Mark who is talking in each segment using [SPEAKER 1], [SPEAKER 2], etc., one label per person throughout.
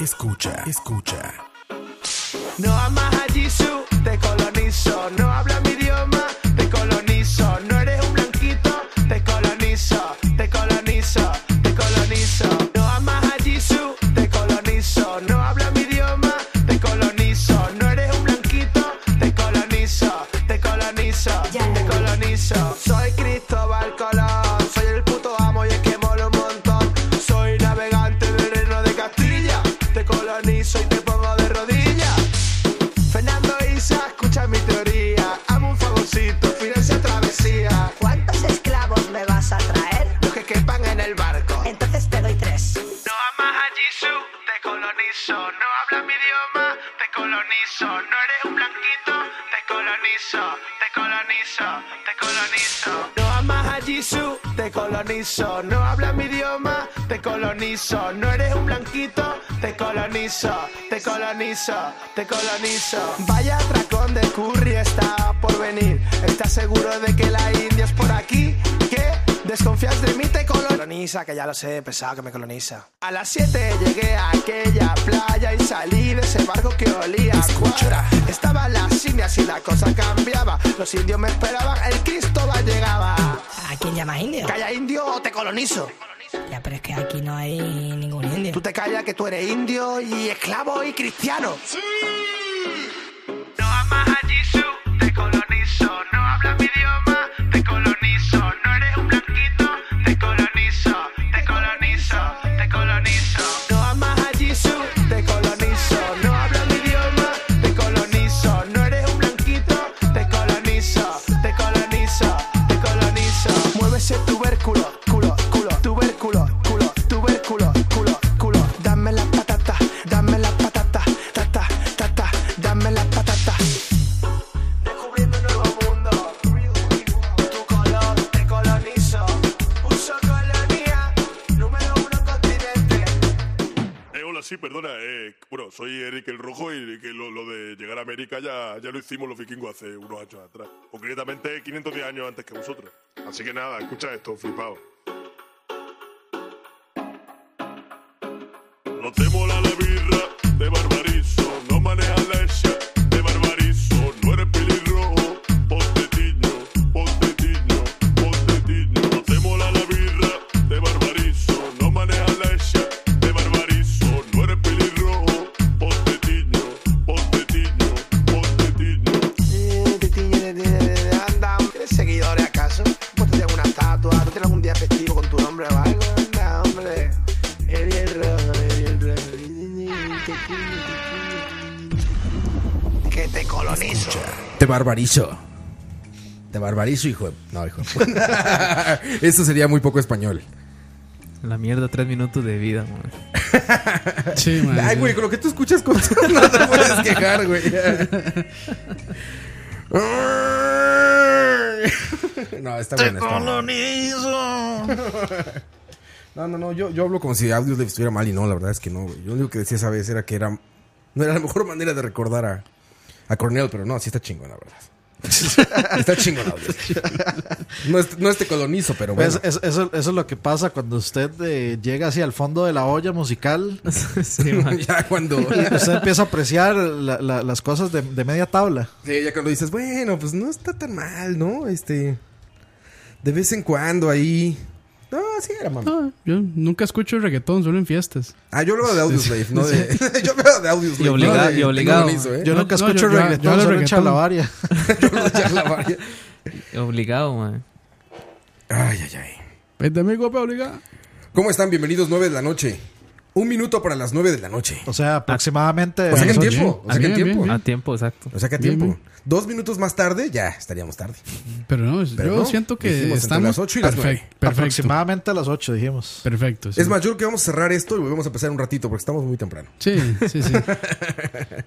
[SPEAKER 1] Escucha, escucha.
[SPEAKER 2] No amas a Jisoo, te colonizo. No hablas mi idioma, te colonizo. No eres un blanquito, te colonizo. Te colonizo, te colonizo. No amas a Jisoo, te colonizo. No hablas mi idioma, te colonizo. No eres un blanquito, te colonizo. Te colonizo, te colonizo. Soy Cristóbal Colón, soy el puto amo y es que mola un montón. Soy navegante del reino de Castilla. Te colonizo y te pongo de rodillas. Fernando Isa, escucha mi teoría. Hazme un favorcito, financia travesía.
[SPEAKER 3] ¿Cuántos esclavos me vas a traer?
[SPEAKER 2] Los que quepan en el barco.
[SPEAKER 3] Entonces te doy tres.
[SPEAKER 2] No amas a Jisoo, te colonizo. No hablas mi idioma, te colonizo. No eres un blanquito, te colonizo. Te colonizo, te colonizo. No amas a Jisoo, te colonizo. No hablas mi idioma, te colonizo. No eres un blanquito, te colonizo. Te colonizo, te colonizo. Vaya atracón de curry está por venir. ¿Estás seguro de que la India es por aquí? ¿Qué? Desconfías de mí, te coloniza, que ya lo sé, pesado que me coloniza. A las 7 llegué a aquella playa y salí de ese barco que olía a cuadra. Estaban las indias y la cosa cambiaba. Los indios me esperaban, el Cristóbal llegaba.
[SPEAKER 3] ¿A quién llamas indio?
[SPEAKER 2] Calla indio o te colonizo.
[SPEAKER 3] Ya, pero es que aquí no hay ningún indio.
[SPEAKER 2] Tú te callas que tú eres indio y esclavo y cristiano. ¡Sí! No amas a Jisoo, te colonizo. No hablas mi idioma, te colonizo. No eres un blanquito, te colonizo. Te colonizo, te colonizo. No amas a Jisoo, te colonizo. No hablas mi idioma, te colonizo. No eres un blanquito, te colonizo. Te colonizo, te colonizo. Mueve ese tubérculo, culo, culo, tubérculo, culo, tubérculo, culo, culo. Dame la patata, dame la patata, tata, tata, dame la patata. Descubriendo un nuevo mundo, tu color te colonizo. Uso colonia, número uno continente.
[SPEAKER 4] Eh, hola, sí, perdona. Eh, bueno, soy Eric el Rojo y que lo, lo de llegar a América ya, ya lo hicimos los vikingos hace unos años atrás. Concretamente 510 años antes que vosotros. Así que nada, escucha esto, flipado. No te mola la birra, te barbarizo. No manejas la hecha, te barbarizo. No eres pelirrojo, ponte tiño, ponte tiño, ponte tiño. No te mola la birra, te barbarizo. No manejas la hecha, te barbarizo. No eres pelirrojo, ponte tiño, ponte tiño, ponte tiño.
[SPEAKER 2] Eh, te tiñe, te tiñe, te tiñe, anda. ¿Tienes seguidores acaso? Pues te tengo una estatua, ¿no tienes algún día festivo con tu nombre o algo? Anda, hombre. Ariel Rojo, Ariel Rojo. Te tiñe, te tiñe, te tiñe. Que te colonizo.
[SPEAKER 5] Te barbarizo. Te barbarizo, hijo de... No, hijo de puta. Eso sería muy poco español.
[SPEAKER 6] La mierda, tres minutos de vida, man.
[SPEAKER 7] Sí, man.
[SPEAKER 5] Ay, güey, con lo que tú escuchas con todo, no te puedes quejar, güey. No, está bueno. Está bueno. No, no, no, yo, yo hablo como si Audios le estuviera mal y no, la verdad es que no, güey. Yo lo único que decía esa vez era que era. No era la mejor manera de recordar a, a Cornell, pero no, sí está chingón, la verdad. está chingón, Audios. No es, no es te colonizo, pero
[SPEAKER 6] Pues,
[SPEAKER 5] bueno.
[SPEAKER 7] Es- Pues es- eso, eso es lo que pasa cuando usted eh, llega hacia el fondo de la olla musical.
[SPEAKER 6] sí, pues, man.
[SPEAKER 5] ya cuando.
[SPEAKER 7] Usted empieza a apreciar la- la- las cosas de, de media tabla.
[SPEAKER 5] Sí, ya cuando dices, bueno, pues no está tan mal, ¿no? Este. De vez en cuando ahí. No, sí era mamá.
[SPEAKER 7] Ah,
[SPEAKER 8] Yo nunca escucho reggaetón, solo en fiestas.
[SPEAKER 5] Ah, yo hablo de Audioslave, no de. yo hablo de Audioslave.
[SPEAKER 6] Y obligado-
[SPEAKER 5] no de-
[SPEAKER 6] y obligado.
[SPEAKER 5] tengo un hizo, ¿eh?
[SPEAKER 7] Yo
[SPEAKER 8] No,
[SPEAKER 7] nunca
[SPEAKER 8] no,
[SPEAKER 7] escucho
[SPEAKER 8] yo- yo- yo
[SPEAKER 7] reggaetón,
[SPEAKER 8] hablo
[SPEAKER 7] solo en
[SPEAKER 8] reggaetón.
[SPEAKER 7] chalabaria.
[SPEAKER 5] Yo hablo de charla varia.
[SPEAKER 6] Obligado, man.
[SPEAKER 5] Ay, ay, ay.
[SPEAKER 8] Vente, amigo, para obligar.
[SPEAKER 5] ¿Cómo están? Bienvenidos 9 de la noche. Un minuto para las 9 de la noche.
[SPEAKER 7] O
[SPEAKER 8] Ah.
[SPEAKER 7] sea, aproximadamente.
[SPEAKER 5] O sea que Pues en
[SPEAKER 8] oye,
[SPEAKER 5] tiempo. O sea que en
[SPEAKER 8] bien, bien,
[SPEAKER 5] tiempo. Pues
[SPEAKER 8] bien.
[SPEAKER 6] A tiempo, exacto.
[SPEAKER 5] O sea que a
[SPEAKER 8] Bien,
[SPEAKER 5] tiempo. Dos minutos más tarde, ya estaríamos tarde.
[SPEAKER 8] Pero no,
[SPEAKER 5] Pero
[SPEAKER 8] yo
[SPEAKER 5] no,
[SPEAKER 8] siento que
[SPEAKER 5] dijimos entre
[SPEAKER 8] estamos.
[SPEAKER 5] las ocho y las
[SPEAKER 8] perfect-
[SPEAKER 5] nueve.
[SPEAKER 8] perfecto.
[SPEAKER 7] aproximadamente a las 8, dijimos.
[SPEAKER 8] Perfecto. sí.
[SPEAKER 5] Es más, yo creo que vamos a cerrar esto y volvemos a empezar un ratito porque estamos muy temprano.
[SPEAKER 8] Sí, sí, sí.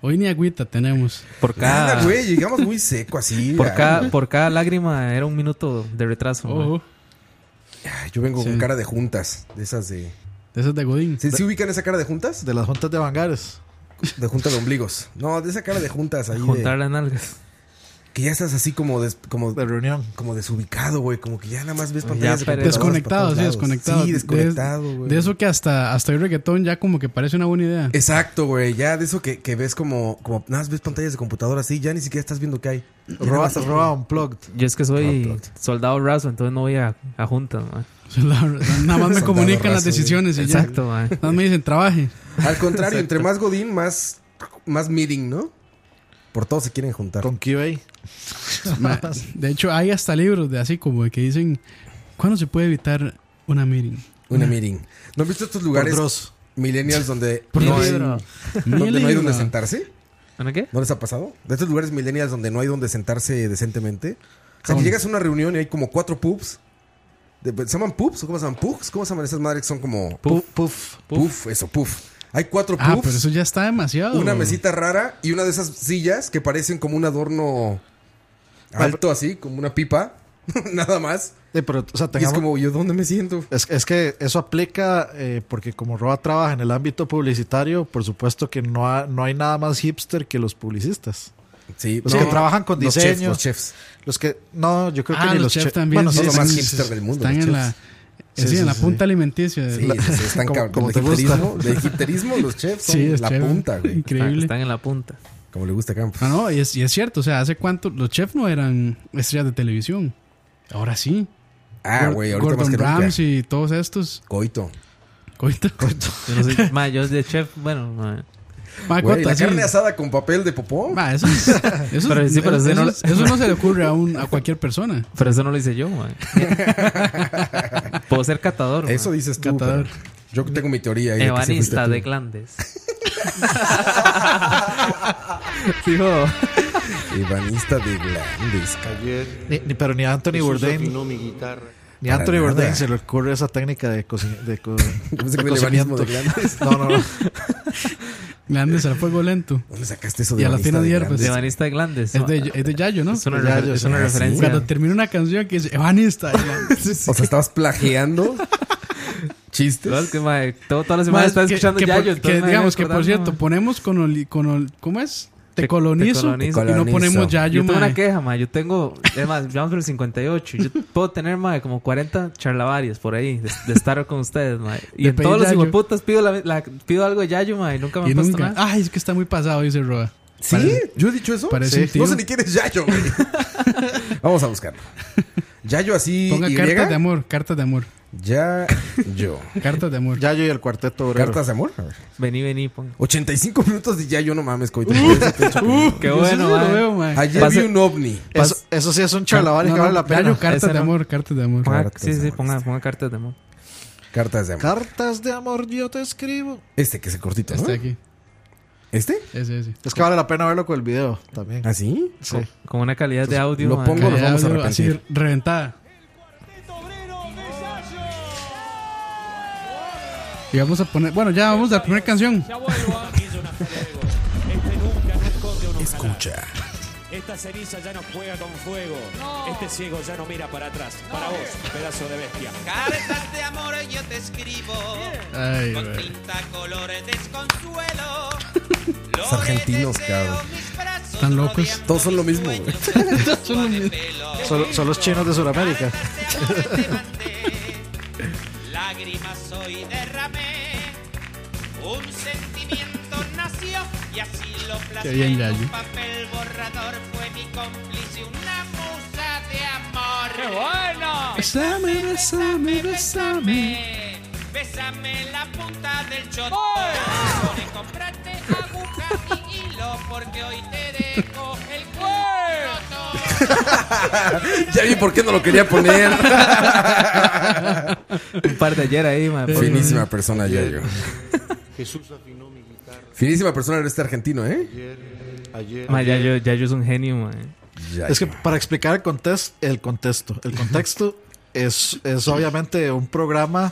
[SPEAKER 8] Hoy ni agüita tenemos.
[SPEAKER 6] Por
[SPEAKER 5] Nada,
[SPEAKER 6] cada,
[SPEAKER 5] güey. Llegamos muy seco así.
[SPEAKER 6] por
[SPEAKER 5] ay.
[SPEAKER 6] cada, por cada lágrima era un minuto de retraso, man.
[SPEAKER 8] Ojo.
[SPEAKER 5] Ay, Yo vengo con
[SPEAKER 8] Sí.
[SPEAKER 5] cara de juntas. De esas de.
[SPEAKER 8] De esas de Godín.
[SPEAKER 5] ¿Sí, sí ubican esa cara de juntas?
[SPEAKER 7] De las juntas de Bangares.
[SPEAKER 5] De junta de ombligos. No, de esa cara de juntas ahí. de-
[SPEAKER 6] Juntar las nalgas.
[SPEAKER 5] que ya estás así como, des- como,
[SPEAKER 7] de reunión.
[SPEAKER 5] como desubicado, güey. Como que ya nada más ves
[SPEAKER 6] Ya
[SPEAKER 5] pantallas de
[SPEAKER 6] pero-
[SPEAKER 5] computadoras para
[SPEAKER 8] Desconectado,
[SPEAKER 5] todos
[SPEAKER 8] sí,
[SPEAKER 5] lados.
[SPEAKER 8] desconectado.
[SPEAKER 5] Sí,
[SPEAKER 8] De-
[SPEAKER 5] desconectado, güey.
[SPEAKER 8] de, eso que hasta, hasta el reggaetón ya como que parece una buena idea.
[SPEAKER 5] Exacto, güey. Ya de eso que, que ves como, como nada más ves pantallas de computadora así, ya ni siquiera estás viendo qué hay.
[SPEAKER 7] Roba, roba unplugged.
[SPEAKER 6] Yo es que soy soldado raso, entonces no voy a, a juntas, ma.
[SPEAKER 8] La verdad, Nada más me
[SPEAKER 5] Soldado
[SPEAKER 8] comunican las
[SPEAKER 5] raso,
[SPEAKER 8] decisiones y ya.
[SPEAKER 6] Exacto, ma.
[SPEAKER 8] Nada más me dicen, trabaje.
[SPEAKER 5] Al contrario, entre más Godín, más, más meeting, ¿no? Por todos se quieren juntar.
[SPEAKER 7] Con QA.
[SPEAKER 8] Ma, De hecho, hay hasta libros de así como de que dicen, ¿cuándo se puede evitar una meeting?
[SPEAKER 5] Una meeting. ¿No han visto estos
[SPEAKER 7] Por
[SPEAKER 5] lugares
[SPEAKER 7] Dross.
[SPEAKER 5] millennials donde
[SPEAKER 8] Por
[SPEAKER 5] no
[SPEAKER 8] Dross.
[SPEAKER 5] hay, donde no hay donde sentarse?
[SPEAKER 6] ¿Bueno qué?
[SPEAKER 5] ¿No les ha pasado? De estos lugares millennials donde no hay donde sentarse decentemente. O sea, que llegas a una reunión y hay como cuatro pubs. De- ¿Se llaman pubs? ¿O ¿Cómo se llaman pugs? ¿Cómo se llaman esas madres que son como...
[SPEAKER 6] Puff.
[SPEAKER 7] Puff.
[SPEAKER 5] Puf, eso, puf. Hay cuatro pubs.
[SPEAKER 8] Ah, pero eso ya está demasiado.
[SPEAKER 5] una mesita rara y una de esas sillas que parecen como un adorno alto así, como una pipa, nada más.
[SPEAKER 7] Eh, pero, o sea,
[SPEAKER 5] Y es
[SPEAKER 7] tengamos-
[SPEAKER 5] como, ¿yo dónde me siento?
[SPEAKER 7] Es, es que eso aplica eh, porque como Roa trabaja en el ámbito publicitario, por supuesto que no, ha- no hay nada más hipster que los publicistas.
[SPEAKER 5] Sí,
[SPEAKER 7] Los que trabajan con
[SPEAKER 5] los
[SPEAKER 7] diseño.
[SPEAKER 5] chefs, los chefs.
[SPEAKER 7] Los que, no, yo creo que
[SPEAKER 8] Ah,
[SPEAKER 7] ni
[SPEAKER 8] los
[SPEAKER 7] los
[SPEAKER 8] chefs
[SPEAKER 7] che-
[SPEAKER 8] también.
[SPEAKER 7] Bueno,
[SPEAKER 8] sí,
[SPEAKER 5] son lo
[SPEAKER 7] sí,
[SPEAKER 5] más
[SPEAKER 8] sí,
[SPEAKER 5] hipster
[SPEAKER 8] sí,
[SPEAKER 5] del mundo,
[SPEAKER 8] Están
[SPEAKER 5] los
[SPEAKER 8] en la,
[SPEAKER 5] chefs.
[SPEAKER 8] eh,
[SPEAKER 7] Sí,
[SPEAKER 8] sí,
[SPEAKER 7] sí,
[SPEAKER 8] en la
[SPEAKER 7] sí.
[SPEAKER 8] punta alimenticia. de-
[SPEAKER 5] Sí, sí, están
[SPEAKER 7] Como-
[SPEAKER 5] cab-
[SPEAKER 7] como
[SPEAKER 5] del
[SPEAKER 7] te gusta.
[SPEAKER 5] hipsterismo, del hipsterismo, los chefs son
[SPEAKER 8] Sí, es
[SPEAKER 5] la
[SPEAKER 8] chévere.
[SPEAKER 5] punta, güey.
[SPEAKER 8] Increíble.
[SPEAKER 6] Están en la punta.
[SPEAKER 5] Como le gusta a Campos.
[SPEAKER 8] Ah, no, y es, y es cierto, o sea, hace cuánto los chefs no eran estrellas de televisión. Ahora sí.
[SPEAKER 5] Ah,
[SPEAKER 8] Gor-
[SPEAKER 5] güey, ahorita
[SPEAKER 8] Gordon
[SPEAKER 5] más que nunca.
[SPEAKER 8] Ramsay y todos estos.
[SPEAKER 5] Coito.
[SPEAKER 8] Coito.
[SPEAKER 6] Yo no soy, ma, yo de chef, bueno, ma.
[SPEAKER 8] Ma,
[SPEAKER 5] Güey,
[SPEAKER 8] cuota,
[SPEAKER 5] la
[SPEAKER 8] Ah, sí. Ah,
[SPEAKER 5] carne asada con papel de popó.
[SPEAKER 8] Ma, eso, es- eso,
[SPEAKER 6] Pero sí, pero
[SPEAKER 8] eso,
[SPEAKER 6] sí, no-
[SPEAKER 8] eso- eso no se le ocurre a, un, a cualquier persona.
[SPEAKER 6] Pero eso no lo hice yo, ma. Puedo ser catador, ma.
[SPEAKER 5] Eso dices tú.
[SPEAKER 8] Catador.
[SPEAKER 5] pero Yo tengo mi teoría. ahí de que sí fuiste
[SPEAKER 6] Evanista
[SPEAKER 5] tú.
[SPEAKER 6] de Glandes. Dijo,
[SPEAKER 5] Evanista de Glandes, cabrón.
[SPEAKER 7] Ni- ni- pero ni a Anthony Bourdain,
[SPEAKER 1] mi guitarra.
[SPEAKER 7] ni a
[SPEAKER 5] Para
[SPEAKER 7] Anthony
[SPEAKER 5] nada.
[SPEAKER 7] Bourdain se le ocurre esa técnica de, cocina de, co-
[SPEAKER 5] Pensé que
[SPEAKER 7] de
[SPEAKER 5] era el evanismo
[SPEAKER 7] cocimiento.
[SPEAKER 5] de Glandes.
[SPEAKER 7] No, no, no.
[SPEAKER 8] Grandes al fuego lento.
[SPEAKER 5] ¿Dónde sacaste eso de
[SPEAKER 8] Y a la
[SPEAKER 5] evanista
[SPEAKER 8] tienda
[SPEAKER 5] de
[SPEAKER 8] de hierbas.
[SPEAKER 5] Glandes?
[SPEAKER 6] Evanista de Glandes.
[SPEAKER 8] Es de, es de Yayo, ¿no? Pues
[SPEAKER 6] Es una,
[SPEAKER 7] Ya,
[SPEAKER 6] refer-
[SPEAKER 7] yo
[SPEAKER 6] es
[SPEAKER 7] sé.
[SPEAKER 6] una
[SPEAKER 7] Ah, sí.
[SPEAKER 6] referencia.
[SPEAKER 8] Cuando termina una canción que dice Evanista. y la-
[SPEAKER 5] O sea, estabas plagiando chistes.
[SPEAKER 6] Claro, es que, ma, todo- todas las semanas están
[SPEAKER 8] que-
[SPEAKER 6] escuchando
[SPEAKER 8] que por-
[SPEAKER 6] Yayo.
[SPEAKER 8] que
[SPEAKER 6] entonces, ma,
[SPEAKER 8] digamos que, por
[SPEAKER 6] acordando,
[SPEAKER 8] cierto,
[SPEAKER 6] ma.
[SPEAKER 8] ponemos con, oli- con ol- ¿Cómo es? Te,
[SPEAKER 6] Te-
[SPEAKER 8] colonizo,
[SPEAKER 6] te colonizo.
[SPEAKER 8] y no ponemos Yayo,
[SPEAKER 6] Yo tengo
[SPEAKER 8] ma.
[SPEAKER 6] una queja, ma. Yo tengo, es más, vamos por el 58. Yo puedo tener, ma, como 40 charlavarios por ahí de, de estar con ustedes, ma. Y
[SPEAKER 8] De
[SPEAKER 6] en
[SPEAKER 8] pedir
[SPEAKER 6] todos los
[SPEAKER 8] Yayo.
[SPEAKER 6] hijueputas pido, la, la- pido algo de Yayo, ma, y nunca me
[SPEAKER 8] Y
[SPEAKER 6] han puesto
[SPEAKER 8] nunca.
[SPEAKER 6] nada.
[SPEAKER 8] Ay, es que está muy pasado, dice Roa.
[SPEAKER 5] ¿Sí? ¿Yo he dicho eso?
[SPEAKER 8] parece
[SPEAKER 5] Sí.
[SPEAKER 8] un tío.
[SPEAKER 5] No sé ni quién es Yayo, güey. Vamos a buscarlo. Yayo así.
[SPEAKER 8] Ponga
[SPEAKER 5] y
[SPEAKER 8] cartas de amor, cartas de amor,
[SPEAKER 5] Yayo.
[SPEAKER 8] cartas de amor.
[SPEAKER 7] Ya yo y el cuarteto obrero.
[SPEAKER 5] ¿Cartas de amor? A ver.
[SPEAKER 8] Ah.
[SPEAKER 6] Vení, vení, pon.
[SPEAKER 5] 85 minutos de Yayo, no mames, coito. Por eso te he dicho que-
[SPEAKER 6] Qué
[SPEAKER 8] Yo sí
[SPEAKER 6] bueno,
[SPEAKER 8] lo
[SPEAKER 6] ma.
[SPEAKER 8] veo, ma.
[SPEAKER 5] Ayer
[SPEAKER 6] Pasa-
[SPEAKER 5] vi un ovni.
[SPEAKER 7] Eso, eso sí es un charlavario
[SPEAKER 8] No,
[SPEAKER 7] que
[SPEAKER 8] no,
[SPEAKER 7] vale la pena.
[SPEAKER 8] Yayo, cartas
[SPEAKER 6] Ese
[SPEAKER 8] de
[SPEAKER 6] no.
[SPEAKER 8] amor, cartas de amor.
[SPEAKER 6] Ponga-
[SPEAKER 5] Cartas
[SPEAKER 6] sí,
[SPEAKER 5] de
[SPEAKER 6] sí,
[SPEAKER 5] amor,
[SPEAKER 6] ponga,
[SPEAKER 5] este.
[SPEAKER 6] ponga cartas de amor.
[SPEAKER 5] Cartas de amor.
[SPEAKER 7] Cartas de amor, yo te escribo.
[SPEAKER 5] Este que es el cortito, ¿no?
[SPEAKER 8] Está aquí.
[SPEAKER 5] ¿Este? ¿Ah,
[SPEAKER 8] Ese, ese.
[SPEAKER 7] Es que vale la pena verlo con el video también.
[SPEAKER 5] ¿Así?
[SPEAKER 7] Sí.
[SPEAKER 6] Con una calidad de audio.
[SPEAKER 5] lo
[SPEAKER 6] ma,
[SPEAKER 5] pongo- ¿Cómo nos
[SPEAKER 8] Callado,
[SPEAKER 5] vamos a
[SPEAKER 8] digo, así,
[SPEAKER 5] arrepentir?
[SPEAKER 8] reventada. Y vamos a poner, bueno, ya vamos a la primera canción.
[SPEAKER 9] Este nunca no esconde un ojalá.
[SPEAKER 5] Escucha.
[SPEAKER 9] Esta ceniza ya no juega con fuego. Este ciego ya no mira para atrás. Para vos, pedazo de bestia.
[SPEAKER 10] Cartas de amor yo te escribo
[SPEAKER 8] Ay,
[SPEAKER 10] con
[SPEAKER 8] güey.
[SPEAKER 10] tinta color desconsuelo. Los
[SPEAKER 5] argentinos, cabrón.
[SPEAKER 8] Están locos.
[SPEAKER 5] Todos son lo mismo, güey.
[SPEAKER 10] son lo mismo.
[SPEAKER 7] Son, son los chinos de Sudamérica.
[SPEAKER 10] Lágrimas hoy derramé. Un sentimiento nació y así lo plasmé.
[SPEAKER 8] bien, Yayo.
[SPEAKER 10] en Un papel borrador fue mi cómplice, una musa de amor. ¡Qué bueno!
[SPEAKER 8] Bésame, bésame, bésame.
[SPEAKER 10] Bésame, bésame la punta del choto. Pone, comprate aguja y hilo porque hoy te dejo el cuerno.
[SPEAKER 5] Ya vi por qué no lo quería poner.
[SPEAKER 6] Un par de ayer ahí, ma. por-
[SPEAKER 5] Finísima persona, Yayo.
[SPEAKER 1] Jesús afinó mi guitarra
[SPEAKER 5] Finísima persona era este argentino, ¿eh?
[SPEAKER 1] ayer, ayer.
[SPEAKER 6] Ma, Yayo, Yayo es un genio, ma.
[SPEAKER 5] Yayo.
[SPEAKER 7] Es que para explicar el, context, el contexto, el contexto es, es obviamente un programa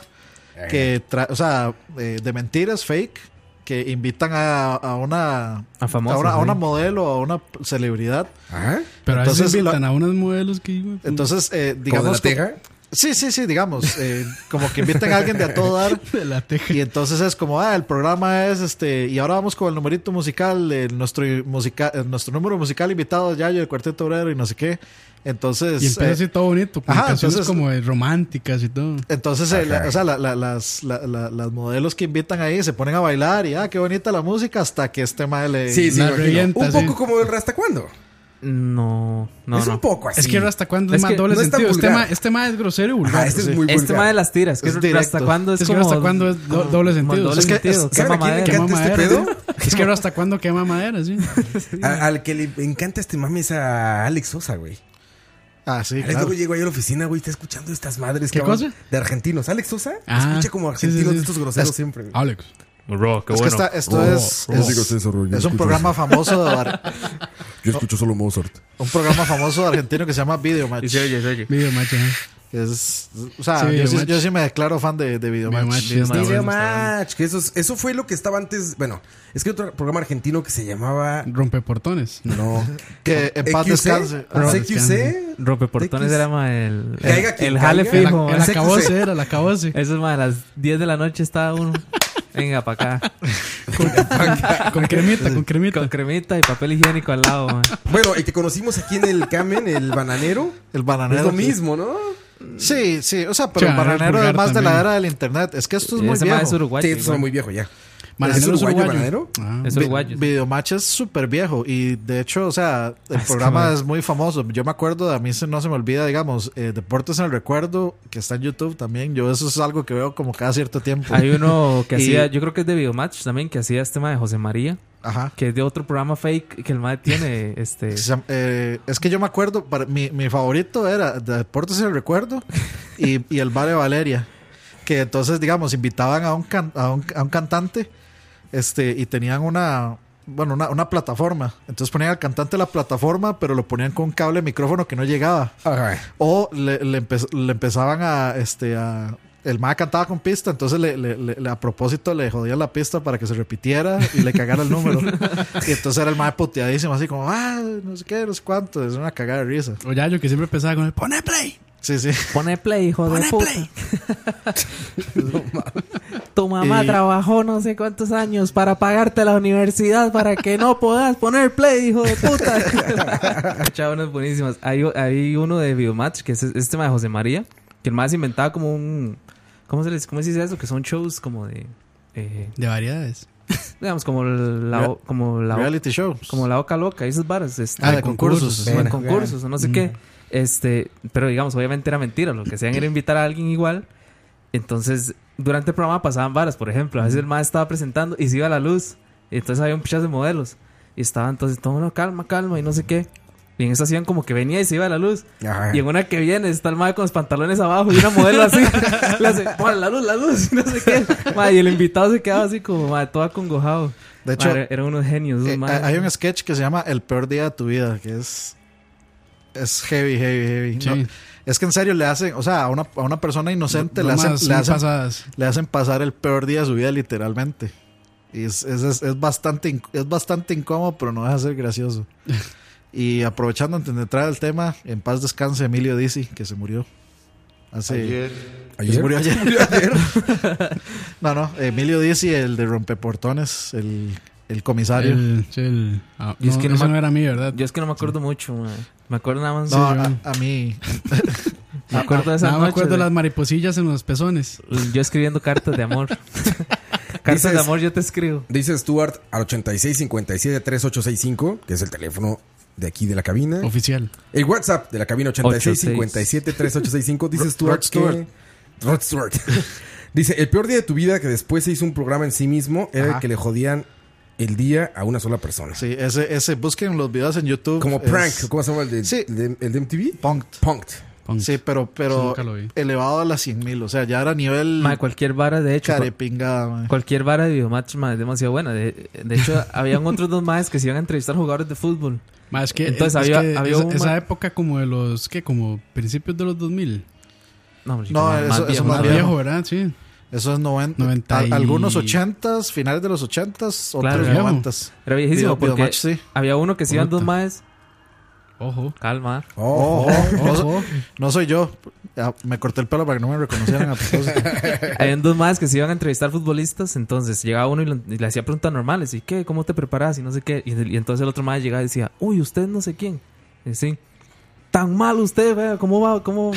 [SPEAKER 7] que tra- o sea, eh, de mentiras fake que invitan a, a una
[SPEAKER 6] A famosos,
[SPEAKER 7] una, a una
[SPEAKER 6] sí.
[SPEAKER 7] modelo a una celebridad
[SPEAKER 5] Ajá.
[SPEAKER 8] Pero a veces
[SPEAKER 7] Entonces,
[SPEAKER 8] invitan a unos modelos que
[SPEAKER 7] entonces eh,
[SPEAKER 5] Como de
[SPEAKER 7] digamos
[SPEAKER 5] la teja.
[SPEAKER 7] como- Sí, sí, sí, digamos. eh, como que invitan a alguien de a todo dar. Y entonces es como, ah, el programa es este. Y ahora vamos con el numerito musical, eh, nuestro, musica- eh, nuestro número musical invitado ya Yayo, el Cuarteto Obrero y no sé qué. Entonces.
[SPEAKER 8] Y empieza
[SPEAKER 7] eh,
[SPEAKER 8] así todo bonito, con
[SPEAKER 7] ajá,
[SPEAKER 8] canciones
[SPEAKER 7] entonces-
[SPEAKER 8] como eh, románticas y todo.
[SPEAKER 7] Entonces, eh, la-
[SPEAKER 8] Ajá.
[SPEAKER 7] o sea, la- la- las, la- la- las modelos que invitan ahí se ponen a bailar y, ah, qué bonita la música, hasta que este mal le.
[SPEAKER 5] Sí, sí,
[SPEAKER 7] la
[SPEAKER 5] me imagino.
[SPEAKER 7] revienta,
[SPEAKER 5] Un
[SPEAKER 7] sí.
[SPEAKER 5] poco como el Rasta Cuando.
[SPEAKER 6] No, no.
[SPEAKER 5] Es un
[SPEAKER 6] no.
[SPEAKER 5] poco así.
[SPEAKER 8] Es que hasta cuando es, más doble
[SPEAKER 5] no es tan
[SPEAKER 8] sentido. este, ma,
[SPEAKER 5] vulgar.
[SPEAKER 8] este ma es grosero y vulgar.
[SPEAKER 5] Ajá, este es muy
[SPEAKER 6] Este
[SPEAKER 5] vulgar.
[SPEAKER 6] tema de las tiras, que
[SPEAKER 8] Es
[SPEAKER 6] es hasta
[SPEAKER 8] directo.
[SPEAKER 6] cuándo es,
[SPEAKER 8] Es que
[SPEAKER 6] como.
[SPEAKER 8] hasta cuándo es do-
[SPEAKER 6] como-
[SPEAKER 8] doble
[SPEAKER 6] como
[SPEAKER 8] sentido.
[SPEAKER 6] doble
[SPEAKER 8] Es que-
[SPEAKER 5] ¿saben
[SPEAKER 6] sentido,
[SPEAKER 5] a quién le
[SPEAKER 6] mamadera.
[SPEAKER 5] encanta este
[SPEAKER 8] mamadera.
[SPEAKER 5] pedo?
[SPEAKER 8] Es que hasta cuando quema madera, sí.
[SPEAKER 5] A- al que le encanta este mame es a Alex Sosa, güey.
[SPEAKER 7] Ah, sí,
[SPEAKER 5] Alex
[SPEAKER 7] claro.
[SPEAKER 5] luego llego ahí a la oficina, güey, está escuchando estas madres
[SPEAKER 8] ¿Qué
[SPEAKER 5] cabrón,
[SPEAKER 8] cosa?
[SPEAKER 5] de argentinos. Alex Sosa
[SPEAKER 8] Ah,
[SPEAKER 5] escucha como
[SPEAKER 8] sí, sí,
[SPEAKER 5] argentinos
[SPEAKER 8] sí. Ah,
[SPEAKER 5] de estos groseros
[SPEAKER 7] Es-
[SPEAKER 5] siempre. güey.
[SPEAKER 8] Alex.
[SPEAKER 7] Es que esta-
[SPEAKER 6] Oh,
[SPEAKER 7] esto es.
[SPEAKER 5] Rock,
[SPEAKER 7] es-
[SPEAKER 5] digo, César, yo
[SPEAKER 7] es
[SPEAKER 5] escucho
[SPEAKER 7] un programa
[SPEAKER 5] eso.
[SPEAKER 7] famoso de ar-
[SPEAKER 5] Yo escucho solo Mozart.
[SPEAKER 7] un programa famoso argentino que se llama Videomatch.
[SPEAKER 6] Y se oye, se oye.
[SPEAKER 8] Video macho. ¿eh?
[SPEAKER 7] Es, o sea,
[SPEAKER 8] Sí,
[SPEAKER 7] yo, sí,
[SPEAKER 8] Videomatch.
[SPEAKER 7] yo sí me declaro fan de, de Videomatch.
[SPEAKER 8] Videomatch,
[SPEAKER 7] Videomatch.
[SPEAKER 8] está
[SPEAKER 5] Video
[SPEAKER 8] bueno, está bueno.
[SPEAKER 5] Match, que eso, es- eso fue lo que estaba antes. Bueno, es que otro programa argentino que se llamaba.
[SPEAKER 8] Rompeportones.
[SPEAKER 5] No.
[SPEAKER 7] Que en paz
[SPEAKER 5] XQC,
[SPEAKER 7] descanse.
[SPEAKER 8] Ah,
[SPEAKER 5] CQC.
[SPEAKER 6] Rompeportones
[SPEAKER 5] TX.
[SPEAKER 6] era más el,
[SPEAKER 5] Caiga
[SPEAKER 6] el,
[SPEAKER 5] quien
[SPEAKER 6] el jale
[SPEAKER 5] caiga.
[SPEAKER 6] fijo.
[SPEAKER 5] Como
[SPEAKER 8] El
[SPEAKER 6] ma.
[SPEAKER 5] Ese-
[SPEAKER 8] acabose era el acabose.
[SPEAKER 6] Eso es más, a las 10 de la noche estaba uno. Venga, pa' acá.
[SPEAKER 8] Con cremita, con cremita.
[SPEAKER 6] Con cremita y papel higiénico al lado, ma.
[SPEAKER 5] Bueno, el que conocimos aquí en el Camen, el bananero.
[SPEAKER 7] El bananero.
[SPEAKER 5] Es lo
[SPEAKER 7] sí.
[SPEAKER 5] mismo, ¿no?
[SPEAKER 7] Sí, sí. O sea, pero
[SPEAKER 8] Chá,
[SPEAKER 7] el bananero
[SPEAKER 8] vulgar
[SPEAKER 7] es más de
[SPEAKER 8] también.
[SPEAKER 7] la era del internet. Es que esto es muy
[SPEAKER 6] Ese ma es
[SPEAKER 7] viejo.
[SPEAKER 6] uruguayo.
[SPEAKER 5] Sí, estos son
[SPEAKER 6] igual.
[SPEAKER 5] muy viejo ya.
[SPEAKER 8] Bananero
[SPEAKER 5] ¿Es uruguayo, bananero?
[SPEAKER 8] Ah,
[SPEAKER 6] Es
[SPEAKER 7] Vi-
[SPEAKER 6] uruguayo.
[SPEAKER 7] Videomatch es súper viejo y de hecho, o sea, el
[SPEAKER 6] Es
[SPEAKER 7] programa
[SPEAKER 6] que-
[SPEAKER 7] es muy famoso. Yo me acuerdo, a mí se- no se me olvida, digamos, eh, Deportes en el Recuerdo, que está en YouTube también. Yo eso es algo que veo como cada cierto tiempo.
[SPEAKER 6] Hay uno que
[SPEAKER 7] Y-
[SPEAKER 6] hacía, yo creo que es de Videomatch también, que hacía este tema de José María,
[SPEAKER 7] Ajá.
[SPEAKER 6] que es de otro programa fake que el madre tiene. este
[SPEAKER 7] Se llama- eh, es que yo me acuerdo, para, mi, mi favorito era Deportes en el Recuerdo y, y el Vale Valeria. Que entonces, digamos, invitaban a un, can- a un, a un cantante este, y tenían una, bueno, una, una plataforma. Entonces ponían al cantante en la plataforma, pero lo ponían con un cable de micrófono que no llegaba.
[SPEAKER 5] Ajá.
[SPEAKER 7] O le, le empe- le empezaban a, este, a... El MAE cantaba con pista, entonces le, le- le- le- a propósito le jodían la pista para que se repitiera y le cagara el número. y entonces era el MAE puteadísimo, así como, ah, no sé qué, no sé cuánto. Es una cagada de risa.
[SPEAKER 8] O Yayo que siempre empezaba con el pone play.
[SPEAKER 7] Sí, sí.
[SPEAKER 6] Pone play, hijo de
[SPEAKER 8] Pone
[SPEAKER 6] puta.
[SPEAKER 8] play.
[SPEAKER 6] Tu mamá
[SPEAKER 7] Y-
[SPEAKER 6] trabajó no sé cuántos años para pagarte la universidad para que no puedas poner play, hijo de puta. Chavales buenísimas. Hay, hay uno de Videomatch, que es este tema de José María, que el más inventaba como un... ¿Cómo se les cómo se dice eso? Que son shows como de... eh,
[SPEAKER 8] De variedades.
[SPEAKER 6] digamos, como la...
[SPEAKER 7] Real-
[SPEAKER 6] o- Como la o-
[SPEAKER 7] Reality show.
[SPEAKER 6] como la boca loca, esas varas. Este,
[SPEAKER 7] Ah, de concursos.
[SPEAKER 6] o en
[SPEAKER 5] Bueno,
[SPEAKER 6] concursos, o no sé
[SPEAKER 7] Mm.
[SPEAKER 6] qué. Este, pero digamos, obviamente era mentira. Lo que hacían era invitar a alguien igual. Entonces, durante el programa pasaban varas, por ejemplo. A veces el maestro estaba presentando y se iba a la luz. Y entonces había un pichazo de modelos. Y estaba entonces todo, no, calma, calma, y no sé qué. Y en eso hacían como que venía y se iba a la luz.
[SPEAKER 5] Ajá.
[SPEAKER 7] Ah.
[SPEAKER 6] Y en una que viene está el madre con los pantalones abajo y una modelo así. le hace, "Pon la luz, la luz, y no sé qué. Madre, y el invitado se quedaba así como, madre, todo acongojado.
[SPEAKER 7] De hecho,
[SPEAKER 6] Madre, eran unos genios. esos
[SPEAKER 7] Eh,
[SPEAKER 6] madres.
[SPEAKER 7] hay un sketch que se llama El peor día de tu vida, que es. Es heavy, heavy, heavy.
[SPEAKER 8] Sí.
[SPEAKER 7] No, es que en serio le hacen, o sea, a una, a una persona inocente le,
[SPEAKER 8] Bromas
[SPEAKER 7] hacen, le,
[SPEAKER 8] muy
[SPEAKER 7] hacen,
[SPEAKER 8] pasadas.
[SPEAKER 7] le hacen pasar el peor día de su vida, literalmente. Y es, es- es- es bastante, inc- es bastante incómodo, pero no deja de ser gracioso. y aprovechando antes de entrar al tema, en paz descanse Emilio Dizzy, que se murió. Hace,
[SPEAKER 1] Ayer,
[SPEAKER 7] que se murió ayer. no, no, Emilio Dizzy, el de Rompeportones, el, el comisario.
[SPEAKER 8] El, sí, el- ah,
[SPEAKER 6] Y es
[SPEAKER 8] no,
[SPEAKER 6] que no
[SPEAKER 8] eso
[SPEAKER 6] me-
[SPEAKER 8] no era mío, ¿verdad?
[SPEAKER 6] Yo es que no me acuerdo mucho, ma. Me acuerdo nada más.
[SPEAKER 7] no,
[SPEAKER 6] Sí,
[SPEAKER 7] a, a mí,
[SPEAKER 6] me acuerdo de esa
[SPEAKER 8] Nada, me
[SPEAKER 6] noche.
[SPEAKER 8] acuerdo de
[SPEAKER 6] de-
[SPEAKER 8] las mariposillas en los pezones.
[SPEAKER 6] Yo escribiendo cartas de amor. cartas de
[SPEAKER 5] Dices-
[SPEAKER 6] amor yo te escribo.
[SPEAKER 5] Dice Stuart al 8657-3865, que es el teléfono de aquí de la cabina.
[SPEAKER 8] Oficial.
[SPEAKER 5] El WhatsApp de la cabina 8657-3865 dice Stuart.
[SPEAKER 7] Rod Stewart.
[SPEAKER 5] que- Rod Stewart. dice, el peor día de tu vida que después se hizo un programa en sí mismo era el
[SPEAKER 7] Ajá.
[SPEAKER 5] que le jodían el día a una sola persona.
[SPEAKER 7] sí, ese, ese, busquen los videos en YouTube.
[SPEAKER 5] Como
[SPEAKER 7] es-
[SPEAKER 5] prank, ¿cómo se llama el de,
[SPEAKER 7] Sí.
[SPEAKER 5] el de- el de MTV?
[SPEAKER 7] Punk'd.
[SPEAKER 5] Punked.
[SPEAKER 8] Punk.
[SPEAKER 7] Sí, pero,
[SPEAKER 8] Eso
[SPEAKER 7] pero
[SPEAKER 8] nunca lo vi.
[SPEAKER 7] elevado a las 100 mil, o sea, ya era nivel
[SPEAKER 6] Ma, cualquier vara, de hecho. cual-
[SPEAKER 7] carepingada, man.
[SPEAKER 6] Cualquier vara de Videomatch, ma, es demasiado buena. De, de hecho, habían otros dos más que se iban a entrevistar jugadores de fútbol.
[SPEAKER 8] Ma, es que,
[SPEAKER 6] Entonces,
[SPEAKER 8] es
[SPEAKER 6] había-
[SPEAKER 8] que
[SPEAKER 6] había
[SPEAKER 8] esa,
[SPEAKER 6] un
[SPEAKER 8] esa
[SPEAKER 6] ma-
[SPEAKER 8] época como de los, ¿qué? Como principios de los 2000.
[SPEAKER 6] No, hombre,
[SPEAKER 7] No,
[SPEAKER 6] más
[SPEAKER 7] eso- eso
[SPEAKER 6] viejo,
[SPEAKER 7] más
[SPEAKER 8] Más
[SPEAKER 6] ¿no?
[SPEAKER 7] viejo.
[SPEAKER 8] viejo, ¿verdad? Sí.
[SPEAKER 7] Eso es 90.
[SPEAKER 8] Noventa y-
[SPEAKER 7] al- algunos 80s, finales de los 80s,
[SPEAKER 6] Claro,
[SPEAKER 7] otros
[SPEAKER 8] viejo.
[SPEAKER 7] 90s.
[SPEAKER 6] Era viejísimo
[SPEAKER 7] Video-
[SPEAKER 6] porque
[SPEAKER 7] Videomatch, sí.
[SPEAKER 6] había uno que se iban dos
[SPEAKER 8] Puta.
[SPEAKER 6] más.
[SPEAKER 8] Ojo.
[SPEAKER 6] Calma.
[SPEAKER 5] Oh,
[SPEAKER 7] No, so-
[SPEAKER 8] Ojo.
[SPEAKER 7] no soy yo. Ah, me corté el pelo para que no me reconocieran a propósito.
[SPEAKER 8] Ah,
[SPEAKER 6] Habían dos más que se iban a entrevistar futbolistas, entonces llegaba uno y, lo- y le hacía preguntas normales, ¿y qué? ¿Cómo te preparas? Y no sé qué. Y, y entonces el otro más llegaba y decía, uy, usted no sé quién. Y sí, tan mal usted, vea, ¿cómo va? ¿Cómo?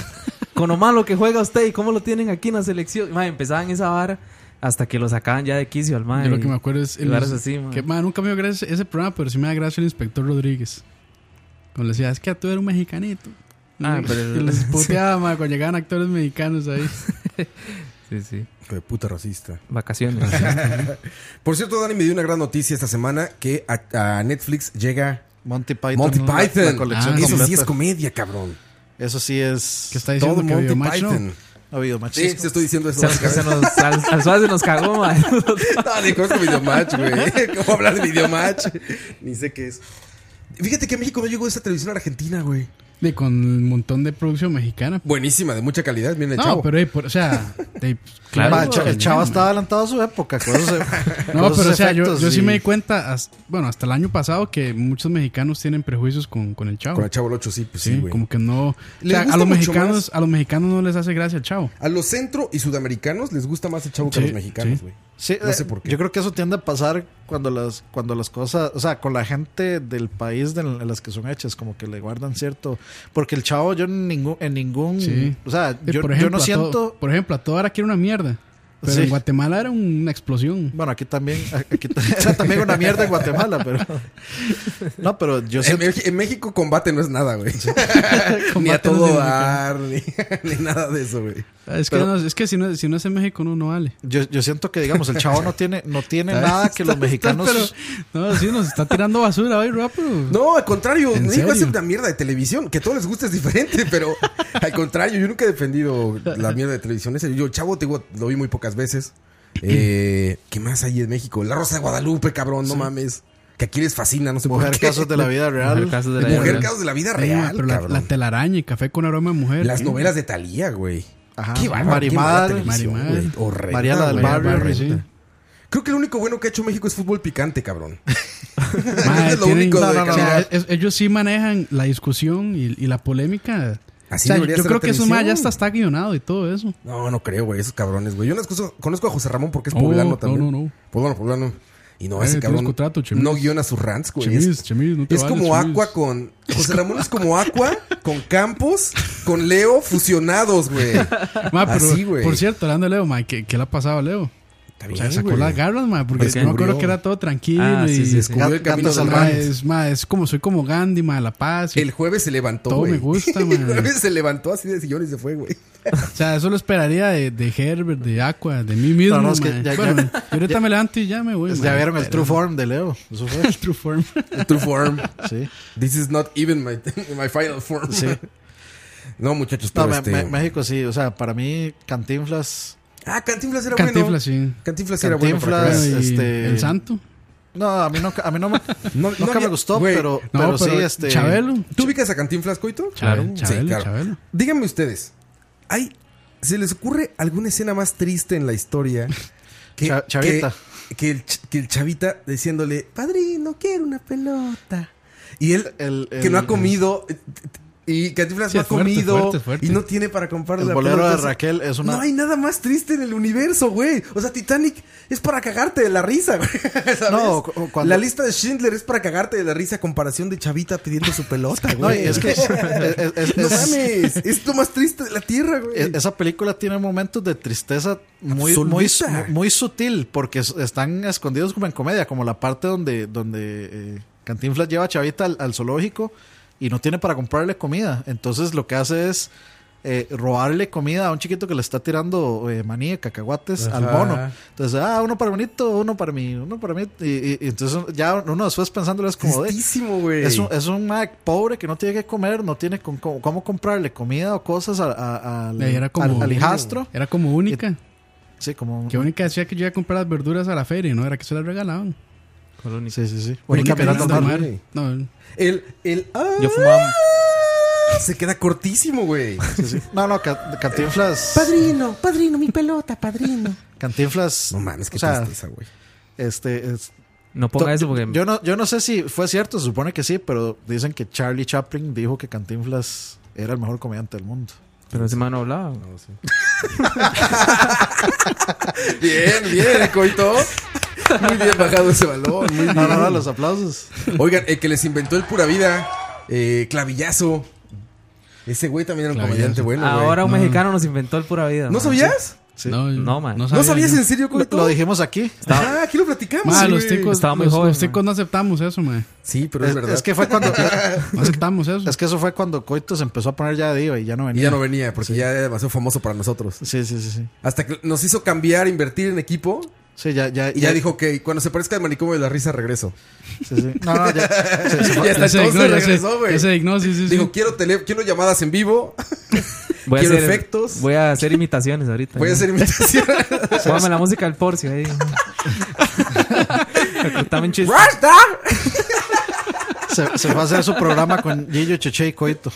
[SPEAKER 6] Con lo malo que juega usted y cómo lo tienen aquí en la selección. Y, mae, empezaban esa vara hasta que lo sacaban ya de quicio al mae.
[SPEAKER 8] Yo lo que me acuerdo es.
[SPEAKER 6] el
[SPEAKER 8] El,
[SPEAKER 6] así, mae.
[SPEAKER 8] que, ma, nunca me dio gracia ese programa, pero sí me da gracia el inspector Rodríguez. Cuando le decía, es que tú eres un mexicanito. Y-
[SPEAKER 6] Ah, pero-
[SPEAKER 8] y les puteaba, ma, cuando llegaban actores mexicanos ahí.
[SPEAKER 6] Sí, sí.
[SPEAKER 5] Hijo de puta racista.
[SPEAKER 6] Vacaciones.
[SPEAKER 5] Por cierto, Dani me dio una gran noticia esta semana que a, a Netflix llega
[SPEAKER 7] Monty Python.
[SPEAKER 5] Monty
[SPEAKER 7] la-
[SPEAKER 5] Python.
[SPEAKER 7] La colección
[SPEAKER 8] Ah,
[SPEAKER 5] Eso
[SPEAKER 7] completa.
[SPEAKER 5] sí es comedia, cabrón.
[SPEAKER 7] Eso sí es.
[SPEAKER 8] Que está diciendo
[SPEAKER 5] Todo
[SPEAKER 8] que
[SPEAKER 5] Monty
[SPEAKER 8] Videomatch no.
[SPEAKER 5] Python.
[SPEAKER 7] Ha habido machismo.
[SPEAKER 5] Sí, sí estoy diciendo eso.
[SPEAKER 6] Se, se nos, al, al suave se nos cagó, mae.
[SPEAKER 5] No, ni conozco Videomatch, güey. ¿Cómo hablar de Videomatch? Ni sé qué es. Fíjate que a México no llegó esa televisión argentina, güey.
[SPEAKER 8] De, con un montón de producción mexicana.
[SPEAKER 5] Buenísima, de mucha calidad. Miren el
[SPEAKER 8] No,
[SPEAKER 5] chavo.
[SPEAKER 8] pero eh, por- o sea, de-
[SPEAKER 6] Claro.
[SPEAKER 7] Ma, el cha- el chavo estaba adelantado a su época. con esos-
[SPEAKER 8] No,
[SPEAKER 7] con esos
[SPEAKER 8] pero o sea, yo,
[SPEAKER 7] efectos
[SPEAKER 8] yo sí
[SPEAKER 7] y-
[SPEAKER 8] me di cuenta, hasta- bueno, hasta el año pasado que muchos mexicanos tienen prejuicios con, con el chavo.
[SPEAKER 5] Con el chavo el 8, sí, pues
[SPEAKER 8] sí,
[SPEAKER 5] sí, güey.
[SPEAKER 8] como que no. o
[SPEAKER 5] Les
[SPEAKER 8] sea,
[SPEAKER 5] gusta
[SPEAKER 8] a los
[SPEAKER 5] mucho
[SPEAKER 8] mexicanos,
[SPEAKER 5] más.
[SPEAKER 8] a los mexicanos no les hace gracia el chavo.
[SPEAKER 5] A los centro y sudamericanos les gusta más el chavo que a
[SPEAKER 8] Sí,
[SPEAKER 5] los mexicanos,
[SPEAKER 8] sí.
[SPEAKER 5] güey.
[SPEAKER 7] Sí,
[SPEAKER 5] No
[SPEAKER 7] eh,
[SPEAKER 5] sé por qué.
[SPEAKER 7] Yo creo que eso tiende a pasar cuando las, cuando las cosas, o sea, con la gente del país de en las que son hechas, como que le guardan cierto. Porque el chavo, yo en ningún. En ningún
[SPEAKER 8] Sí.
[SPEAKER 7] O sea,
[SPEAKER 8] Eh,
[SPEAKER 7] yo,
[SPEAKER 8] por
[SPEAKER 7] yo
[SPEAKER 8] ejemplo,
[SPEAKER 7] no
[SPEAKER 8] a
[SPEAKER 7] siento.
[SPEAKER 8] todo- por ejemplo, a toda hora quiere una mierda. Pero
[SPEAKER 7] Sí.
[SPEAKER 8] en Guatemala era una explosión.
[SPEAKER 7] Bueno, aquí también. Aquí t- era también una mierda en Guatemala, pero. No, pero yo
[SPEAKER 5] En,
[SPEAKER 7] siento.
[SPEAKER 5] Mex- en México combate no es nada, güey. ni a
[SPEAKER 8] Combate no
[SPEAKER 5] todo
[SPEAKER 8] significa
[SPEAKER 5] dar, ni, ni nada de eso, güey.
[SPEAKER 8] Es que,
[SPEAKER 7] Pero-
[SPEAKER 8] no- es que si, no, si no es en México, no, no vale.
[SPEAKER 7] Yo, yo siento que, digamos, el chavo no tiene, no tiene nada que los mexicanos.
[SPEAKER 8] Pero, no, sí, nos está tirando basura hoy, Roa, pero.
[SPEAKER 5] No, al contrario,
[SPEAKER 8] ¿En
[SPEAKER 5] México es
[SPEAKER 8] serio?
[SPEAKER 5] una mierda de televisión. Que a todos les gusta es diferente, pero al contrario, yo nunca he defendido la mierda de televisión. esa. Yo, el chavo, te digo, lo vi muy pocas veces. Eh, ¿Qué más hay en México? La Rosa de Guadalupe, cabrón, no mames. Que aquí les fascina, no sé por
[SPEAKER 7] Mujer
[SPEAKER 5] qué.
[SPEAKER 7] casos de la vida real.
[SPEAKER 6] El caso de la-
[SPEAKER 5] Mujer casos de la vida
[SPEAKER 8] Ay, ma,
[SPEAKER 5] real,
[SPEAKER 8] pero la,
[SPEAKER 5] cabrón.
[SPEAKER 8] la telaraña y café con aroma de mujer. ¿eh?
[SPEAKER 5] Las novelas de Talía, güey.
[SPEAKER 7] Ajá.
[SPEAKER 5] Qué bárbaro, qué
[SPEAKER 7] Marimar,
[SPEAKER 5] mala televisión,
[SPEAKER 8] Marimar.
[SPEAKER 5] güey. Horrenda,
[SPEAKER 7] Mariana del
[SPEAKER 5] güey,
[SPEAKER 7] Barrio,
[SPEAKER 5] horrenda.
[SPEAKER 8] sí.
[SPEAKER 5] Creo que lo único bueno que ha hecho México es fútbol picante, cabrón.
[SPEAKER 8] Ma,
[SPEAKER 5] es lo
[SPEAKER 8] tienen-
[SPEAKER 5] único
[SPEAKER 8] no,
[SPEAKER 5] de
[SPEAKER 8] no, no,
[SPEAKER 5] calidad.
[SPEAKER 8] es- ellos sí manejan la discusión y, y la polémica.
[SPEAKER 5] Así
[SPEAKER 8] O sea,
[SPEAKER 5] debería
[SPEAKER 8] yo
[SPEAKER 5] ser
[SPEAKER 8] creo
[SPEAKER 5] la
[SPEAKER 8] que eso ma, ya
[SPEAKER 5] televisión.
[SPEAKER 8] está, está guionado y todo eso.
[SPEAKER 5] No, no creo, güey. Esos cabrones, güey. Yo no escucho- conozco a José Ramón porque es
[SPEAKER 8] Oh,
[SPEAKER 5] poblano
[SPEAKER 8] no,
[SPEAKER 5] también.
[SPEAKER 8] no, no.
[SPEAKER 5] Poblano, poblano. Y no,
[SPEAKER 8] Eh,
[SPEAKER 5] ese
[SPEAKER 8] tienes
[SPEAKER 5] cabrón
[SPEAKER 8] contrato, Chemis.
[SPEAKER 5] no guiona sus rants, güey.
[SPEAKER 8] Chemis,
[SPEAKER 5] Pues es
[SPEAKER 8] Chemis, no te
[SPEAKER 5] es
[SPEAKER 8] vayas,
[SPEAKER 5] como
[SPEAKER 8] Chemis.
[SPEAKER 5] Aqua con... José Ramón es como Aqua con Campos, con Leo fusionados, güey.
[SPEAKER 8] Ma, pero,
[SPEAKER 5] Así, güey.
[SPEAKER 8] por cierto, hablando de Leo, ma, ¿qué, qué le ha pasado a Leo?
[SPEAKER 5] Está
[SPEAKER 8] O
[SPEAKER 5] bien,
[SPEAKER 8] sea, sacó
[SPEAKER 5] güey.
[SPEAKER 8] las garras, ma, porque
[SPEAKER 5] Pues
[SPEAKER 8] no me
[SPEAKER 5] descubrió.
[SPEAKER 8] acuerdo que era todo tranquilo.
[SPEAKER 6] Ah,
[SPEAKER 8] y,
[SPEAKER 6] sí, sí, sí.
[SPEAKER 5] Descubrió el
[SPEAKER 7] Gatos
[SPEAKER 5] camino del
[SPEAKER 7] salvajes.
[SPEAKER 8] Ma,
[SPEAKER 5] rant.
[SPEAKER 8] es, ma, es como soy como Gandhi, ma, de La Paz. y-
[SPEAKER 5] El jueves se levantó,
[SPEAKER 8] Todo
[SPEAKER 5] güey.
[SPEAKER 8] me gusta,
[SPEAKER 5] El
[SPEAKER 8] man.
[SPEAKER 5] jueves se levantó así de sillón y se fue, güey.
[SPEAKER 8] O sea, eso lo esperaría de, de Herbert, de Aqua, de mí mismo.
[SPEAKER 7] No, no, es que
[SPEAKER 8] ma.
[SPEAKER 7] ya- ya-
[SPEAKER 8] Bueno, yo ahorita me levanto y ya me voy.
[SPEAKER 7] Ya
[SPEAKER 8] ma.
[SPEAKER 7] vieron el
[SPEAKER 8] Pero-
[SPEAKER 7] True Form de Leo. Eso fue.
[SPEAKER 8] el True Form.
[SPEAKER 5] True form.
[SPEAKER 7] Sí.
[SPEAKER 5] This is not even my, my final form.
[SPEAKER 7] Sí.
[SPEAKER 5] No, muchachos, pero
[SPEAKER 7] No, me-
[SPEAKER 5] este...
[SPEAKER 7] me- México sí. O sea, para mí, Cantinflas.
[SPEAKER 5] Ah, Cantinflas era bueno.
[SPEAKER 8] Cantinflas, sí.
[SPEAKER 5] Cantinflas era bueno. para
[SPEAKER 7] Cantinflas,
[SPEAKER 5] crear.
[SPEAKER 8] Bueno, y
[SPEAKER 7] este-
[SPEAKER 8] El Santo.
[SPEAKER 7] No, a mí no, a mí no me,
[SPEAKER 5] No,
[SPEAKER 7] nunca me
[SPEAKER 5] había-
[SPEAKER 7] gustó,
[SPEAKER 5] güey,
[SPEAKER 7] pero,
[SPEAKER 8] No,
[SPEAKER 7] pero,
[SPEAKER 8] pero,
[SPEAKER 7] sí, este.
[SPEAKER 8] Chabelo.
[SPEAKER 5] ¿Tú ubicas a Cantinflas, Coito?
[SPEAKER 8] Claro,
[SPEAKER 5] Sí,
[SPEAKER 8] Chabelo,
[SPEAKER 5] claro.
[SPEAKER 8] Chabelo.
[SPEAKER 5] Díganme ustedes, ¿hay, ¿se les ocurre alguna escena más triste en la historia que,
[SPEAKER 7] Cha- Chavita.
[SPEAKER 5] que, que el, ch- que el chavita diciéndole, padrino, quiero una pelota? Y él,
[SPEAKER 7] El- el-
[SPEAKER 5] que no ha comido, eh, y Cantinflas
[SPEAKER 8] Sí,
[SPEAKER 5] no ha
[SPEAKER 8] es fuerte,
[SPEAKER 5] comido,
[SPEAKER 8] fuerte, fuerte.
[SPEAKER 5] y no tiene para comprar
[SPEAKER 7] El
[SPEAKER 5] la
[SPEAKER 7] bolero
[SPEAKER 5] pelota.
[SPEAKER 7] de Raquel es una-
[SPEAKER 5] No hay nada más triste en el universo, güey. O sea, Titanic es para cagarte de la risa, güey. ¿sabes?
[SPEAKER 7] No, cu- cuando-
[SPEAKER 5] La lista de Schindler es para cagarte de la risa a comparación de Chavita pidiendo su pelota,
[SPEAKER 7] No, y
[SPEAKER 5] güey.
[SPEAKER 7] es que. es- es- es-
[SPEAKER 5] No
[SPEAKER 7] es-
[SPEAKER 5] mames, es lo más triste de la tierra, güey.
[SPEAKER 7] es- e-, esa película tiene momentos de tristeza muy, muy,
[SPEAKER 5] Absoluta.
[SPEAKER 7] muy- muy sutil porque es- están escondidos como en comedia, como la parte donde, donde eh, Cantinflas lleva a Chavita al, al zoológico y no tiene para comprarle comida. Entonces lo que hace es eh, robarle comida a un chiquito que le está tirando eh, maní, cacahuates al
[SPEAKER 5] Ajá.
[SPEAKER 7] mono. Entonces, ah, uno para bonito, uno para mí, uno para mí. Y, y- y entonces ya uno después pensándolo es como de...
[SPEAKER 5] Tristísimo, güey.
[SPEAKER 7] Es un, es un mae pobre que no tiene que comer, no tiene con- con- cómo comprarle comida o cosas a- a- al,
[SPEAKER 8] Ahí era como-
[SPEAKER 7] al- al hijastro.
[SPEAKER 8] Era como única.
[SPEAKER 7] Sí, como.
[SPEAKER 8] Que única decía que yo iba a comprar las verduras a la feria, ¿no? Era que se las regalaban.
[SPEAKER 6] Colonia.
[SPEAKER 7] Sí, sí, sí.
[SPEAKER 5] Única
[SPEAKER 7] Única Miranda
[SPEAKER 5] Miranda Mar.
[SPEAKER 7] Mar.
[SPEAKER 8] Mar. No,
[SPEAKER 5] El, el, ah,
[SPEAKER 6] Yo fumaba.
[SPEAKER 5] se queda cortísimo, güey.
[SPEAKER 7] Sí, sí. No, no, Ca- Cantinflas.
[SPEAKER 5] Padrino, padrino, mi pelota, padrino.
[SPEAKER 7] Cantinflas.
[SPEAKER 5] No mames, qué
[SPEAKER 7] o sea,
[SPEAKER 5] tristeza, güey.
[SPEAKER 7] este. es-
[SPEAKER 6] No ponga eso porque.
[SPEAKER 7] yo, no, yo no sé si fue cierto, se supone que sí, pero dicen que Charlie Chaplin dijo que Cantinflas era el mejor comediante del mundo.
[SPEAKER 6] Pero ese man no hablaba.
[SPEAKER 5] No sé. bien, bien, coito. Muy bien bajado ese balón. Muy bien.
[SPEAKER 7] No, no, no, los aplausos.
[SPEAKER 5] Oigan, el que les inventó el pura vida, eh, clavillazo. Ese güey también era un
[SPEAKER 8] Clavillazo.
[SPEAKER 5] comediante bueno. güey.
[SPEAKER 6] Ahora un mexicano nos inventó el pura vida.
[SPEAKER 5] ¿No
[SPEAKER 6] man.
[SPEAKER 5] sabías?
[SPEAKER 7] Sí.
[SPEAKER 8] No,
[SPEAKER 6] No, man.
[SPEAKER 5] ¿No sabías
[SPEAKER 8] yo.
[SPEAKER 5] en serio,
[SPEAKER 7] Lo,
[SPEAKER 5] coito?
[SPEAKER 7] lo dijimos aquí.
[SPEAKER 5] Ah, aquí lo platicamos.
[SPEAKER 8] Ma,
[SPEAKER 5] güey.
[SPEAKER 8] los ticos,
[SPEAKER 6] Estaba muy
[SPEAKER 8] los,
[SPEAKER 6] joven,
[SPEAKER 8] los
[SPEAKER 6] ma.
[SPEAKER 8] ticos no aceptamos eso, man.
[SPEAKER 5] Sí, pero es,
[SPEAKER 7] Es,
[SPEAKER 5] verdad.
[SPEAKER 7] es que fue cuando
[SPEAKER 8] No aceptamos eso.
[SPEAKER 7] es que eso fue cuando Coito se empezó a poner ya de diva y ya no
[SPEAKER 5] Y
[SPEAKER 7] venía.
[SPEAKER 5] ya no venía, porque ya era demasiado famoso para nosotros.
[SPEAKER 7] Sí, sí, sí, sí.
[SPEAKER 5] Hasta que nos hizo cambiar, invertir en equipo.
[SPEAKER 7] Sí, ya, ya,
[SPEAKER 5] Y ya dijo que cuando se parezca al manicomio de la risa, regreso.
[SPEAKER 7] sí, sí. No, no, ya. se- se-
[SPEAKER 5] Y hasta
[SPEAKER 8] Ese
[SPEAKER 5] entonces
[SPEAKER 8] dignó,
[SPEAKER 5] regresó,
[SPEAKER 8] ese,
[SPEAKER 5] güey.
[SPEAKER 8] ese dignó, sí, sí, sí.
[SPEAKER 5] Dijo, quiero, tele- quiero llamadas en vivo,
[SPEAKER 6] Voy a
[SPEAKER 5] quiero
[SPEAKER 6] hacer,
[SPEAKER 5] efectos.
[SPEAKER 6] Voy a hacer imitaciones ahorita.
[SPEAKER 5] voy a hacer imitaciones.
[SPEAKER 6] Póngame la música al Porcio ahí. Contame un chiste.
[SPEAKER 5] ¡Rasta!
[SPEAKER 7] se, se va a hacer su programa con Gillo, Cheche y Coito.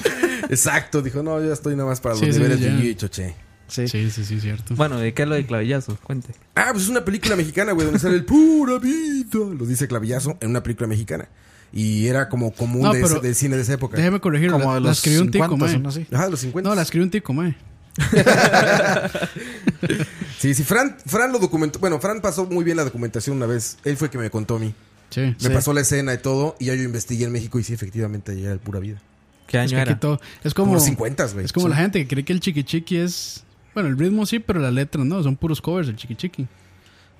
[SPEAKER 5] Exacto, dijo, no, yo estoy nada más para los
[SPEAKER 8] Sí, sí,
[SPEAKER 5] niveles de
[SPEAKER 8] ya.
[SPEAKER 5] Gigi y Choché.
[SPEAKER 7] Sí.
[SPEAKER 8] Sí, sí, sí, cierto.
[SPEAKER 6] Bueno, ¿de qué es lo de clavillazo? Cuente.
[SPEAKER 5] Ah, pues es una película mexicana, güey, donde sale el pura vida, lo dice Clavillazo, en una película mexicana. Y era como común
[SPEAKER 8] No,
[SPEAKER 5] de ese-
[SPEAKER 8] pero-
[SPEAKER 5] del cine de esa época.
[SPEAKER 8] Déjeme corregir,
[SPEAKER 7] Como
[SPEAKER 8] la,
[SPEAKER 7] de
[SPEAKER 8] la
[SPEAKER 7] los
[SPEAKER 8] escribió un tico,
[SPEAKER 7] 50,
[SPEAKER 8] man.
[SPEAKER 7] son así.
[SPEAKER 5] Ajá, de los 50.
[SPEAKER 8] No, la escribió un tico, man.
[SPEAKER 5] Sí, sí, Fran, Fran lo documentó. Bueno, Fran pasó muy bien la documentación una vez. Él fue el que me contó a mí.
[SPEAKER 8] Sí.
[SPEAKER 5] Me pasó la escena y todo, y ya yo investigué en México y sí, efectivamente, era el pura vida.
[SPEAKER 6] ¿Qué año
[SPEAKER 8] Es que aquí
[SPEAKER 6] era?
[SPEAKER 8] todo- es
[SPEAKER 5] Como
[SPEAKER 8] como,
[SPEAKER 5] los 50, güey.
[SPEAKER 8] es como
[SPEAKER 5] Sí.
[SPEAKER 8] la gente que cree que el chiqui chiqui es. Bueno, el ritmo sí, pero las letras no, son puros covers el chiqui chiqui.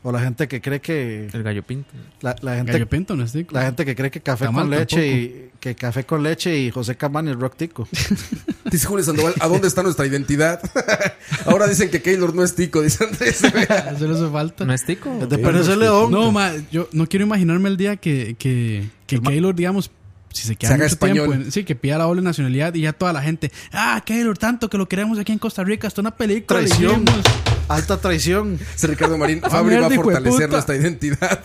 [SPEAKER 7] O la gente que cree que.
[SPEAKER 6] El gallo pinto.
[SPEAKER 7] La, la gente,
[SPEAKER 8] Gallo Pinto no es tico.
[SPEAKER 7] la gente que cree que café
[SPEAKER 8] Tamal
[SPEAKER 7] con leche y. Que café con leche y José Camán y el rock tico.
[SPEAKER 5] Dice Julio Sandoval, ¿a dónde está nuestra identidad? Ahora dicen que Keylor no es tico, dice Andrés.
[SPEAKER 8] Eso le hace falta.
[SPEAKER 6] ¿No es tico?
[SPEAKER 7] De Pérez de León.
[SPEAKER 8] No, ma, yo no quiero imaginarme el día que, que, que Keylor, digamos, si se queda
[SPEAKER 5] Se haga
[SPEAKER 8] mucho
[SPEAKER 5] español.
[SPEAKER 8] tiempo, en- sí, que pida la doble nacionalidad y ya toda la gente, ah, Keylor, tanto que lo queremos aquí en Costa Rica, hasta una película. le
[SPEAKER 7] Traición.
[SPEAKER 8] hicimos".
[SPEAKER 7] Alta traición.
[SPEAKER 5] Dice Ricardo Marín, Fabri va a
[SPEAKER 8] mierda, hijo de
[SPEAKER 5] fortalecer
[SPEAKER 8] puta.
[SPEAKER 5] nuestra identidad.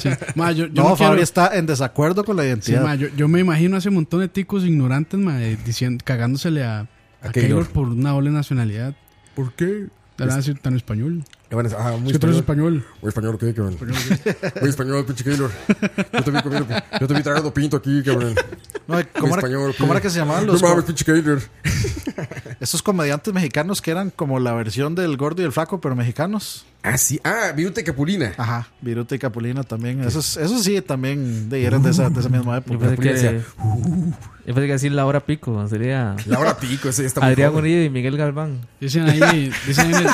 [SPEAKER 8] Sí. Ma, yo, yo
[SPEAKER 7] No,
[SPEAKER 8] no quiero-
[SPEAKER 7] Fabri está en desacuerdo con la
[SPEAKER 8] sí,
[SPEAKER 7] identidad.
[SPEAKER 8] ma, yo, yo me imagino a ese montón de ticos ignorantes, ma, eh, diciendo, cagándosele a, a
[SPEAKER 5] A Keylor.
[SPEAKER 8] Keylor por una doble nacionalidad.
[SPEAKER 5] ¿Por qué?
[SPEAKER 8] Le van a decir tan español.
[SPEAKER 5] ah, muy
[SPEAKER 8] Es que tú eres
[SPEAKER 5] español.
[SPEAKER 8] español.
[SPEAKER 5] Muy español, ¿qué, cabrón? Muy español, pinche Keylor. Yo te vi comiendo, yo te vi tragando pinto aquí, cabrón.
[SPEAKER 7] No,
[SPEAKER 5] Muy
[SPEAKER 7] ¿cómo, era,
[SPEAKER 5] español,
[SPEAKER 7] cómo era
[SPEAKER 5] ¿qué?
[SPEAKER 7] que se llamaban los
[SPEAKER 5] No
[SPEAKER 7] co-
[SPEAKER 5] mames, pinche Keylor.
[SPEAKER 7] estos comediantes mexicanos que eran como la versión del gordo y el flaco, pero mexicanos?
[SPEAKER 5] Ah, sí. Ah, Virute Capulina.
[SPEAKER 7] Ajá, Viruta y Capulina también. Esos, esos sí, también de, eran de esa, de esa misma
[SPEAKER 6] Yo
[SPEAKER 7] época.
[SPEAKER 6] pensé que. "Uh".
[SPEAKER 5] decía,
[SPEAKER 6] Yo pensé que decir la hora pico. Sería
[SPEAKER 5] Laura Pico, ese está muy
[SPEAKER 6] Adrián
[SPEAKER 5] joven.
[SPEAKER 6] Uribe y Miguel Galván.
[SPEAKER 8] Dicen ahí, dicen ahí en el-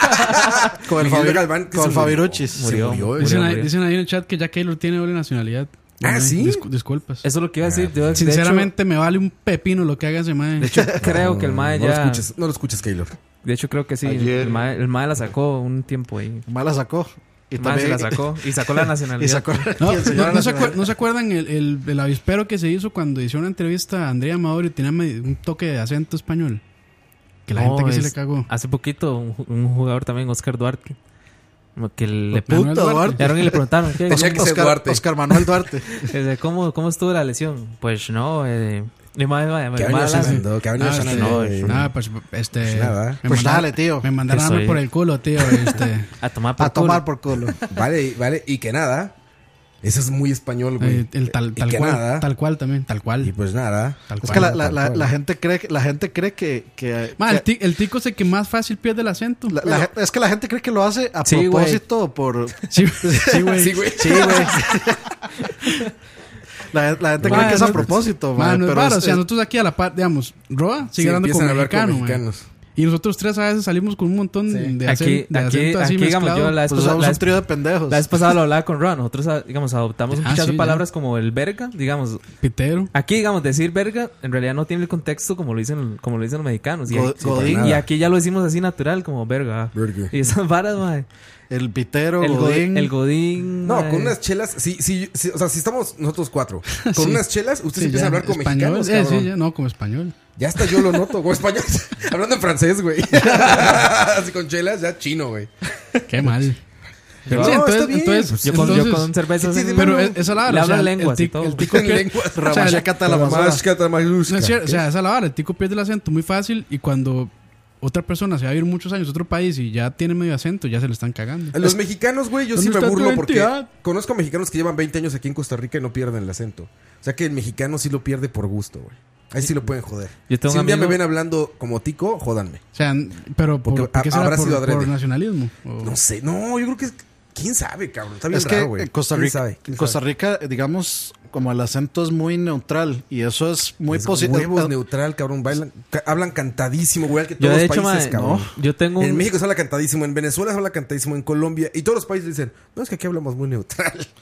[SPEAKER 7] Con el,
[SPEAKER 5] Miguel
[SPEAKER 7] Fabi-
[SPEAKER 5] Galván, que
[SPEAKER 7] con
[SPEAKER 5] se
[SPEAKER 7] el
[SPEAKER 5] murió.
[SPEAKER 7] Fabiruchis.
[SPEAKER 5] Se
[SPEAKER 6] Murió.
[SPEAKER 5] murió,
[SPEAKER 6] Murió.
[SPEAKER 8] Dicen ahí, dicen ahí en el chat que ya Keylor tiene doble nacionalidad.
[SPEAKER 5] Ah,
[SPEAKER 8] Ay,
[SPEAKER 5] ¿sí?
[SPEAKER 8] discu- disculpas.
[SPEAKER 6] Eso es lo que iba a
[SPEAKER 5] Ah,
[SPEAKER 6] decir. Yo, de hecho,
[SPEAKER 8] Sinceramente me vale un pepino lo que haga ese mae.
[SPEAKER 6] De hecho, creo que el mae
[SPEAKER 5] No lo
[SPEAKER 6] ya.
[SPEAKER 5] escuches, no lo escuches, Keylor.
[SPEAKER 6] De hecho, creo que sí.
[SPEAKER 1] Ayer.
[SPEAKER 6] El mae, el mae la sacó un tiempo ahí.
[SPEAKER 7] Mala sacó. Y
[SPEAKER 6] El mae se la sacó. Y sacó la nacionalidad.
[SPEAKER 7] Y sacó.
[SPEAKER 8] No,
[SPEAKER 7] y el señor
[SPEAKER 8] no- no se
[SPEAKER 7] nacional.
[SPEAKER 8] acuer- ¿no se acuerdan el, el, el avispero que se hizo cuando hizo una entrevista a Andrea Amador y tenía me- un toque de acento español? Que la
[SPEAKER 6] No,
[SPEAKER 8] gente que se
[SPEAKER 6] es-
[SPEAKER 8] le cagó.
[SPEAKER 6] Hace poquito, un, ju- un jugador también, Oscar Duarte. como Que le
[SPEAKER 8] Manuel
[SPEAKER 7] Puta, Duarte.
[SPEAKER 6] preguntaron y le preguntaron. ¿qué?
[SPEAKER 5] Tenía que ser
[SPEAKER 7] Oscar,
[SPEAKER 5] Duarte.
[SPEAKER 7] Oscar Manuel Duarte.
[SPEAKER 6] Dice, ¿Cómo, ¿Cómo estuvo la lesión? Pues no, eh, ni más, ni más,
[SPEAKER 5] Que ha venido
[SPEAKER 6] ni más la-
[SPEAKER 5] sanando, que ha venido
[SPEAKER 8] Ah, sí.
[SPEAKER 5] sanando, güey.
[SPEAKER 8] Nada, pues este.
[SPEAKER 5] nada.
[SPEAKER 8] me
[SPEAKER 7] Pues
[SPEAKER 8] mandaron-
[SPEAKER 7] dale, tío.
[SPEAKER 8] Me mandaron a
[SPEAKER 6] Pues,
[SPEAKER 8] mí por
[SPEAKER 6] oye.
[SPEAKER 8] el culo, tío. Este.
[SPEAKER 6] a tomar por
[SPEAKER 7] A
[SPEAKER 6] culo.
[SPEAKER 7] tomar por culo.
[SPEAKER 5] Vale, vale, y que nada. Eso es muy español, güey.
[SPEAKER 8] eh, el tal,
[SPEAKER 5] Y
[SPEAKER 8] tal
[SPEAKER 5] que
[SPEAKER 8] cual.
[SPEAKER 5] nada.
[SPEAKER 8] Tal cual también. Tal
[SPEAKER 5] Y
[SPEAKER 8] cual.
[SPEAKER 5] pues nada.
[SPEAKER 8] Tal
[SPEAKER 7] Es
[SPEAKER 8] cual.
[SPEAKER 7] que la,
[SPEAKER 5] Tal
[SPEAKER 7] la- la-
[SPEAKER 5] cual.
[SPEAKER 7] la gente cree, la gente cree que. que-
[SPEAKER 8] Ma,
[SPEAKER 7] que-
[SPEAKER 8] el, ti- el tico es el que más fácil pierde el acento.
[SPEAKER 7] la- la gente- es que la gente cree que lo hace a
[SPEAKER 6] Sí, güey.
[SPEAKER 7] propósito por.
[SPEAKER 8] Sí, sí, güey.
[SPEAKER 5] Sí, güey.
[SPEAKER 7] Sí, güey. la, la gente cree
[SPEAKER 8] Ma,
[SPEAKER 7] que es a
[SPEAKER 8] no-
[SPEAKER 7] propósito,
[SPEAKER 8] Ma,
[SPEAKER 7] man,
[SPEAKER 8] no es
[SPEAKER 7] pero
[SPEAKER 8] varo,
[SPEAKER 7] es-
[SPEAKER 8] o sea,
[SPEAKER 7] es-
[SPEAKER 8] nosotros aquí a la par, digamos, Roa sigue
[SPEAKER 5] Sí,
[SPEAKER 8] hablando
[SPEAKER 5] empiezan
[SPEAKER 8] como
[SPEAKER 5] a hablar como
[SPEAKER 8] mexicano, ma.
[SPEAKER 5] mexicanos.
[SPEAKER 8] Y nosotros tres a veces salimos con un montón de, acen-
[SPEAKER 6] Aquí,
[SPEAKER 8] de
[SPEAKER 6] aquí,
[SPEAKER 8] acento así
[SPEAKER 6] aquí digamos, yo
[SPEAKER 8] mezclado.
[SPEAKER 6] la vez
[SPEAKER 7] pues
[SPEAKER 6] pasada-
[SPEAKER 7] somos
[SPEAKER 6] la
[SPEAKER 7] un
[SPEAKER 6] vez-
[SPEAKER 7] trío de pendejos.
[SPEAKER 6] la vez pasada lo hablaba con Ron. Nosotros, ah, digamos, adoptamos un
[SPEAKER 8] Ah,
[SPEAKER 6] muchas
[SPEAKER 8] sí, ya.
[SPEAKER 6] palabras como el verga, digamos.
[SPEAKER 8] Pitero.
[SPEAKER 6] Aquí, digamos, decir verga en realidad no tiene el contexto como lo dicen, como lo dicen los mexicanos. Y,
[SPEAKER 7] Go-
[SPEAKER 6] aquí-
[SPEAKER 7] Godín.
[SPEAKER 6] y aquí ya lo decimos así natural, como verga. ah.
[SPEAKER 5] Verga.
[SPEAKER 6] Y esas varas, mae.
[SPEAKER 7] El pitero,
[SPEAKER 6] El
[SPEAKER 7] Godín.
[SPEAKER 6] Godín. El Godín
[SPEAKER 5] No,
[SPEAKER 6] mae.
[SPEAKER 5] con unas chelas, sí, sí, sí, o sea, si estamos nosotros cuatro, con unas chelas, usted se
[SPEAKER 8] Sí,
[SPEAKER 5] empieza
[SPEAKER 8] ya,
[SPEAKER 5] a hablar como
[SPEAKER 8] español.
[SPEAKER 5] mexicanos,
[SPEAKER 8] Eh,
[SPEAKER 5] cabrón.
[SPEAKER 8] sí, ya,
[SPEAKER 5] ya.
[SPEAKER 8] no, como español.
[SPEAKER 5] hasta yo lo noto, güey, español. Hablando en francés, güey. Así con chelas, ya chino, güey.
[SPEAKER 8] Qué mal.
[SPEAKER 5] Pero
[SPEAKER 8] Sí,
[SPEAKER 5] no,
[SPEAKER 8] entonces-
[SPEAKER 5] está bien.
[SPEAKER 8] entonces-
[SPEAKER 6] Yo con,
[SPEAKER 8] Pues entonces-
[SPEAKER 6] yo con cervezas.
[SPEAKER 5] Sí, sí,
[SPEAKER 6] en-
[SPEAKER 8] Pero es- esa es la vara,
[SPEAKER 6] Le
[SPEAKER 8] o sea,
[SPEAKER 6] hablan
[SPEAKER 8] el
[SPEAKER 6] lenguas y
[SPEAKER 8] tic-
[SPEAKER 6] todo.
[SPEAKER 8] el tic-
[SPEAKER 5] en lenguas.
[SPEAKER 7] Ramachacata la mazada.
[SPEAKER 8] No es cierto, o sea, esa es la vara. El tico pierde el acento muy fácil y cuando otra persona se va a vivir muchos años a otro país y ya tiene medio acento, ya se le están cagando.
[SPEAKER 5] A los mexicanos, güey, yo
[SPEAKER 8] ¿Dónde
[SPEAKER 5] sí me
[SPEAKER 8] está tu
[SPEAKER 5] burlo porque
[SPEAKER 8] identidad?
[SPEAKER 5] conozco mexicanos que llevan 20 años aquí en Costa Rica y no pierden el acento. O sea que el mexicano sí lo pierde por gusto, güey. Ahí sí lo pueden joder.
[SPEAKER 6] Yo tengo
[SPEAKER 5] si
[SPEAKER 6] un
[SPEAKER 5] un día me
[SPEAKER 6] amigo-
[SPEAKER 5] ven hablando como tico, jódanme.
[SPEAKER 8] O sea, pero
[SPEAKER 5] Porque
[SPEAKER 8] ¿por, por qué
[SPEAKER 5] ha-
[SPEAKER 8] será
[SPEAKER 5] habrá
[SPEAKER 8] por,
[SPEAKER 5] sido adrede.
[SPEAKER 8] por nacionalismo? O-
[SPEAKER 5] No sé, no, yo creo que. es- ¿Quién sabe, cabrón? Está bien
[SPEAKER 7] Es que
[SPEAKER 5] raro, güey.
[SPEAKER 7] en Costa
[SPEAKER 5] ¿Quién
[SPEAKER 7] Rica,
[SPEAKER 5] sabe? ¿Quién
[SPEAKER 7] en Costa
[SPEAKER 5] sabe?
[SPEAKER 7] Rica, digamos, como el acento es muy neutral y eso es muy eh,
[SPEAKER 5] Es
[SPEAKER 7] positivo.
[SPEAKER 5] Huevos neutral, cabrón. Bailan, ca- hablan cantadísimo, güey. Que
[SPEAKER 6] Yo,
[SPEAKER 5] todos
[SPEAKER 6] de
[SPEAKER 5] los
[SPEAKER 6] hecho,
[SPEAKER 5] países,
[SPEAKER 6] mae,
[SPEAKER 5] cabrón.
[SPEAKER 6] yo tengo un.
[SPEAKER 5] En México se habla cantadísimo, en Venezuela se habla cantadísimo, en Colombia. Y todos los países dicen, no, es que aquí hablamos muy neutral.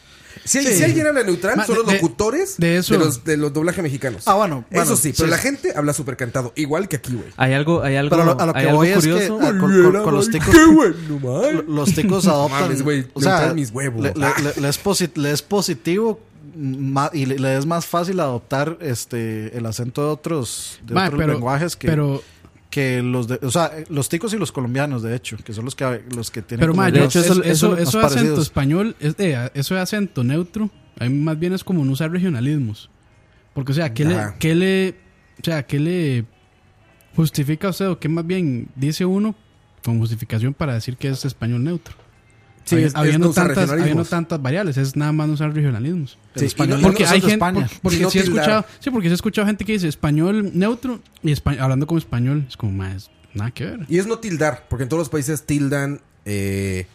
[SPEAKER 5] Si, hay-
[SPEAKER 8] Sí.
[SPEAKER 5] si alguien habla neutral,
[SPEAKER 8] Ma,
[SPEAKER 5] son
[SPEAKER 8] de-
[SPEAKER 5] los locutores
[SPEAKER 8] de- de eso-
[SPEAKER 5] los, de los doblajes mexicanos.
[SPEAKER 7] Ah, bueno, bueno,
[SPEAKER 5] eso sí,
[SPEAKER 7] sí.
[SPEAKER 5] pero la gente habla súper cantado, igual que aquí, güey.
[SPEAKER 6] Hay algo, hay algo,
[SPEAKER 7] Pero a lo- a lo
[SPEAKER 6] hay
[SPEAKER 7] que
[SPEAKER 6] algo
[SPEAKER 7] voy es que-
[SPEAKER 6] curioso.
[SPEAKER 7] ah, con- con- con los
[SPEAKER 5] Ay,
[SPEAKER 7] ticos-
[SPEAKER 5] ¡Qué bueno, man!
[SPEAKER 7] Los ticos adoptan.
[SPEAKER 5] Mames, güey,
[SPEAKER 7] o sea,
[SPEAKER 5] neutral mis huevos.
[SPEAKER 7] Le, le- le- le es posi- le es positivo ma- y le, le es más fácil adoptar este el acento de otros, de
[SPEAKER 8] Ma,
[SPEAKER 7] otros
[SPEAKER 8] pero-
[SPEAKER 7] lenguajes que,
[SPEAKER 8] pero-
[SPEAKER 7] que los de, o sea, los ticos y los colombianos, de hecho, que son los que los que tienen
[SPEAKER 8] Pero,
[SPEAKER 7] como
[SPEAKER 8] ma,
[SPEAKER 6] De
[SPEAKER 8] yo-
[SPEAKER 6] hecho,
[SPEAKER 8] eso,
[SPEAKER 6] eso-
[SPEAKER 8] eso,
[SPEAKER 6] eso-
[SPEAKER 8] eso de
[SPEAKER 7] más
[SPEAKER 8] acento
[SPEAKER 7] parecidos.
[SPEAKER 8] español, es- eh, eso de acento neutro, a mí más bien es como no usar regionalismos. Porque, o sea, ¿qué, le,
[SPEAKER 5] Ajá.
[SPEAKER 8] qué le- o sea, ¿qué le justifica a usted o qué más bien dice uno con justificación para decir que es español neutro?
[SPEAKER 5] Sí,
[SPEAKER 8] Habi-
[SPEAKER 5] es- es
[SPEAKER 8] habiendo,
[SPEAKER 5] no usar
[SPEAKER 8] tantas,
[SPEAKER 5] regionalismos.
[SPEAKER 8] habiendo tantas variables, es nada más no usar regionalismos.
[SPEAKER 7] el
[SPEAKER 5] Sí, y
[SPEAKER 7] español
[SPEAKER 5] no-
[SPEAKER 8] Porque
[SPEAKER 7] no
[SPEAKER 8] hay
[SPEAKER 7] son de
[SPEAKER 8] gente,
[SPEAKER 7] España.
[SPEAKER 8] por- porque
[SPEAKER 5] Y no
[SPEAKER 8] sí he
[SPEAKER 5] tildar.
[SPEAKER 8] escuchado, sí, porque sí he escuchado gente que dice español neutro y espa- hablando como español, es como más, nada que ver.
[SPEAKER 5] Y es no tildar, porque en todos los países tildan eh,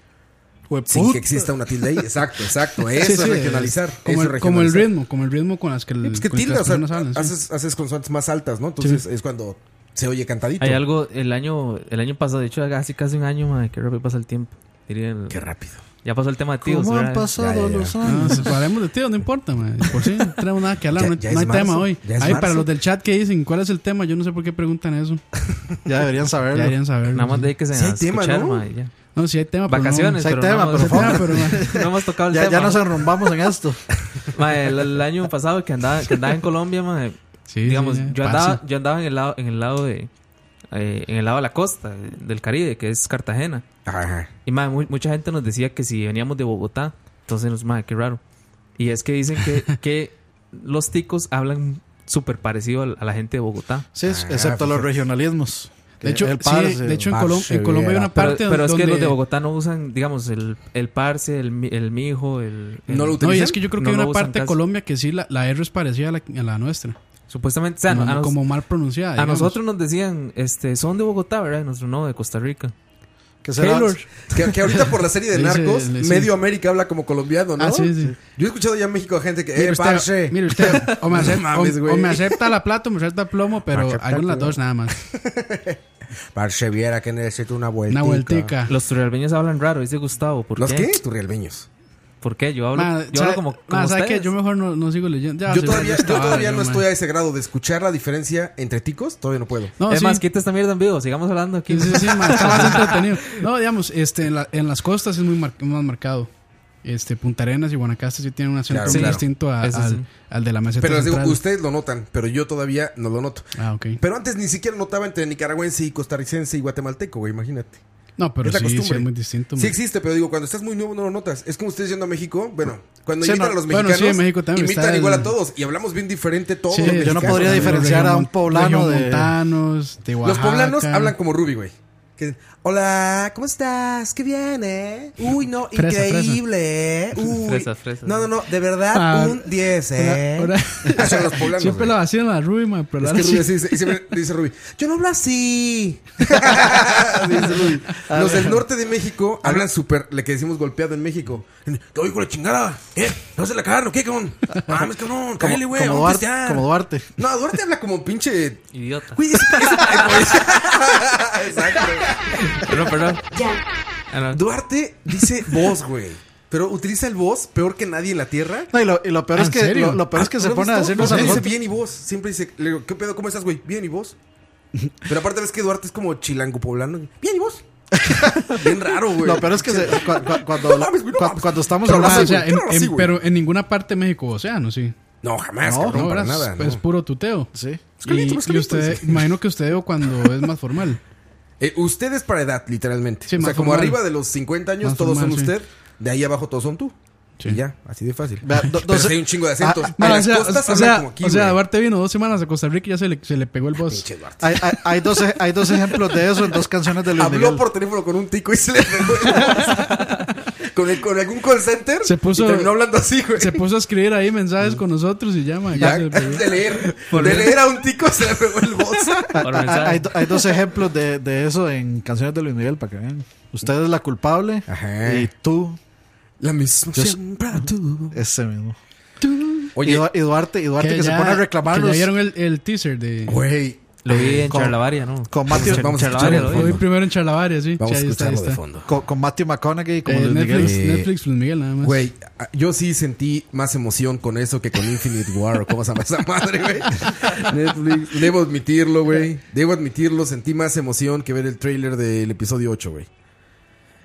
[SPEAKER 5] sin que exista una tilde ahí. Exacto, exacto. Eso
[SPEAKER 8] Sí,
[SPEAKER 5] es
[SPEAKER 8] sí,
[SPEAKER 5] regionalizar.
[SPEAKER 8] es Como,
[SPEAKER 5] eso
[SPEAKER 8] el, como el
[SPEAKER 5] regionalizar.
[SPEAKER 8] ritmo, como el ritmo con las que,
[SPEAKER 5] Sí, pues que
[SPEAKER 8] con que
[SPEAKER 5] tilda, o
[SPEAKER 8] las
[SPEAKER 5] sea,
[SPEAKER 8] personas hablan. sí.
[SPEAKER 5] haces, haces consonantes más altas, ¿no? Entonces es cuando se oye cantadito.
[SPEAKER 6] Hay algo, el año, el año pasado, de hecho, casi casi un año, madre, qué rápido pasa el tiempo. Diría el-
[SPEAKER 5] Qué rápido.
[SPEAKER 6] ya pasó el tema de tíos.
[SPEAKER 7] ¿Cómo han
[SPEAKER 6] ¿verdad?
[SPEAKER 7] pasado
[SPEAKER 5] Ya, ya, ya.
[SPEAKER 7] los
[SPEAKER 8] No,
[SPEAKER 7] años?
[SPEAKER 8] si paremos Ah, de tío, no importa, man. Por si no tenemos nada que hablar,
[SPEAKER 5] Ya-
[SPEAKER 8] no,
[SPEAKER 5] ya
[SPEAKER 8] no
[SPEAKER 5] es
[SPEAKER 8] hay tema
[SPEAKER 5] marzo,
[SPEAKER 8] hoy.
[SPEAKER 5] ya es
[SPEAKER 8] Ay, para
[SPEAKER 5] marzo.
[SPEAKER 8] los del chat que dicen cuál es el tema, yo no sé por qué preguntan eso.
[SPEAKER 7] Ya deberían
[SPEAKER 8] Ya
[SPEAKER 7] saberlo.
[SPEAKER 8] deberían saberlo.
[SPEAKER 6] Nada más
[SPEAKER 8] sí.
[SPEAKER 6] de ahí que se
[SPEAKER 5] Sí hay
[SPEAKER 6] escuchar,
[SPEAKER 5] tema, ¿no?
[SPEAKER 6] madre, ya.
[SPEAKER 8] No, sí hay tema, Ah, pero no-
[SPEAKER 6] Vacaciones,
[SPEAKER 7] hay
[SPEAKER 6] pero
[SPEAKER 7] tema,
[SPEAKER 6] no, hemos-
[SPEAKER 7] por
[SPEAKER 8] Sí hay tema,
[SPEAKER 7] favor.
[SPEAKER 8] pero, man,
[SPEAKER 6] no hemos tocado el
[SPEAKER 7] Ya,
[SPEAKER 6] tema.
[SPEAKER 7] ya nos enrumbamos en esto.
[SPEAKER 6] Mae, el, el año pasado que andaba, que andaba en Colombia, mae,
[SPEAKER 8] sí,
[SPEAKER 6] digamos,
[SPEAKER 8] sí, ya,
[SPEAKER 6] yo
[SPEAKER 8] parce.
[SPEAKER 6] andaba, yo andaba en el lado, en el lado de, eh, en el lado de la costa eh, del Caribe, que es Cartagena.
[SPEAKER 5] Ajá.
[SPEAKER 6] Y mae, mu- mucha gente nos decía que si veníamos de Bogotá, entonces nos, mae, qué raro. Y es que dicen que, que los ticos hablan súper parecido al- a, la gente de Bogotá.
[SPEAKER 7] Sí, excepto los regionalismos.
[SPEAKER 8] De hecho,
[SPEAKER 7] El parce,
[SPEAKER 8] sí, de hecho en,
[SPEAKER 5] parce,
[SPEAKER 8] Colom- en Colombia hay una
[SPEAKER 5] viera.
[SPEAKER 6] Pero,
[SPEAKER 8] parte
[SPEAKER 6] pero es
[SPEAKER 8] donde...
[SPEAKER 6] que los de Bogotá no usan, digamos, el, el parce, el, mi- el mijo, el, el-
[SPEAKER 5] No lo
[SPEAKER 8] No, y
[SPEAKER 5] utilizan.
[SPEAKER 8] es que yo creo
[SPEAKER 6] No
[SPEAKER 8] que hay
[SPEAKER 6] lo
[SPEAKER 8] una
[SPEAKER 6] usan
[SPEAKER 8] parte de
[SPEAKER 6] casi.
[SPEAKER 8] Colombia que sí, la, la R es parecida a la, a la nuestra.
[SPEAKER 6] Supuestamente, o sea,
[SPEAKER 8] como,
[SPEAKER 6] a nos-
[SPEAKER 8] como mal pronunciada.
[SPEAKER 6] A
[SPEAKER 8] digamos.
[SPEAKER 6] nosotros nos decían, este, son de Bogotá, ¿verdad? Y nosotros no, de Costa Rica.
[SPEAKER 7] que será-
[SPEAKER 5] Que, que ahorita por la serie de
[SPEAKER 8] Le dice-
[SPEAKER 5] narcos,
[SPEAKER 8] le- sí.
[SPEAKER 5] medio América habla como colombiano, ¿no?
[SPEAKER 8] Ah, sí, sí. pues,
[SPEAKER 5] Yo he escuchado ya en México a gente que, eh,
[SPEAKER 8] Mire
[SPEAKER 5] parce.
[SPEAKER 8] usted, mire usted, o me, acepta,
[SPEAKER 5] mames,
[SPEAKER 8] o- o,
[SPEAKER 5] güey.
[SPEAKER 8] me acepta la plata o me acepta plomo, pero
[SPEAKER 5] Acepta
[SPEAKER 8] alguna de las
[SPEAKER 5] plomo.
[SPEAKER 8] dos nada más.
[SPEAKER 5] Parce, viera que necesito una vuelta.
[SPEAKER 8] Una vueltica.
[SPEAKER 6] Los turrialbeños hablan raro, dice Gustavo. ¿Por
[SPEAKER 5] ¿Los
[SPEAKER 6] qué?
[SPEAKER 5] qué? Turrialbeños.
[SPEAKER 6] ¿Por qué? Yo hablo,
[SPEAKER 8] Ma,
[SPEAKER 6] yo
[SPEAKER 8] ¿sabe-
[SPEAKER 6] hablo como,
[SPEAKER 8] ma,
[SPEAKER 6] como
[SPEAKER 8] ¿sabe qué?
[SPEAKER 6] ustedes.
[SPEAKER 8] Yo mejor no, no sigo leyendo. Ya,
[SPEAKER 5] Yo
[SPEAKER 8] Ah, sí,
[SPEAKER 5] todavía,
[SPEAKER 8] ya está,
[SPEAKER 5] yo todavía
[SPEAKER 8] yo,
[SPEAKER 5] no
[SPEAKER 8] ma.
[SPEAKER 5] estoy a ese grado de escuchar la diferencia entre ticos, todavía no puedo.
[SPEAKER 8] No,
[SPEAKER 6] es
[SPEAKER 8] sí.
[SPEAKER 6] más, quita esta mierda en vivo, sigamos hablando aquí.
[SPEAKER 8] Sí, sí, sí, ma, está más entretenido. No, digamos, este, en, la- en las costas es muy mar- más marcado. Este, Punta Arenas y Guanacaste sí tienen un acento
[SPEAKER 5] Claro,
[SPEAKER 8] muy
[SPEAKER 5] claro.
[SPEAKER 8] distinto a-
[SPEAKER 6] Eso
[SPEAKER 8] al,
[SPEAKER 6] sí.
[SPEAKER 8] al de la meseta
[SPEAKER 5] Pero les digo,
[SPEAKER 8] central.
[SPEAKER 5] ustedes lo notan, pero yo todavía no lo noto.
[SPEAKER 8] Ah, ok.
[SPEAKER 5] Pero antes ni siquiera notaba entre nicaragüense y costarricense y guatemalteco, güey, imagínate.
[SPEAKER 8] No, pero
[SPEAKER 5] Es la
[SPEAKER 8] sí, sí,
[SPEAKER 5] costumbre.
[SPEAKER 8] es muy distinto. ma.
[SPEAKER 5] Sí existe, pero digo, cuando estás muy nuevo no lo notas. Es como ustedes yendo a México, bueno, cuando
[SPEAKER 7] Sí,
[SPEAKER 5] invitan
[SPEAKER 7] no.
[SPEAKER 5] a los
[SPEAKER 8] Bueno,
[SPEAKER 5] mexicanos,
[SPEAKER 8] sí, en México también
[SPEAKER 5] invitan
[SPEAKER 8] está el-
[SPEAKER 5] igual a todos y hablamos bien diferente todos.
[SPEAKER 8] Sí,
[SPEAKER 5] los
[SPEAKER 7] yo no
[SPEAKER 5] mexicanos.
[SPEAKER 7] podría
[SPEAKER 8] también los
[SPEAKER 7] diferenciar a un
[SPEAKER 8] regiomo-
[SPEAKER 7] poblano de-
[SPEAKER 8] regiomontanos, de
[SPEAKER 5] Los poblanos
[SPEAKER 8] Oaxaca.
[SPEAKER 5] hablan como Ruby, güey. Que, Hola, ¿cómo estás? ¿Qué bien, eh? Uy, no,
[SPEAKER 8] Fresa,
[SPEAKER 5] increíble, eh. Uy.
[SPEAKER 6] Fresa, fresa.
[SPEAKER 5] No, no, no, de verdad,
[SPEAKER 8] Ah,
[SPEAKER 5] un 10, eh.
[SPEAKER 8] Ahora-
[SPEAKER 5] Eso son los poblanos,
[SPEAKER 8] Siempre
[SPEAKER 5] güey.
[SPEAKER 8] lo hacían la Rui, ma, pero
[SPEAKER 5] Es
[SPEAKER 8] ahora
[SPEAKER 5] que Ruby
[SPEAKER 8] sí.
[SPEAKER 5] así dice, y siempre dice Ruby, yo no hablo así. Así dice Ruby. Los del norte de México hablan súper, le que decimos golpeado en México. Que oye con la chingada, ¿eh? No se la cagaron, ¿qué, cabrón? Mames, cabrón, cállale,
[SPEAKER 7] Como,
[SPEAKER 5] güey,
[SPEAKER 7] como
[SPEAKER 5] vamos a
[SPEAKER 7] Duarte,
[SPEAKER 5] pistear".
[SPEAKER 7] como Duarte.
[SPEAKER 5] No, Duarte habla como pinche.
[SPEAKER 6] Idiota.
[SPEAKER 5] Güey, es- es- Exacto.
[SPEAKER 6] Perdón, perdón. Ah, no.
[SPEAKER 5] Duarte dice voz, güey. Pero utiliza el voz peor que nadie en la tierra.
[SPEAKER 7] No, y lo, y lo peor
[SPEAKER 8] ¿Ah,
[SPEAKER 7] es
[SPEAKER 8] en
[SPEAKER 7] que,
[SPEAKER 8] serio?
[SPEAKER 7] lo, lo peor es que se
[SPEAKER 5] ¿No
[SPEAKER 7] pone a
[SPEAKER 5] viste?
[SPEAKER 7] decirnos a
[SPEAKER 5] Siempre dice
[SPEAKER 7] nosotros.
[SPEAKER 5] bien y vos. Siempre dice, le digo, ¿qué pedo? ¿Cómo estás, güey? Bien y vos. Pero aparte ves que Duarte es como chilango poblano. Bien y vos. bien raro, güey.
[SPEAKER 7] Lo peor es que se- cu- cu- cuando,
[SPEAKER 5] No mames, güey, no
[SPEAKER 7] cu-
[SPEAKER 5] mames.
[SPEAKER 7] cuando estamos
[SPEAKER 5] Pero
[SPEAKER 8] Ah,
[SPEAKER 7] hablando.
[SPEAKER 8] o sea,
[SPEAKER 5] güey,
[SPEAKER 8] en-
[SPEAKER 5] claro,
[SPEAKER 8] en-
[SPEAKER 5] sí, güey.
[SPEAKER 8] pero en ninguna parte de México océano, sí.
[SPEAKER 5] No, jamás,
[SPEAKER 7] No,
[SPEAKER 5] cabrón, para
[SPEAKER 8] es,
[SPEAKER 5] nada.
[SPEAKER 8] es
[SPEAKER 5] no.
[SPEAKER 8] puro tuteo.
[SPEAKER 7] Sí.
[SPEAKER 8] Y,
[SPEAKER 5] caliente, es
[SPEAKER 8] y
[SPEAKER 5] caliente,
[SPEAKER 8] usted,
[SPEAKER 5] sí.
[SPEAKER 8] imagino que usted o cuando es más formal.
[SPEAKER 5] Eh, usted es para edad, literalmente.
[SPEAKER 8] Sí,
[SPEAKER 5] o sea,
[SPEAKER 8] más
[SPEAKER 5] como
[SPEAKER 8] formal.
[SPEAKER 5] arriba de los 50 años,
[SPEAKER 8] Más
[SPEAKER 5] todos
[SPEAKER 8] formal,
[SPEAKER 5] son
[SPEAKER 8] sí.
[SPEAKER 5] usted. De ahí abajo, todos son tú.
[SPEAKER 8] Sí.
[SPEAKER 5] Y ya, así de fácil.
[SPEAKER 7] Vea, do-
[SPEAKER 5] Pero
[SPEAKER 7] dos-
[SPEAKER 5] sí hay un chingo de acentos.
[SPEAKER 7] Ah,
[SPEAKER 5] En
[SPEAKER 8] Ma, o
[SPEAKER 5] las
[SPEAKER 8] sea, o
[SPEAKER 5] costas
[SPEAKER 8] sea,
[SPEAKER 5] hablan como aquí,
[SPEAKER 8] o sea,
[SPEAKER 5] güey.
[SPEAKER 8] Duarte vino dos semanas a Costa Rica y ya se le, se le pegó el boss.
[SPEAKER 5] Pinche Duarte.
[SPEAKER 7] Hay, hay, hay dos, ej- hay dos ejemplos de eso en dos canciones de Luis
[SPEAKER 5] Habló
[SPEAKER 7] Miguel.
[SPEAKER 5] por teléfono con un tico y se le pegó. el- con, el- con algún call center
[SPEAKER 8] Se puso-
[SPEAKER 5] y terminó hablando así, güey.
[SPEAKER 8] Se puso a escribir ahí mensajes con nosotros y ya, mae,
[SPEAKER 5] Ya,
[SPEAKER 8] ya se le pegó.
[SPEAKER 5] de leer, de leer a un tico se le pegó el voz.
[SPEAKER 6] Por
[SPEAKER 7] Ah,
[SPEAKER 6] mensaje.
[SPEAKER 7] Hay, do- hay dos ejemplos de, de eso en canciones de Luis Miguel para que vean. Usted es la culpable
[SPEAKER 5] Ajá.
[SPEAKER 7] y tú
[SPEAKER 5] La misma
[SPEAKER 7] Yo-
[SPEAKER 5] siempre tú. Eh,
[SPEAKER 7] ese mismo. Y,
[SPEAKER 5] Oye,
[SPEAKER 7] Du- y Duarte, y Duarte que, se
[SPEAKER 8] ya-
[SPEAKER 7] pone a
[SPEAKER 8] que
[SPEAKER 7] reclamarnos
[SPEAKER 8] Ya vieron el, el teaser de.
[SPEAKER 5] güey.
[SPEAKER 6] Lo vi en
[SPEAKER 7] Con-
[SPEAKER 6] Charlavaria, ¿no?
[SPEAKER 7] con
[SPEAKER 5] Vamos
[SPEAKER 7] Matthew,
[SPEAKER 5] a- vamos a
[SPEAKER 6] Charlavaria
[SPEAKER 5] escucharlo
[SPEAKER 6] lo
[SPEAKER 5] de
[SPEAKER 6] vi.
[SPEAKER 8] Hoy
[SPEAKER 5] fondo.
[SPEAKER 8] primero en Chalabaria, sí.
[SPEAKER 5] Vamos a
[SPEAKER 8] Sí, ahí está, ahí
[SPEAKER 5] escucharlo de
[SPEAKER 8] está.
[SPEAKER 5] fondo.
[SPEAKER 7] con, con Matthew McConaughey como
[SPEAKER 8] Eh,
[SPEAKER 7] Luis
[SPEAKER 8] Netflix,
[SPEAKER 7] Miguel.
[SPEAKER 5] Eh,
[SPEAKER 8] Netflix, Luis Miguel, nada más.
[SPEAKER 5] Güey, a- yo sí sentí más emoción con eso que con Infinite War o cómo se llama esa madre, güey. Netflix, debo admitirlo, güey. Debo admitirlo, sentí más emoción que ver el tráiler del episodio 8, güey.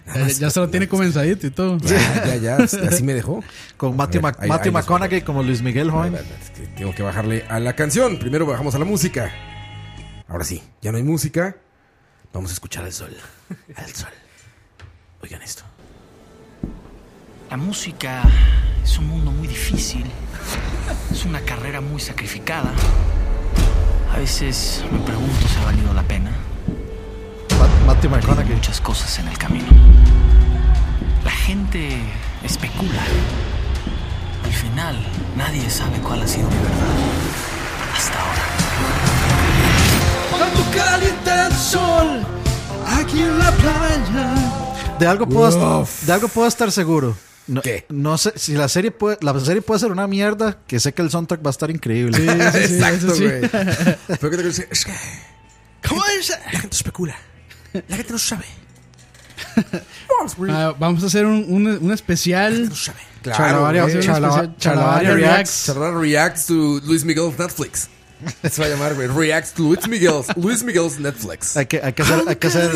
[SPEAKER 5] Nada
[SPEAKER 8] Ya,
[SPEAKER 5] más-
[SPEAKER 8] Eh, ya se lo tiene comenzadito y todo.
[SPEAKER 5] Ya, ya, ya, así me dejó.
[SPEAKER 7] Con Matthew,
[SPEAKER 5] A ver,
[SPEAKER 7] Mac-
[SPEAKER 5] ahí-
[SPEAKER 7] Matthew
[SPEAKER 5] ahí les-
[SPEAKER 7] McConaughey como Luis Miguel,
[SPEAKER 5] A
[SPEAKER 7] joven.
[SPEAKER 5] ver, es que Tengo que bajarle a la canción. Primero bajamos a la música. Ahora sí, ya no hay música. Vamos a escuchar al sol. Al sol. Oigan esto.
[SPEAKER 11] La música es un mundo muy difícil. Es una carrera muy sacrificada. A veces me pregunto si ha valido la pena.
[SPEAKER 7] Ma-
[SPEAKER 11] Aprendí
[SPEAKER 7] Matthew McConaughey.
[SPEAKER 11] muchas cosas en el camino. La gente especula. Al final, nadie sabe cuál ha sido mi verdad. Hasta ahora.
[SPEAKER 7] Cuando calienta el sol aquí en la playa. De algo puedo, est- de algo puedo estar seguro. No,
[SPEAKER 5] ¿Qué?
[SPEAKER 7] no sé si la serie puede la serie puede ser una mierda, que sé que el soundtrack va a estar increíble.
[SPEAKER 5] Exacto,
[SPEAKER 8] eso sí.
[SPEAKER 5] güey. Fue que te dice, es que- ¿Cómo es? La gente especula. La gente no sabe.
[SPEAKER 8] Ah, vamos a hacer un, un, un especial. Eh,
[SPEAKER 5] No sabe.
[SPEAKER 7] Charlavaria-
[SPEAKER 5] güey.
[SPEAKER 7] Charla-
[SPEAKER 8] Especial-
[SPEAKER 7] Charlavaria
[SPEAKER 8] Charlavaria
[SPEAKER 7] Reacts.
[SPEAKER 5] Charlar Reacts to Luis Miguel's Netflix. Se va a llamar, güey. Reacts to Luis Miguel's, Luis Miguel's Netflix.
[SPEAKER 7] Hay que, hay que hacer, hay que hacer,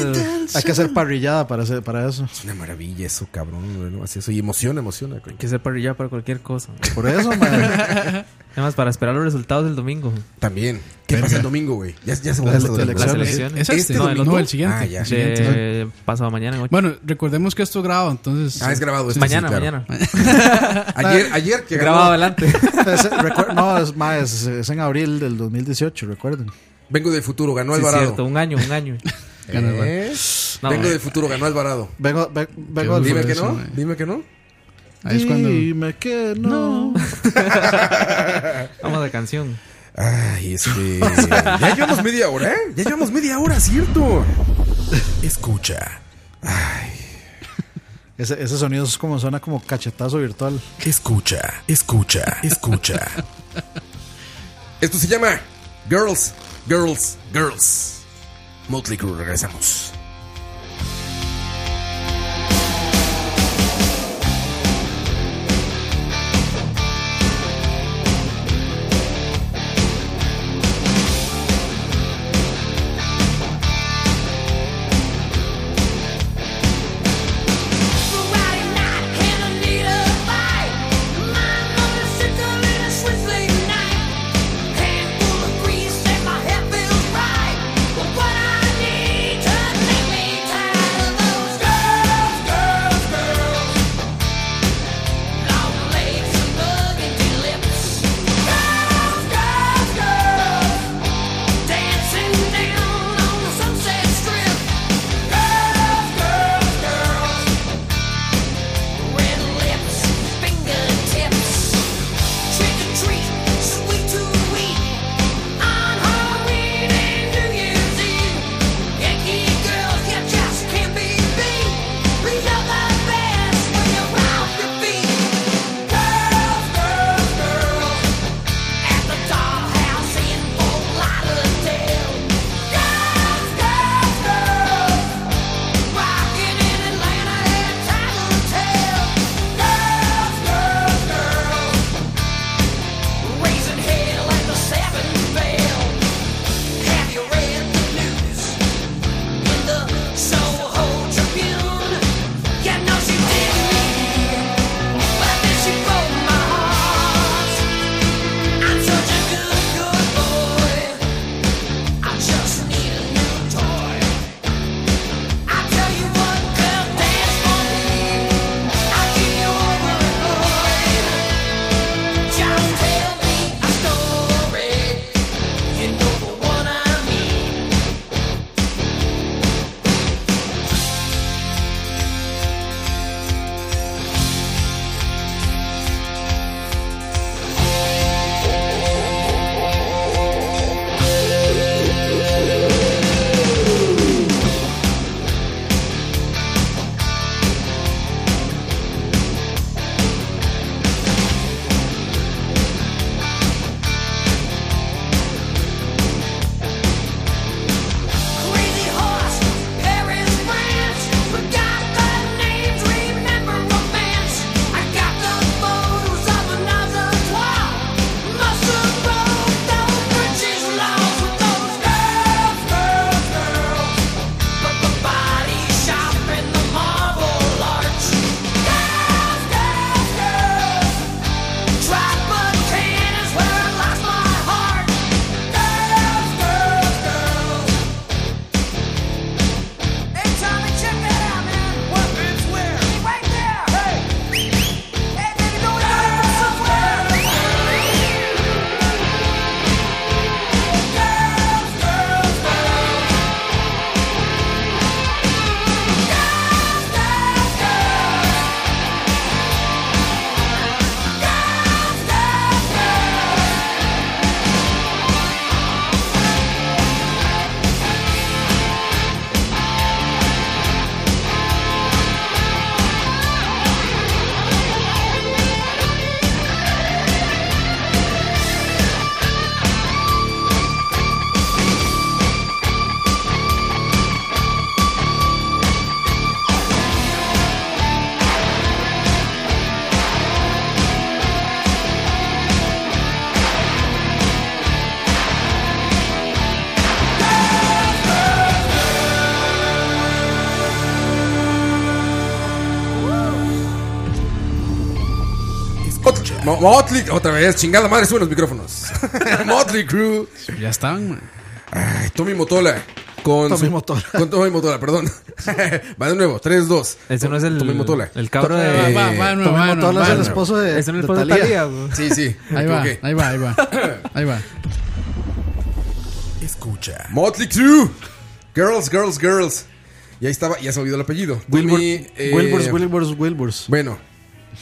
[SPEAKER 7] hay que hacer parrillada para hacer, para eso.
[SPEAKER 5] Es una maravilla eso, cabrón. güey, ¿no? Así eso. Y emociona, emociona, güey.
[SPEAKER 6] Hay que ser parrilla para cualquier cosa.
[SPEAKER 7] Por eso, man,
[SPEAKER 6] Además, para esperar los resultados del domingo.
[SPEAKER 5] También. ¿Qué pasa el domingo, güey? Ya, ya se va a
[SPEAKER 7] Las-
[SPEAKER 5] domingo.
[SPEAKER 7] las
[SPEAKER 6] Las
[SPEAKER 7] Claro,
[SPEAKER 6] elecciones.
[SPEAKER 8] Es este,
[SPEAKER 5] Este
[SPEAKER 8] no, el,
[SPEAKER 5] domingo.
[SPEAKER 8] no, el siguiente.
[SPEAKER 5] Ah, ya.
[SPEAKER 8] el siguiente.
[SPEAKER 6] De pasado mañana en ocho.
[SPEAKER 8] Bueno, recordemos que esto es grabado, entonces.
[SPEAKER 5] Ah, es grabado esto.
[SPEAKER 6] mañana,
[SPEAKER 5] sí, claro.
[SPEAKER 6] mañana.
[SPEAKER 5] Ayer, ayer que grabó,
[SPEAKER 6] Grabado adelante.
[SPEAKER 7] Es- recuer- no, es, ma, es- es en abril del 2018, recuerden.
[SPEAKER 5] Vengo del futuro, ganó
[SPEAKER 6] Sí, cierto,
[SPEAKER 5] Alvarado.
[SPEAKER 6] un año, un año.
[SPEAKER 5] ¿Eh?
[SPEAKER 6] No,
[SPEAKER 5] Vengo
[SPEAKER 6] eh.
[SPEAKER 5] del futuro, ganó Alvarado.
[SPEAKER 7] Vengo, ve- vengo
[SPEAKER 5] Dime
[SPEAKER 7] del-
[SPEAKER 5] que
[SPEAKER 8] eso,
[SPEAKER 5] no,
[SPEAKER 8] güey.
[SPEAKER 5] dime que no.
[SPEAKER 8] Ahí es cuando.
[SPEAKER 7] Dime que no.
[SPEAKER 6] Vamos a canción.
[SPEAKER 5] Ay, este. ya llevamos media hora, ¿eh? Ya llevamos media hora, ¿cierto? Escucha,
[SPEAKER 7] Ese, ese sonido es como suena como cachetazo virtual.
[SPEAKER 5] escucha, escucha, escucha. Esto se llama Girls, Girls, Girls. Motley Crue, regresamos.
[SPEAKER 2] What I need tonight
[SPEAKER 5] Mo- Motley, otra vez, chingada madre, suben los micrófonos. Motley Crew.
[SPEAKER 8] Ya están, man.
[SPEAKER 5] Ay, Tommy Motola. Con
[SPEAKER 7] Tommy
[SPEAKER 5] su-
[SPEAKER 7] Motola.
[SPEAKER 5] Con Tommy Motola, perdón. va de nuevo, 3, 2.
[SPEAKER 6] Ese no es el.
[SPEAKER 5] Tommy Motola.
[SPEAKER 6] El cabro
[SPEAKER 5] Eh,
[SPEAKER 6] de.
[SPEAKER 8] Va, Ah, va, va, de nuevo, va, de nuevo,
[SPEAKER 7] Motola
[SPEAKER 8] va
[SPEAKER 7] es
[SPEAKER 8] de
[SPEAKER 7] el
[SPEAKER 8] nuevo.
[SPEAKER 7] esposo de,
[SPEAKER 6] Ese no es el esposo
[SPEAKER 7] de
[SPEAKER 6] de
[SPEAKER 7] Thalía.
[SPEAKER 6] Talía, güey.
[SPEAKER 5] Sí, sí. me
[SPEAKER 8] Ahí va,
[SPEAKER 5] equivoqué.
[SPEAKER 8] ahí va, ahí va. Ahí va.
[SPEAKER 12] Escucha.
[SPEAKER 5] Motley Crue. Girls, girls, girls. Y ahí estaba, ya se me olvidó el apellido.
[SPEAKER 7] Wilbur,
[SPEAKER 5] Tommy, eh,
[SPEAKER 7] Wilburs, Wilburs, Wilburs.
[SPEAKER 5] Bueno,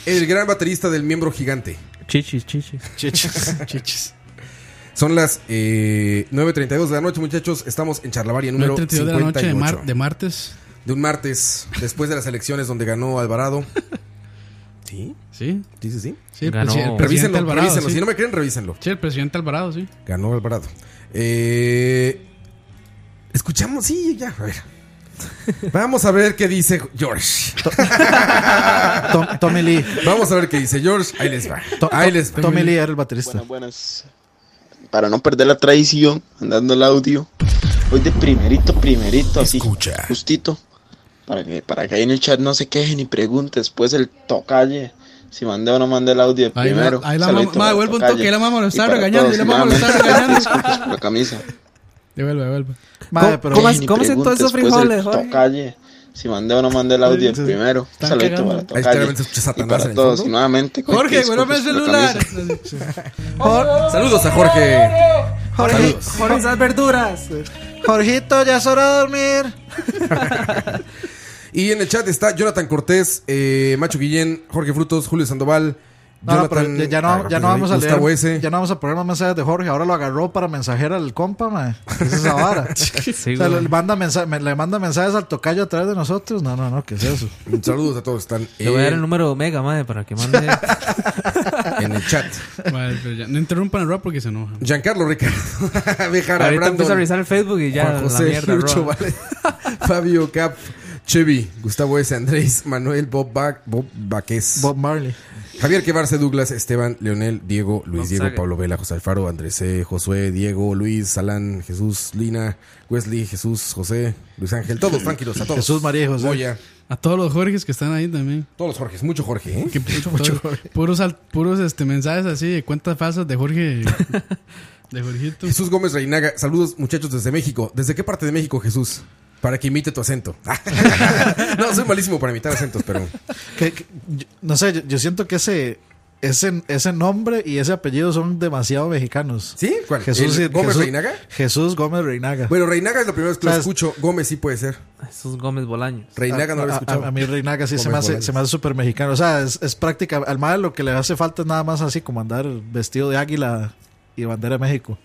[SPEAKER 5] el gran baterista del miembro gigante.
[SPEAKER 6] Chichis, chichis.
[SPEAKER 7] Chichis, chichis.
[SPEAKER 5] Son las eh, 9.32 de la noche, muchachos. Estamos en Charlavaria número
[SPEAKER 8] 9:32 de la noche de,
[SPEAKER 5] 58.
[SPEAKER 8] mar- de martes.
[SPEAKER 5] De un martes, después de las elecciones donde ganó Alvarado. ¿Sí?
[SPEAKER 8] Sí,
[SPEAKER 5] ¿Sí, sí, sí?
[SPEAKER 8] sí, el
[SPEAKER 6] Ganó.
[SPEAKER 8] presi- el presidente
[SPEAKER 5] Revísenlo,
[SPEAKER 8] Alvarado.
[SPEAKER 5] revísenlo.
[SPEAKER 8] sí.
[SPEAKER 5] Si no me creen, revísenlo.
[SPEAKER 8] Sí, el presidente Alvarado, sí.
[SPEAKER 5] Ganó Alvarado. Eh, escuchamos, sí, ya, a ver. Vamos a ver qué dice George.
[SPEAKER 7] Tom- Tommy Lee.
[SPEAKER 5] Vamos a ver qué dice George. Ahí les va.
[SPEAKER 7] To-
[SPEAKER 5] Ahí les va.
[SPEAKER 7] Tommy Lee era el baterista.
[SPEAKER 13] Buenas, buenas. Para no perder la tradición, andando el audio, voy de primerito, primerito, así,
[SPEAKER 12] Escucha.
[SPEAKER 13] justito, para que, para que ahí en el chat no se quejen y pregunten después el tocalle, si mandé o no mandé el audio de
[SPEAKER 8] Ahí la-
[SPEAKER 13] primero.
[SPEAKER 8] ahí la
[SPEAKER 13] Saludito
[SPEAKER 8] mam- ma,
[SPEAKER 13] para el
[SPEAKER 8] vuelve un
[SPEAKER 13] tocalle.
[SPEAKER 8] toque, ahí la mamá lo
[SPEAKER 13] Y
[SPEAKER 8] está
[SPEAKER 13] para
[SPEAKER 8] regañando,
[SPEAKER 13] todos,
[SPEAKER 8] ahí la mamá lo está
[SPEAKER 13] nuevamente,
[SPEAKER 8] regañando.
[SPEAKER 13] disculpas pues, por la camisa.
[SPEAKER 8] Devuelve, devuelve.
[SPEAKER 7] Madre, pero
[SPEAKER 6] ¿Cómo
[SPEAKER 13] Quejen y
[SPEAKER 6] cómo hacen todos esos
[SPEAKER 13] pregunten después
[SPEAKER 6] frijoles,
[SPEAKER 13] el
[SPEAKER 6] Jorge?
[SPEAKER 13] tocalle, si mandé o no mandé el audio de
[SPEAKER 7] Están
[SPEAKER 13] primero. Saludito para el
[SPEAKER 5] Ahí claramente
[SPEAKER 13] tocalle.
[SPEAKER 5] escucha
[SPEAKER 13] Y
[SPEAKER 5] Satanás en
[SPEAKER 13] para
[SPEAKER 5] el
[SPEAKER 13] todos,
[SPEAKER 5] fondo.
[SPEAKER 13] y nuevamente.
[SPEAKER 8] Jorge,
[SPEAKER 13] disculpas
[SPEAKER 8] vuelve el
[SPEAKER 13] por la
[SPEAKER 8] celular.
[SPEAKER 13] camisa.
[SPEAKER 5] Saludos a Jorge.
[SPEAKER 7] Jorge,
[SPEAKER 5] Saludos.
[SPEAKER 6] Jorge, esas verduras.
[SPEAKER 7] Jorgito, ya es hora de dormir.
[SPEAKER 5] Y en el chat está Jonathan Cortés, eh, Macho Guillén, Jorge Frutos, Julio Sandoval.
[SPEAKER 7] No, no, pero ya, ya
[SPEAKER 5] ah,
[SPEAKER 7] no, ya no
[SPEAKER 5] perdón,
[SPEAKER 7] vamos a leer.
[SPEAKER 5] Gustavo S.
[SPEAKER 7] Ya no vamos a poner más mensajes de Jorge. Ahora lo agarró para mensajer al compa, man. ¿Qué es esa vara?
[SPEAKER 6] Sí,
[SPEAKER 7] O sea,
[SPEAKER 6] güey.
[SPEAKER 7] le, manda mensa- me- le manda mensajes al tocayo a través de nosotros. No, no, no, ¿qué es eso?
[SPEAKER 5] Saludos a todos, están
[SPEAKER 6] Le voy a dar el
[SPEAKER 5] en,
[SPEAKER 6] número de Omega, madre, para que mande.
[SPEAKER 5] en el chat.
[SPEAKER 8] Vale, pero ya, no interrumpan el rap porque se enoja.
[SPEAKER 5] Giancarlo Ricardo, Bejara
[SPEAKER 6] Ahorita empiezo
[SPEAKER 5] Brandon,
[SPEAKER 6] a revisar el Facebook y ya.
[SPEAKER 5] Juan José
[SPEAKER 6] la mierda,
[SPEAKER 5] Lucho,
[SPEAKER 6] Roa.
[SPEAKER 5] vale. Fabio Cap, Chevy, Gustavo S. Andrés, Manuel Bob, Ba- Bob Baquez,
[SPEAKER 7] Bob Marley.
[SPEAKER 5] Javier Quebarce, Douglas, Esteban, Leonel, Diego, Luis,
[SPEAKER 6] No
[SPEAKER 5] Diego,
[SPEAKER 6] sabe.
[SPEAKER 5] Pablo Vela, José Alfaro, Andrés C., Josué, Diego, Luis, Salán, Jesús, Lina, Wesley, Jesús, José, Luis Ángel, todos tranquilos, a todos.
[SPEAKER 7] Jesús María y José.
[SPEAKER 5] Moya,
[SPEAKER 8] A todos los Jorges que están ahí también.
[SPEAKER 5] todos los Jorges, mucho Jorge, ¿eh?
[SPEAKER 8] Que pu- todos- puros al- puros este, mensajes así de cuentas falsas de Jorge. De Jorgito.
[SPEAKER 5] Jesús Gómez Reinaga, saludos muchachos desde México. ¿Desde qué parte de México, Jesús? Para que imite tu acento. no, soy malísimo para imitar acentos, pero
[SPEAKER 7] Que- que- yo- no sé, yo, yo siento que ese, ese, ese nombre y ese apellido son demasiado mexicanos.
[SPEAKER 5] ¿Sí? ¿Cuál?
[SPEAKER 7] Jesús
[SPEAKER 5] ¿El Gómez
[SPEAKER 7] Jesús-
[SPEAKER 5] Reinaga?
[SPEAKER 7] Jesús Gómez Reinaga.
[SPEAKER 5] Bueno, Reinaga es la primera vez que lo
[SPEAKER 7] ¿Sabes?
[SPEAKER 5] escucho. Gómez sí puede ser.
[SPEAKER 6] Esos Gómez Bolaños.
[SPEAKER 5] Reinaga no lo he
[SPEAKER 7] A-
[SPEAKER 5] escuchado.
[SPEAKER 7] A, a mí Reinaga sí se
[SPEAKER 5] Gómez
[SPEAKER 7] me, hace,
[SPEAKER 5] Bolaños.
[SPEAKER 7] se me hace súper mexicano. O sea, es, es práctica. Al mal lo que le hace falta es nada más así como andar vestido de águila y bandera de México.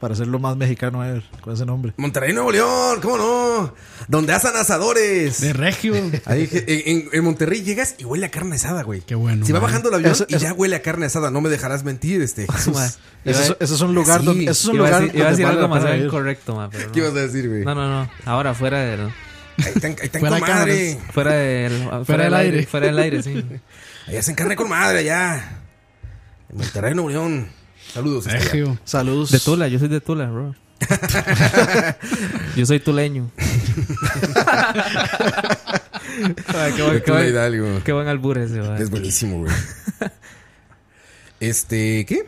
[SPEAKER 7] Para ser lo más mexicano ever, con ese nombre.
[SPEAKER 5] Monterrey, Nuevo León, ¿cómo no? Donde asan asadores.
[SPEAKER 8] De Regio.
[SPEAKER 5] Ahí, en, en- en Monterrey llegas y huele a carne asada, güey.
[SPEAKER 8] Qué bueno,
[SPEAKER 5] Si va
[SPEAKER 8] man.
[SPEAKER 5] bajando el avión
[SPEAKER 7] Eso-
[SPEAKER 5] y
[SPEAKER 7] eso-
[SPEAKER 5] ya huele a carne asada, no me dejarás mentir, este.
[SPEAKER 8] Ah.
[SPEAKER 5] Jesús.
[SPEAKER 6] Madre,
[SPEAKER 7] Ese es, ese es un lugar
[SPEAKER 5] Sí.
[SPEAKER 7] donde. ese es un
[SPEAKER 6] Iba a
[SPEAKER 7] lugar
[SPEAKER 6] decir, iba a
[SPEAKER 7] donde
[SPEAKER 6] decir
[SPEAKER 7] vale
[SPEAKER 6] algo
[SPEAKER 7] la
[SPEAKER 6] más
[SPEAKER 7] pena ir.
[SPEAKER 6] incorrecto, ma, pero
[SPEAKER 5] ¿Qué
[SPEAKER 6] no.
[SPEAKER 5] vas a decir, güey?
[SPEAKER 6] No, no, no. Ahora fuera del.
[SPEAKER 5] Ahí están, ahí están
[SPEAKER 8] Fuera de
[SPEAKER 5] comadre.
[SPEAKER 6] Fuera del. Fuera,
[SPEAKER 8] del
[SPEAKER 6] del aire.
[SPEAKER 8] aire.
[SPEAKER 6] Fuera del aire, sí.
[SPEAKER 5] Allá hacen carne con madre, allá. En Monterrey, Nuevo León. Saludos. este, allá.
[SPEAKER 8] Regio.
[SPEAKER 7] Saludos.
[SPEAKER 6] De Tula, yo soy de Tula, bro. yo soy tuleño. Ay, Ah,
[SPEAKER 5] De
[SPEAKER 6] qué, buen, qué,
[SPEAKER 5] Tula
[SPEAKER 6] buen,
[SPEAKER 5] Hidalgo.
[SPEAKER 6] qué buen albur ese, ma.
[SPEAKER 5] Es buenísimo, güey. Este, ¿qué?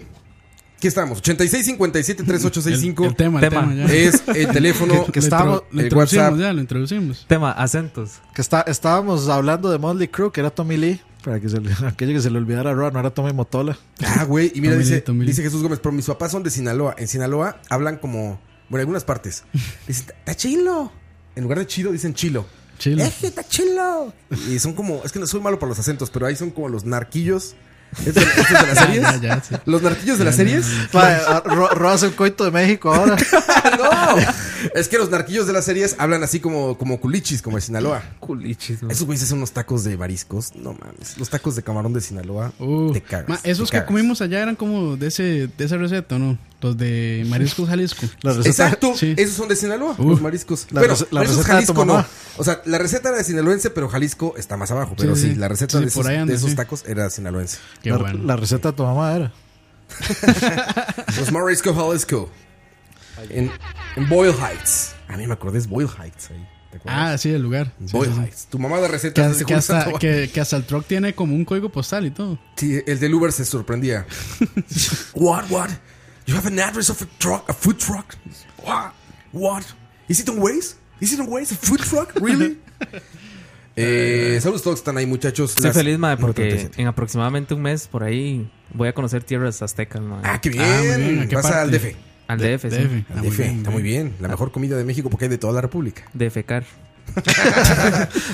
[SPEAKER 5] ¿Qué estamos? 86 57 3865
[SPEAKER 8] El, el tema, el
[SPEAKER 6] Tema.
[SPEAKER 8] tema. ya.
[SPEAKER 5] es el teléfono
[SPEAKER 7] que estábamos-
[SPEAKER 8] Lo
[SPEAKER 5] el
[SPEAKER 8] introducimos
[SPEAKER 5] eh, WhatsApp.
[SPEAKER 8] ya, lo introducimos.
[SPEAKER 6] Tema, acentos.
[SPEAKER 7] Que está, estábamos hablando de Motley Crue, que era Tommy Lee. Para que se, le- aquello que se le olvidara a Roa, no era Tommy Motola.
[SPEAKER 5] Ah, güey, y mira,
[SPEAKER 8] Tomilito,
[SPEAKER 5] dice,
[SPEAKER 8] tomilito.
[SPEAKER 5] dice Jesús Gómez, pero mis papás son de Sinaloa. En Sinaloa hablan como, bueno, algunas partes. Dicen, está chilo. En lugar de chido, dicen chilo.
[SPEAKER 8] Chilo.
[SPEAKER 7] Eh,
[SPEAKER 5] Eje, está chilo. Y son como, es que no soy malo para los acentos, pero ahí son como los narquillos. ¿Es de, estos de las series?
[SPEAKER 8] Ya, ya, sí.
[SPEAKER 5] Los narquillos de las series.
[SPEAKER 7] Madre, a- Ro- Roa es el coito de México ahora.
[SPEAKER 5] no. Es que los narquillos de las series hablan así como, como culichis, como de Sinaloa.
[SPEAKER 6] Culichis, ma.
[SPEAKER 5] Esos güeyes hacen unos tacos de mariscos. No mames. Los tacos de camarón de Sinaloa.
[SPEAKER 8] Uh,
[SPEAKER 5] te cagas.
[SPEAKER 8] ma, esos
[SPEAKER 5] te
[SPEAKER 8] que
[SPEAKER 5] cagas.
[SPEAKER 8] comimos allá eran como de ese de esa receta, ¿o ¿no? Los de mariscos Jalisco.
[SPEAKER 7] La receta-
[SPEAKER 5] Exacto,
[SPEAKER 8] Sí.
[SPEAKER 5] esos son de Sinaloa,
[SPEAKER 8] Uh,
[SPEAKER 5] los mariscos.
[SPEAKER 7] la
[SPEAKER 5] bueno,
[SPEAKER 7] rece- la
[SPEAKER 5] mariscos
[SPEAKER 7] receta de tu
[SPEAKER 5] Jalisco no.
[SPEAKER 7] mamá.
[SPEAKER 5] O sea, la receta era de sinaloense, pero Jalisco está más abajo. Pero sí,
[SPEAKER 8] sí.
[SPEAKER 5] la receta
[SPEAKER 8] Sí,
[SPEAKER 5] de,
[SPEAKER 8] por
[SPEAKER 5] esos,
[SPEAKER 8] ahí anda,
[SPEAKER 5] de esos
[SPEAKER 8] sí.
[SPEAKER 5] tacos era sinaloense.
[SPEAKER 8] Qué
[SPEAKER 7] la,
[SPEAKER 8] bueno.
[SPEAKER 7] la receta de tu mamá era.
[SPEAKER 5] Los mariscos Jalisco. En, en Boyle Heights. A mí me acordé, es Boyle Heights ahí. ¿Te acuerdas?
[SPEAKER 8] Ah, sí, el lugar. Sí,
[SPEAKER 5] Boy
[SPEAKER 8] sí, sí.
[SPEAKER 5] Heights. Tu mamá de
[SPEAKER 8] Que,
[SPEAKER 5] recetas dice
[SPEAKER 8] que
[SPEAKER 5] Julio
[SPEAKER 8] hasta,
[SPEAKER 5] Sandoval.
[SPEAKER 8] que, que hasta el truck tiene como un código postal y todo.
[SPEAKER 5] Sí, el del Uber se sorprendía. what, what? You have an address of a truck, a food truck? What? What? Is it on Waze? Is it on Waze? A food truck? Really? eh, saludos todos que están ahí, muchachos.
[SPEAKER 6] Estoy
[SPEAKER 5] Las-
[SPEAKER 6] feliz, madre, porque
[SPEAKER 5] 37.
[SPEAKER 6] en aproximadamente un mes por ahí voy a conocer tierras aztecas, madre.
[SPEAKER 5] Ah, qué bien. Ah, muy bien. ¿A qué Vas parte? al DF.
[SPEAKER 6] Al DF, sí.
[SPEAKER 5] Al DF, está muy bien. La mejor comida de México porque hay de toda la República.
[SPEAKER 6] Defecar.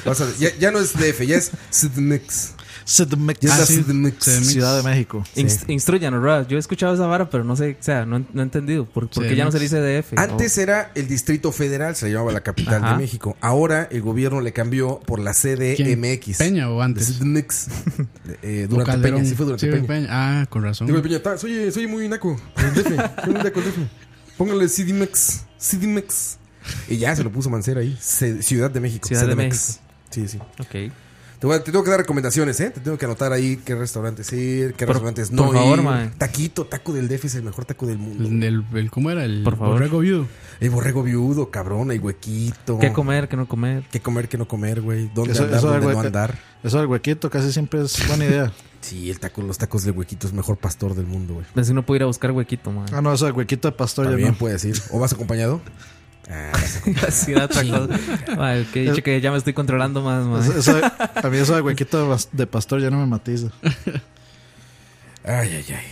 [SPEAKER 5] Vas a- ya, ya no es DF, ya es CDMX.
[SPEAKER 7] CDMX.
[SPEAKER 5] Ya está
[SPEAKER 6] Ah, sí.
[SPEAKER 5] CDMX.
[SPEAKER 7] Ciudad de México.
[SPEAKER 6] Inst- Instruyanos, Roa. Yo he escuchado esa vara, pero no sé, o sea, no, he- no he entendido. ¿Por, por qué ya no se le dice E DF?
[SPEAKER 5] Antes era el Distrito Federal, se le llamaba la capital
[SPEAKER 6] Ajá.
[SPEAKER 5] de México. Ahora el gobierno le cambió por la CDMX.
[SPEAKER 8] ¿Peña o antes?
[SPEAKER 5] CDMX. Eh,
[SPEAKER 8] O
[SPEAKER 5] durante
[SPEAKER 8] Calderón.
[SPEAKER 5] Peña, sí fue durante
[SPEAKER 8] Sí,
[SPEAKER 5] Peña.
[SPEAKER 8] Ah, con razón.
[SPEAKER 5] Digo, Peña, "Ta, soy, soy muy naco. el DF, soy muy naco, el DF. Póngale CDMX. CDMX. Y ya se lo puso Mancera ahí. C- Ciudad de México.
[SPEAKER 6] Ciudad de
[SPEAKER 5] CDMX. Sí, sí.
[SPEAKER 6] Ok.
[SPEAKER 5] Te, voy a- te tengo que dar recomendaciones, ¿eh? Te tengo que anotar ahí qué restaurantes ir, qué
[SPEAKER 6] Por-
[SPEAKER 5] restaurantes
[SPEAKER 6] por
[SPEAKER 5] no
[SPEAKER 6] favor,
[SPEAKER 5] ir.
[SPEAKER 6] mae.
[SPEAKER 5] Taquito, taco del DF es el mejor taco del mundo.
[SPEAKER 8] El, el- ¿Cómo era? El
[SPEAKER 6] Por favor.
[SPEAKER 8] borrego viudo.
[SPEAKER 5] El borrego viudo, cabrón, hay huequito.
[SPEAKER 6] ¿Qué comer, qué no comer?
[SPEAKER 5] ¿Qué comer, qué no comer, güey? ¿Dónde
[SPEAKER 7] Eso,
[SPEAKER 5] andar,
[SPEAKER 7] eso, del
[SPEAKER 5] dónde no
[SPEAKER 7] hueque-
[SPEAKER 5] andar?
[SPEAKER 7] eso del huequito casi siempre es buena idea.
[SPEAKER 5] Sí, el taco, los tacos de huequito es mejor pastor del mundo, güey.
[SPEAKER 6] Así no puedo ir a buscar huequito, madre.
[SPEAKER 7] Ah, no, eso del huequito de pastor ya
[SPEAKER 5] También
[SPEAKER 7] no.
[SPEAKER 5] puedes ir. ¿O vas acompañado? Ah, vas acompañado.
[SPEAKER 6] Así da otra cosa. Madre, que dicho que ya me estoy controlando más,
[SPEAKER 7] Eso-
[SPEAKER 6] madre.
[SPEAKER 7] eso- a mí eso del huequito de pas- de pastor ya no me matiza.
[SPEAKER 5] ay, ay, ay.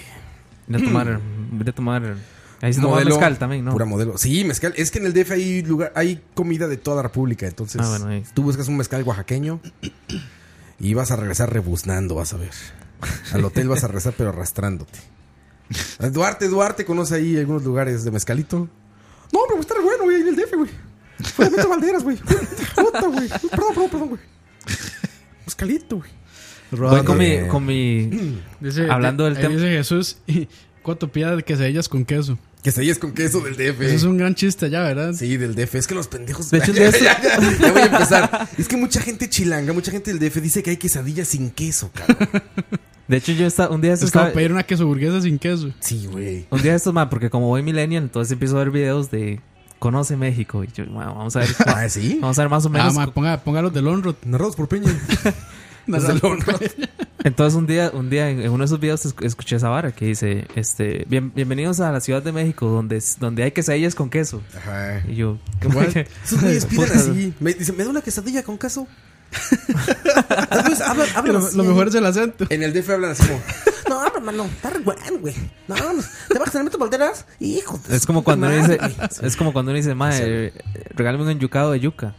[SPEAKER 6] Voy a tomar, voy a tomar. Ahí se toma
[SPEAKER 5] Modelo,
[SPEAKER 6] mezcal también, ¿no?
[SPEAKER 5] Pura modelo. Sí, mezcal. Es que en el DF hay lugar, hay comida de toda la República. Entonces,
[SPEAKER 6] Ah, bueno, ahí.
[SPEAKER 5] tú buscas un mezcal oaxaqueño y vas a regresar rebuznando, vas a ver. Al hotel vas a regresar, pero arrastrándote. Duarte, Duarte, conoce ahí algunos lugares de mezcalito. No, pero está re bueno, güey, en el DF, güey. Fue de Beto Valderas, güey. Puta, güey. Perdón, perdón, perdón, güey. Mezcalito, güey.
[SPEAKER 6] Voy con
[SPEAKER 5] Eh,
[SPEAKER 6] mi, con mi.
[SPEAKER 8] Dice-
[SPEAKER 6] Hablando del
[SPEAKER 8] ahí
[SPEAKER 6] tema.
[SPEAKER 8] Dice Jesús, y quesadillas de quesadillas con queso.
[SPEAKER 5] Quesadillas con queso del DF.
[SPEAKER 8] Eso es un gran chiste allá, ¿verdad?
[SPEAKER 5] Sí, del DF. Es que los pendejos.
[SPEAKER 6] De hecho, de
[SPEAKER 5] ya,
[SPEAKER 6] eso-
[SPEAKER 5] ya, ya, ya voy a empezar. Es que mucha gente chilanga, mucha gente del DF dice que hay quesadillas sin queso, cabrón.
[SPEAKER 6] De hecho, yo esta- un día
[SPEAKER 8] Es
[SPEAKER 6] eso
[SPEAKER 8] como
[SPEAKER 6] estaba,
[SPEAKER 8] pedir una queso burguesa sin queso.
[SPEAKER 5] Sí, güey.
[SPEAKER 6] Un día estos, man, porque como voy millennial, entonces empiezo a ver videos de Conoce México. Y yo, ma, vamos a ver.
[SPEAKER 5] Ah, sí.
[SPEAKER 6] Vamos a ver más o menos.
[SPEAKER 8] ah, ma, ponga, ponga los del Onrod.
[SPEAKER 5] Narrados por Peña. Desde el horno.
[SPEAKER 6] entonces, un día, un día en en uno de esos videos es- escuché esa vara que dice: este, "Bien- Bienvenidos a la Ciudad de México, donde, es- donde hay quesadillas con queso.
[SPEAKER 5] Ajá.
[SPEAKER 6] Y yo,
[SPEAKER 5] What?
[SPEAKER 6] que-
[SPEAKER 5] Esos güeyes piden
[SPEAKER 6] Puta,
[SPEAKER 5] así. Me dicen, ¿me da una quesadilla con queso? Entonces, hablan, hablan
[SPEAKER 8] Lo,
[SPEAKER 5] así,
[SPEAKER 8] lo
[SPEAKER 5] ahí.
[SPEAKER 8] mejor es el acento.
[SPEAKER 5] En el DF hablan así como.
[SPEAKER 1] No, hermano, está re bueno, güey. No, no, te vas a tener balderas, hijo. de
[SPEAKER 6] Es como
[SPEAKER 1] su
[SPEAKER 6] cuando uno
[SPEAKER 1] madre,
[SPEAKER 6] dice,
[SPEAKER 1] güey.
[SPEAKER 6] es como cuando uno dice, madre, eh, regálame un enyucado de yuca.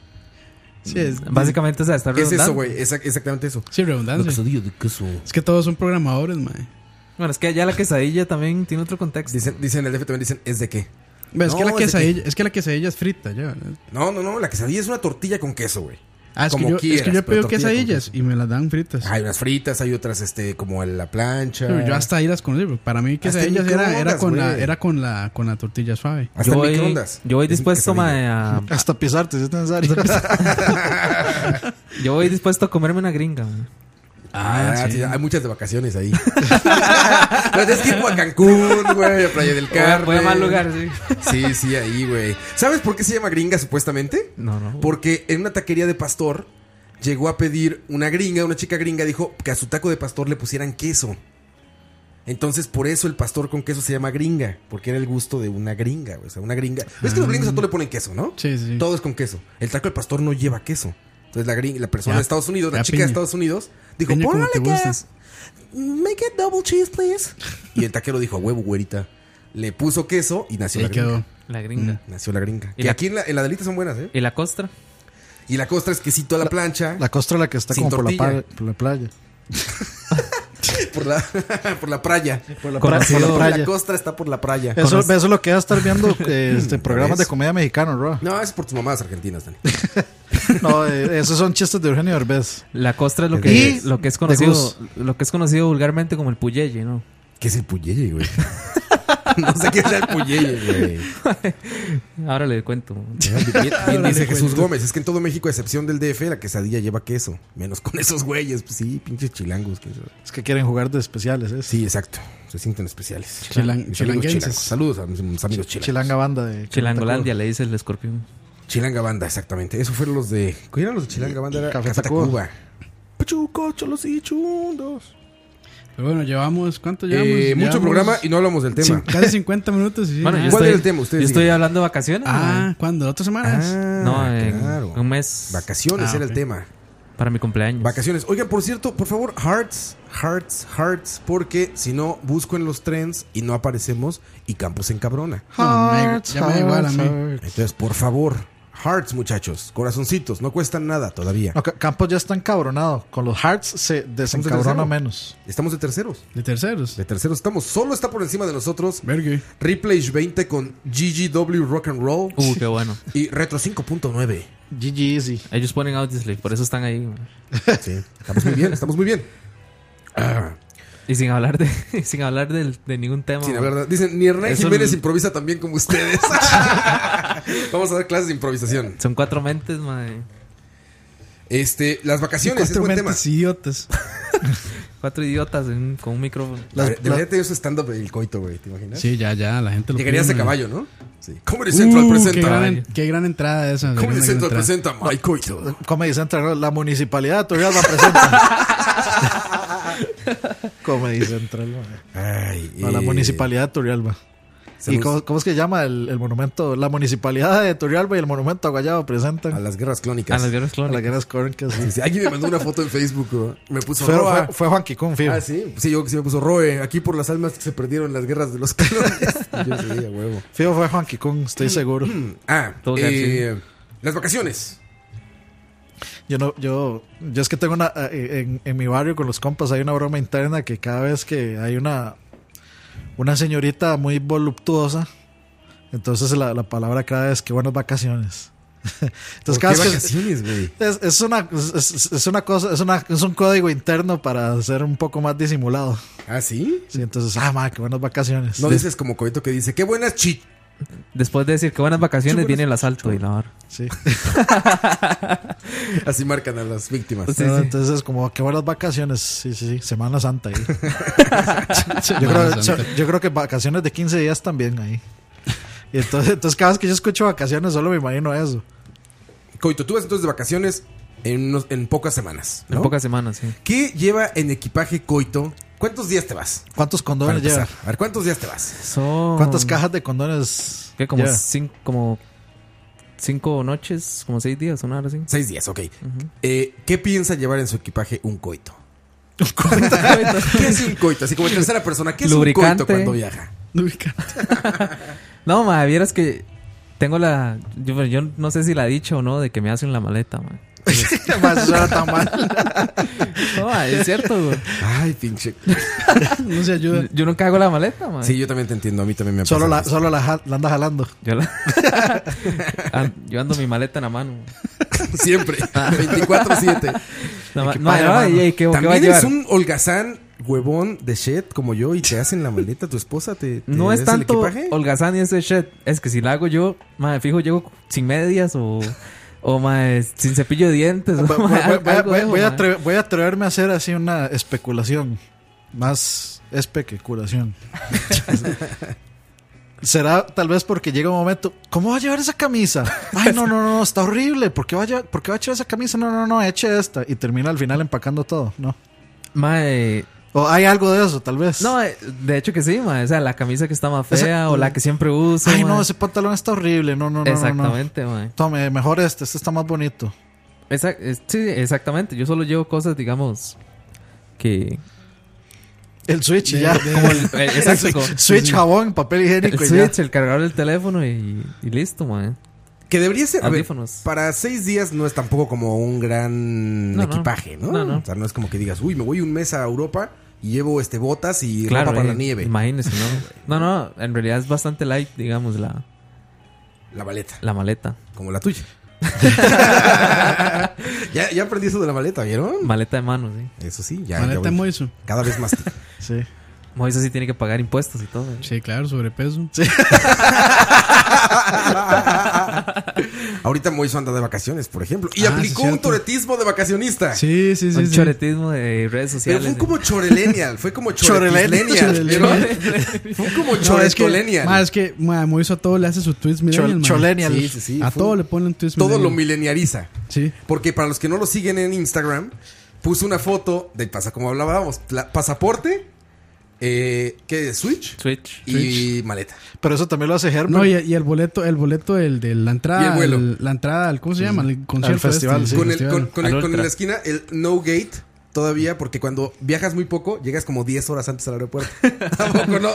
[SPEAKER 8] Sí, es,
[SPEAKER 6] Mm, Básicamente, o sea, está
[SPEAKER 5] ¿Qué es eso,
[SPEAKER 6] redundante.
[SPEAKER 5] güey? Esa- exactamente eso.
[SPEAKER 8] sí,
[SPEAKER 6] Ah,
[SPEAKER 8] redundancia.
[SPEAKER 5] quesadilla de queso.
[SPEAKER 8] Es que todos son programadores, mae.
[SPEAKER 6] Bueno, es que allá la quesadilla también tiene otro contexto.
[SPEAKER 5] Dicen, dicen en el DF también dicen, ¿es de qué?
[SPEAKER 8] Ve, Es,
[SPEAKER 5] No,
[SPEAKER 8] que la
[SPEAKER 5] es de
[SPEAKER 8] quesadilla, es que la quesadilla es frita, ya, ¿verdad?
[SPEAKER 5] No, no, no. La quesadilla es una tortilla con queso, güey.
[SPEAKER 8] Ah, es,
[SPEAKER 5] Como
[SPEAKER 8] que yo,
[SPEAKER 5] quieras,
[SPEAKER 8] es que yo he
[SPEAKER 5] pero
[SPEAKER 8] pedido
[SPEAKER 5] tortilla con
[SPEAKER 8] quesadillas
[SPEAKER 5] queso.
[SPEAKER 8] y me las dan fritas.
[SPEAKER 5] Hay unas fritas, hay otras este como en la plancha.
[SPEAKER 8] Pero yo hasta ahí las conocí. pero Para mí
[SPEAKER 5] Hasta en
[SPEAKER 8] quesadillas era, era,
[SPEAKER 5] microondas,
[SPEAKER 8] con la,
[SPEAKER 5] güey.
[SPEAKER 8] era con la con la tortilla suave.
[SPEAKER 5] Hasta
[SPEAKER 6] yo,
[SPEAKER 5] en
[SPEAKER 6] voy,
[SPEAKER 5] microondas.
[SPEAKER 6] yo voy eh.
[SPEAKER 5] Es
[SPEAKER 6] dispuesto,
[SPEAKER 5] quesadilla.
[SPEAKER 6] mae, a,
[SPEAKER 7] Hasta pisarte, si es necesario.
[SPEAKER 6] yo voy dispuesto a comerme una gringa. mae.
[SPEAKER 5] Ah, sí, hay muchas de vacaciones ahí. Pero tienes que ir a Cancún, güey, a Playa del
[SPEAKER 6] Voy a-
[SPEAKER 5] Carmen.
[SPEAKER 6] Voy a mal lugar, sí.
[SPEAKER 5] Sí, sí, ahí, güey. ¿Sabes por qué se llama gringa supuestamente?
[SPEAKER 6] No, no.
[SPEAKER 5] Porque en una taquería de pastor llegó a pedir una gringa, una chica gringa dijo que a su taco de pastor le pusieran queso. Entonces, por eso el pastor con queso se llama gringa, porque era el gusto de una gringa, güey, o sea, una gringa. ¿Ves que los gringos a todo le ponen queso, no?
[SPEAKER 8] Sí, sí.
[SPEAKER 5] Todo es con queso. El taco del pastor no lleva queso. Entonces la, gring- la persona
[SPEAKER 8] Ya,
[SPEAKER 5] de Estados Unidos, la
[SPEAKER 8] ya
[SPEAKER 5] chica
[SPEAKER 8] piña.
[SPEAKER 5] de Estados Unidos, dijo,
[SPEAKER 8] Peña, como
[SPEAKER 5] póngale
[SPEAKER 8] te
[SPEAKER 5] queso.
[SPEAKER 8] gustas.
[SPEAKER 5] Make it double cheese, please. Y el taquero dijo, a huevo, güerita. Le puso queso y nació
[SPEAKER 8] Ahí
[SPEAKER 5] la
[SPEAKER 8] quedó.
[SPEAKER 5] gringa.
[SPEAKER 6] La gringa.
[SPEAKER 5] Nació la gringa.
[SPEAKER 6] Y
[SPEAKER 5] que
[SPEAKER 6] la-
[SPEAKER 5] aquí en la, en la delita son buenas, ¿eh?
[SPEAKER 6] ¿Y la costra?
[SPEAKER 5] Y la costra es quesito a la plancha.
[SPEAKER 7] La costra la que está
[SPEAKER 5] Sin
[SPEAKER 7] como por la,
[SPEAKER 5] tortilla.
[SPEAKER 7] par- por la playa.
[SPEAKER 5] Por, la, por la playa. Por la,
[SPEAKER 6] Con
[SPEAKER 7] playa.
[SPEAKER 6] ácido-
[SPEAKER 7] Por la playa.
[SPEAKER 5] costra está por la playa.
[SPEAKER 7] Eso, eso es lo que va a estar viendo eh, este, programas de
[SPEAKER 5] ves?
[SPEAKER 7] comedia mexicana, Roa.
[SPEAKER 5] No, es por tus mamás argentinas, Dani.
[SPEAKER 7] No, eh, esos son chistes de Eugenio Derbez.
[SPEAKER 6] La costra es lo
[SPEAKER 7] Y
[SPEAKER 6] que, lo que es
[SPEAKER 7] de
[SPEAKER 6] conocido,
[SPEAKER 7] Gus.
[SPEAKER 6] lo que es conocido vulgarmente como el puyelle, ¿no?
[SPEAKER 5] ¿Qué es el puyeye, güey? no sé qué es el puyeye, güey.
[SPEAKER 6] Ahora le cuento.
[SPEAKER 5] Bien,
[SPEAKER 6] Ah,
[SPEAKER 5] bien dice Jesús Gómez, es que en todo México, a excepción del DF, la quesadilla lleva queso. Menos con esos güeyes, pues sí, pinches chilangos. que-
[SPEAKER 7] Es que quieren jugar de especiales, ¿eh?
[SPEAKER 5] Sí, exacto. Se sienten especiales.
[SPEAKER 8] Chilang-
[SPEAKER 5] Mis amigos
[SPEAKER 8] chilanguenses.
[SPEAKER 5] chilangos. Saludos a mis, mis amigos chilangos.
[SPEAKER 7] Chilanga banda de.
[SPEAKER 6] Chilangolandia le dice el escorpión.
[SPEAKER 5] Chilanga Banda, exactamente. Eso fueron los de. ¿Quién eran los de Chilanga Banda? Era
[SPEAKER 7] Café
[SPEAKER 5] Café
[SPEAKER 7] Tacuba.
[SPEAKER 5] Tacuba. Pachuco, cholos y chundos.
[SPEAKER 8] Pero bueno, llevamos, ¿cuánto
[SPEAKER 5] Eh,
[SPEAKER 8] llevamos?
[SPEAKER 5] mucho
[SPEAKER 8] Llevamos
[SPEAKER 5] programa y no hablamos del tema.
[SPEAKER 8] cin- Casi 50 minutos. y sí,
[SPEAKER 6] Bueno,
[SPEAKER 8] nada.
[SPEAKER 6] yo estoy- Yo estoy hablando de vacaciones.
[SPEAKER 8] Ah, ¿cuándo? ¿La otra semana?
[SPEAKER 5] Ah,
[SPEAKER 6] no, en
[SPEAKER 5] claro.
[SPEAKER 6] un mes. Ah,
[SPEAKER 5] Vacaciones era el tema.
[SPEAKER 6] Para mi cumpleaños.
[SPEAKER 5] Vacaciones. Oigan, por cierto, por favor, hearts, hearts, hearts, porque si no, busco en los trends y no aparecemos y Campus en cabrona.
[SPEAKER 8] No, me- ya me da igual a mí.
[SPEAKER 5] Entonces, por favor, hearts, muchachos, corazoncitos, no cuestan nada todavía.
[SPEAKER 7] No, Ca- Campos ya está encabronado. Con los Hearts se
[SPEAKER 5] Estamos de
[SPEAKER 7] desencabrona
[SPEAKER 5] tercero.
[SPEAKER 7] menos.
[SPEAKER 5] Estamos de terceros.
[SPEAKER 8] De terceros.
[SPEAKER 5] De terceros estamos. Solo está por encima de nosotros. Replay 20 con GGW Rock and Roll.
[SPEAKER 6] Uh, qué bueno.
[SPEAKER 5] Y Retro 5.9.
[SPEAKER 7] GG Easy.
[SPEAKER 6] Ellos ponen Audioslave, por eso están ahí. güey.
[SPEAKER 5] Sí, estamos muy bien, estamos muy bien. Ah,
[SPEAKER 6] Y sin hablar de, y sin hablar del- de, ningún tema.
[SPEAKER 5] sin
[SPEAKER 6] güey.
[SPEAKER 5] hablar de- Dicen, ni Hernán
[SPEAKER 6] Eso
[SPEAKER 5] Jiménez
[SPEAKER 6] l-
[SPEAKER 5] improvisa también como ustedes. Vamos a dar clases de improvisación.
[SPEAKER 6] Son cuatro mentes, madre.
[SPEAKER 5] Este, las vacaciones es
[SPEAKER 8] Cuatro
[SPEAKER 5] buen tema.
[SPEAKER 8] mentes idiotas.
[SPEAKER 6] Cuatro idiotas en- con un micrófono.
[SPEAKER 5] Las, Debería tener su stand-up del coito, güey, ¿te imaginas?
[SPEAKER 8] Sí, ya, ya, la gente lo
[SPEAKER 5] Llegarías de
[SPEAKER 8] pide,
[SPEAKER 5] caballo, ¿no? Sí. Comedy Central
[SPEAKER 8] Uh, qué,
[SPEAKER 5] presenta.
[SPEAKER 8] gran, qué gran entrada esa. qué
[SPEAKER 5] Comedy
[SPEAKER 8] gran
[SPEAKER 5] Central
[SPEAKER 8] entrada.
[SPEAKER 5] presenta My Coito.
[SPEAKER 7] Comedy Central, la municipalidad todavía la presenta. Comedy Central, man.
[SPEAKER 5] Ay,
[SPEAKER 7] No, la
[SPEAKER 5] eh,
[SPEAKER 7] municipalidad de Turrialba. ¿Y
[SPEAKER 5] saludos
[SPEAKER 7] cómo, cómo es que llama el, el monumento? La municipalidad de Turrialba y el monumento a Guayabo presentan
[SPEAKER 5] a las guerras
[SPEAKER 6] A
[SPEAKER 5] clónicas.
[SPEAKER 6] las guerras
[SPEAKER 7] a las
[SPEAKER 6] clónicas.
[SPEAKER 7] guerras cónicas.
[SPEAKER 5] Sí, sí, Alguien me mandó una foto en Facebook, güey. Me puso
[SPEAKER 7] Fue,
[SPEAKER 5] Roa.
[SPEAKER 7] fue, fue Juan Quicón, fijo.
[SPEAKER 5] Ah, sí. Sí, yo sí me puso Roe. Aquí por las almas que se perdieron en las guerras de los clones. Y yo sí, a huevo.
[SPEAKER 7] Fijo fue Juan Quicón,
[SPEAKER 5] Mm.
[SPEAKER 7] estoy seguro.
[SPEAKER 5] Ah,
[SPEAKER 6] Todo
[SPEAKER 5] eh, las vacaciones.
[SPEAKER 7] Yo no, yo, yo es que tengo una eh, en, en mi barrio con los compas hay una broma interna que cada vez que hay una una señorita muy voluptuosa, entonces la, la palabra cada vez que buenas vacaciones.
[SPEAKER 5] ¿Por qué
[SPEAKER 7] entonces cada vez que-
[SPEAKER 5] vacaciones, güey?
[SPEAKER 7] es, es una es, es una cosa, es una es un código interno para ser un poco más disimulado.
[SPEAKER 5] ¿Ah, sí?
[SPEAKER 7] Sí, entonces, ah, ma, qué buenas vacaciones.
[SPEAKER 5] No dices como Coito que dice, qué buenas chi...
[SPEAKER 6] Después de decir que buenas vacaciones, viene el asalto y la hora.
[SPEAKER 7] Sí.
[SPEAKER 5] Así marcan a las víctimas.
[SPEAKER 6] Sí,
[SPEAKER 7] No,
[SPEAKER 6] sí.
[SPEAKER 7] Entonces es como, qué buenas vacaciones. Sí, sí, sí. Semana Santa ahí. yo,
[SPEAKER 8] Semana Santa.
[SPEAKER 7] creo, so- yo creo que vacaciones de 15 días también ahí. Y entonces, entonces cada vez que yo escucho vacaciones solo me imagino eso.
[SPEAKER 5] Coito, tú vas entonces de vacaciones en, unos- en pocas semanas. ¿no?
[SPEAKER 6] En pocas semanas, sí.
[SPEAKER 5] ¿Qué lleva en equipaje Coito? ¿Cuántos días te vas?
[SPEAKER 7] ¿Cuántos
[SPEAKER 5] Para
[SPEAKER 7] condones lleva?
[SPEAKER 5] empezar. A ver, ¿cuántos días te vas?
[SPEAKER 6] Son.
[SPEAKER 7] ¿Cuántas cajas de condones?
[SPEAKER 6] Mm. ¿Qué? Como,
[SPEAKER 7] lleva?
[SPEAKER 6] cinco, como cinco noches, como seis días, una hora así.
[SPEAKER 5] Seis días, ok. Eh, ¿Qué piensa llevar en su equipaje un coito? ¿Qué es un coito? Así como en tercera persona, ¿qué es un
[SPEAKER 6] Lubricante.
[SPEAKER 5] coito cuando viaja?
[SPEAKER 8] Ubica.
[SPEAKER 6] No, madre, vieras que tengo la. Yo, yo no sé si la he dicho o no, de que me hacen la maleta, madre.
[SPEAKER 7] Ma, eso suena tan mal.
[SPEAKER 6] No, madre, es cierto, güey.
[SPEAKER 5] Ay, pinche.
[SPEAKER 8] No se ayuda.
[SPEAKER 6] Yo nunca hago la maleta, madre.
[SPEAKER 5] Sí, yo también te entiendo. A mí también me ha pasado
[SPEAKER 7] Solo, la,
[SPEAKER 5] eso.
[SPEAKER 7] solo la, ja- la anda jalando.
[SPEAKER 6] Yo, la- An- yo ando mi maleta en la mano. madre.
[SPEAKER 5] Siempre. 24-7.
[SPEAKER 6] No, ma-
[SPEAKER 7] que
[SPEAKER 6] no,
[SPEAKER 7] pague la
[SPEAKER 6] no,
[SPEAKER 7] mano.
[SPEAKER 6] y- y ¿qué, qué va a
[SPEAKER 5] También
[SPEAKER 6] llevar?
[SPEAKER 5] eres un holgazán huevón de shit como yo y te hacen la maleta. Tu esposa te. te
[SPEAKER 6] No es
[SPEAKER 5] des
[SPEAKER 6] tanto
[SPEAKER 5] El equipaje?
[SPEAKER 6] holgazán y ese shit. Es que si la hago yo, madre, fijo, llego sin medias o, o madre, sin cepillo de dientes. o,
[SPEAKER 7] Voy, voy-
[SPEAKER 6] madre,
[SPEAKER 7] voy-
[SPEAKER 6] algo
[SPEAKER 7] voy-
[SPEAKER 6] dejo,
[SPEAKER 7] voy a
[SPEAKER 6] madre.
[SPEAKER 7] atre- voy a atreverme a hacer así una especulación. Más especulación. Será tal vez porque llega un momento. ¿Cómo va a llevar esa camisa? Ay, no, no, no, está horrible. ¿Por qué va a llevar, por qué va a echar esa camisa? No, no, no, eche esta. Y termina al final empacando todo, ¿no?
[SPEAKER 6] Madre,
[SPEAKER 7] O hay algo de eso, tal vez.
[SPEAKER 6] No, eh, de hecho que sí, ma. O sea, la camisa que está más fea
[SPEAKER 7] Esa-
[SPEAKER 6] o la que siempre uso.
[SPEAKER 7] Ay,
[SPEAKER 6] ma.
[SPEAKER 7] no, ese pantalón está horrible. No, no, no. no, No,
[SPEAKER 6] Exactamente, ma.
[SPEAKER 7] Tome, mejor este, este está más bonito.
[SPEAKER 6] Esa- es- sí, exactamente. Yo solo llevo cosas, digamos, que.
[SPEAKER 7] El switch y ya.
[SPEAKER 6] Como el, eh, exacto, como-
[SPEAKER 7] Switch, jabón, papel
[SPEAKER 6] el
[SPEAKER 7] higiénico y ya.
[SPEAKER 6] switch, el cargador del teléfono y, y listo, ma.
[SPEAKER 5] Que debería ser. a ver,
[SPEAKER 6] Audífonos.
[SPEAKER 5] para seis días no es tampoco como un gran
[SPEAKER 6] No, no.
[SPEAKER 5] equipaje, ¿no?
[SPEAKER 6] No, no.
[SPEAKER 5] O sea, no es como que digas, uy, me voy un mes a Europa y llevo este botas y ropa para
[SPEAKER 6] eh,
[SPEAKER 5] la nieve.
[SPEAKER 6] Imagínese, ¿no? No, no, en realidad es bastante light, digamos, la,
[SPEAKER 5] La maleta,
[SPEAKER 6] la maleta.
[SPEAKER 5] como la tuya. ya, ya aprendí eso de la maleta, ¿vieron? Ah,
[SPEAKER 6] Maleta de mano, sí.
[SPEAKER 5] Eso sí, ya. ya
[SPEAKER 8] Maleta
[SPEAKER 5] voy
[SPEAKER 8] Moiso.
[SPEAKER 5] cada vez más.
[SPEAKER 7] Sí.
[SPEAKER 6] Moisés sí tiene que pagar impuestos y todo. eh.
[SPEAKER 8] Sí, claro, sobrepeso.
[SPEAKER 5] Ahorita Moiso anda de vacaciones, por ejemplo. Y
[SPEAKER 6] Ah, sí,
[SPEAKER 5] aplicó un
[SPEAKER 6] cierto.
[SPEAKER 5] toretismo de vacacionista.
[SPEAKER 8] Sí, sí,
[SPEAKER 6] Un choretismo de redes
[SPEAKER 5] Pero
[SPEAKER 6] sociales. eh.
[SPEAKER 5] fue como chorelenial, fue como
[SPEAKER 8] Chorelenial.
[SPEAKER 5] choretisnial.
[SPEAKER 8] Chorelenial.
[SPEAKER 5] Fue como
[SPEAKER 8] No, es que,
[SPEAKER 5] choretolenial.
[SPEAKER 8] ma, es que ma, Moiso a todo le hace su twist millennial. ma.
[SPEAKER 5] cholenial. Sí, sí, sí,
[SPEAKER 8] a
[SPEAKER 5] fue-
[SPEAKER 8] todo le ponen twist
[SPEAKER 5] Todo lo
[SPEAKER 8] millennial.
[SPEAKER 5] mileniariza.
[SPEAKER 8] Sí.
[SPEAKER 5] Porque para los que no lo siguen en Instagram, puso una foto del pasa como hablábamos, pla- pasaporte, eh, ¿qué es? Switch,
[SPEAKER 6] Switch
[SPEAKER 5] y maleta.
[SPEAKER 7] Pero eso también lo hace Herbert.
[SPEAKER 8] No, y, y el boleto, el boleto del, de la entrada.
[SPEAKER 5] Y el vuelo.
[SPEAKER 8] al- la entrada al, ¿cómo se llama? El concierto. este,
[SPEAKER 5] con, el-
[SPEAKER 8] festival.
[SPEAKER 5] con- con el- con la esquina, el no gate. Todavía, porque cuando viajas muy poco, llegas como 10 horas antes al aeropuerto. Tampoco, ¿no?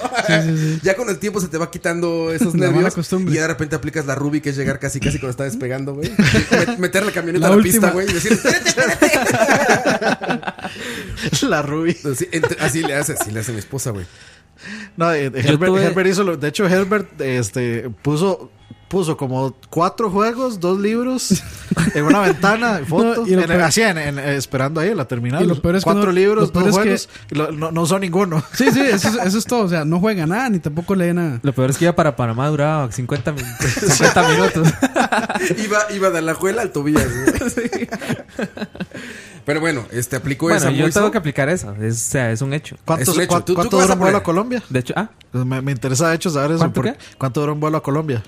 [SPEAKER 5] ya con el tiempo se te va quitando esos
[SPEAKER 8] La mala
[SPEAKER 5] nervios.
[SPEAKER 8] costumbre.
[SPEAKER 5] Y ya de repente aplicas la Ruby, que es llegar casi, casi cuando está despegando, güey. Met- meter la camioneta
[SPEAKER 8] La
[SPEAKER 5] a la
[SPEAKER 8] última.
[SPEAKER 5] pista, güey. Y decir, espérate, espérate.
[SPEAKER 7] la Ruby.
[SPEAKER 5] Así, entre- así le hace, así le hace mi esposa, güey.
[SPEAKER 7] No, eh, Herbert, Herbert hizo lo- De hecho, Herbert este, puso, puso como cuatro juegos, dos libros en una ventana, fotos.
[SPEAKER 8] y lo
[SPEAKER 7] en-
[SPEAKER 8] peor-
[SPEAKER 7] así, en- en- esperando ahí en la terminal.
[SPEAKER 8] Y lo peor es que
[SPEAKER 7] cuatro
[SPEAKER 8] no-
[SPEAKER 7] libros,
[SPEAKER 8] lo peor
[SPEAKER 7] dos
[SPEAKER 8] es que-
[SPEAKER 7] juegos. y lo- no, no son ninguno.
[SPEAKER 8] Sí, sí, eso, es- eso es todo. O sea, no juega nada ni tampoco lee nada.
[SPEAKER 6] Lo peor es que iba para Panamá, duraba 50, min- 50 minutos.
[SPEAKER 5] Iba, iba de la juela al Tobías, güey. Pero bueno, este aplicó
[SPEAKER 6] Bueno,
[SPEAKER 5] esa
[SPEAKER 6] yo
[SPEAKER 5] Moiso.
[SPEAKER 6] tengo que aplicar esa. Es- o sea, es un hecho.
[SPEAKER 7] ¿Cuántos-
[SPEAKER 6] es un hecho.
[SPEAKER 7] cua- ¿Cuánto dura un vuelo a Colombia? Pues
[SPEAKER 6] De hecho, ah.
[SPEAKER 7] Me, me interesa, de hecho, saber eso.
[SPEAKER 6] ¿Cuánto
[SPEAKER 7] por-
[SPEAKER 6] qué?
[SPEAKER 7] ¿Cuánto dura un vuelo a Colombia?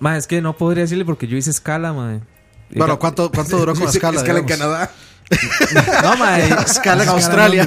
[SPEAKER 6] Ma, es que no podría decirle porque yo hice escala, ma.
[SPEAKER 7] Bueno, ¿cuánto, cuánto duró con escala? digamos?
[SPEAKER 6] No, ma. eh,
[SPEAKER 7] Escala en Australia.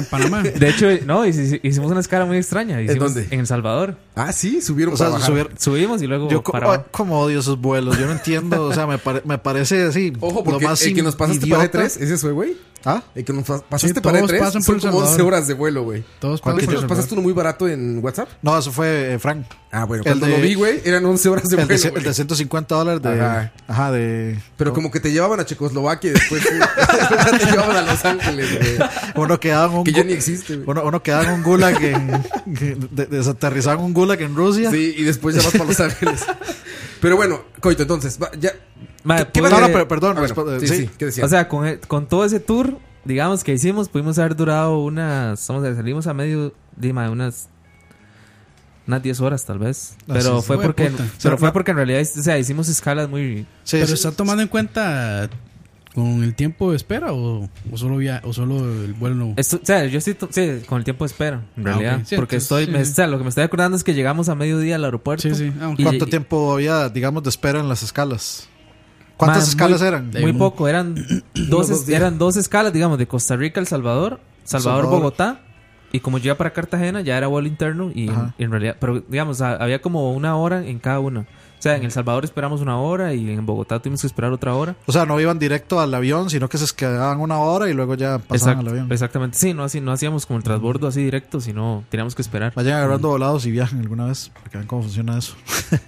[SPEAKER 6] De hecho, no, hici- hicimos una escala muy extraña. Hicimos
[SPEAKER 7] dónde?
[SPEAKER 6] En El Salvador.
[SPEAKER 5] Ah, sí, subieron
[SPEAKER 7] O sea, para bajar. subieron-
[SPEAKER 6] Subimos y luego
[SPEAKER 7] Yo co- oh,
[SPEAKER 6] para abajo.
[SPEAKER 7] ay, como odio esos vuelos, yo no entiendo, o sea, me, pare- me parece así.
[SPEAKER 5] Ojo, porque el que nos este pasaste
[SPEAKER 7] idiota.
[SPEAKER 5] para E3, ese fue, güey.
[SPEAKER 7] ¿Ah?
[SPEAKER 5] El que nos pas-
[SPEAKER 7] Sí,
[SPEAKER 5] pasaste
[SPEAKER 7] todos
[SPEAKER 5] para E3
[SPEAKER 7] pasan por
[SPEAKER 5] son
[SPEAKER 7] El
[SPEAKER 5] como 11
[SPEAKER 7] Salvador.
[SPEAKER 5] horas de vuelo, güey.
[SPEAKER 8] Todos
[SPEAKER 5] ¿Cuál fue?
[SPEAKER 7] pasan por El
[SPEAKER 5] ¿Nos
[SPEAKER 7] Salvador.
[SPEAKER 5] pasaste uno muy barato en WhatsApp?
[SPEAKER 7] No, eso fue eh, Frank.
[SPEAKER 5] Ah, bueno, cuando lo vi, güey, eran 11 horas de
[SPEAKER 7] el
[SPEAKER 5] vuelo,
[SPEAKER 7] De,
[SPEAKER 5] güey.
[SPEAKER 7] el de 150 dólares de.
[SPEAKER 5] Ajá.
[SPEAKER 7] Ajá, de.
[SPEAKER 5] Pero como que te llevaban a Checoslovaquia y después güey, te llevaban a Los Ángeles, güey.
[SPEAKER 7] Uno quedaba en un.
[SPEAKER 5] Que ya
[SPEAKER 7] gu-
[SPEAKER 5] ni existe, güey.
[SPEAKER 7] Uno, uno quedaba en un gulag en. que de- desaterrizaban un gulag en Rusia.
[SPEAKER 5] Sí, y después ya vas para Los Ángeles. Pero bueno, Coito, entonces, va- ya. ¿Qué- qué
[SPEAKER 6] pude-
[SPEAKER 5] va- Ah, bueno, sí, sí, ¿qué decía?
[SPEAKER 6] O sea, con, el- con todo ese tour, digamos que hicimos, pudimos haber durado unas. Vamos a ver, salimos a medio. Dima, unas. Unas 10 horas tal vez.
[SPEAKER 8] Ah,
[SPEAKER 6] Pero
[SPEAKER 8] sí, sí.
[SPEAKER 6] fue
[SPEAKER 8] Fue
[SPEAKER 6] porque.
[SPEAKER 8] puta.
[SPEAKER 6] Pero
[SPEAKER 8] Pero-
[SPEAKER 6] fue porque en realidad, o sea, hicimos escalas muy.
[SPEAKER 8] Pero está tomando en cuenta con el tiempo de espera o, o solo via- o solo el vuelo.
[SPEAKER 6] Esto- o sea, yo estoy to- sí, con el tiempo de espera, en
[SPEAKER 8] Ah,
[SPEAKER 6] realidad.
[SPEAKER 8] ok. Sí,
[SPEAKER 6] porque
[SPEAKER 8] entonces,
[SPEAKER 6] estoy,
[SPEAKER 8] sí,
[SPEAKER 6] me- o
[SPEAKER 8] sí.
[SPEAKER 6] sea, lo que me estoy acordando es que llegamos a mediodía al aeropuerto.
[SPEAKER 8] ah,
[SPEAKER 6] y-
[SPEAKER 7] ¿Cuánto tiempo había, digamos, de espera en las escalas? ¿Cuántas
[SPEAKER 6] Ma,
[SPEAKER 7] escalas
[SPEAKER 6] muy-
[SPEAKER 7] eran?
[SPEAKER 6] Muy poco, eran dos,
[SPEAKER 7] dos días.
[SPEAKER 6] eran dos escalas, digamos, de Costa Rica a El Salvador, Salvador,
[SPEAKER 7] Salvador.
[SPEAKER 6] Bogotá. Y como yo iba para Cartagena, ya era vuelo interno y,
[SPEAKER 7] Ajá.
[SPEAKER 6] y en realidad, pero digamos, a- había como una hora en cada uno. O sea, en El Salvador esperamos una hora y en Bogotá tuvimos que esperar otra hora.
[SPEAKER 7] O sea, no iban directo al avión, sino que se quedaban una hora y luego ya pasaban al
[SPEAKER 6] Exact-
[SPEAKER 7] avión.
[SPEAKER 6] Exactamente, sí, no, así, no hacíamos como el transbordo así directo, sino teníamos que esperar.
[SPEAKER 7] Vayan agarrando volados y viajen alguna vez para que vean cómo funciona eso.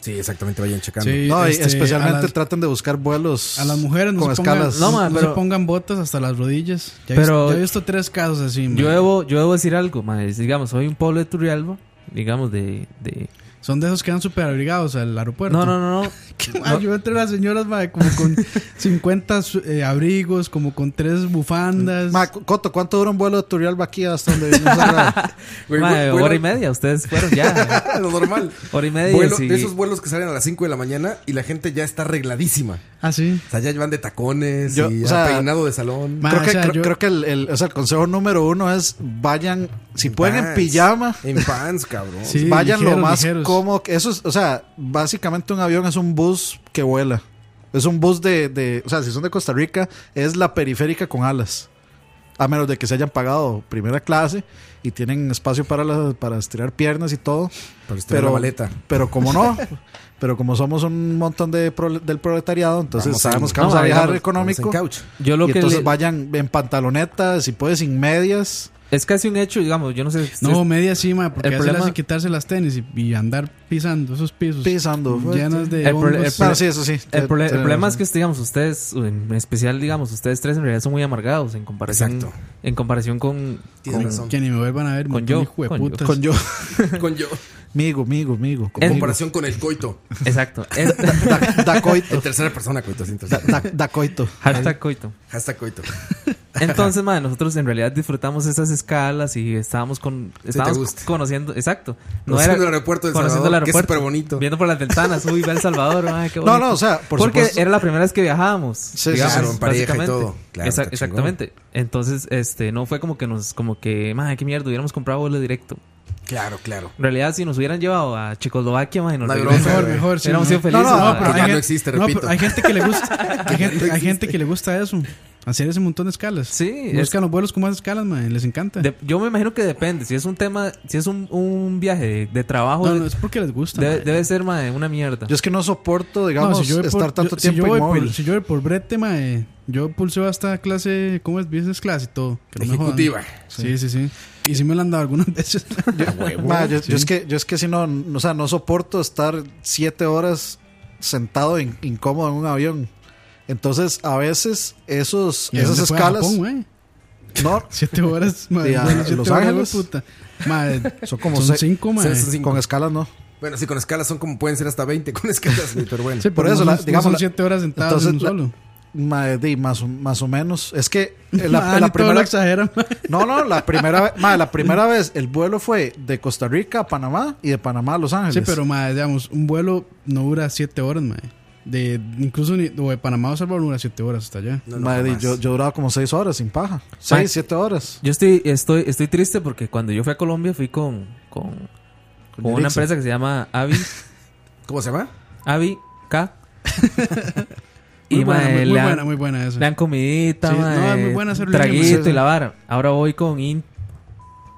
[SPEAKER 5] Sí, exactamente, vayan checando.
[SPEAKER 8] Sí,
[SPEAKER 7] no, y
[SPEAKER 8] este,
[SPEAKER 7] especialmente
[SPEAKER 8] a las-
[SPEAKER 7] traten de buscar vuelos
[SPEAKER 8] A las mujeres no,
[SPEAKER 7] con
[SPEAKER 8] se, pongan,
[SPEAKER 7] escalas.
[SPEAKER 8] no, no se pongan botas hasta las rodillas. Ya, he
[SPEAKER 6] Pero-
[SPEAKER 8] visto- ya he visto tres casos así. man.
[SPEAKER 6] Yo debo, yo debo decir algo, mae, digamos, soy un pueblo de Turrialba, digamos, de... de-
[SPEAKER 8] Son de esos que van súper abrigados al aeropuerto.
[SPEAKER 6] No, no, no, no.
[SPEAKER 8] Ah, Yo entre las señoras, madre, como con 50 su- eh, abrigos, como con tres bufandas.
[SPEAKER 7] Ma, cu- Coto, ¿cuánto dura un vuelo de Turrialba aquí hasta donde vivimos ahora?
[SPEAKER 5] Güey,
[SPEAKER 6] Mae,
[SPEAKER 5] vu- vuelo-
[SPEAKER 6] hora y media, ustedes fueron ya.
[SPEAKER 5] lo normal.
[SPEAKER 6] Hora y media,
[SPEAKER 5] Vuelo-
[SPEAKER 6] sí.
[SPEAKER 5] De esos vuelos que salen a las 5 de la mañana y la gente ya está arregladísima.
[SPEAKER 8] Ah, sí.
[SPEAKER 5] O sea, ya llevan de tacones
[SPEAKER 7] Yo,
[SPEAKER 5] y
[SPEAKER 7] o
[SPEAKER 5] ya
[SPEAKER 7] sea,
[SPEAKER 5] peinado de salón.
[SPEAKER 7] creo, que, creo, creo que el, el- o sea, el consejo número uno es vayan, si pueden en
[SPEAKER 5] pants.
[SPEAKER 7] pijama,
[SPEAKER 5] En pants, cabrón.
[SPEAKER 7] vayan lo
[SPEAKER 8] ligeros,
[SPEAKER 7] más
[SPEAKER 8] ligeros.
[SPEAKER 7] cómodo. que- Eso es, o sea, básicamente un avión es un bus que vuela. Es un bus de, de- o sea, si son de Costa Rica, es la periférica con alas. A menos de que se hayan pagado primera clase y tienen espacio para, las- para estirar piernas y todo.
[SPEAKER 5] Para estirar la maleta.
[SPEAKER 7] Pero como no, pero como somos un montón de prole- del proletariado, entonces
[SPEAKER 5] Vamos en-
[SPEAKER 7] sabemos que vamos
[SPEAKER 6] no,
[SPEAKER 7] a viajar
[SPEAKER 6] digamos,
[SPEAKER 7] económico.
[SPEAKER 6] vamos en couch. Yo lo
[SPEAKER 7] y
[SPEAKER 6] que
[SPEAKER 7] entonces
[SPEAKER 6] le-
[SPEAKER 7] vayan en pantalonetas, si puede sin medias.
[SPEAKER 6] Es casi un hecho, digamos, yo no sé.
[SPEAKER 8] No, media cima, porque
[SPEAKER 6] El
[SPEAKER 8] el
[SPEAKER 6] problema-
[SPEAKER 8] hace quitarse las tenis y, y andar pisando esos pisos.
[SPEAKER 7] Pisando, fue-
[SPEAKER 8] Llenos de.
[SPEAKER 6] El, pro- el
[SPEAKER 8] hongos.
[SPEAKER 6] pro- el prole- el problema es que, digamos, ustedes, en especial, digamos, ustedes tres en realidad son muy amargados en comparación.
[SPEAKER 5] Exacto.
[SPEAKER 6] En comparación con.
[SPEAKER 5] Tienes
[SPEAKER 6] con-
[SPEAKER 5] razón.
[SPEAKER 8] Que ni me vuelvan a ver.
[SPEAKER 6] Con
[SPEAKER 8] montón
[SPEAKER 6] yo,
[SPEAKER 8] de hijueputas.
[SPEAKER 6] con
[SPEAKER 7] yo.
[SPEAKER 5] Con yo.
[SPEAKER 7] Migo, migo, migo.
[SPEAKER 5] En comparación con el coito.
[SPEAKER 6] Exacto. Es-
[SPEAKER 7] Da- da coito.
[SPEAKER 5] En tercera persona, coito. sí, en
[SPEAKER 7] Da,
[SPEAKER 5] tercera.
[SPEAKER 7] da- da coito.
[SPEAKER 6] Hashtag coito.
[SPEAKER 5] Hashtag coito.
[SPEAKER 6] Entonces, madre, nosotros en realidad disfrutamos esas escalas y estábamos con
[SPEAKER 5] te
[SPEAKER 6] estábamos
[SPEAKER 5] gusta.
[SPEAKER 6] conociendo, exacto.
[SPEAKER 5] Conociendo el aeropuerto de El
[SPEAKER 6] conociendo
[SPEAKER 5] Salvador, que es
[SPEAKER 6] aeropuerto,
[SPEAKER 5] superbonito.
[SPEAKER 6] Viendo por las ventanas, uy, va El Salvador, madre, qué
[SPEAKER 7] No,
[SPEAKER 6] bonito.
[SPEAKER 7] no, o sea, por
[SPEAKER 6] Porque
[SPEAKER 7] supuesto.
[SPEAKER 6] era la primera vez que viajábamos.
[SPEAKER 7] sí, claro, en pareja y
[SPEAKER 6] básicamente.
[SPEAKER 7] todo. Claro,
[SPEAKER 6] Esa-
[SPEAKER 7] está chingón.
[SPEAKER 6] exactamente. Entonces, este, no fue como que nos como que, madre, qué mierda, hubiéramos comprado vuelo directo.
[SPEAKER 5] Claro, claro.
[SPEAKER 6] En realidad, si nos hubieran llevado a Checoslovaquia, madre, nos
[SPEAKER 5] No,
[SPEAKER 6] hubiéramos-
[SPEAKER 5] mejor, mejor, sí,
[SPEAKER 6] hubiéramos
[SPEAKER 5] no.
[SPEAKER 6] sido felices.
[SPEAKER 5] No, no,
[SPEAKER 6] madre.
[SPEAKER 5] pero Que ya
[SPEAKER 8] hay
[SPEAKER 5] no
[SPEAKER 8] gen-
[SPEAKER 5] existe,
[SPEAKER 8] pero
[SPEAKER 5] repito.
[SPEAKER 8] hay gente que le gusta. Hay,
[SPEAKER 5] Que ya
[SPEAKER 8] gente,
[SPEAKER 5] no
[SPEAKER 8] hay gente que le gusta eso. Hacer ese montón de escalas.
[SPEAKER 6] Sí.
[SPEAKER 8] Buscan los vuelos con más escalas, man. Les encanta.
[SPEAKER 6] De- yo me imagino que depende. Si es un tema, si es un, un viaje de, de trabajo.
[SPEAKER 8] No, no, es porque les gusta.
[SPEAKER 6] Debe,
[SPEAKER 8] mae.
[SPEAKER 6] debe ser, madre, una mierda.
[SPEAKER 7] Yo es que no soporto,
[SPEAKER 8] No,
[SPEAKER 7] digamos,
[SPEAKER 8] si yo voy por-
[SPEAKER 7] estar tanto
[SPEAKER 8] yo- si
[SPEAKER 7] tiempo
[SPEAKER 8] yo voy
[SPEAKER 7] inmóvil.
[SPEAKER 8] Por, si yo voy por brete, mae, yo pulseo hasta clase, ¿cómo es? Business class y todo. que no me jodan.
[SPEAKER 7] Ejecutiva.
[SPEAKER 8] Sí, sí, sí. Y si me lo han dado algunas veces.
[SPEAKER 7] Ma, yo,
[SPEAKER 8] Sí.
[SPEAKER 7] yo es que yo es que si no, n- o sea, no soporto estar siete horas sentado in- incómodo en un avión. Entonces, a veces esos
[SPEAKER 8] ¿Y a
[SPEAKER 7] esas
[SPEAKER 8] dónde fue? ¿A
[SPEAKER 7] escalas
[SPEAKER 8] Japón, güey?
[SPEAKER 7] no,
[SPEAKER 8] siete horas, mae,
[SPEAKER 7] Sí, a-
[SPEAKER 8] bueno,
[SPEAKER 7] a
[SPEAKER 8] siete
[SPEAKER 7] Los
[SPEAKER 8] horas,
[SPEAKER 7] Ángeles.
[SPEAKER 8] puta. Mae,
[SPEAKER 7] son como
[SPEAKER 8] son
[SPEAKER 7] se-
[SPEAKER 8] cinco, mae.
[SPEAKER 5] son cinco.
[SPEAKER 7] con escalas no.
[SPEAKER 5] Bueno, sí, con escalas son como pueden ser hasta 20 con escalas, güey, pero bueno.
[SPEAKER 7] Sí, por eso, la- digamos,
[SPEAKER 8] son
[SPEAKER 7] la-
[SPEAKER 8] siete horas sentados en un
[SPEAKER 7] la-
[SPEAKER 8] solo.
[SPEAKER 7] ma, di, más, o- más o menos. Es que eh,
[SPEAKER 8] Ah,
[SPEAKER 7] la,
[SPEAKER 8] ni
[SPEAKER 7] la
[SPEAKER 8] todo lo
[SPEAKER 7] primera
[SPEAKER 8] exagera,
[SPEAKER 7] No, no, la primera vez, ma, la primera vez el vuelo fue de Costa Rica a Panamá y de Panamá a Los Ángeles.
[SPEAKER 8] Sí, pero, mae, digamos, un vuelo no dura siete horas, mae. De, incluso ni, o de Panamá a El Salvador no dura siete horas hasta allá.
[SPEAKER 7] Ma, di, yo, yo duraba como seis horas sin paja. Seis, siete horas.
[SPEAKER 6] Yo estoy, estoy, estoy triste porque cuando yo fui a Colombia fui con, con, con una
[SPEAKER 5] Ericsson.
[SPEAKER 6] empresa que se llama Avi.
[SPEAKER 5] ¿Cómo se llama?
[SPEAKER 6] Avi K.
[SPEAKER 8] Muy buena,
[SPEAKER 6] mae,
[SPEAKER 8] muy- muy
[SPEAKER 6] le dan-
[SPEAKER 8] buena, muy buena esa.
[SPEAKER 6] Le dan comidita,
[SPEAKER 8] Sí, no,
[SPEAKER 6] mae,
[SPEAKER 8] es muy buena hacer línea, mae.
[SPEAKER 6] traguito
[SPEAKER 8] Sí,
[SPEAKER 6] y
[SPEAKER 8] sí.
[SPEAKER 6] la vara. Ahora voy con In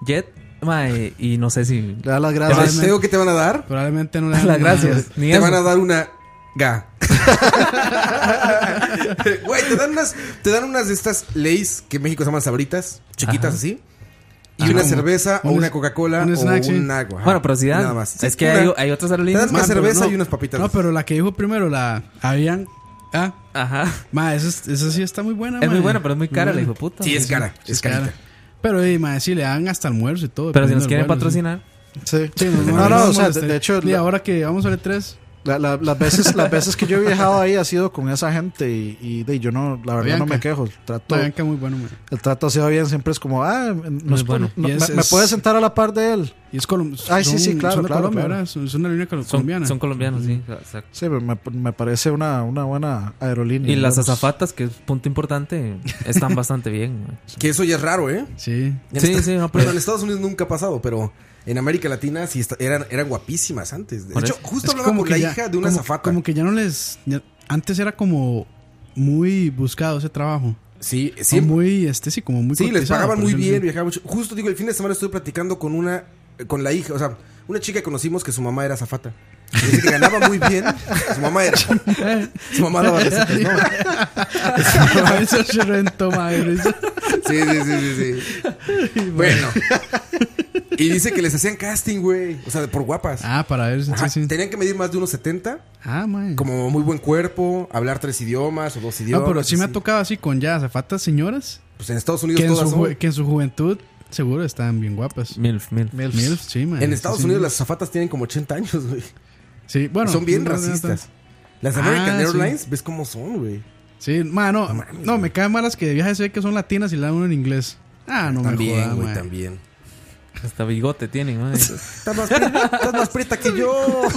[SPEAKER 6] Jet, mae, y no sé si...
[SPEAKER 7] Le das las
[SPEAKER 5] gracias. ¿El que te van a dar?
[SPEAKER 8] Probablemente no le
[SPEAKER 6] Las
[SPEAKER 8] dan nada.
[SPEAKER 6] gracias. Ni
[SPEAKER 5] te
[SPEAKER 6] eso.
[SPEAKER 5] van a dar una ga. Güey, te dan unas te dan unas de estas leis que en México se llaman sabritas, chiquitas
[SPEAKER 6] Ajá.
[SPEAKER 5] así. Y
[SPEAKER 6] Ajá.
[SPEAKER 5] una
[SPEAKER 6] Como
[SPEAKER 5] cerveza o
[SPEAKER 6] un
[SPEAKER 5] una
[SPEAKER 6] es-
[SPEAKER 5] Coca-Cola
[SPEAKER 6] un
[SPEAKER 5] o
[SPEAKER 6] snack, sí.
[SPEAKER 5] un agua. ajá.
[SPEAKER 6] Bueno, pero si dan-
[SPEAKER 5] Nada más.
[SPEAKER 6] es que
[SPEAKER 5] una-
[SPEAKER 6] hay- hay otras aerolíneas.
[SPEAKER 5] Te dan
[SPEAKER 8] Ma,
[SPEAKER 5] una
[SPEAKER 8] pero
[SPEAKER 5] cerveza
[SPEAKER 8] no.
[SPEAKER 5] y unas papitas.
[SPEAKER 8] No, pero la que dijo primero, la habían. Ah.
[SPEAKER 6] Ajá.
[SPEAKER 8] Ma, esa, es- esa sí está muy buena.
[SPEAKER 6] Es
[SPEAKER 8] ma.
[SPEAKER 6] muy buena, pero es muy cara, la
[SPEAKER 8] buena.
[SPEAKER 6] hijueputa. Sí, es cara,
[SPEAKER 8] Mm. sí,
[SPEAKER 6] es carita.
[SPEAKER 8] Pero, eh, ma, sí, le dan hasta almuerzo y todo.
[SPEAKER 6] Pero
[SPEAKER 8] dependiendo
[SPEAKER 6] si nos
[SPEAKER 8] del
[SPEAKER 6] quieren
[SPEAKER 8] vuelo, sí.
[SPEAKER 6] patrocinar.
[SPEAKER 7] Sí.
[SPEAKER 8] Sí, nos-
[SPEAKER 7] No,
[SPEAKER 8] nos
[SPEAKER 7] no, o
[SPEAKER 8] vamos
[SPEAKER 7] sea,
[SPEAKER 8] a
[SPEAKER 7] de-
[SPEAKER 8] estar-
[SPEAKER 7] de hecho,
[SPEAKER 8] Y
[SPEAKER 7] la-
[SPEAKER 8] ahora que vamos a ver tres.
[SPEAKER 7] La- la- las, veces, las veces que yo he viajado ahí ha sido con esa gente y, y, de, yo no, la verdad no
[SPEAKER 8] Bianca.
[SPEAKER 7] me quejo. El trato,
[SPEAKER 8] La Bianca muy bueno, man.
[SPEAKER 7] el trato ha sido bien, siempre es como, ah, nos
[SPEAKER 8] es bueno.
[SPEAKER 7] pon- no,
[SPEAKER 8] Y es-
[SPEAKER 7] me, me
[SPEAKER 8] es-
[SPEAKER 7] puedes sentar a la par de él.
[SPEAKER 8] Y es Colombia.
[SPEAKER 7] Ay, sí, sí, claro,
[SPEAKER 8] Son de
[SPEAKER 7] claro,
[SPEAKER 8] Colombia,
[SPEAKER 7] claro.
[SPEAKER 8] ¿verdad? Son, son una línea col-
[SPEAKER 6] Son,
[SPEAKER 8] colombiana.
[SPEAKER 6] son colombianos, sí. exacto.
[SPEAKER 7] Sí, pero me, me parece una, una buena aerolínea.
[SPEAKER 6] Y las
[SPEAKER 7] digamos.
[SPEAKER 6] azafatas, que es punto importante, están bastante bien. mae.
[SPEAKER 5] Que eso ya es raro, ¿eh?
[SPEAKER 8] Sí.
[SPEAKER 5] En
[SPEAKER 6] Sí,
[SPEAKER 5] esta-
[SPEAKER 6] sí, no, pero-
[SPEAKER 5] Bueno, en Estados Unidos nunca ha pasado, pero en América Latina sí esta- eran, eran guapísimas antes. De
[SPEAKER 6] Por
[SPEAKER 5] hecho,
[SPEAKER 6] eso.
[SPEAKER 5] justo
[SPEAKER 8] Es
[SPEAKER 5] hablaba
[SPEAKER 8] como
[SPEAKER 5] con
[SPEAKER 8] que
[SPEAKER 5] la
[SPEAKER 8] ya-
[SPEAKER 5] hija de una
[SPEAKER 8] como-
[SPEAKER 5] azafata.
[SPEAKER 8] Como que ya no les. ya- antes era como muy buscado ese trabajo.
[SPEAKER 5] Sí,
[SPEAKER 8] O
[SPEAKER 5] siempre.
[SPEAKER 8] muy, este, sí, como muy
[SPEAKER 5] Sí, les
[SPEAKER 8] cotizado,
[SPEAKER 5] pagaban
[SPEAKER 8] por
[SPEAKER 5] muy
[SPEAKER 8] decirlo
[SPEAKER 5] bien,
[SPEAKER 8] así.
[SPEAKER 5] viajaban mucho. Justo digo, el fin de semana estuve platicando con una eh, con la hija, o sea, una chica que conocimos que su mamá era zafata. Dice que ganaba muy bien. Su mamá era. Su mamá daba recetas,
[SPEAKER 8] Pues
[SPEAKER 5] ¿no?
[SPEAKER 8] Eso se rentó, madre. eso-
[SPEAKER 5] Sí, sí, sí, sí, sí. Bueno. Y dice que les hacían casting, güey. O sea, por guapas.
[SPEAKER 8] Ah, para ver. sí,
[SPEAKER 5] Ajá,
[SPEAKER 8] sí.
[SPEAKER 5] Tenían que medir más de unos 70.
[SPEAKER 8] Ah, man.
[SPEAKER 5] Como muy buen cuerpo, hablar tres idiomas o dos idiomas.
[SPEAKER 8] No, Ah, pero sí me
[SPEAKER 5] así.
[SPEAKER 8] ha tocado así con ya azafatas señoras.
[SPEAKER 5] Pues en Estados Unidos
[SPEAKER 8] que en, su,
[SPEAKER 5] todas son.
[SPEAKER 8] ju- que en su juventud seguro estaban bien guapas.
[SPEAKER 6] Milf, milf.
[SPEAKER 8] Milf, sí, man.
[SPEAKER 5] En
[SPEAKER 8] Sí,
[SPEAKER 5] Estados
[SPEAKER 8] sí.
[SPEAKER 5] Unidos las zafatas tienen como 80 años, güey.
[SPEAKER 8] Sí, bueno.
[SPEAKER 5] son bien
[SPEAKER 8] no, no, no, no.
[SPEAKER 5] racistas. Las
[SPEAKER 8] Ah,
[SPEAKER 5] American
[SPEAKER 8] sí.
[SPEAKER 5] Airlines, ¿ves cómo son, güey?
[SPEAKER 8] Sí, man, no, no, me caen malas que de viaje se ve que son latinas y la dan uno en inglés. Ah, no
[SPEAKER 5] también,
[SPEAKER 8] me jodas,
[SPEAKER 5] güey,
[SPEAKER 8] man.
[SPEAKER 5] también.
[SPEAKER 6] Hasta bigote tienen, mae.
[SPEAKER 5] Estás más, prieta, estás más prieta que yo.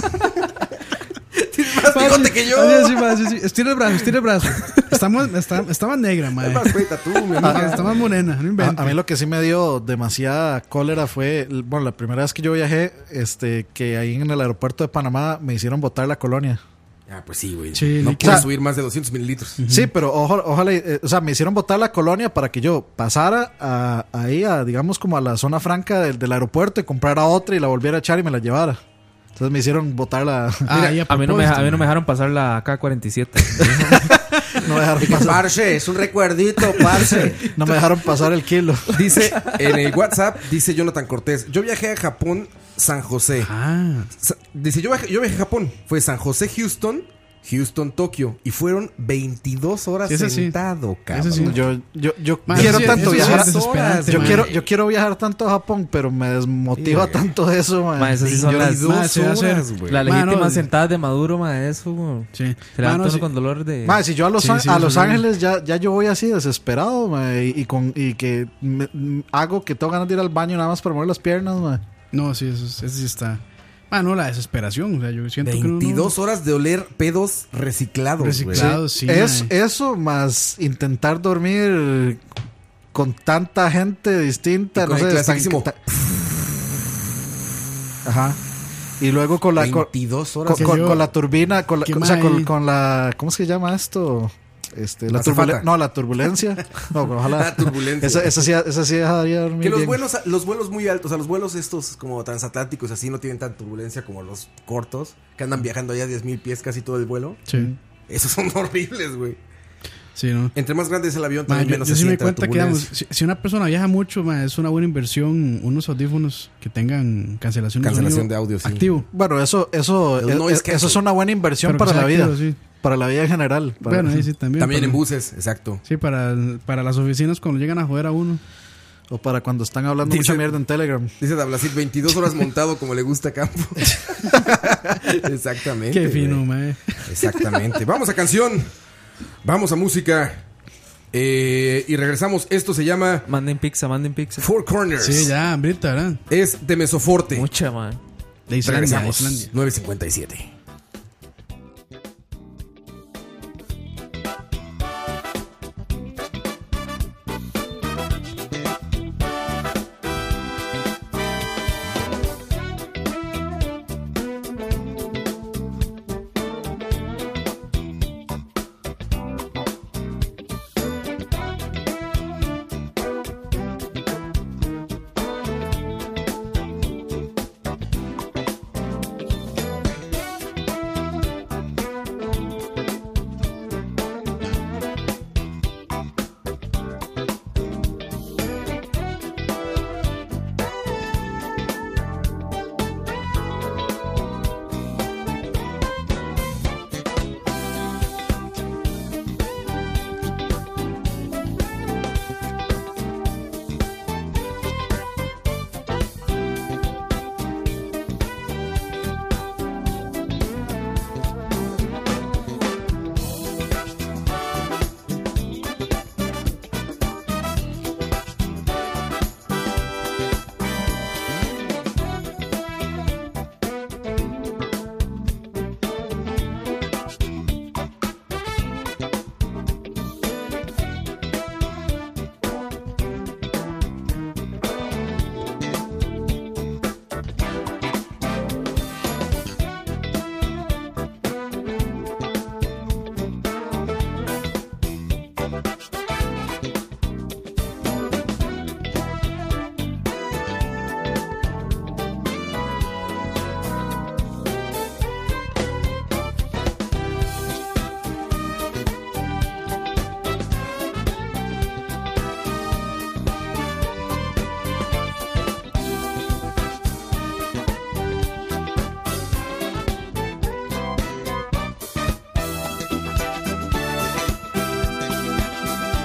[SPEAKER 5] Tienes más bigote que yo.
[SPEAKER 8] Oye, sí, man, sí, sí. Estira el brazo, estira el brazo. Estamos, está, está más negra, man.
[SPEAKER 5] Estás más prieta tú, mi
[SPEAKER 8] Ah,
[SPEAKER 5] amiga.
[SPEAKER 8] está más morena, no inventes.
[SPEAKER 7] A, a mí lo que sí me dio demasiada cólera fue, bueno, la primera vez que yo viajé, este, que ahí en el aeropuerto de Panamá me hicieron botar la colonia.
[SPEAKER 5] Ah, pues sí, güey.
[SPEAKER 8] Sí,
[SPEAKER 5] no
[SPEAKER 8] ni-
[SPEAKER 5] puedes
[SPEAKER 7] o sea-
[SPEAKER 5] subir más de 200 mililitros.
[SPEAKER 7] Sí, pero ojo- ojalá, eh, o sea, me hicieron botar la colonia para que yo pasara a, ahí, a, digamos, como a la zona franca del, del aeropuerto y comprara otra y la volviera a echar y me la llevara. Entonces me hicieron botar la.
[SPEAKER 8] Ah,
[SPEAKER 7] Mira,
[SPEAKER 8] y
[SPEAKER 6] A mí, no me,
[SPEAKER 8] propósito,
[SPEAKER 6] a mí no
[SPEAKER 8] man.
[SPEAKER 6] me dejaron pasar la K-47.
[SPEAKER 7] no, me dejaron pasar,
[SPEAKER 5] Parce, es un recuerdito, parce.
[SPEAKER 7] no me dejaron pasar el kilo.
[SPEAKER 5] Dice en el WhatsApp, dice Jonathan Cortés, yo viajé a Japón, San José.
[SPEAKER 8] Ah,
[SPEAKER 5] Sa- Dice, yo viajé, yo viajé a Japón. Fue San José, Houston, Houston, Tokio. Y fueron 22 horas
[SPEAKER 7] Ese sí.
[SPEAKER 5] sentado, cabrón.
[SPEAKER 7] Ese sí. Yo, yo, yo
[SPEAKER 5] Man,
[SPEAKER 7] quiero
[SPEAKER 5] sí, eso
[SPEAKER 7] tanto
[SPEAKER 5] sí es
[SPEAKER 7] viajar.
[SPEAKER 5] desesperante,
[SPEAKER 7] yo,
[SPEAKER 5] man.
[SPEAKER 7] quiero, yo quiero viajar tanto a Japón, pero me desmotiva
[SPEAKER 6] Sí,
[SPEAKER 7] tanto eso, man.
[SPEAKER 6] Ma, esas sí son
[SPEAKER 7] Yo-
[SPEAKER 6] las
[SPEAKER 7] Ma, se va a hacer-
[SPEAKER 6] La
[SPEAKER 7] Ma, no,
[SPEAKER 6] legítima sentada de Maduro, ma, eso. güey. Se
[SPEAKER 7] Ma,
[SPEAKER 6] levanta
[SPEAKER 7] no,
[SPEAKER 6] uno
[SPEAKER 7] sí.
[SPEAKER 6] con dolor de.
[SPEAKER 7] Ma, si yo a Los, An- a Los Ángeles ya, ya yo voy así desesperado, ma, y, y con, y que me- m- hago que tengo ganas de ir al baño nada más para mover las piernas, ma.
[SPEAKER 8] No, sí, eso, eso sí está. Ah, no, la desesperación. O sea, yo siento que. uno no-
[SPEAKER 5] 22 horas de oler pedos reciclados.
[SPEAKER 8] Reciclados, sí,
[SPEAKER 7] es
[SPEAKER 8] mae.
[SPEAKER 7] eso más intentar dormir con tanta gente distinta,
[SPEAKER 5] Y con
[SPEAKER 7] no
[SPEAKER 5] el
[SPEAKER 7] sé,
[SPEAKER 5] clasiquísimo.
[SPEAKER 7] estanca- Ajá. Y luego con la con-
[SPEAKER 5] 22 horas.
[SPEAKER 7] con, con-
[SPEAKER 5] Que yo-
[SPEAKER 7] con la turbina, con la,
[SPEAKER 5] que
[SPEAKER 7] o sea, con,
[SPEAKER 5] mae.
[SPEAKER 7] con la ¿cómo se llama esto? Este, la
[SPEAKER 5] Azafata.
[SPEAKER 7] turbulencia. No, la turbulencia. No, ojalá.
[SPEAKER 5] La turbulencia.
[SPEAKER 7] Esa, esa sí, esa sí dejaría dormir.
[SPEAKER 5] Que los
[SPEAKER 7] bien.
[SPEAKER 5] vuelos, los vuelos muy altos, o sea, los vuelos estos como transatlánticos así no tienen tanta turbulencia como los cortos, que andan viajando allá a 10.000 pies casi todo el vuelo.
[SPEAKER 8] Sí.
[SPEAKER 5] Esos son horribles, güey.
[SPEAKER 8] Sí, ¿no?
[SPEAKER 5] Entre más grande es el avión,
[SPEAKER 8] Ma,
[SPEAKER 5] también
[SPEAKER 8] yo,
[SPEAKER 5] menos
[SPEAKER 8] yo
[SPEAKER 5] se
[SPEAKER 8] sí me
[SPEAKER 5] siente la
[SPEAKER 8] cuenta que digamos,
[SPEAKER 5] turbulencia.
[SPEAKER 8] si, si una persona viaja mucho, ma, es una buena inversión unos audífonos que tengan cancelación de
[SPEAKER 5] Cancelación
[SPEAKER 8] sonido
[SPEAKER 5] de audio, sí.
[SPEAKER 8] activo.
[SPEAKER 7] Bueno, eso eso
[SPEAKER 8] El
[SPEAKER 7] es-
[SPEAKER 8] noise
[SPEAKER 7] es- eso es
[SPEAKER 8] cancel.
[SPEAKER 7] una buena inversión
[SPEAKER 8] Pero
[SPEAKER 7] para
[SPEAKER 8] que
[SPEAKER 7] la
[SPEAKER 8] sea
[SPEAKER 7] vida.
[SPEAKER 8] activo, sí.
[SPEAKER 7] Para la vida en general. Para-
[SPEAKER 8] Bueno, ahí sí, también.
[SPEAKER 5] También
[SPEAKER 8] para-
[SPEAKER 5] en buses, exacto.
[SPEAKER 8] Sí, para, para las oficinas cuando llegan a joder a uno.
[SPEAKER 7] O para cuando están hablando
[SPEAKER 8] Dice-
[SPEAKER 7] mucha mierda en Telegram.
[SPEAKER 5] Dice Dablacid, 22 horas montado como le gusta a Campo. Exactamente.
[SPEAKER 8] Qué fino,
[SPEAKER 5] güey.
[SPEAKER 8] mae.
[SPEAKER 5] Exactamente. Vamos a canción. Vamos a música. Eh, y regresamos. Esto se llama.
[SPEAKER 6] Manden pizza, manden pizza.
[SPEAKER 5] Four Corners.
[SPEAKER 8] Sí, ya, hambrita, ¿verdad?
[SPEAKER 5] Es de Mesoforte.
[SPEAKER 6] Mucha, man.
[SPEAKER 8] De Islandia,
[SPEAKER 5] regresamos.
[SPEAKER 8] Islandia.
[SPEAKER 5] 9.57.
[SPEAKER 2] Thank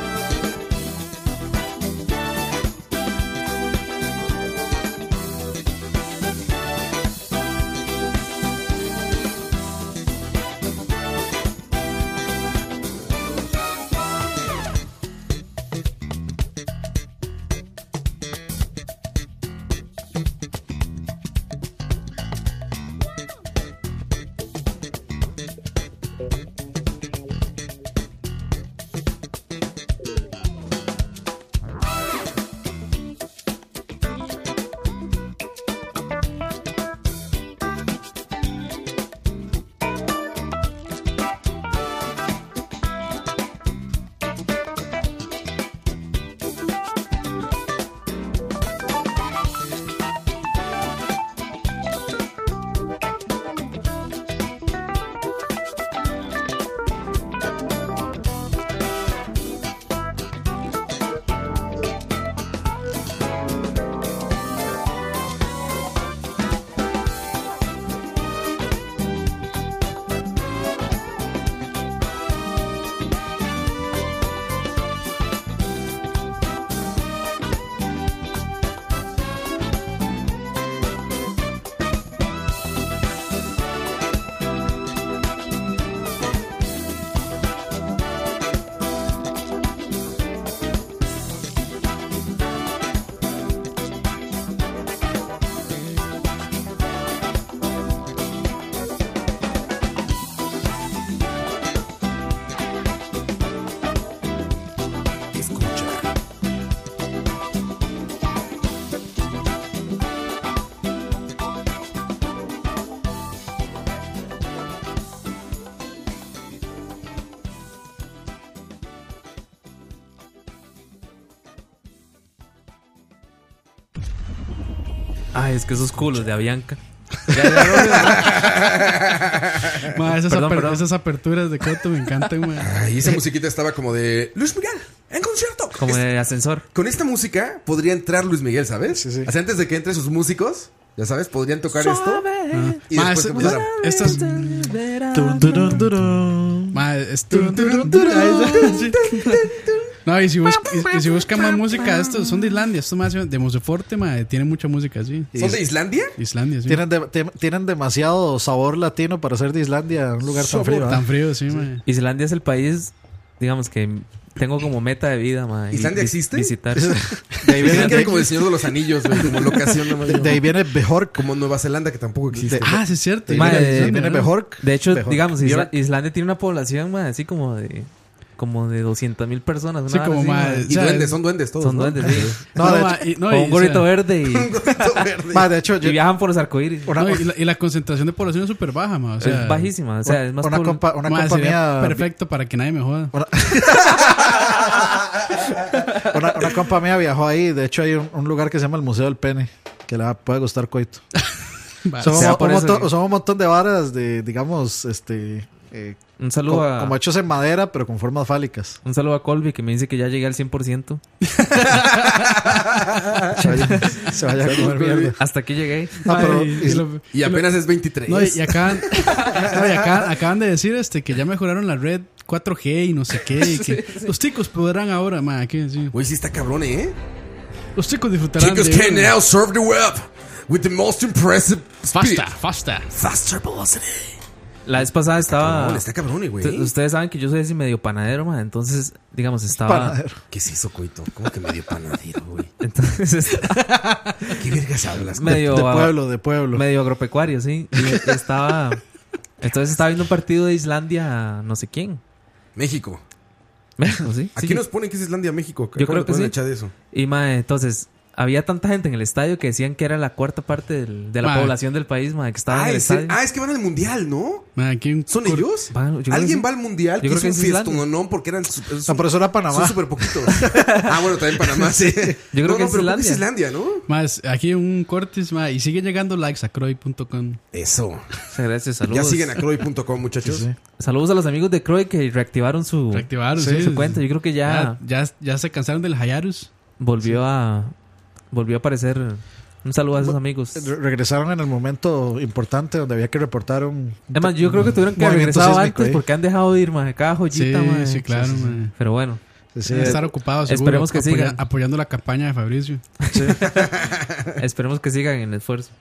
[SPEAKER 6] Ay, es que esos culos de Avianca.
[SPEAKER 8] Ma, esas,
[SPEAKER 6] Perdón,
[SPEAKER 8] aper-
[SPEAKER 6] perdón.
[SPEAKER 8] esas aperturas de Coto me encantan, ma.
[SPEAKER 5] Ay, esa musiquita estaba como de Luis Miguel, en concierto.
[SPEAKER 6] Como de ascensor.
[SPEAKER 5] Con esta música podría entrar Luis Miguel, ¿sabes? O sea, antes de que entren sus músicos, ya sabes, podrían tocar esto. Y
[SPEAKER 8] Ma,
[SPEAKER 5] después
[SPEAKER 8] es-
[SPEAKER 5] empiezan.
[SPEAKER 8] estas- Ma, es- No, y si, bus- y- y si buscan más música, estos son de Islandia. Estos más de Moseforte, ma, tiene mucha música así.
[SPEAKER 7] ¿Son de
[SPEAKER 5] Islandia?
[SPEAKER 8] Islandia, sí.
[SPEAKER 7] Tienen, de- tem- tienen demasiado sabor latino para ser de Islandia, un lugar tan frío. ¿eh?
[SPEAKER 8] frío, sí, mae.
[SPEAKER 6] Islandia es el país, digamos que tengo como meta de vida, mae.
[SPEAKER 5] ¿Islandia
[SPEAKER 6] vi-
[SPEAKER 5] existe?
[SPEAKER 6] Visitar.
[SPEAKER 5] De ahí viene que era como el Señor de los Anillos, güey, como locación. nomás,
[SPEAKER 7] De ahí viene Bjork.
[SPEAKER 5] Como Nueva Zelanda, que tampoco existe.
[SPEAKER 8] ah, sí, es cierto.
[SPEAKER 6] Mae,
[SPEAKER 7] mejor.
[SPEAKER 6] De hecho,
[SPEAKER 7] Bjork.
[SPEAKER 6] digamos, Isla-
[SPEAKER 7] Bjork.
[SPEAKER 6] Islandia tiene una población, mae, así como de... Como de 200 mil personas. una
[SPEAKER 8] Sí,
[SPEAKER 6] vara
[SPEAKER 8] como,
[SPEAKER 6] así,
[SPEAKER 8] mae,
[SPEAKER 6] mae.
[SPEAKER 8] o sea, es-
[SPEAKER 6] Son duendes, sí.
[SPEAKER 8] No, de hecho-
[SPEAKER 6] Con un gorrito verde y...
[SPEAKER 7] Ma, de hecho,
[SPEAKER 6] y viajan por los arcoíris.
[SPEAKER 8] No, y, la, y la concentración de población es súper baja, ma, o sea-
[SPEAKER 6] Es bajísima, o sea, es más Una pobl- compa- una
[SPEAKER 8] Ma,
[SPEAKER 6] compañía-
[SPEAKER 8] sería perfecto para que nadie me joda.
[SPEAKER 7] Una, una compa mía viajó ahí. De hecho, hay un, un lugar que se llama el Museo del Pene, que le va- puede gustar coito.
[SPEAKER 8] Vale.
[SPEAKER 7] son, un,
[SPEAKER 8] Sea
[SPEAKER 7] un
[SPEAKER 8] por eso
[SPEAKER 7] montón,
[SPEAKER 8] que-
[SPEAKER 7] son un montón de varas de, digamos, este. eh,
[SPEAKER 6] Un saludo
[SPEAKER 7] co-
[SPEAKER 6] a-
[SPEAKER 7] Como hechos en madera, pero con formas fálicas.
[SPEAKER 6] Un saludo a Colby que me dice que ya llegué al 100%.
[SPEAKER 7] Se vaya- se vaya a comer
[SPEAKER 6] Ah. Saludos, Colby.
[SPEAKER 7] mierda.
[SPEAKER 6] Hasta aquí llegué.
[SPEAKER 7] No, pero-
[SPEAKER 8] Ay,
[SPEAKER 7] y-
[SPEAKER 8] lo-
[SPEAKER 7] y apenas
[SPEAKER 5] es 23.
[SPEAKER 8] No, y, y acaban, no, y acaban, acaban de decir este que ya mejoraron la red 4G y no sé qué. y que Los chicos podrán ahora, ma, que sí.
[SPEAKER 5] Güey, sí está cabrón, ¿eh?
[SPEAKER 8] Los chicos disfrutarán
[SPEAKER 5] Chicos
[SPEAKER 8] de
[SPEAKER 5] can
[SPEAKER 8] una-
[SPEAKER 5] now serve the web with the most impressive speed.
[SPEAKER 8] Fasta, fasta.
[SPEAKER 5] Faster velocity.
[SPEAKER 6] La vez pasada estaba.
[SPEAKER 5] cabrón, está cabrón, güey.
[SPEAKER 6] Usted- Ustedes saben que yo soy así medio panadero, man. Entonces, digamos, estaba.
[SPEAKER 5] Panadero. ¿Qué se hizo, coito? ¿Cómo que medio panadero, güey?
[SPEAKER 6] Entonces.
[SPEAKER 5] ¿Qué vergas hablas?
[SPEAKER 6] Medio.
[SPEAKER 5] De- de
[SPEAKER 6] ah,
[SPEAKER 5] pueblo, de pueblo.
[SPEAKER 6] Medio agropecuario, sí. Y estaba. Entonces estaba viendo un partido de Islandia, no sé quién.
[SPEAKER 5] México.
[SPEAKER 6] México, sí.
[SPEAKER 5] Aquí
[SPEAKER 6] sí.
[SPEAKER 5] nos ponen que es Islandia, México.
[SPEAKER 6] Yo creo que sí.
[SPEAKER 5] Echar de eso?
[SPEAKER 6] Y mae, entonces, había tanta gente en el estadio que decían que era la cuarta parte del- de la
[SPEAKER 5] Mae.
[SPEAKER 6] población del país, mae, que estaba en
[SPEAKER 5] Ah,
[SPEAKER 6] el
[SPEAKER 5] es, el-
[SPEAKER 6] estadio.
[SPEAKER 5] ah, es que van al mundial, ¿no?
[SPEAKER 8] Ma, aquí un-
[SPEAKER 5] ¿Son ellos?
[SPEAKER 6] Van- yo creo que
[SPEAKER 5] ¿Alguien
[SPEAKER 6] sí.
[SPEAKER 5] va al mundial?
[SPEAKER 6] Yo creo que
[SPEAKER 5] es
[SPEAKER 6] es
[SPEAKER 5] un
[SPEAKER 6] Islandia.
[SPEAKER 5] fiestón, ¿no? Porque eran. su- su-
[SPEAKER 7] No, pero eso era Panamá.
[SPEAKER 5] Son súper poquitos. ah, bueno, también Panamá, sí. No, no,
[SPEAKER 8] creo que es
[SPEAKER 5] pero creo
[SPEAKER 8] Islandia.
[SPEAKER 5] es Islandia, ¿no?
[SPEAKER 8] Más, aquí un cortis, ma, y sigue llegando likes a croy.com.
[SPEAKER 5] Eso.
[SPEAKER 6] Gracias, saludos.
[SPEAKER 5] Ya siguen a croy.com, muchachos.
[SPEAKER 6] Saludos a los amigos de Croy que reactivaron su,
[SPEAKER 8] Reactivaron,
[SPEAKER 6] su,
[SPEAKER 8] sí.
[SPEAKER 6] su Uh, cuenta. Yo creo que ya
[SPEAKER 8] Ya, ya, ya se cansaron del Hayarus.
[SPEAKER 6] volvió a volvió a aparecer. Un saludo a esos amigos.
[SPEAKER 7] Re- Regresaron en el momento importante donde había que reportar un.
[SPEAKER 6] Además, yo creo que tuvieron que
[SPEAKER 7] movimiento
[SPEAKER 6] haber regresado
[SPEAKER 7] sísmico
[SPEAKER 6] antes
[SPEAKER 7] ahí.
[SPEAKER 6] porque han dejado de ir, más cada joyita,
[SPEAKER 8] Sí,
[SPEAKER 6] mae.
[SPEAKER 8] sí, claro, mae.
[SPEAKER 6] Pero bueno.
[SPEAKER 7] Sí,
[SPEAKER 8] Deben estar ocupados. seguro,
[SPEAKER 6] Esperemos que
[SPEAKER 8] apoya-
[SPEAKER 6] sigan.
[SPEAKER 8] Apoyando la campaña de Fabricio.
[SPEAKER 6] Esperemos que sigan en el esfuerzo.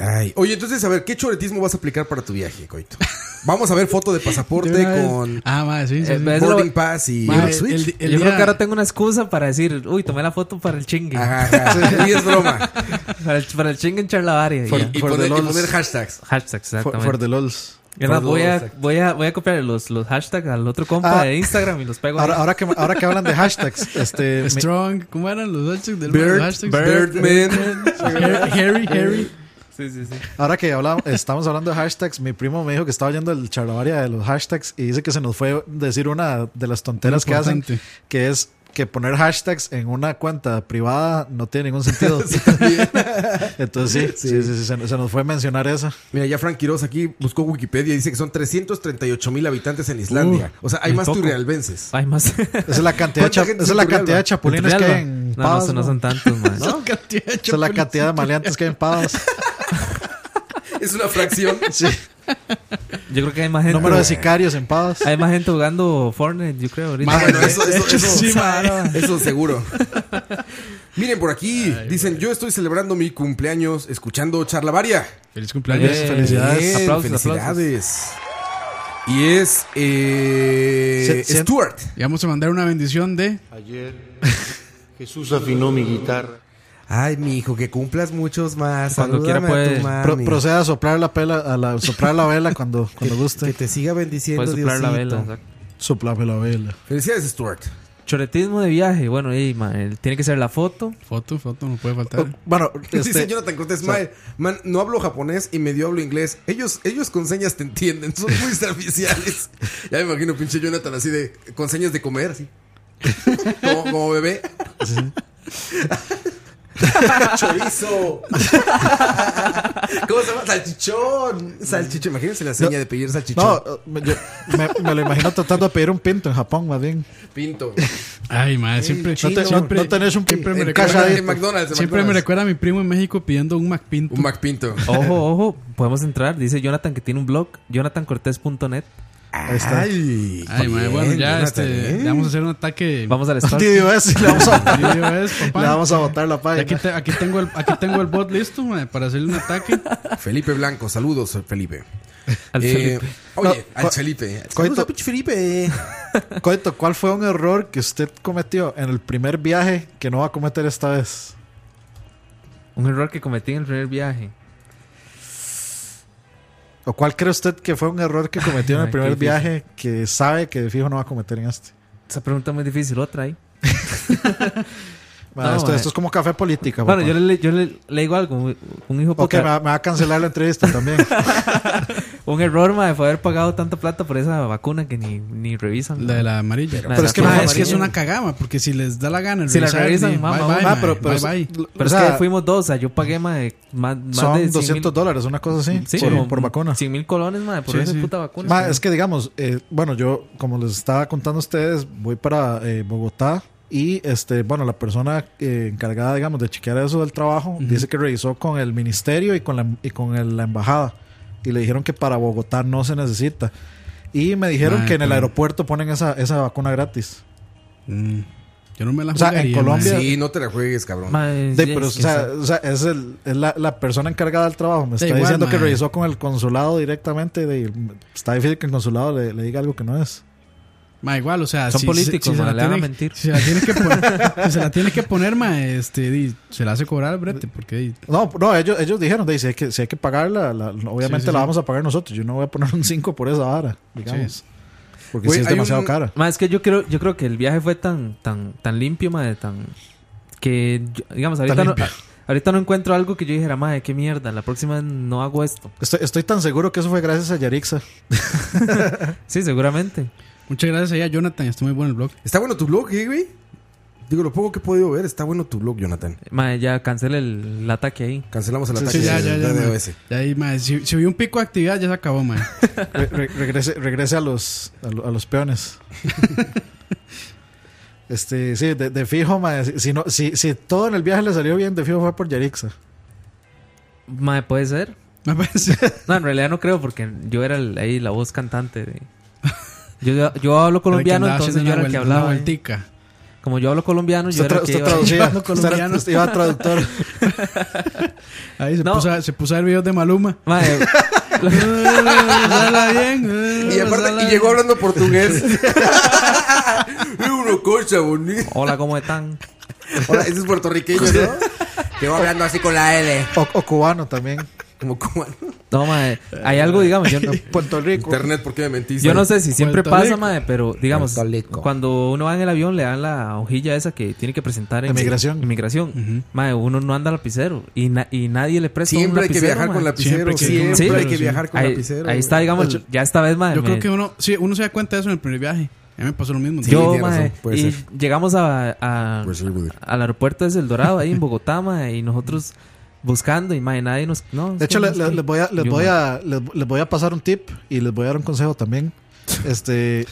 [SPEAKER 5] Ay, oye, entonces, a ver, ¿qué choretismo vas a aplicar para tu viaje, Coito? Vamos a ver foto de pasaporte
[SPEAKER 7] Este
[SPEAKER 8] De una vez.
[SPEAKER 5] con
[SPEAKER 8] Ah, ma, sí, sí,
[SPEAKER 5] eh,
[SPEAKER 8] sí.
[SPEAKER 5] boarding pass y
[SPEAKER 7] Ah,
[SPEAKER 8] Ma, el-
[SPEAKER 5] Switch.
[SPEAKER 8] el- el
[SPEAKER 6] yo
[SPEAKER 8] día-
[SPEAKER 6] creo que ahora tengo una excusa para decir, uy, tomé la foto para el chingue.
[SPEAKER 5] Ajá, ajá. Y es broma.
[SPEAKER 6] para, el, para el chingue en charlavaria.
[SPEAKER 5] For- Y- y for the poner- y lols. poner hashtags.
[SPEAKER 6] Hashtags, exactamente.
[SPEAKER 7] For- for the lols.
[SPEAKER 6] Es más,
[SPEAKER 7] For the
[SPEAKER 6] voy,
[SPEAKER 7] lols,
[SPEAKER 6] a,
[SPEAKER 7] exacto.
[SPEAKER 6] voy, a, voy a copiar los, los hashtags al otro compa
[SPEAKER 7] Ah.
[SPEAKER 6] de Instagram y los pego
[SPEAKER 7] Ahora,
[SPEAKER 6] ahí.
[SPEAKER 7] ahora que, ahora que hablan de hashtags, este. mi-
[SPEAKER 8] Strong, ¿cómo eran los hashtags del
[SPEAKER 7] Bird,
[SPEAKER 8] los hashtags?
[SPEAKER 7] Birdman.
[SPEAKER 8] Har- Harry,
[SPEAKER 6] Eh,
[SPEAKER 8] Harry.
[SPEAKER 6] Sí, sí, sí.
[SPEAKER 7] Ahora que hablamos, estamos hablando de hashtags, mi primo me dijo que estaba oyendo el charlavaria de los hashtags y dice que se nos fue decir una de las tonteras
[SPEAKER 8] Muy
[SPEAKER 7] que hacen,
[SPEAKER 8] importante.
[SPEAKER 7] que es que poner hashtags en una cuenta privada no tiene ningún sentido. Entonces sí, sí, sí, sí, se, se nos fue mencionar esa.
[SPEAKER 5] Mira, ya Frank Quiroz aquí buscó Wikipedia y dice que son 338 mil habitantes en Islandia.
[SPEAKER 6] Uh,
[SPEAKER 5] o sea, hay
[SPEAKER 6] muy
[SPEAKER 5] más
[SPEAKER 6] poco.
[SPEAKER 5] turrialbenses.
[SPEAKER 6] Hay más. Esa
[SPEAKER 7] es la cantidad de cha- esa es la cantidad de chapulines que hay en
[SPEAKER 6] No, no,
[SPEAKER 7] Pavas,
[SPEAKER 6] son- no
[SPEAKER 7] ¿no?
[SPEAKER 6] son tantos, man.
[SPEAKER 7] ¿No? Esa es la cantidad de maleantes que hay en Pavas.
[SPEAKER 5] Es una fracción.
[SPEAKER 7] Sí.
[SPEAKER 6] Yo creo que hay más gente.
[SPEAKER 7] Número de sicarios en Pavas.
[SPEAKER 6] Hay más gente jugando Fortnite, yo creo, ahorita.
[SPEAKER 5] Ah, bueno, eso, eso, eso,
[SPEAKER 6] Sí, man.
[SPEAKER 5] eso seguro. Miren por aquí, dicen, yo estoy celebrando mi cumpleaños escuchando Charlavaria.
[SPEAKER 8] Feliz cumpleaños.
[SPEAKER 6] eh,
[SPEAKER 5] Bien,
[SPEAKER 8] Felicidades.
[SPEAKER 5] bien,
[SPEAKER 8] Aplausos,
[SPEAKER 5] felicidades. Y es eh,
[SPEAKER 8] Se- se-
[SPEAKER 5] Stuart.
[SPEAKER 8] Y vamos a mandar una bendición de.
[SPEAKER 12] Ayer Jesús afinó mi guitarra.
[SPEAKER 5] Ay, mi hijo, que cumplas muchos más.
[SPEAKER 12] Cuando quiera
[SPEAKER 5] Salúdame a tu
[SPEAKER 12] puede.
[SPEAKER 5] mami.
[SPEAKER 7] Pro- proceda a soplar la pela, a la, soplar la vela cuando, cuando guste.
[SPEAKER 5] Que te siga bendiciendo
[SPEAKER 6] Puedes soplar la
[SPEAKER 5] Diosito.
[SPEAKER 6] vela. exacto.
[SPEAKER 7] Soplame la vela.
[SPEAKER 5] Felicidades, Stuart.
[SPEAKER 6] Choretismo de viaje, bueno, y, man, el- tiene que ser la foto.
[SPEAKER 8] Foto, foto, no puede faltar.
[SPEAKER 7] Bueno,
[SPEAKER 5] Dice Jonathan Cortés, "Mae, man, no hablo japonés y medio hablo inglés. Ellos, ellos con señas te entienden, son muy serviciales. ya me imagino, pinche Jonathan, así de, con señas de comer, así. como, como bebé. Chorizo. ¿Cómo se llama? Salchichón. Salchichón. Imagínense la seña de pedir salchichón.
[SPEAKER 7] No, me, yo- me- me lo imagino tratando de pedir un pinto en Japón, más bien.
[SPEAKER 5] Pinto.
[SPEAKER 8] Ay, madre, siempre.
[SPEAKER 7] chino. No te- no- no tenés un
[SPEAKER 8] siempre me
[SPEAKER 7] en
[SPEAKER 8] recuerda-
[SPEAKER 7] casa de- en
[SPEAKER 5] McDonald's, en
[SPEAKER 8] Siempre me
[SPEAKER 5] McDonald's.
[SPEAKER 8] recuerda a mi primo en México pidiendo un McPinto.
[SPEAKER 5] Un McPinto.
[SPEAKER 6] Ojo, ojo, podemos entrar. Dice Jonathan que tiene un blog, jonathancortés.net. Ahí
[SPEAKER 8] está.
[SPEAKER 5] Ay,
[SPEAKER 8] Ay, madre, bueno, ya este, le vamos a hacer un ataque.
[SPEAKER 6] Vamos al
[SPEAKER 8] espacio.
[SPEAKER 6] Stalking. DDoS, le vamos a botar. Le vamos a
[SPEAKER 7] botar la página.
[SPEAKER 8] Aquí, te- aquí tengo el, aquí tengo el bot listo madre, para hacerle un ataque.
[SPEAKER 5] Felipe Blanco, saludos al Felipe.
[SPEAKER 8] Al
[SPEAKER 5] Eh,
[SPEAKER 8] Felipe.
[SPEAKER 5] Oye,
[SPEAKER 7] No,
[SPEAKER 5] al
[SPEAKER 7] co-
[SPEAKER 5] Felipe. Saludos
[SPEAKER 7] coito.
[SPEAKER 5] al pinche Felipe.
[SPEAKER 7] Coito, ¿cuál fue un error que usted cometió en el primer viaje que no va a cometer esta vez?
[SPEAKER 6] Un error que cometí en el primer viaje.
[SPEAKER 7] ¿O cuál cree usted que fue un error que cometió en
[SPEAKER 6] Ay,
[SPEAKER 7] el primer
[SPEAKER 6] qué difícil.
[SPEAKER 7] viaje que sabe que de fijo no va a cometer en este?
[SPEAKER 6] Esa pregunta es muy difícil, otra ahí.
[SPEAKER 7] Bueno,
[SPEAKER 6] No,
[SPEAKER 7] esto,
[SPEAKER 6] mae.
[SPEAKER 7] esto es como café política.
[SPEAKER 6] Bueno,
[SPEAKER 7] papá.
[SPEAKER 6] yo le, yo le, le digo algo. un- Un hijo
[SPEAKER 7] Ok,
[SPEAKER 6] puta-
[SPEAKER 7] me, va- me va a cancelar la entrevista también.
[SPEAKER 6] Un error, madre, fue haber pagado tanta plata por esa vacuna que ni, ni revisan.
[SPEAKER 8] La de la amarilla. Pero,
[SPEAKER 6] de la
[SPEAKER 8] es que
[SPEAKER 6] vacuna
[SPEAKER 8] madre, es que es
[SPEAKER 6] amarilla.
[SPEAKER 8] una cagama, porque si les da la gana. el
[SPEAKER 6] Si la
[SPEAKER 8] revisar,
[SPEAKER 6] revisan,
[SPEAKER 8] di,
[SPEAKER 6] mamá,
[SPEAKER 8] bye, bye,
[SPEAKER 6] mamá,
[SPEAKER 8] madre,
[SPEAKER 6] Ah, pero- pero
[SPEAKER 8] bye,
[SPEAKER 6] es-
[SPEAKER 8] bye.
[SPEAKER 6] Pero
[SPEAKER 7] O
[SPEAKER 6] es
[SPEAKER 7] sea,
[SPEAKER 6] que fuimos dos, o sea, yo pagué más de, más, más de
[SPEAKER 7] Son
[SPEAKER 6] 100 mil-
[SPEAKER 7] 200 dólares, una cosa así,
[SPEAKER 6] Sí,
[SPEAKER 7] por,
[SPEAKER 6] como
[SPEAKER 7] por vacuna.
[SPEAKER 6] 100 mil colones, madre, por
[SPEAKER 7] Sí,
[SPEAKER 6] esa
[SPEAKER 7] sí.
[SPEAKER 6] puta vacuna.
[SPEAKER 7] Ma, es que digamos, eh, bueno, yo como les estaba contando a ustedes, voy para eh, Bogotá y este, bueno, la persona eh, encargada, digamos, de chequear eso del trabajo, dice que revisó con el ministerio y con la, y con el- la embajada y le dijeron que para Bogotá no se necesita. Y me dijeron
[SPEAKER 8] Ma,
[SPEAKER 7] que en el
[SPEAKER 8] pero-
[SPEAKER 7] aeropuerto ponen esa, esa vacuna gratis.
[SPEAKER 8] Mm, Yo no me la
[SPEAKER 7] O sea, en
[SPEAKER 8] jugaría,
[SPEAKER 7] Colombia-
[SPEAKER 8] madre.
[SPEAKER 5] Sí, no te la juegues, cabrón.
[SPEAKER 7] De- pero, o sea, o sea, es, el- es la, la persona encargada del trabajo. Me
[SPEAKER 8] Da
[SPEAKER 7] está
[SPEAKER 8] igual,
[SPEAKER 7] diciendo que
[SPEAKER 8] ma.
[SPEAKER 7] revisó con el consulado directamente. de- está difícil que el consulado le, le diga algo que no es.
[SPEAKER 8] Ma, igual, o sea,
[SPEAKER 6] Son
[SPEAKER 8] si-
[SPEAKER 6] políticos,
[SPEAKER 8] si- si se
[SPEAKER 6] ma,
[SPEAKER 8] la
[SPEAKER 6] le van a
[SPEAKER 8] tiene-
[SPEAKER 6] mentir.
[SPEAKER 8] Si se la tiene que poner, si se la tiene que poner, ma, este, di, se la hace cobrar el brete, porque di,
[SPEAKER 7] No, no, ellos, ellos dijeron, de, si, hay que, si hay que pagarla, la- obviamente
[SPEAKER 8] Sí, sí,
[SPEAKER 7] la
[SPEAKER 8] sí.
[SPEAKER 7] vamos a pagar nosotros. Yo no voy a poner un 5 por esa vara, digamos.
[SPEAKER 8] Sí.
[SPEAKER 7] Porque
[SPEAKER 6] Güey,
[SPEAKER 7] sí es
[SPEAKER 6] hay
[SPEAKER 7] demasiado
[SPEAKER 6] un-
[SPEAKER 7] cara.
[SPEAKER 6] Ma, es que yo creo, yo creo que el viaje fue tan, tan, tan limpio, madre, tan. Que, yo- digamos, ahorita no,
[SPEAKER 7] limpio.
[SPEAKER 6] ahorita no encuentro algo que yo dijera, madre, qué mierda, la próxima vez no hago esto.
[SPEAKER 7] Estoy, estoy tan seguro que eso fue gracias a Yarixa.
[SPEAKER 6] Sí, seguramente.
[SPEAKER 8] Muchas gracias a Jonathan, está muy bueno el blog.
[SPEAKER 5] Está bueno tu blog, eh, güey. Digo, lo poco que he podido ver, está bueno tu blog, Jonathan.
[SPEAKER 6] Madre, ya cancelé el, el ataque ahí.
[SPEAKER 5] Cancelamos el
[SPEAKER 8] Sí,
[SPEAKER 5] ataque
[SPEAKER 8] sí, ya, ya,
[SPEAKER 5] del
[SPEAKER 8] ya. ma.
[SPEAKER 5] DDoS.
[SPEAKER 8] Ya ahí, ma, si, si hubo un pico de actividad, ya se acabó, ma.
[SPEAKER 7] Re- re- regrese, regrese a los a, lo- a los peones. Este, sí, de, de fijo, ma, si, si no, si, si todo en el viaje le salió bien, de fijo fue por Yarixa.
[SPEAKER 6] Madre, puede ser. No, en realidad no creo, porque yo era el- ahí la voz cantante. de- Yo, yo hablo colombiano,
[SPEAKER 8] Era el que andaba
[SPEAKER 6] entonces yo
[SPEAKER 8] haciendo
[SPEAKER 6] era el
[SPEAKER 8] una
[SPEAKER 6] que
[SPEAKER 8] vuel-
[SPEAKER 6] hablaba.
[SPEAKER 8] una
[SPEAKER 6] ahí.
[SPEAKER 8] vueltica.
[SPEAKER 6] Como yo hablo colombiano, yo
[SPEAKER 7] Usted,
[SPEAKER 6] era el
[SPEAKER 7] tra-
[SPEAKER 6] que
[SPEAKER 7] usted
[SPEAKER 6] iba-
[SPEAKER 7] traducía,
[SPEAKER 6] hablando
[SPEAKER 7] usted era-
[SPEAKER 6] colombiano.
[SPEAKER 7] usted iba a traductor.
[SPEAKER 8] Ahí se,
[SPEAKER 6] No.
[SPEAKER 8] puso a, se puso a ver videos de Maluma.
[SPEAKER 6] Madre,
[SPEAKER 8] Sala bien. eh,
[SPEAKER 5] Y aparte,
[SPEAKER 8] sala
[SPEAKER 5] y llegó hablando portugués. Es una cosa bonita.
[SPEAKER 6] hola, ¿cómo están?
[SPEAKER 5] Hola, ese es puertorriqueño, ¿no? Llegó hablando así con la L.
[SPEAKER 7] O, o cubano también.
[SPEAKER 5] Como cubano.
[SPEAKER 6] No, madre, hay algo, digamos, yo no,
[SPEAKER 7] Puerto Rico.
[SPEAKER 5] Internet, ¿por qué me mentiste?
[SPEAKER 6] Yo no sé si siempre
[SPEAKER 8] Puerto
[SPEAKER 6] pasa,
[SPEAKER 8] Rico.
[SPEAKER 6] madre, pero digamos,
[SPEAKER 5] Puerto Rico.
[SPEAKER 6] cuando uno va en el avión le dan la hojilla esa que tiene que presentar en
[SPEAKER 7] Inmigración.
[SPEAKER 6] inmigración. Madre, uno no anda lapicero y, na- y nadie le presta un
[SPEAKER 5] Siempre hay que
[SPEAKER 6] lapicero,
[SPEAKER 5] viajar
[SPEAKER 6] madre.
[SPEAKER 5] con lapicero.
[SPEAKER 8] Siempre que-
[SPEAKER 5] Siempre,
[SPEAKER 6] Sí.
[SPEAKER 5] hay que
[SPEAKER 8] Sí.
[SPEAKER 5] viajar con
[SPEAKER 6] ahí,
[SPEAKER 5] lapicero.
[SPEAKER 6] ahí está, digamos, ya esta vez, madre.
[SPEAKER 8] Yo creo
[SPEAKER 6] me-
[SPEAKER 8] que uno, sí, uno se da cuenta de eso en el primer viaje. A mí me pasó lo mismo.
[SPEAKER 5] Sí,
[SPEAKER 6] yo,
[SPEAKER 5] tiene razón,
[SPEAKER 6] madre,
[SPEAKER 5] puede
[SPEAKER 6] y
[SPEAKER 5] ser.
[SPEAKER 6] llegamos a, a-
[SPEAKER 5] Puede ser, puede ser.
[SPEAKER 6] al aeropuerto de El Dorado, ahí en Bogotá, madre, y nosotros buscando, y madre, nadie nos. No, es
[SPEAKER 7] De hecho,
[SPEAKER 6] que
[SPEAKER 7] le-
[SPEAKER 6] no
[SPEAKER 7] le-
[SPEAKER 6] sé.
[SPEAKER 7] les, voy a, les,
[SPEAKER 6] Yo,
[SPEAKER 7] voy
[SPEAKER 6] madre,
[SPEAKER 7] a, les, les voy a pasar un tip y les voy a dar un consejo también. Este,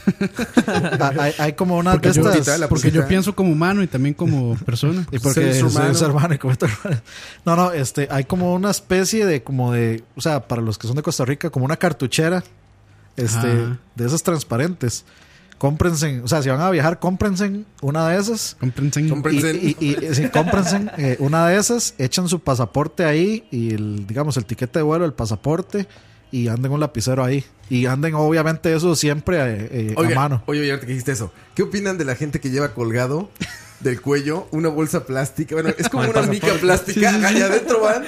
[SPEAKER 7] hay, hay como una
[SPEAKER 8] Porque
[SPEAKER 7] de
[SPEAKER 8] yo-
[SPEAKER 7] estas.
[SPEAKER 5] la
[SPEAKER 8] Porque yo
[SPEAKER 5] pusita.
[SPEAKER 8] pienso como humano y también como persona.
[SPEAKER 7] Y porque
[SPEAKER 5] Soy
[SPEAKER 7] soy
[SPEAKER 5] su
[SPEAKER 7] su
[SPEAKER 5] hermano.
[SPEAKER 7] hermano y cometo errores. No, no, este, hay como una especie de, como de, o sea, para los que son de Costa Rica, como una cartuchera, este,
[SPEAKER 8] Ajá.
[SPEAKER 7] de esas transparentes. Cómprense, o sea, si van a viajar, cómprense una de esas.
[SPEAKER 8] Comprensen.
[SPEAKER 5] Compre-
[SPEAKER 7] Y,
[SPEAKER 5] Cómprense.
[SPEAKER 7] y, y- y- sí, cómprense eh, una de esas, echan su pasaporte ahí y, el, digamos, el tiquete de vuelo, el pasaporte y anden un lapicero ahí. Y anden, obviamente, eso siempre eh, eh, a
[SPEAKER 5] Oiga,
[SPEAKER 7] mano.
[SPEAKER 5] Oye, oye, ahorita que dijiste eso. ¿Qué opinan de la gente que lleva colgado del cuello una bolsa plástica? Bueno, es como
[SPEAKER 6] Con el
[SPEAKER 5] una mica
[SPEAKER 6] pasaporte.
[SPEAKER 5] plástica.
[SPEAKER 8] Sí, sí, sí.
[SPEAKER 5] Allá adentro van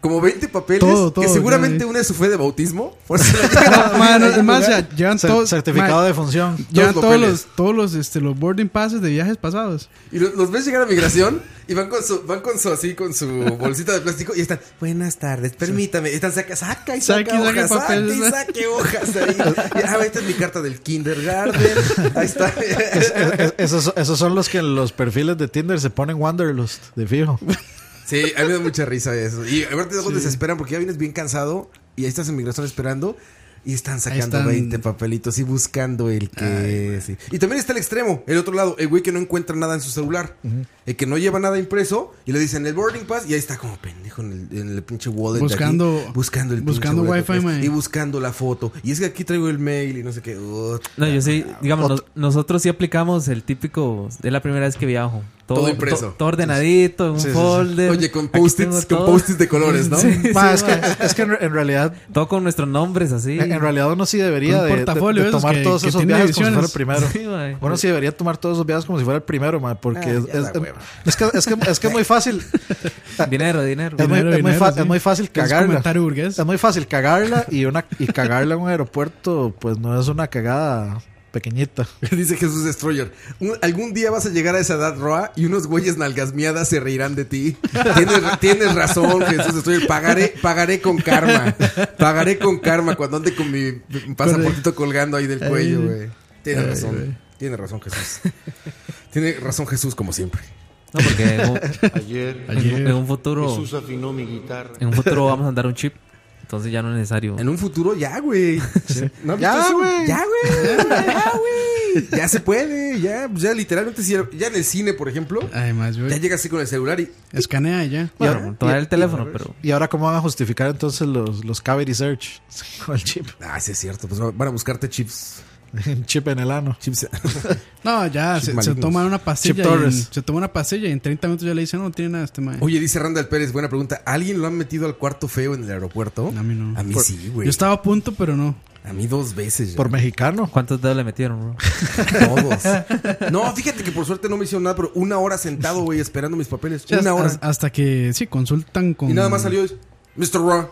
[SPEAKER 5] como 20 papeles.
[SPEAKER 8] Todo, todo,
[SPEAKER 5] que
[SPEAKER 8] ya,
[SPEAKER 5] seguramente
[SPEAKER 8] ya.
[SPEAKER 5] una de su fe de bautismo. Por eso la llegan a-
[SPEAKER 8] Ma, no, es más, o sea, llevan
[SPEAKER 7] Cer-
[SPEAKER 8] todo-
[SPEAKER 7] certificado
[SPEAKER 8] ma,
[SPEAKER 7] de función.
[SPEAKER 8] llevan
[SPEAKER 5] todos
[SPEAKER 8] todos
[SPEAKER 5] los
[SPEAKER 8] los, todos los, este, los boarding passes de viajes pasados.
[SPEAKER 5] Y los, los ves llegar a migración y van con su, van con su así, con su bolsita de plástico y están, buenas tardes, permítame. Y Están, saca, saca y saca,
[SPEAKER 8] Saque y saque
[SPEAKER 5] hojas,
[SPEAKER 8] papeles,
[SPEAKER 5] saque y
[SPEAKER 8] ¿no?
[SPEAKER 5] saque hojas ahí. Y, ah, esta es mi carta del kindergarten. Ahí está.
[SPEAKER 7] Es- es- esos, esos son los que en los perfiles de Tinder se ponen Wanderlust, de fijo.
[SPEAKER 5] Sí, a mí me da mucha risa eso. Y a ver, te
[SPEAKER 8] Sí.
[SPEAKER 5] desesperan porque ya vienes bien cansado y ahí estás en migración esperando y están sacando
[SPEAKER 8] están.
[SPEAKER 5] 20 papelitos y buscando el que. sí. Y también está el extremo, el otro lado, el güey que no encuentra nada en su celular, el que no lleva nada impreso y le dicen el boarding pass y ahí está como pendejo en el, en el pinche wallet. de aquí,
[SPEAKER 8] Buscando-
[SPEAKER 5] buscando el
[SPEAKER 8] buscando
[SPEAKER 5] pinche
[SPEAKER 8] wifi,
[SPEAKER 5] boleto,
[SPEAKER 8] mae.
[SPEAKER 5] Y buscando la foto. Y es que aquí traigo el mail y no sé qué. Oh,
[SPEAKER 6] No, yo sí, digamos, nos- nosotros sí aplicamos el típico, es la primera vez que viajo. Todo,
[SPEAKER 5] Todo impreso.
[SPEAKER 6] to- todo ordenadito, en un
[SPEAKER 5] Sí, sí, sí.
[SPEAKER 6] folder.
[SPEAKER 5] Oye, con
[SPEAKER 6] Aquí
[SPEAKER 5] post-its,
[SPEAKER 6] tengo
[SPEAKER 5] con
[SPEAKER 6] todo.
[SPEAKER 5] post-its de colores, ¿no?
[SPEAKER 7] Ma, es,
[SPEAKER 6] ma.
[SPEAKER 7] que, es que en, re- en realidad.
[SPEAKER 6] Todo con nuestros nombres así.
[SPEAKER 7] En, en realidad uno sí debería
[SPEAKER 6] Un
[SPEAKER 7] de, de- de
[SPEAKER 6] portafolio de esos
[SPEAKER 7] tomar
[SPEAKER 6] que-
[SPEAKER 7] todos
[SPEAKER 6] que
[SPEAKER 7] esos
[SPEAKER 6] tiene
[SPEAKER 7] viajes como si fuera el
[SPEAKER 6] divisiones.
[SPEAKER 7] primero.
[SPEAKER 6] Sí, mae.
[SPEAKER 7] uno sí debería tomar todos esos viajes como si fuera el primero, ma, porque
[SPEAKER 6] Ah,
[SPEAKER 7] es,
[SPEAKER 6] ya la
[SPEAKER 7] es- es que, es, que, es que es muy fácil.
[SPEAKER 6] dinero, dinero.
[SPEAKER 7] Es muy,
[SPEAKER 6] Dinero,
[SPEAKER 7] es muy
[SPEAKER 6] dinero,
[SPEAKER 7] fa-
[SPEAKER 6] sí.
[SPEAKER 7] es muy fácil
[SPEAKER 6] Es un
[SPEAKER 7] cagarla.
[SPEAKER 6] comentario
[SPEAKER 7] Es muy fácil cagarla y, una, y cagarla en un aeropuerto, pues no es una cagada pequeñita.
[SPEAKER 5] Dice Jesús Destroyer, "Un- algún día vas a llegar a esa edad roa y unos güeyes nalgasmiadas se reirán de ti. Tienes, ra- tienes razón, Jesús Destroyer, pagaré, pagaré con karma. Pagaré con karma cuando ande con mi pasaportito colgando ahí del cuello, güey. Tienes
[SPEAKER 6] Ay,
[SPEAKER 5] razón,
[SPEAKER 6] güey.
[SPEAKER 5] tiene razón Jesús. Tiene razón Jesús como siempre.
[SPEAKER 6] No, porque en un,
[SPEAKER 12] Ayer,
[SPEAKER 6] en, un- en un futuro.
[SPEAKER 12] Jesús afinó mi guitarra.
[SPEAKER 6] En un futuro vamos a andar un chip. Entonces ya no es necesario.
[SPEAKER 5] En un futuro ya, güey. ¿No has visto
[SPEAKER 2] Ya,
[SPEAKER 5] eso?
[SPEAKER 2] güey.
[SPEAKER 5] Ya, güey. Ya, güey. Ya se puede. Ya, ya literalmente, si- ya en el cine, por ejemplo,
[SPEAKER 8] Además, güey.
[SPEAKER 5] ya llegas así con el celular y
[SPEAKER 8] Escanea y ya.
[SPEAKER 7] Bueno, todavía el
[SPEAKER 6] teléfono, pero.
[SPEAKER 7] ¿Y ahora cómo van a justificar entonces los, los cavity search con el chip?
[SPEAKER 5] Ah, sí, es cierto. Pues van a buscarte chips.
[SPEAKER 7] Un chip en el ano.
[SPEAKER 5] Chips.
[SPEAKER 8] No, ya,
[SPEAKER 5] Chip
[SPEAKER 8] se, se
[SPEAKER 5] malignos.
[SPEAKER 8] toma una
[SPEAKER 5] Chip
[SPEAKER 8] pastilla. y en-
[SPEAKER 5] Torres.
[SPEAKER 8] se toma una pastilla y en 30 minutos ya le dicen, no, no tiene nada este mae.
[SPEAKER 5] Oye, dice Randall Pérez, buena pregunta. ¿Alguien lo han metido al cuarto feo en el aeropuerto? A mí no. A mí
[SPEAKER 8] Por-
[SPEAKER 5] sí, güey.
[SPEAKER 8] Yo estaba a punto, pero no.
[SPEAKER 5] A mí dos veces. ya.
[SPEAKER 7] ¿Por mexicano?
[SPEAKER 6] ¿Cuántos dedos le metieron, bro?
[SPEAKER 5] Todos. No, fíjate que por suerte no me hicieron nada, pero una hora sentado, güey, esperando mis papeles.
[SPEAKER 8] O sea,
[SPEAKER 5] una hora.
[SPEAKER 8] hasta, hasta que sí, consultan con.
[SPEAKER 5] Y nada más salió, Mr. Raw,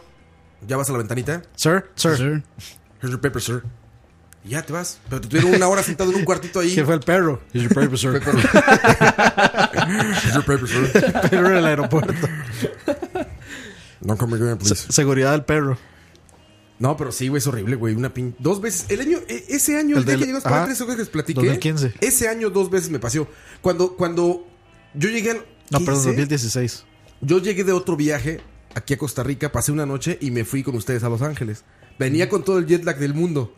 [SPEAKER 5] ya vas a la ventanita.
[SPEAKER 7] Sir, sir.
[SPEAKER 5] Here's your paper, sir. Y ya te vas. Pero te tuvieron una hora sentado en un cuartito ahí.
[SPEAKER 7] Que fue el perro. Here's your paper, sir.
[SPEAKER 5] Fue el perro. Here's your paper, sir.
[SPEAKER 7] El perro del aeropuerto.
[SPEAKER 5] No come again, please.
[SPEAKER 7] Se- seguridad del perro.
[SPEAKER 5] No, pero sí, güey, es horrible, güey. Una pin... Dos veces. El año, e- ese año, el,
[SPEAKER 7] El
[SPEAKER 5] día
[SPEAKER 7] del-
[SPEAKER 5] que llegamos para
[SPEAKER 7] ajá,
[SPEAKER 5] tres que les platiqué.
[SPEAKER 7] 2015.
[SPEAKER 5] Ese año dos veces me pasó. Cuando, cuando yo llegué en.
[SPEAKER 7] No, perdón,
[SPEAKER 5] 15,
[SPEAKER 7] 2016.
[SPEAKER 5] Yo llegué de otro viaje aquí a Costa Rica, pasé una noche y me fui con ustedes a Los Ángeles. Venía con todo el jet lag del mundo.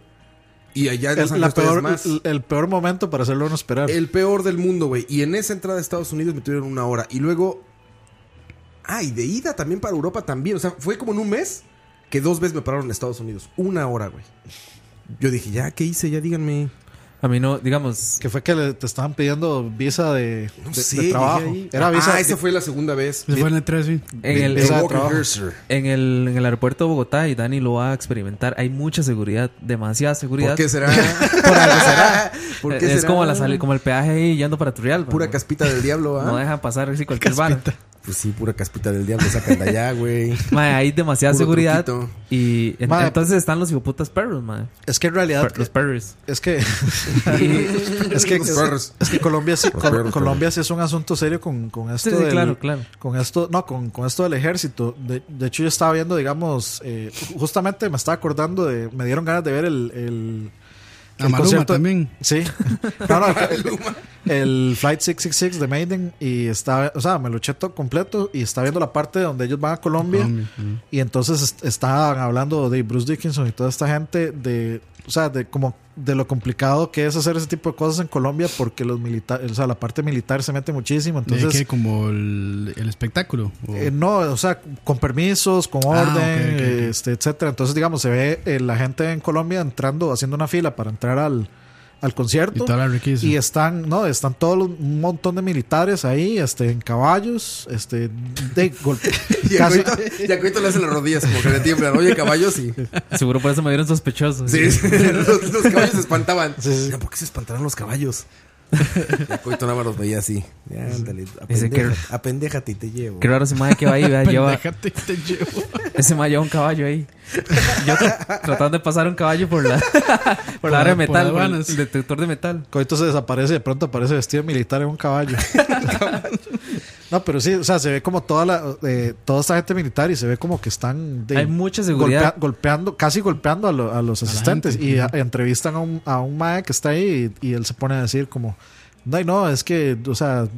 [SPEAKER 5] Y allá en Los
[SPEAKER 7] El, la
[SPEAKER 5] Ángeles todavía
[SPEAKER 7] peor,
[SPEAKER 5] es más.
[SPEAKER 7] el, el peor momento para hacerlo no esperar.
[SPEAKER 5] El peor del mundo, güey. Y en esa entrada a Estados Unidos me tuvieron una hora. Y luego. Ah, y de ida también para Europa también. O sea, fue como en un mes que dos veces me pararon en Estados Unidos. Una hora, güey. Yo dije, ya, ¿qué hice? Ya díganme.
[SPEAKER 6] A mí no, digamos.
[SPEAKER 7] Que fue que le- te estaban pidiendo visa de,
[SPEAKER 5] No
[SPEAKER 7] de-
[SPEAKER 5] sé,
[SPEAKER 7] de
[SPEAKER 5] llegué
[SPEAKER 7] trabajo.
[SPEAKER 5] ahí.
[SPEAKER 7] Era
[SPEAKER 5] ah,
[SPEAKER 7] visa.
[SPEAKER 5] esa fue la segunda vez.
[SPEAKER 8] Se fue en el 3, sí.
[SPEAKER 6] En el,
[SPEAKER 7] Visa de
[SPEAKER 6] en-
[SPEAKER 7] trabajo.
[SPEAKER 6] en el- en el aeropuerto de Bogotá, y Dani lo va a experimentar, hay mucha seguridad, demasiada seguridad.
[SPEAKER 5] ¿Por qué será?
[SPEAKER 6] Por algo será.
[SPEAKER 5] ¿Por
[SPEAKER 6] Eh,
[SPEAKER 5] qué
[SPEAKER 6] es
[SPEAKER 5] será?
[SPEAKER 6] como, la sali- como el peaje ahí yendo para Turrial.
[SPEAKER 5] Pura caspita del diablo, ¿ah?
[SPEAKER 6] No dejan pasar así cualquier bar.
[SPEAKER 5] Pues sí, pura caspita del diablo, sacan de allá, güey.
[SPEAKER 6] Mae, hay demasiada
[SPEAKER 5] Puro
[SPEAKER 6] seguridad.
[SPEAKER 5] truquito.
[SPEAKER 6] Y en-
[SPEAKER 7] Mae.
[SPEAKER 6] entonces están los hijoputas perros, mae.
[SPEAKER 7] Es que en realidad.
[SPEAKER 6] Per- los perros.
[SPEAKER 7] Es que. es que,
[SPEAKER 5] Los
[SPEAKER 7] es-
[SPEAKER 5] perros.
[SPEAKER 7] es que Colombia sí,
[SPEAKER 5] Los
[SPEAKER 7] Col-
[SPEAKER 5] perros,
[SPEAKER 7] Colombia sí es un asunto serio con, con esto.
[SPEAKER 6] Sí, sí,
[SPEAKER 7] del-
[SPEAKER 6] claro, claro.
[SPEAKER 7] Con esto, no, con, con esto del ejército. De, de hecho, yo estaba viendo, digamos, eh, justamente me estaba acordando de. Me dieron ganas de ver el. el
[SPEAKER 8] A Maluma también.
[SPEAKER 7] Sí. No, no, el, el Flight 666 de Maiden. Y está. O sea, me lo eché todo completo. Y está viendo la parte donde ellos van a Colombia. Y entonces est- estaban hablando de Bruce Dickinson y toda esta gente de, o sea, de como de lo complicado que es hacer ese tipo de cosas en Colombia porque los militares, o sea, la parte militar se mete muchísimo,
[SPEAKER 8] ¿De
[SPEAKER 7] entonces
[SPEAKER 8] qué? Como el, el espectáculo. o-
[SPEAKER 7] eh, no, o sea, con permisos, con
[SPEAKER 8] Ah,
[SPEAKER 7] orden,
[SPEAKER 8] ok, ok, ok.
[SPEAKER 7] este, etcétera. Entonces, digamos, se ve eh, la gente en Colombia entrando, haciendo una fila para entrar al, al concierto.
[SPEAKER 8] Y toda la riquiza.
[SPEAKER 7] Y están, no, están todos los- un montón de militares ahí, este, en caballos, este, de golpe.
[SPEAKER 5] Y a
[SPEAKER 7] casi-
[SPEAKER 5] Coito- y a Coito le hacen las rodillas, como que le tiemblan. Oye, caballos, y.
[SPEAKER 6] Seguro por eso me vieron sospechoso.
[SPEAKER 5] Sí, sí, los, los caballos se espantaban.
[SPEAKER 7] Sí, sí.
[SPEAKER 5] Ya, ¿Por qué se espantarán los caballos? Ya Coito nada más los veía así. Ya, ándale,
[SPEAKER 6] Dice que-
[SPEAKER 5] apendeja- apendéjate y te llevo.
[SPEAKER 6] Qué raro ese mae que va ahí, vea, lleva,
[SPEAKER 8] Pendejate, te llevo.
[SPEAKER 6] ese mae lleva un caballo ahí. Yo tra- tratando de pasar un caballo por la, por la área de
[SPEAKER 8] por
[SPEAKER 6] metal, por el-
[SPEAKER 8] aduanas.
[SPEAKER 6] el detector de metal.
[SPEAKER 7] Coito se desaparece y de pronto aparece vestido de militar en un caballo. no, pero sí, o sea, se ve como toda la eh, toda esta gente militar y se ve como que están de-
[SPEAKER 6] Hay mucha seguridad.
[SPEAKER 7] golpea- golpeando, casi golpeando a, lo- a los asistentes. y a- entrevistan a un, a un mae que está ahí y, y él se pone a decir como, no, no, es que, o sea,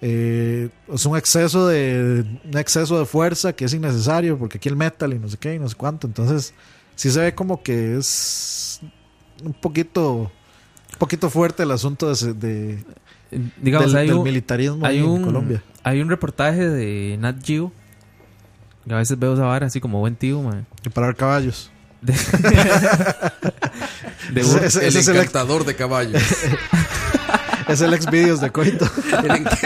[SPEAKER 7] eh, es un exceso de un exceso de fuerza que es innecesario porque aquí el metal y no sé qué y no sé cuánto entonces sí se ve como que es un poquito un poquito fuerte el asunto de, ese- de-
[SPEAKER 6] Eh, digamos,
[SPEAKER 7] del,
[SPEAKER 6] hay
[SPEAKER 7] del
[SPEAKER 6] un,
[SPEAKER 7] militarismo
[SPEAKER 6] hay
[SPEAKER 7] ahí
[SPEAKER 6] un,
[SPEAKER 7] en Colombia
[SPEAKER 6] Hay un reportaje de Nat Geo. que a veces veo esa vara así como buen tío, man.
[SPEAKER 7] De parar caballos.
[SPEAKER 6] De,
[SPEAKER 7] Ese- ese- ese es el
[SPEAKER 5] encantador de caballos.
[SPEAKER 7] es el ex videos de coito
[SPEAKER 5] El enc-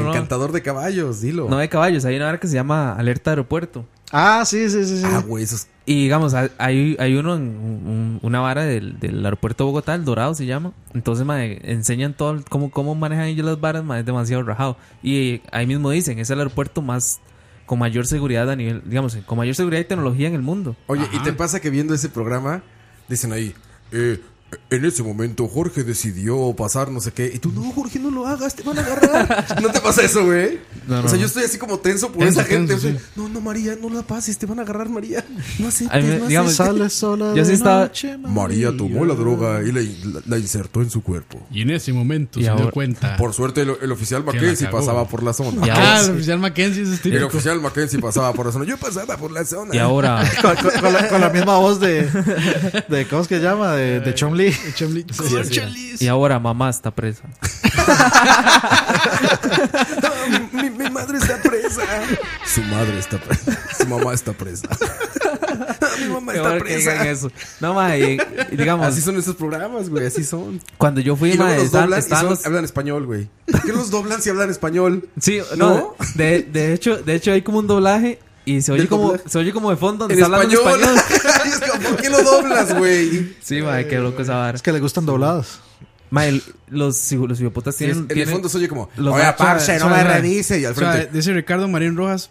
[SPEAKER 5] El encantador de caballos, dilo.
[SPEAKER 6] No de caballos, hay una vara que se llama Alerta Aeropuerto.
[SPEAKER 7] Ah, sí, sí, sí.
[SPEAKER 5] Ah, güey, esos.
[SPEAKER 6] Y digamos, hay- hay, hay uno en un- una vara del, del aeropuerto de Bogotá, el Dorado se llama. Entonces, mae, enseñan todo el- cómo, cómo manejan ellos las varas, mae, es demasiado rajado. Y ahí mismo dicen, es el aeropuerto más con mayor seguridad a nivel, digamos, con mayor seguridad y tecnología en el mundo.
[SPEAKER 5] Oye, ¿y te pasa que viendo ese programa dicen ahí, eh, en ese momento Jorge decidió pasar no sé qué? Y tú, no, Jorge, no lo hagas, te van a agarrar. ¿No te pasa eso, güey?
[SPEAKER 6] No, no,
[SPEAKER 5] o sea,
[SPEAKER 6] no.
[SPEAKER 5] yo estoy así como tenso por
[SPEAKER 6] Tenso,
[SPEAKER 5] esa gente.
[SPEAKER 6] tenso,
[SPEAKER 5] o sea, No, no, María, no la pases, te van a agarrar, María. No aceptes,
[SPEAKER 6] A mí me-
[SPEAKER 5] no
[SPEAKER 6] digamos,
[SPEAKER 5] aceptes.
[SPEAKER 6] Sale sola yo sí de estaba- noche,
[SPEAKER 5] María tomó la droga y la, la- la insertó en su cuerpo.
[SPEAKER 8] Y en ese momento
[SPEAKER 5] Y
[SPEAKER 8] se
[SPEAKER 5] ahora-
[SPEAKER 8] dio cuenta.
[SPEAKER 5] Por suerte, el, el oficial
[SPEAKER 8] Que la
[SPEAKER 5] Mackenzie
[SPEAKER 8] cagó.
[SPEAKER 5] pasaba por la zona.
[SPEAKER 8] Y ahora- Ah, el oficial Mackenzie es
[SPEAKER 5] El
[SPEAKER 8] típico.
[SPEAKER 5] oficial Mackenzie pasaba por la zona. Yo pasaba por la zona.
[SPEAKER 6] Y ahora-
[SPEAKER 7] con, con- con la, con la misma voz de, de ¿cómo es que llama? de, de Chun Li
[SPEAKER 6] Eh, Sí, así era. Y ahora mamá está presa.
[SPEAKER 5] Ah, mi, mi madre está presa. Su madre está presa. Su mamá está presa. Ah, mi mamá
[SPEAKER 6] Qué
[SPEAKER 5] está
[SPEAKER 6] bueno que
[SPEAKER 5] presa.
[SPEAKER 6] digan eso. No, mae, y- y digamos-
[SPEAKER 5] Así son esos programas, güey. Así son.
[SPEAKER 6] Cuando yo fui,
[SPEAKER 5] y luego
[SPEAKER 6] mae,
[SPEAKER 5] los
[SPEAKER 6] estaban-
[SPEAKER 5] doblan y
[SPEAKER 6] estaban
[SPEAKER 5] son-
[SPEAKER 6] los-
[SPEAKER 5] hablan español, güey. ¿Por qué los doblan si hablan español?
[SPEAKER 6] Sí, no, De, de hecho, de hecho hay como un doblaje y se oye
[SPEAKER 5] Del
[SPEAKER 6] como
[SPEAKER 5] doblaje.
[SPEAKER 6] se oye como de fondo donde
[SPEAKER 5] En
[SPEAKER 6] está hablando en
[SPEAKER 5] español.
[SPEAKER 6] español.
[SPEAKER 5] Es como, ¿Por qué lo doblas, güey?
[SPEAKER 6] Sí, mae, qué loco esa vara. Es
[SPEAKER 7] que le gustan doblados.
[SPEAKER 6] Mae, los los idiotas
[SPEAKER 5] Sí,
[SPEAKER 6] tienen,
[SPEAKER 5] es- en el
[SPEAKER 6] tienen-
[SPEAKER 5] fondo se oye como,
[SPEAKER 6] los
[SPEAKER 5] "Oiga,
[SPEAKER 6] machos-
[SPEAKER 5] parce, no me revise", y al
[SPEAKER 8] O sea,
[SPEAKER 5] frente.
[SPEAKER 8] dice Ricardo Marín Rojas,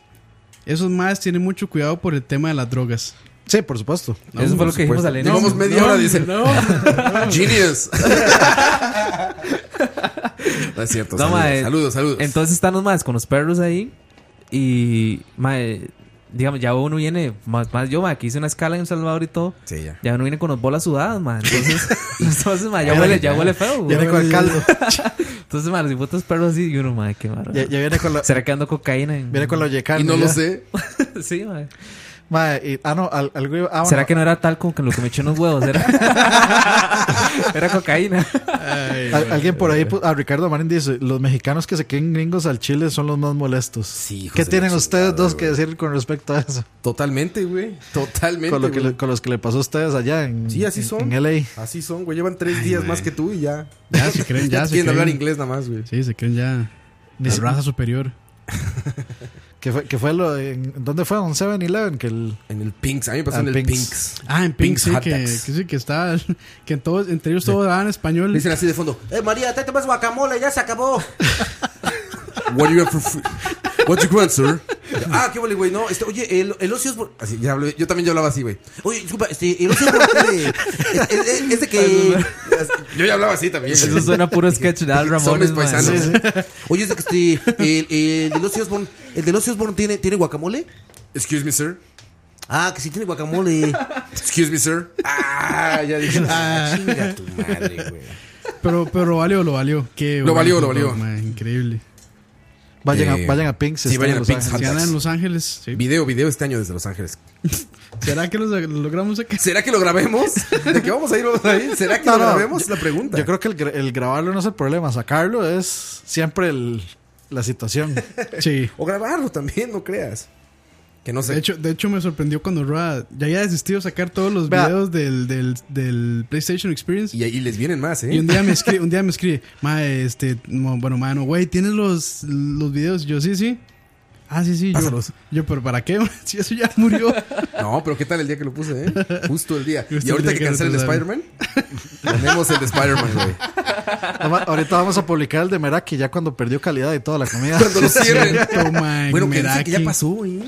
[SPEAKER 8] esos más tienen mucho cuidado por el tema de las drogas.
[SPEAKER 7] Sí, por supuesto.
[SPEAKER 8] No, por supuesto.
[SPEAKER 5] Llevamos media
[SPEAKER 8] No,
[SPEAKER 5] hora, dicen.
[SPEAKER 8] no, no.
[SPEAKER 5] Genius. No es cierto.
[SPEAKER 6] No,
[SPEAKER 5] saludos,
[SPEAKER 6] mae,
[SPEAKER 5] saludos, saludos.
[SPEAKER 6] Entonces están los más con los perros ahí. Y, mae, digamos, ya uno viene, más, más yo, mae, que hice una escala en El Salvador y todo.
[SPEAKER 5] Sí, ya.
[SPEAKER 6] uno viene con las bolas sudadas, mae. Entonces, entonces mae, ya,
[SPEAKER 7] Ya
[SPEAKER 6] huele,
[SPEAKER 7] viene-
[SPEAKER 6] ya huele feo.
[SPEAKER 7] ya viene con el caldo.
[SPEAKER 6] entonces, mae, los putos perros así, y uno, mae, qué malo.
[SPEAKER 7] Ya- ya viene con la-
[SPEAKER 6] ¿Será que ando cocaína? En...
[SPEAKER 7] Viene con la yecana. ya.
[SPEAKER 6] sí, mae.
[SPEAKER 7] Mae, y- ah, no, al- algo iba- ah,
[SPEAKER 6] ¿Será
[SPEAKER 7] bueno.
[SPEAKER 6] que no era tal como que lo que me echó en los huevos? Era, era cocaína.
[SPEAKER 7] Al- alguien por ahí, pu- a Ricardo Marín dice: Los mexicanos que se queden gringos al Chile son los más molestos. ¿Qué
[SPEAKER 5] de
[SPEAKER 7] tienen
[SPEAKER 5] la
[SPEAKER 7] ustedes dos que decir con respecto a eso?
[SPEAKER 5] Totalmente, güey. Totalmente.
[SPEAKER 7] Con, lo que
[SPEAKER 5] güey.
[SPEAKER 7] le- con los que le pasó a ustedes allá en,
[SPEAKER 5] Sí, así
[SPEAKER 7] en-
[SPEAKER 5] son.
[SPEAKER 7] en LA.
[SPEAKER 5] Así son, güey. Llevan tres días más que tú y ya.
[SPEAKER 8] Ya se creen, ya se
[SPEAKER 5] quieren
[SPEAKER 8] creen.
[SPEAKER 5] hablar inglés nada más, güey.
[SPEAKER 8] Sí, se creen ya.
[SPEAKER 7] Ni
[SPEAKER 8] La
[SPEAKER 7] si-
[SPEAKER 8] raza superior.
[SPEAKER 7] Que fue, que fue lo de- en- ¿Dónde fue? ¿Un 7-Eleven? Que el,
[SPEAKER 5] en el Pinks. A mí me pasó
[SPEAKER 7] Ah,
[SPEAKER 5] en el Pinks.
[SPEAKER 8] Ah, en Pink,
[SPEAKER 5] Pink's
[SPEAKER 8] sí,
[SPEAKER 5] Hot
[SPEAKER 8] que, que
[SPEAKER 5] Dogs.
[SPEAKER 8] sí, que está. Que en todos, entre ellos todos hablan español.
[SPEAKER 5] Dicen así de fondo.
[SPEAKER 1] Eh, María, te más guacamole, ya se acabó.
[SPEAKER 5] What you got for free? What you want, sir? ah, qué vale, güey. No, este, oye, el, el ocio es. bor- Así, ya hablé- yo también ya hablaba así, güey. Oye, disculpa, este, el ocio es. bor- eh, es, es- es de que. Yo ya hablaba así también.
[SPEAKER 6] Eso suena a puro sketch de Al
[SPEAKER 5] Son mis
[SPEAKER 6] Ramones, mae.
[SPEAKER 5] paisanos.
[SPEAKER 6] Sí,
[SPEAKER 1] Oye, es de que este, el, el del Ozzy Osbourne- el del Ozzy Osbourne tiene, tiene guacamole.
[SPEAKER 5] Excuse me, sir.
[SPEAKER 1] Ah, que sí tiene guacamole.
[SPEAKER 5] Excuse me, sir. Ah, ya dije. Ah, chinga tu madre, güey.
[SPEAKER 8] Pero, pero lo valió, lo valió. Qué
[SPEAKER 5] Lo
[SPEAKER 8] bueno,
[SPEAKER 5] valió, lo
[SPEAKER 8] pues,
[SPEAKER 5] valió.
[SPEAKER 8] mae, increíble.
[SPEAKER 7] Vayan,
[SPEAKER 5] Eh,
[SPEAKER 7] a, vayan a Pink.
[SPEAKER 5] sí, vayan a Pink's Hot
[SPEAKER 8] en
[SPEAKER 5] Dogs.
[SPEAKER 8] Los Ángeles. sí.
[SPEAKER 5] Video, video este año desde Los Ángeles.
[SPEAKER 8] ¿Será que los lo logramos sacar?
[SPEAKER 5] ¿Será que lo grabemos? ¿De qué vamos a ir? ¿Vamos a ir? ¿Será que
[SPEAKER 7] No,
[SPEAKER 5] lo
[SPEAKER 7] no,
[SPEAKER 5] grabemos?
[SPEAKER 7] yo-
[SPEAKER 5] la pregunta.
[SPEAKER 7] Yo creo que el, gra- el grabarlo no es el problema. Sacarlo es siempre el- la situación.
[SPEAKER 8] Sí.
[SPEAKER 5] O grabarlo también, no creas. Que no sé.
[SPEAKER 8] De hecho, de hecho me sorprendió cuando Roa ya había desistido de sacar todos los
[SPEAKER 5] Vea.
[SPEAKER 8] videos del, del, del PlayStation Experience.
[SPEAKER 5] Y, ahí les vienen más, ¿eh?
[SPEAKER 8] Y un día me escribe, un día me escribe, ma, este, mo- bueno, mano, güey, ¿tienes los, los videos? Yo, sí, sí. Ah, sí, sí, yo,
[SPEAKER 5] Pásalos.
[SPEAKER 8] yo, pero ¿para qué? si eso ya murió.
[SPEAKER 5] No, pero ¿qué tal el día que lo puse, eh? Justo el día.
[SPEAKER 8] Justo
[SPEAKER 5] y ahorita
[SPEAKER 8] el día
[SPEAKER 5] que
[SPEAKER 8] que
[SPEAKER 5] cancelen el
[SPEAKER 8] lo
[SPEAKER 5] Spider-Man, tenemos el de Spider-Man, güey.
[SPEAKER 7] Nada más, Ahorita vamos a publicar el de Meraki ya cuando perdió calidad y toda la comida.
[SPEAKER 5] Cuando lo cierren.
[SPEAKER 8] Cierto, man,
[SPEAKER 5] bueno, que dicen que ya
[SPEAKER 8] Meraki.
[SPEAKER 5] pasó, ¿eh?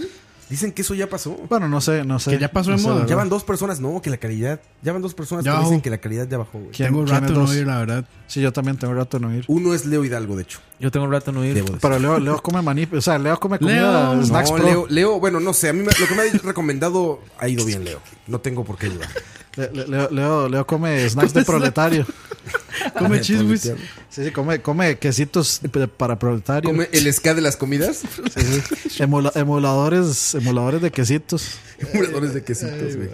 [SPEAKER 5] Dicen que eso ya pasó.
[SPEAKER 7] Bueno, no sé, no sé.
[SPEAKER 8] Que ya pasó de
[SPEAKER 7] No sé,
[SPEAKER 8] moda.
[SPEAKER 7] la
[SPEAKER 5] Ya
[SPEAKER 7] verdad.
[SPEAKER 5] van dos personas, no, que la calidad. Ya van dos personas
[SPEAKER 8] Ya
[SPEAKER 5] que
[SPEAKER 8] bajó.
[SPEAKER 5] dicen que la calidad ya bajó, güey.
[SPEAKER 7] ¿Quién-
[SPEAKER 8] Tengo
[SPEAKER 7] quién es
[SPEAKER 8] rato no
[SPEAKER 7] dos?
[SPEAKER 8] ir, la verdad.
[SPEAKER 7] Sí, yo también tengo rato de no ir.
[SPEAKER 5] Uno es Leo Hidalgo, de hecho.
[SPEAKER 6] Yo tengo un rato no ir.
[SPEAKER 5] Debo decir.
[SPEAKER 7] Pero Leo, Leo come maní, o sea, Leo come comida,
[SPEAKER 5] Leo,
[SPEAKER 7] snacks
[SPEAKER 5] no,
[SPEAKER 7] pro.
[SPEAKER 5] Leo, Leo, bueno, no sé, a mí me- lo que me ha recomendado ha ido bien, Leo. No tengo por qué dudar.
[SPEAKER 7] Le- le- Leo, Leo, Leo come snacks de proletario. come chismes. Sí, sí, come, come quesitos de- para proletarios.
[SPEAKER 5] Come el ska de las comidas.
[SPEAKER 7] Emula- emuladores, emuladores de quesitos.
[SPEAKER 5] Emuladores de quesitos, güey.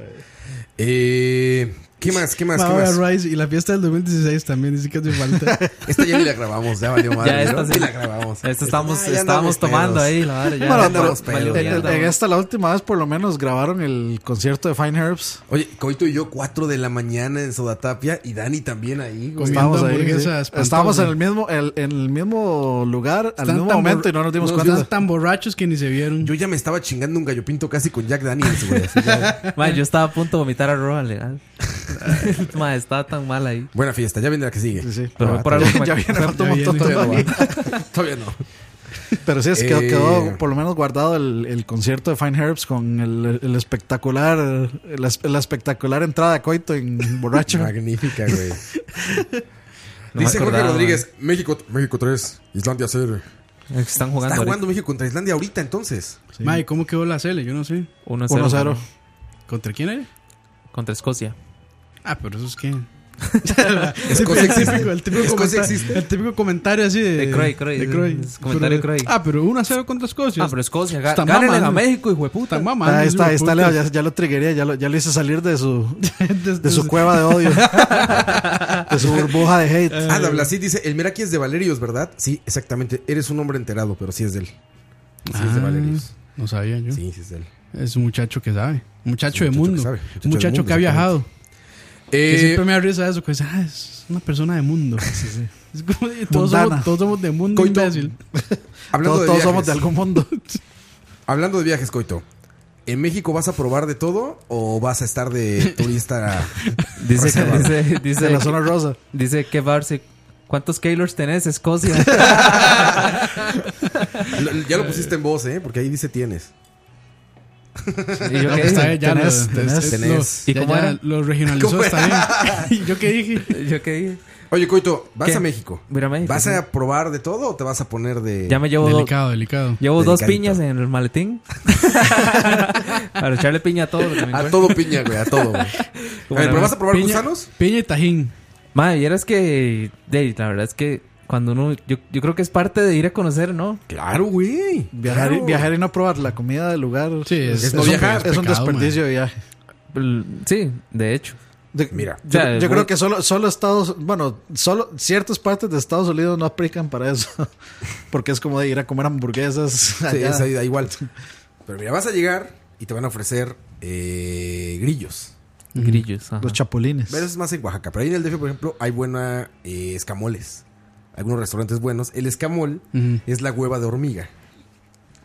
[SPEAKER 5] Eh, ¿Qué más? ¿Qué más? ¿Qué
[SPEAKER 8] Maura
[SPEAKER 5] más?
[SPEAKER 8] Rice y la fiesta del 2016 también, dice que hace falta.
[SPEAKER 5] Esta ya ni la grabamos, ya valió madre.
[SPEAKER 6] Ya esta
[SPEAKER 5] ¿no?
[SPEAKER 6] sí.
[SPEAKER 5] Ni la grabamos.
[SPEAKER 6] Esta estábamos-
[SPEAKER 5] Ah, ya
[SPEAKER 6] estábamos
[SPEAKER 5] andamos
[SPEAKER 6] tomando
[SPEAKER 5] pedos.
[SPEAKER 6] ahí, la madre, ya.
[SPEAKER 7] Bueno,
[SPEAKER 6] Ya
[SPEAKER 7] pero
[SPEAKER 6] andamos pedos,
[SPEAKER 7] en-
[SPEAKER 6] ya
[SPEAKER 7] en,
[SPEAKER 6] andamos.
[SPEAKER 7] en esta la última vez por lo menos grabaron el concierto de Fine Herbs.
[SPEAKER 5] Oye, Coito y yo, 4 de la mañana en Sodatapia y Dani también ahí, güey.
[SPEAKER 7] Estábamos ahí, sí. Estábamos en el mismo, el- en el mismo lugar, al mismo
[SPEAKER 5] tan borr-
[SPEAKER 7] momento y no nos dimos
[SPEAKER 5] nos
[SPEAKER 7] cuenta.
[SPEAKER 5] vimos
[SPEAKER 8] tan borrachos que ni se vieron.
[SPEAKER 5] Yo ya me estaba chingando un gallo pinto casi con Jack Daniels, güey. así ya.
[SPEAKER 6] Ma, yo estaba a punto de vomitar a Roa legal. Ma, estaba tan mal ahí.
[SPEAKER 5] Buena fiesta, ya viene la que sigue. Sí, sí.
[SPEAKER 6] Pero fue
[SPEAKER 7] Ah,
[SPEAKER 6] por algo que me- Ya viene,
[SPEAKER 7] falta un montón todavía.
[SPEAKER 5] Todavía no.
[SPEAKER 7] Pero sí, es que quedó,
[SPEAKER 5] Eh,
[SPEAKER 7] quedó por lo menos guardado el, el concierto de Fine Herbs con el, el espectacular, el es- la espectacular entrada de Coito en borracho.
[SPEAKER 5] Magnífica, güey.
[SPEAKER 7] No me
[SPEAKER 5] Dice Jorge
[SPEAKER 7] acordaba,
[SPEAKER 5] Rodríguez, México, México 3, Islandia 0.
[SPEAKER 6] Están jugando
[SPEAKER 5] Está
[SPEAKER 6] ahorita.
[SPEAKER 5] jugando México contra Islandia ahorita entonces.
[SPEAKER 8] Mae, ¿cómo quedó la Cele? Yo no sé.
[SPEAKER 6] 1-0. 1-0.
[SPEAKER 8] ¿Contra quién era?
[SPEAKER 6] Contra Escocia.
[SPEAKER 8] Ah, pero eso es que.
[SPEAKER 6] Escocia
[SPEAKER 8] el
[SPEAKER 6] existe.
[SPEAKER 8] típico, el típico
[SPEAKER 6] Escocia
[SPEAKER 8] comenta-
[SPEAKER 6] existe.
[SPEAKER 8] el típico comentario así de.
[SPEAKER 6] De Croy, Croy,
[SPEAKER 8] de Croy.
[SPEAKER 6] es comentario
[SPEAKER 8] Pero-
[SPEAKER 6] Croy.
[SPEAKER 8] Ah, pero 1 a 0 contra Escocia.
[SPEAKER 6] Ah, pero Escocia, ga-
[SPEAKER 8] Están
[SPEAKER 6] gánenle
[SPEAKER 8] mamando.
[SPEAKER 6] a México, hijo de puta.
[SPEAKER 8] Están mamando,
[SPEAKER 7] Ahí está,
[SPEAKER 8] hijo de
[SPEAKER 7] ahí está
[SPEAKER 8] puta.
[SPEAKER 7] Leo, ya, ya lo triguería, ya lo, ya lo hice salir de su, de su cueva de odio. de su burbuja de hate.
[SPEAKER 6] Eh.
[SPEAKER 5] Ah, Dablasi dice, el Meraki es de Valerios, ¿verdad? Sí, exactamente. Eres un hombre enterado, pero sí es de él. Y sí es de
[SPEAKER 8] Ah,
[SPEAKER 5] Valerios.
[SPEAKER 8] No sabía yo.
[SPEAKER 5] Sí, sí es de él.
[SPEAKER 8] Es un muchacho que sabe. Un muchacho
[SPEAKER 5] Es un muchacho
[SPEAKER 8] de mundo.
[SPEAKER 5] que sabe,
[SPEAKER 8] Un
[SPEAKER 5] muchacho
[SPEAKER 8] muchacho,
[SPEAKER 5] del mundo,
[SPEAKER 8] que ha viajado. que
[SPEAKER 5] Eh,
[SPEAKER 8] siempre me da risa eso. Que es, ah, es una persona de mundo. Es como, y todos, somos, todos somos de mundo, imbécil.
[SPEAKER 5] Hablando
[SPEAKER 8] Todos- todos
[SPEAKER 5] viajes.
[SPEAKER 8] somos de algún
[SPEAKER 7] mundo.
[SPEAKER 5] Hablando de viajes, Coito. ¿En México vas a probar de todo o vas a estar de turista?
[SPEAKER 6] Dice,
[SPEAKER 5] reservado?
[SPEAKER 6] que, dice, dice
[SPEAKER 7] rosa.
[SPEAKER 6] Dice que Barce, ¿cuántos Keylors tenés, Escocia?
[SPEAKER 5] Lo- Ya lo pusiste en voz, ¿eh? Porque ahí dice tienes.
[SPEAKER 6] ¿Y yo
[SPEAKER 8] No,
[SPEAKER 6] qué
[SPEAKER 8] pues, está
[SPEAKER 6] dije?
[SPEAKER 8] bien, ya
[SPEAKER 6] Tenés,
[SPEAKER 8] lo-
[SPEAKER 6] tenés,
[SPEAKER 8] es- es-
[SPEAKER 6] tenés.
[SPEAKER 8] lo-
[SPEAKER 6] ¿Y
[SPEAKER 8] ya-
[SPEAKER 6] cómo
[SPEAKER 8] ya
[SPEAKER 6] era?
[SPEAKER 8] lo regionalizó,
[SPEAKER 6] ¿Cómo
[SPEAKER 8] está
[SPEAKER 6] era?
[SPEAKER 8] bien. ¿Yo qué dije?
[SPEAKER 6] ¿Yo qué dije?
[SPEAKER 5] Oye, Coito, ¿vas
[SPEAKER 6] ¿Qué?
[SPEAKER 5] a México?
[SPEAKER 6] Voy a ir a México,
[SPEAKER 5] ¿Vas
[SPEAKER 6] sí.
[SPEAKER 5] a probar de todo o te vas a poner de...?
[SPEAKER 6] Ya me llevo
[SPEAKER 8] Delicado, delicado.
[SPEAKER 6] Llevo dos
[SPEAKER 5] Delicadito.
[SPEAKER 6] piñas en el maletín. Para echarle piña a todo. lo que me
[SPEAKER 5] A
[SPEAKER 6] encuentre.
[SPEAKER 5] todo piña, güey, a todo, güey. A
[SPEAKER 6] Como
[SPEAKER 5] ver,
[SPEAKER 6] la-
[SPEAKER 5] ¿pero vas a probar
[SPEAKER 6] piña-
[SPEAKER 5] gusanos?
[SPEAKER 8] Piña y tajín.
[SPEAKER 6] Madre, y eras que. de, la verdad es que cuando uno. Yo, yo creo que es parte de ir a conocer, ¿no?
[SPEAKER 5] Claro, güey.
[SPEAKER 7] Viajar, y- viajar y no probar la comida del lugar. Sí,
[SPEAKER 6] es-
[SPEAKER 7] es,
[SPEAKER 6] es no
[SPEAKER 7] un-
[SPEAKER 6] viajar,
[SPEAKER 7] es un
[SPEAKER 6] pecado,
[SPEAKER 7] desperdicio
[SPEAKER 6] man.
[SPEAKER 7] de viaje.
[SPEAKER 6] Sí, de hecho.
[SPEAKER 5] Mira.
[SPEAKER 7] Yo, yo creo que solo, solo Estados, bueno, solo ciertas partes de Estados Unidos no aplican para eso. Porque es como de ir a comer hamburguesas.
[SPEAKER 5] Sí,
[SPEAKER 7] allá.
[SPEAKER 5] es ahí, da igual. Pero mira, vas a llegar y te van a ofrecer eh, grillos.
[SPEAKER 6] Grillos, ajá.
[SPEAKER 7] Los chapulines.
[SPEAKER 5] Pero eso es más en Oaxaca. Pero ahí en el DF, por ejemplo, hay buena eh, escamoles. Algunos restaurantes buenos. El escamol
[SPEAKER 8] Ujú.
[SPEAKER 5] es la hueva de hormiga.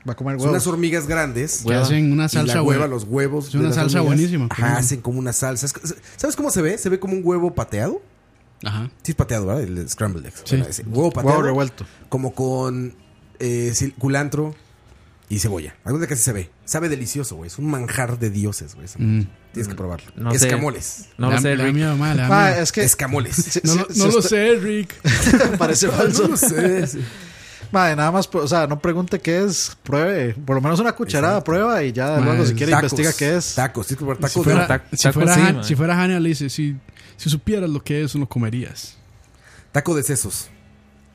[SPEAKER 7] Va a comer
[SPEAKER 5] Son
[SPEAKER 7] huevos.
[SPEAKER 5] unas hormigas grandes.
[SPEAKER 8] Que hacen una
[SPEAKER 5] y
[SPEAKER 8] salsa
[SPEAKER 5] la hueva,
[SPEAKER 8] hue-
[SPEAKER 5] los huevos.
[SPEAKER 8] Es
[SPEAKER 5] de
[SPEAKER 8] una
[SPEAKER 5] las
[SPEAKER 8] salsa
[SPEAKER 5] hormigas.
[SPEAKER 8] buenísima,
[SPEAKER 5] Ajá,
[SPEAKER 8] pero-
[SPEAKER 5] hacen como una salsa. Es- es- ¿Sabes cómo se ve? Se ve como un huevo pateado.
[SPEAKER 8] Ajá.
[SPEAKER 5] Sí, es pateado, ¿verdad? El scrambled eggs.
[SPEAKER 8] Sí.
[SPEAKER 5] Bueno, ese huevo pateado.
[SPEAKER 7] Huevo revuelto.
[SPEAKER 5] Como con eh, cil- culantro y cebolla. Algo de casi se ve. Sabe delicioso, güey. Es un manjar de dioses, güey. esa
[SPEAKER 8] Mm.
[SPEAKER 5] madre. Tienes que probarlo.
[SPEAKER 6] No sé.
[SPEAKER 5] Escamoles.
[SPEAKER 6] No lo
[SPEAKER 8] Le-
[SPEAKER 6] sé,
[SPEAKER 8] le da
[SPEAKER 6] Rick.
[SPEAKER 8] miedo, mae, le da
[SPEAKER 7] Ah,
[SPEAKER 8] miedo.
[SPEAKER 7] es que.
[SPEAKER 5] Escamoles.
[SPEAKER 7] Si-
[SPEAKER 8] No,
[SPEAKER 7] si-
[SPEAKER 8] lo-
[SPEAKER 7] si
[SPEAKER 8] no lo
[SPEAKER 7] usted-
[SPEAKER 8] sé, Rick.
[SPEAKER 7] Parece
[SPEAKER 8] No
[SPEAKER 7] falso.
[SPEAKER 8] lo sé, sí.
[SPEAKER 7] Madre, nada más, o sea, no pregunte qué es, pruebe, por lo menos una cucharada, prueba y ya luego si quiere investiga qué es.
[SPEAKER 5] Tacos, tienes que probar
[SPEAKER 8] Si
[SPEAKER 5] tacos.
[SPEAKER 8] fuera,
[SPEAKER 5] de- taco,
[SPEAKER 8] si fuera
[SPEAKER 5] sí,
[SPEAKER 8] Han-
[SPEAKER 5] man.
[SPEAKER 8] si fuera Hannah, le dice: si, si supieras lo que es, no comerías.
[SPEAKER 5] Taco de sesos.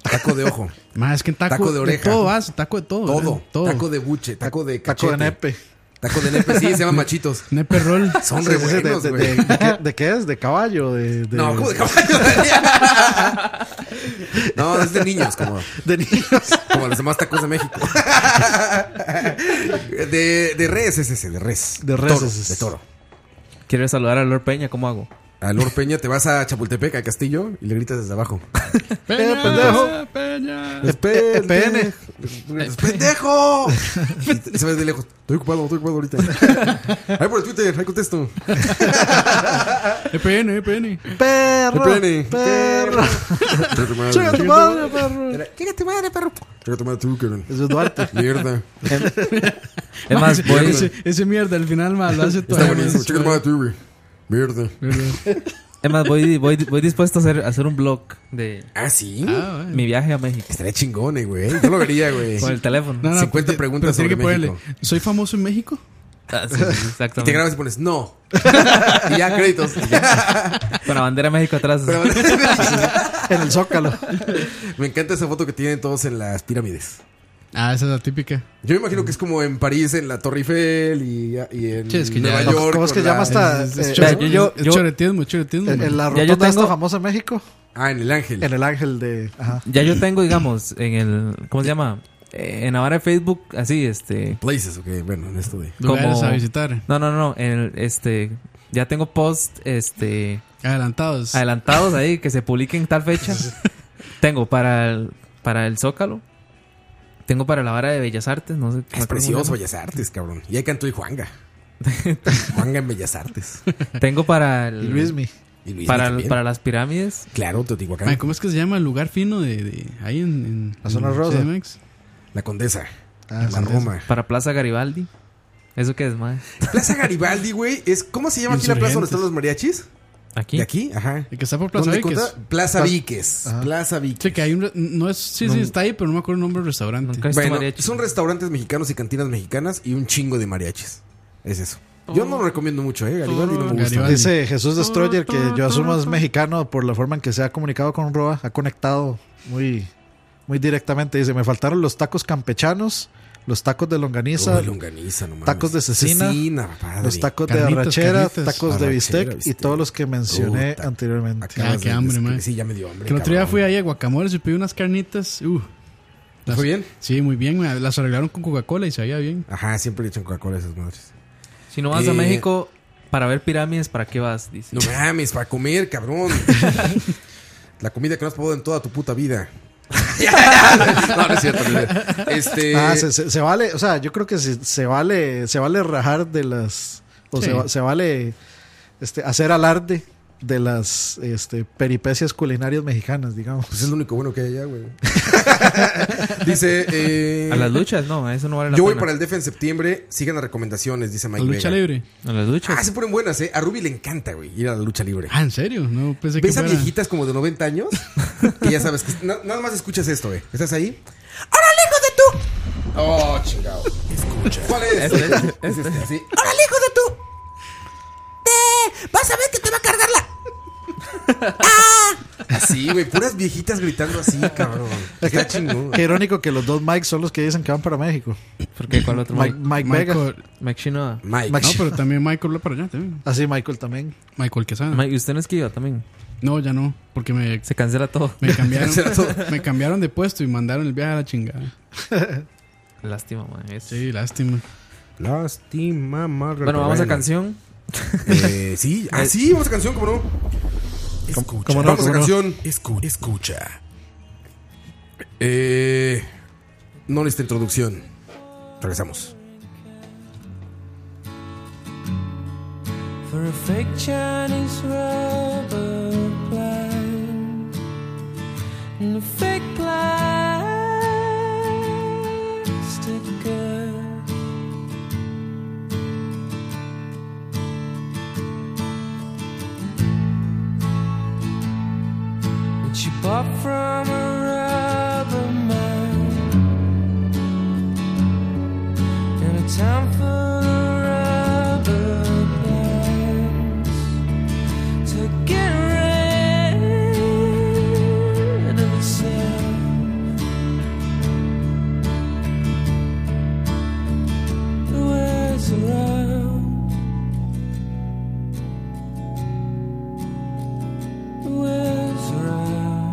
[SPEAKER 5] Taco de ojo.
[SPEAKER 8] Más es que en taco,
[SPEAKER 5] Taco de
[SPEAKER 8] de
[SPEAKER 5] oreja.
[SPEAKER 8] todo vas, taco de todo.
[SPEAKER 5] Todo.
[SPEAKER 8] ¿verdad? todo.
[SPEAKER 5] Taco de buche, taco de
[SPEAKER 7] Taco
[SPEAKER 5] cachete.
[SPEAKER 7] de nepe.
[SPEAKER 5] Taco de nepe, sí, se llaman machitos.
[SPEAKER 8] Nepe roll.
[SPEAKER 5] Son
[SPEAKER 7] Sí,
[SPEAKER 5] re
[SPEAKER 7] sí, sí, de-
[SPEAKER 5] buenos,
[SPEAKER 7] de,
[SPEAKER 5] Ah, güey.
[SPEAKER 7] de- de qué, de qué es? ¿De caballo? De, de-
[SPEAKER 5] No, ¿cómo de caballo? No, es de niños, como.
[SPEAKER 7] De niños.
[SPEAKER 5] Como los demás tacos de México. De, de res es ese, de res.
[SPEAKER 7] De res
[SPEAKER 5] Toro,
[SPEAKER 7] es ese.
[SPEAKER 5] De toro.
[SPEAKER 6] Quiero saludar a Lord Peña, ¿cómo hago?
[SPEAKER 5] A Lord Peña te vas a Chapultepec, al castillo, y le gritas desde abajo.
[SPEAKER 8] Peña,
[SPEAKER 7] pendejo.
[SPEAKER 8] Peña.
[SPEAKER 5] Espérate.
[SPEAKER 7] EPN.
[SPEAKER 5] ¡Pendejo! Y se ve de lejos. Estoy ocupado, estoy ocupado ahorita. Ahí por el Twitter, ahí contesto.
[SPEAKER 8] EPN, EPN.
[SPEAKER 7] Perro.
[SPEAKER 5] EPN.
[SPEAKER 7] Perro.
[SPEAKER 5] Chinga tu madre.
[SPEAKER 7] Chinga tu madre, perro.
[SPEAKER 5] Chinga tu madre, perro. Chinga tu madre, tú, Karen.
[SPEAKER 7] Eso es Duarte.
[SPEAKER 5] Mierda.
[SPEAKER 6] Es más,
[SPEAKER 8] ese-
[SPEAKER 6] voy-
[SPEAKER 8] ese, ese mierda al final más lo hace todo.
[SPEAKER 5] Está buenísimo. Chinga tu madre, tú, güey. Mierda.
[SPEAKER 6] es más, voy, voy, voy dispuesto a hacer, a hacer un blog de
[SPEAKER 5] Ah, sí.
[SPEAKER 6] mi viaje a México.
[SPEAKER 5] Estaría chingón, eh, güey. Yo lo vería, güey.
[SPEAKER 6] Con el teléfono.
[SPEAKER 8] No, no,
[SPEAKER 5] 50
[SPEAKER 8] pero-
[SPEAKER 5] preguntas
[SPEAKER 8] pero tiene
[SPEAKER 5] sobre
[SPEAKER 8] que ponerle,
[SPEAKER 5] México.
[SPEAKER 8] ¿Soy famoso en México?
[SPEAKER 6] Ah, sí, exactamente.
[SPEAKER 5] Y te grabas y pones no. y ya créditos.
[SPEAKER 6] Con la bandera de México atrás.
[SPEAKER 5] Pero-
[SPEAKER 7] en el zócalo.
[SPEAKER 5] Me encanta esa foto que tienen todos en las pirámides.
[SPEAKER 8] Ah, esa es la típica.
[SPEAKER 5] Yo me imagino que es como en París, en la Torre Eiffel y, y en
[SPEAKER 8] Che, es que
[SPEAKER 5] Nueva
[SPEAKER 8] ya-
[SPEAKER 5] York.
[SPEAKER 7] ¿Cómo es que
[SPEAKER 5] con la-
[SPEAKER 7] llama esta-
[SPEAKER 8] Es, es
[SPEAKER 7] eh,
[SPEAKER 8] chore-
[SPEAKER 7] yo- yo-
[SPEAKER 8] es
[SPEAKER 7] yo-
[SPEAKER 8] choretismo, es choretismo.
[SPEAKER 7] En, en la
[SPEAKER 6] Ya yo
[SPEAKER 7] rotonda esta
[SPEAKER 6] tengo-
[SPEAKER 7] famosa en México.
[SPEAKER 5] Ah, en el ángel.
[SPEAKER 7] En el ángel de. Ajá.
[SPEAKER 6] Ya yo tengo, digamos, en el. ¿Cómo se llama? Eh, en la vara de Facebook, así, este.
[SPEAKER 5] Places, ok, bueno, en esto de.
[SPEAKER 8] Lugares a visitar.
[SPEAKER 6] No, no, no. En el, este. Ya tengo posts, este.
[SPEAKER 8] Adelantados.
[SPEAKER 6] Adelantados ahí, que se publiquen tal fecha. tengo para el, para el Zócalo. Tengo para la vara de Bellas Artes, no sé. me
[SPEAKER 5] Es
[SPEAKER 6] acuerdo
[SPEAKER 5] precioso
[SPEAKER 6] cómo se
[SPEAKER 5] Bellas Artes, cabrón. Y ahí cantó y Juanga. Juanga en Bellas Artes.
[SPEAKER 6] llama. Tengo para el.
[SPEAKER 7] Y Luismi.
[SPEAKER 5] Y Luismi
[SPEAKER 6] para,
[SPEAKER 5] también.
[SPEAKER 6] para las pirámides.
[SPEAKER 5] Claro,
[SPEAKER 8] Ay,
[SPEAKER 5] Teotihuacán.
[SPEAKER 8] ¿Cómo es que se llama el lugar fino de, de- ahí en, en-
[SPEAKER 7] La zona
[SPEAKER 8] en
[SPEAKER 7] rosa.
[SPEAKER 8] CDMX?
[SPEAKER 5] La Condesa.
[SPEAKER 7] Ah,
[SPEAKER 5] la
[SPEAKER 7] Condesa.
[SPEAKER 5] Roma.
[SPEAKER 6] Para Plaza Garibaldi. ¿Eso qué es, mae?
[SPEAKER 5] Plaza Garibaldi, güey. Es, ¿Cómo se llama aquí la plaza donde están los mariachis?
[SPEAKER 6] Aquí.
[SPEAKER 5] ¿De aquí? Ajá.
[SPEAKER 8] El que está por Plaza
[SPEAKER 5] ¿Dónde
[SPEAKER 8] Viques.
[SPEAKER 5] encuentra? Plaza Viques. Plaza Viques.
[SPEAKER 8] Sí, que hay un. re- No es. Sí, sí, está ahí, pero no me acuerdo el nombre del restaurante.
[SPEAKER 6] Nunca he visto
[SPEAKER 5] Bueno,
[SPEAKER 6] mariachi.
[SPEAKER 5] son restaurantes mexicanos y cantinas mexicanas y un chingo de mariachis. Es eso. Yo
[SPEAKER 7] Oh.
[SPEAKER 5] no lo recomiendo mucho, ¿eh? Garibaldi no me gusta.
[SPEAKER 8] Garibaldi.
[SPEAKER 7] Dice Jesús Destroyer que yo asumo es mexicano por la forma en que se ha comunicado con Roa. Ha conectado muy, muy directamente. Dice: Me faltaron los tacos campechanos, los tacos de longaniza,
[SPEAKER 5] Uy, Oh, longaniza, no mames.
[SPEAKER 7] tacos de cecina,
[SPEAKER 5] Cecina, padre.
[SPEAKER 7] los tacos de
[SPEAKER 8] Carnitas,
[SPEAKER 7] arrachera,
[SPEAKER 8] carnitas.
[SPEAKER 7] tacos de
[SPEAKER 5] Arrachera,
[SPEAKER 7] bistec, y
[SPEAKER 5] bistec.
[SPEAKER 7] todos los que mencioné
[SPEAKER 5] Puta.
[SPEAKER 7] anteriormente.
[SPEAKER 5] Acabas
[SPEAKER 8] Ah, qué
[SPEAKER 5] de-
[SPEAKER 8] hambre,
[SPEAKER 5] es-
[SPEAKER 8] man.
[SPEAKER 5] Sí, ya me dio hambre.
[SPEAKER 8] Que el otro día
[SPEAKER 5] cabrón.
[SPEAKER 8] fui ahí a Guacamoles y pedí unas carnitas. Uh, las-
[SPEAKER 5] ¿Fue bien?
[SPEAKER 8] Sí, muy bien. me- Las arreglaron con Coca-Cola y sabía bien.
[SPEAKER 5] Ajá, siempre le echan Coca-Cola a esas madres.
[SPEAKER 6] Si no vas
[SPEAKER 5] Eh,
[SPEAKER 6] a México para ver pirámides, ¿para qué vas? Dice.
[SPEAKER 5] No mames, para comer, cabrón. La comida que no has probado en toda tu puta vida. no, no es cierto. no es cierto. Este,
[SPEAKER 6] Eh,
[SPEAKER 7] Ah, se, se- se vale, o sea, yo creo que se, se vale, se vale rajar de las, o
[SPEAKER 8] Sí.
[SPEAKER 7] se, va- se vale este, hacer alarde de las este, peripecias culinarias mexicanas, digamos.
[SPEAKER 5] pues es lo único bueno que hay allá, güey. Dice. eh,
[SPEAKER 6] A las luchas, no, eso no vale la
[SPEAKER 5] Yo voy
[SPEAKER 6] pena.
[SPEAKER 5] para el DEF en septiembre. Sigan las recomendaciones, dice
[SPEAKER 8] La
[SPEAKER 5] Mike.
[SPEAKER 8] lucha
[SPEAKER 5] Vega.
[SPEAKER 8] libre.
[SPEAKER 6] A las
[SPEAKER 5] Ah,
[SPEAKER 6] luchas.
[SPEAKER 5] se ponen buenas, ¿eh? A Ruby le encanta, güey, ir a la lucha libre.
[SPEAKER 8] Ah, ¿en serio? No pensé que
[SPEAKER 5] ¿Ves a
[SPEAKER 8] fuera.
[SPEAKER 5] viejitas como de 90 años? y ya sabes que na- nada más escuchas esto, ¿eh? ¿Estás ahí? ¡Órale, hijo de tú! Oh, chingado. Escucha. ¿Cuál es?
[SPEAKER 6] Este, este,
[SPEAKER 5] Es este, sí.
[SPEAKER 1] ¡Órale, hijo de tú! ¡Te! ¡Vas a ver que te va a cargar la...
[SPEAKER 5] Así, güey. Puras viejitas gritando así, cabrón. Está chingón.
[SPEAKER 7] Qué irónico que los dos Mike son los que dicen que van para México.
[SPEAKER 6] ¿Por qué? ¿Cuál otro?
[SPEAKER 7] Mike,
[SPEAKER 6] Mike,
[SPEAKER 7] Mike Vega.
[SPEAKER 8] Michael,
[SPEAKER 6] Mike Shinoda.
[SPEAKER 5] Mike.
[SPEAKER 8] no, pero también Michael va para allá también.
[SPEAKER 7] Así Ah, Michael también.
[SPEAKER 8] Michael Quesada.
[SPEAKER 6] Mike, ¿y usted no es que iba también?
[SPEAKER 8] no, ya no. Porque me,
[SPEAKER 6] Se cancela todo.
[SPEAKER 8] me cambiaron.
[SPEAKER 5] Será todo.
[SPEAKER 8] me cambiaron de puesto y mandaron el viaje a la chingada.
[SPEAKER 6] Lástima, man. es-
[SPEAKER 8] Sí, lástima.
[SPEAKER 5] Lástima, madre.
[SPEAKER 6] Bueno, vamos a canción.
[SPEAKER 5] Eh, sí. Ah, sí, vamos a canción, ¿cómo no? Escucha.
[SPEAKER 6] cómo no,
[SPEAKER 5] vamos
[SPEAKER 6] cómo
[SPEAKER 5] a
[SPEAKER 6] no.
[SPEAKER 5] canción. Escu- Escucha. Eh, no necesita introducción. Regresamos.
[SPEAKER 10] For a fake Chinese rubber blind and a fake plastic girl. Which you bought from a rubber man in a town full of rubber bands to get rid of itself. The world's around. The world's around.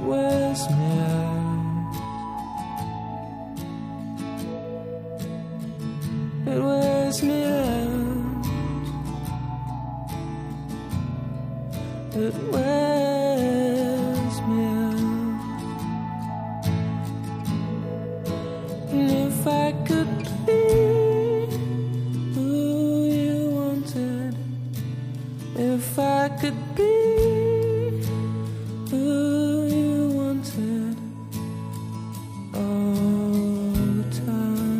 [SPEAKER 14] was now. It wears me out. It wears me out. And if I could be who you wanted, if I could be who you wanted all the Oh, time.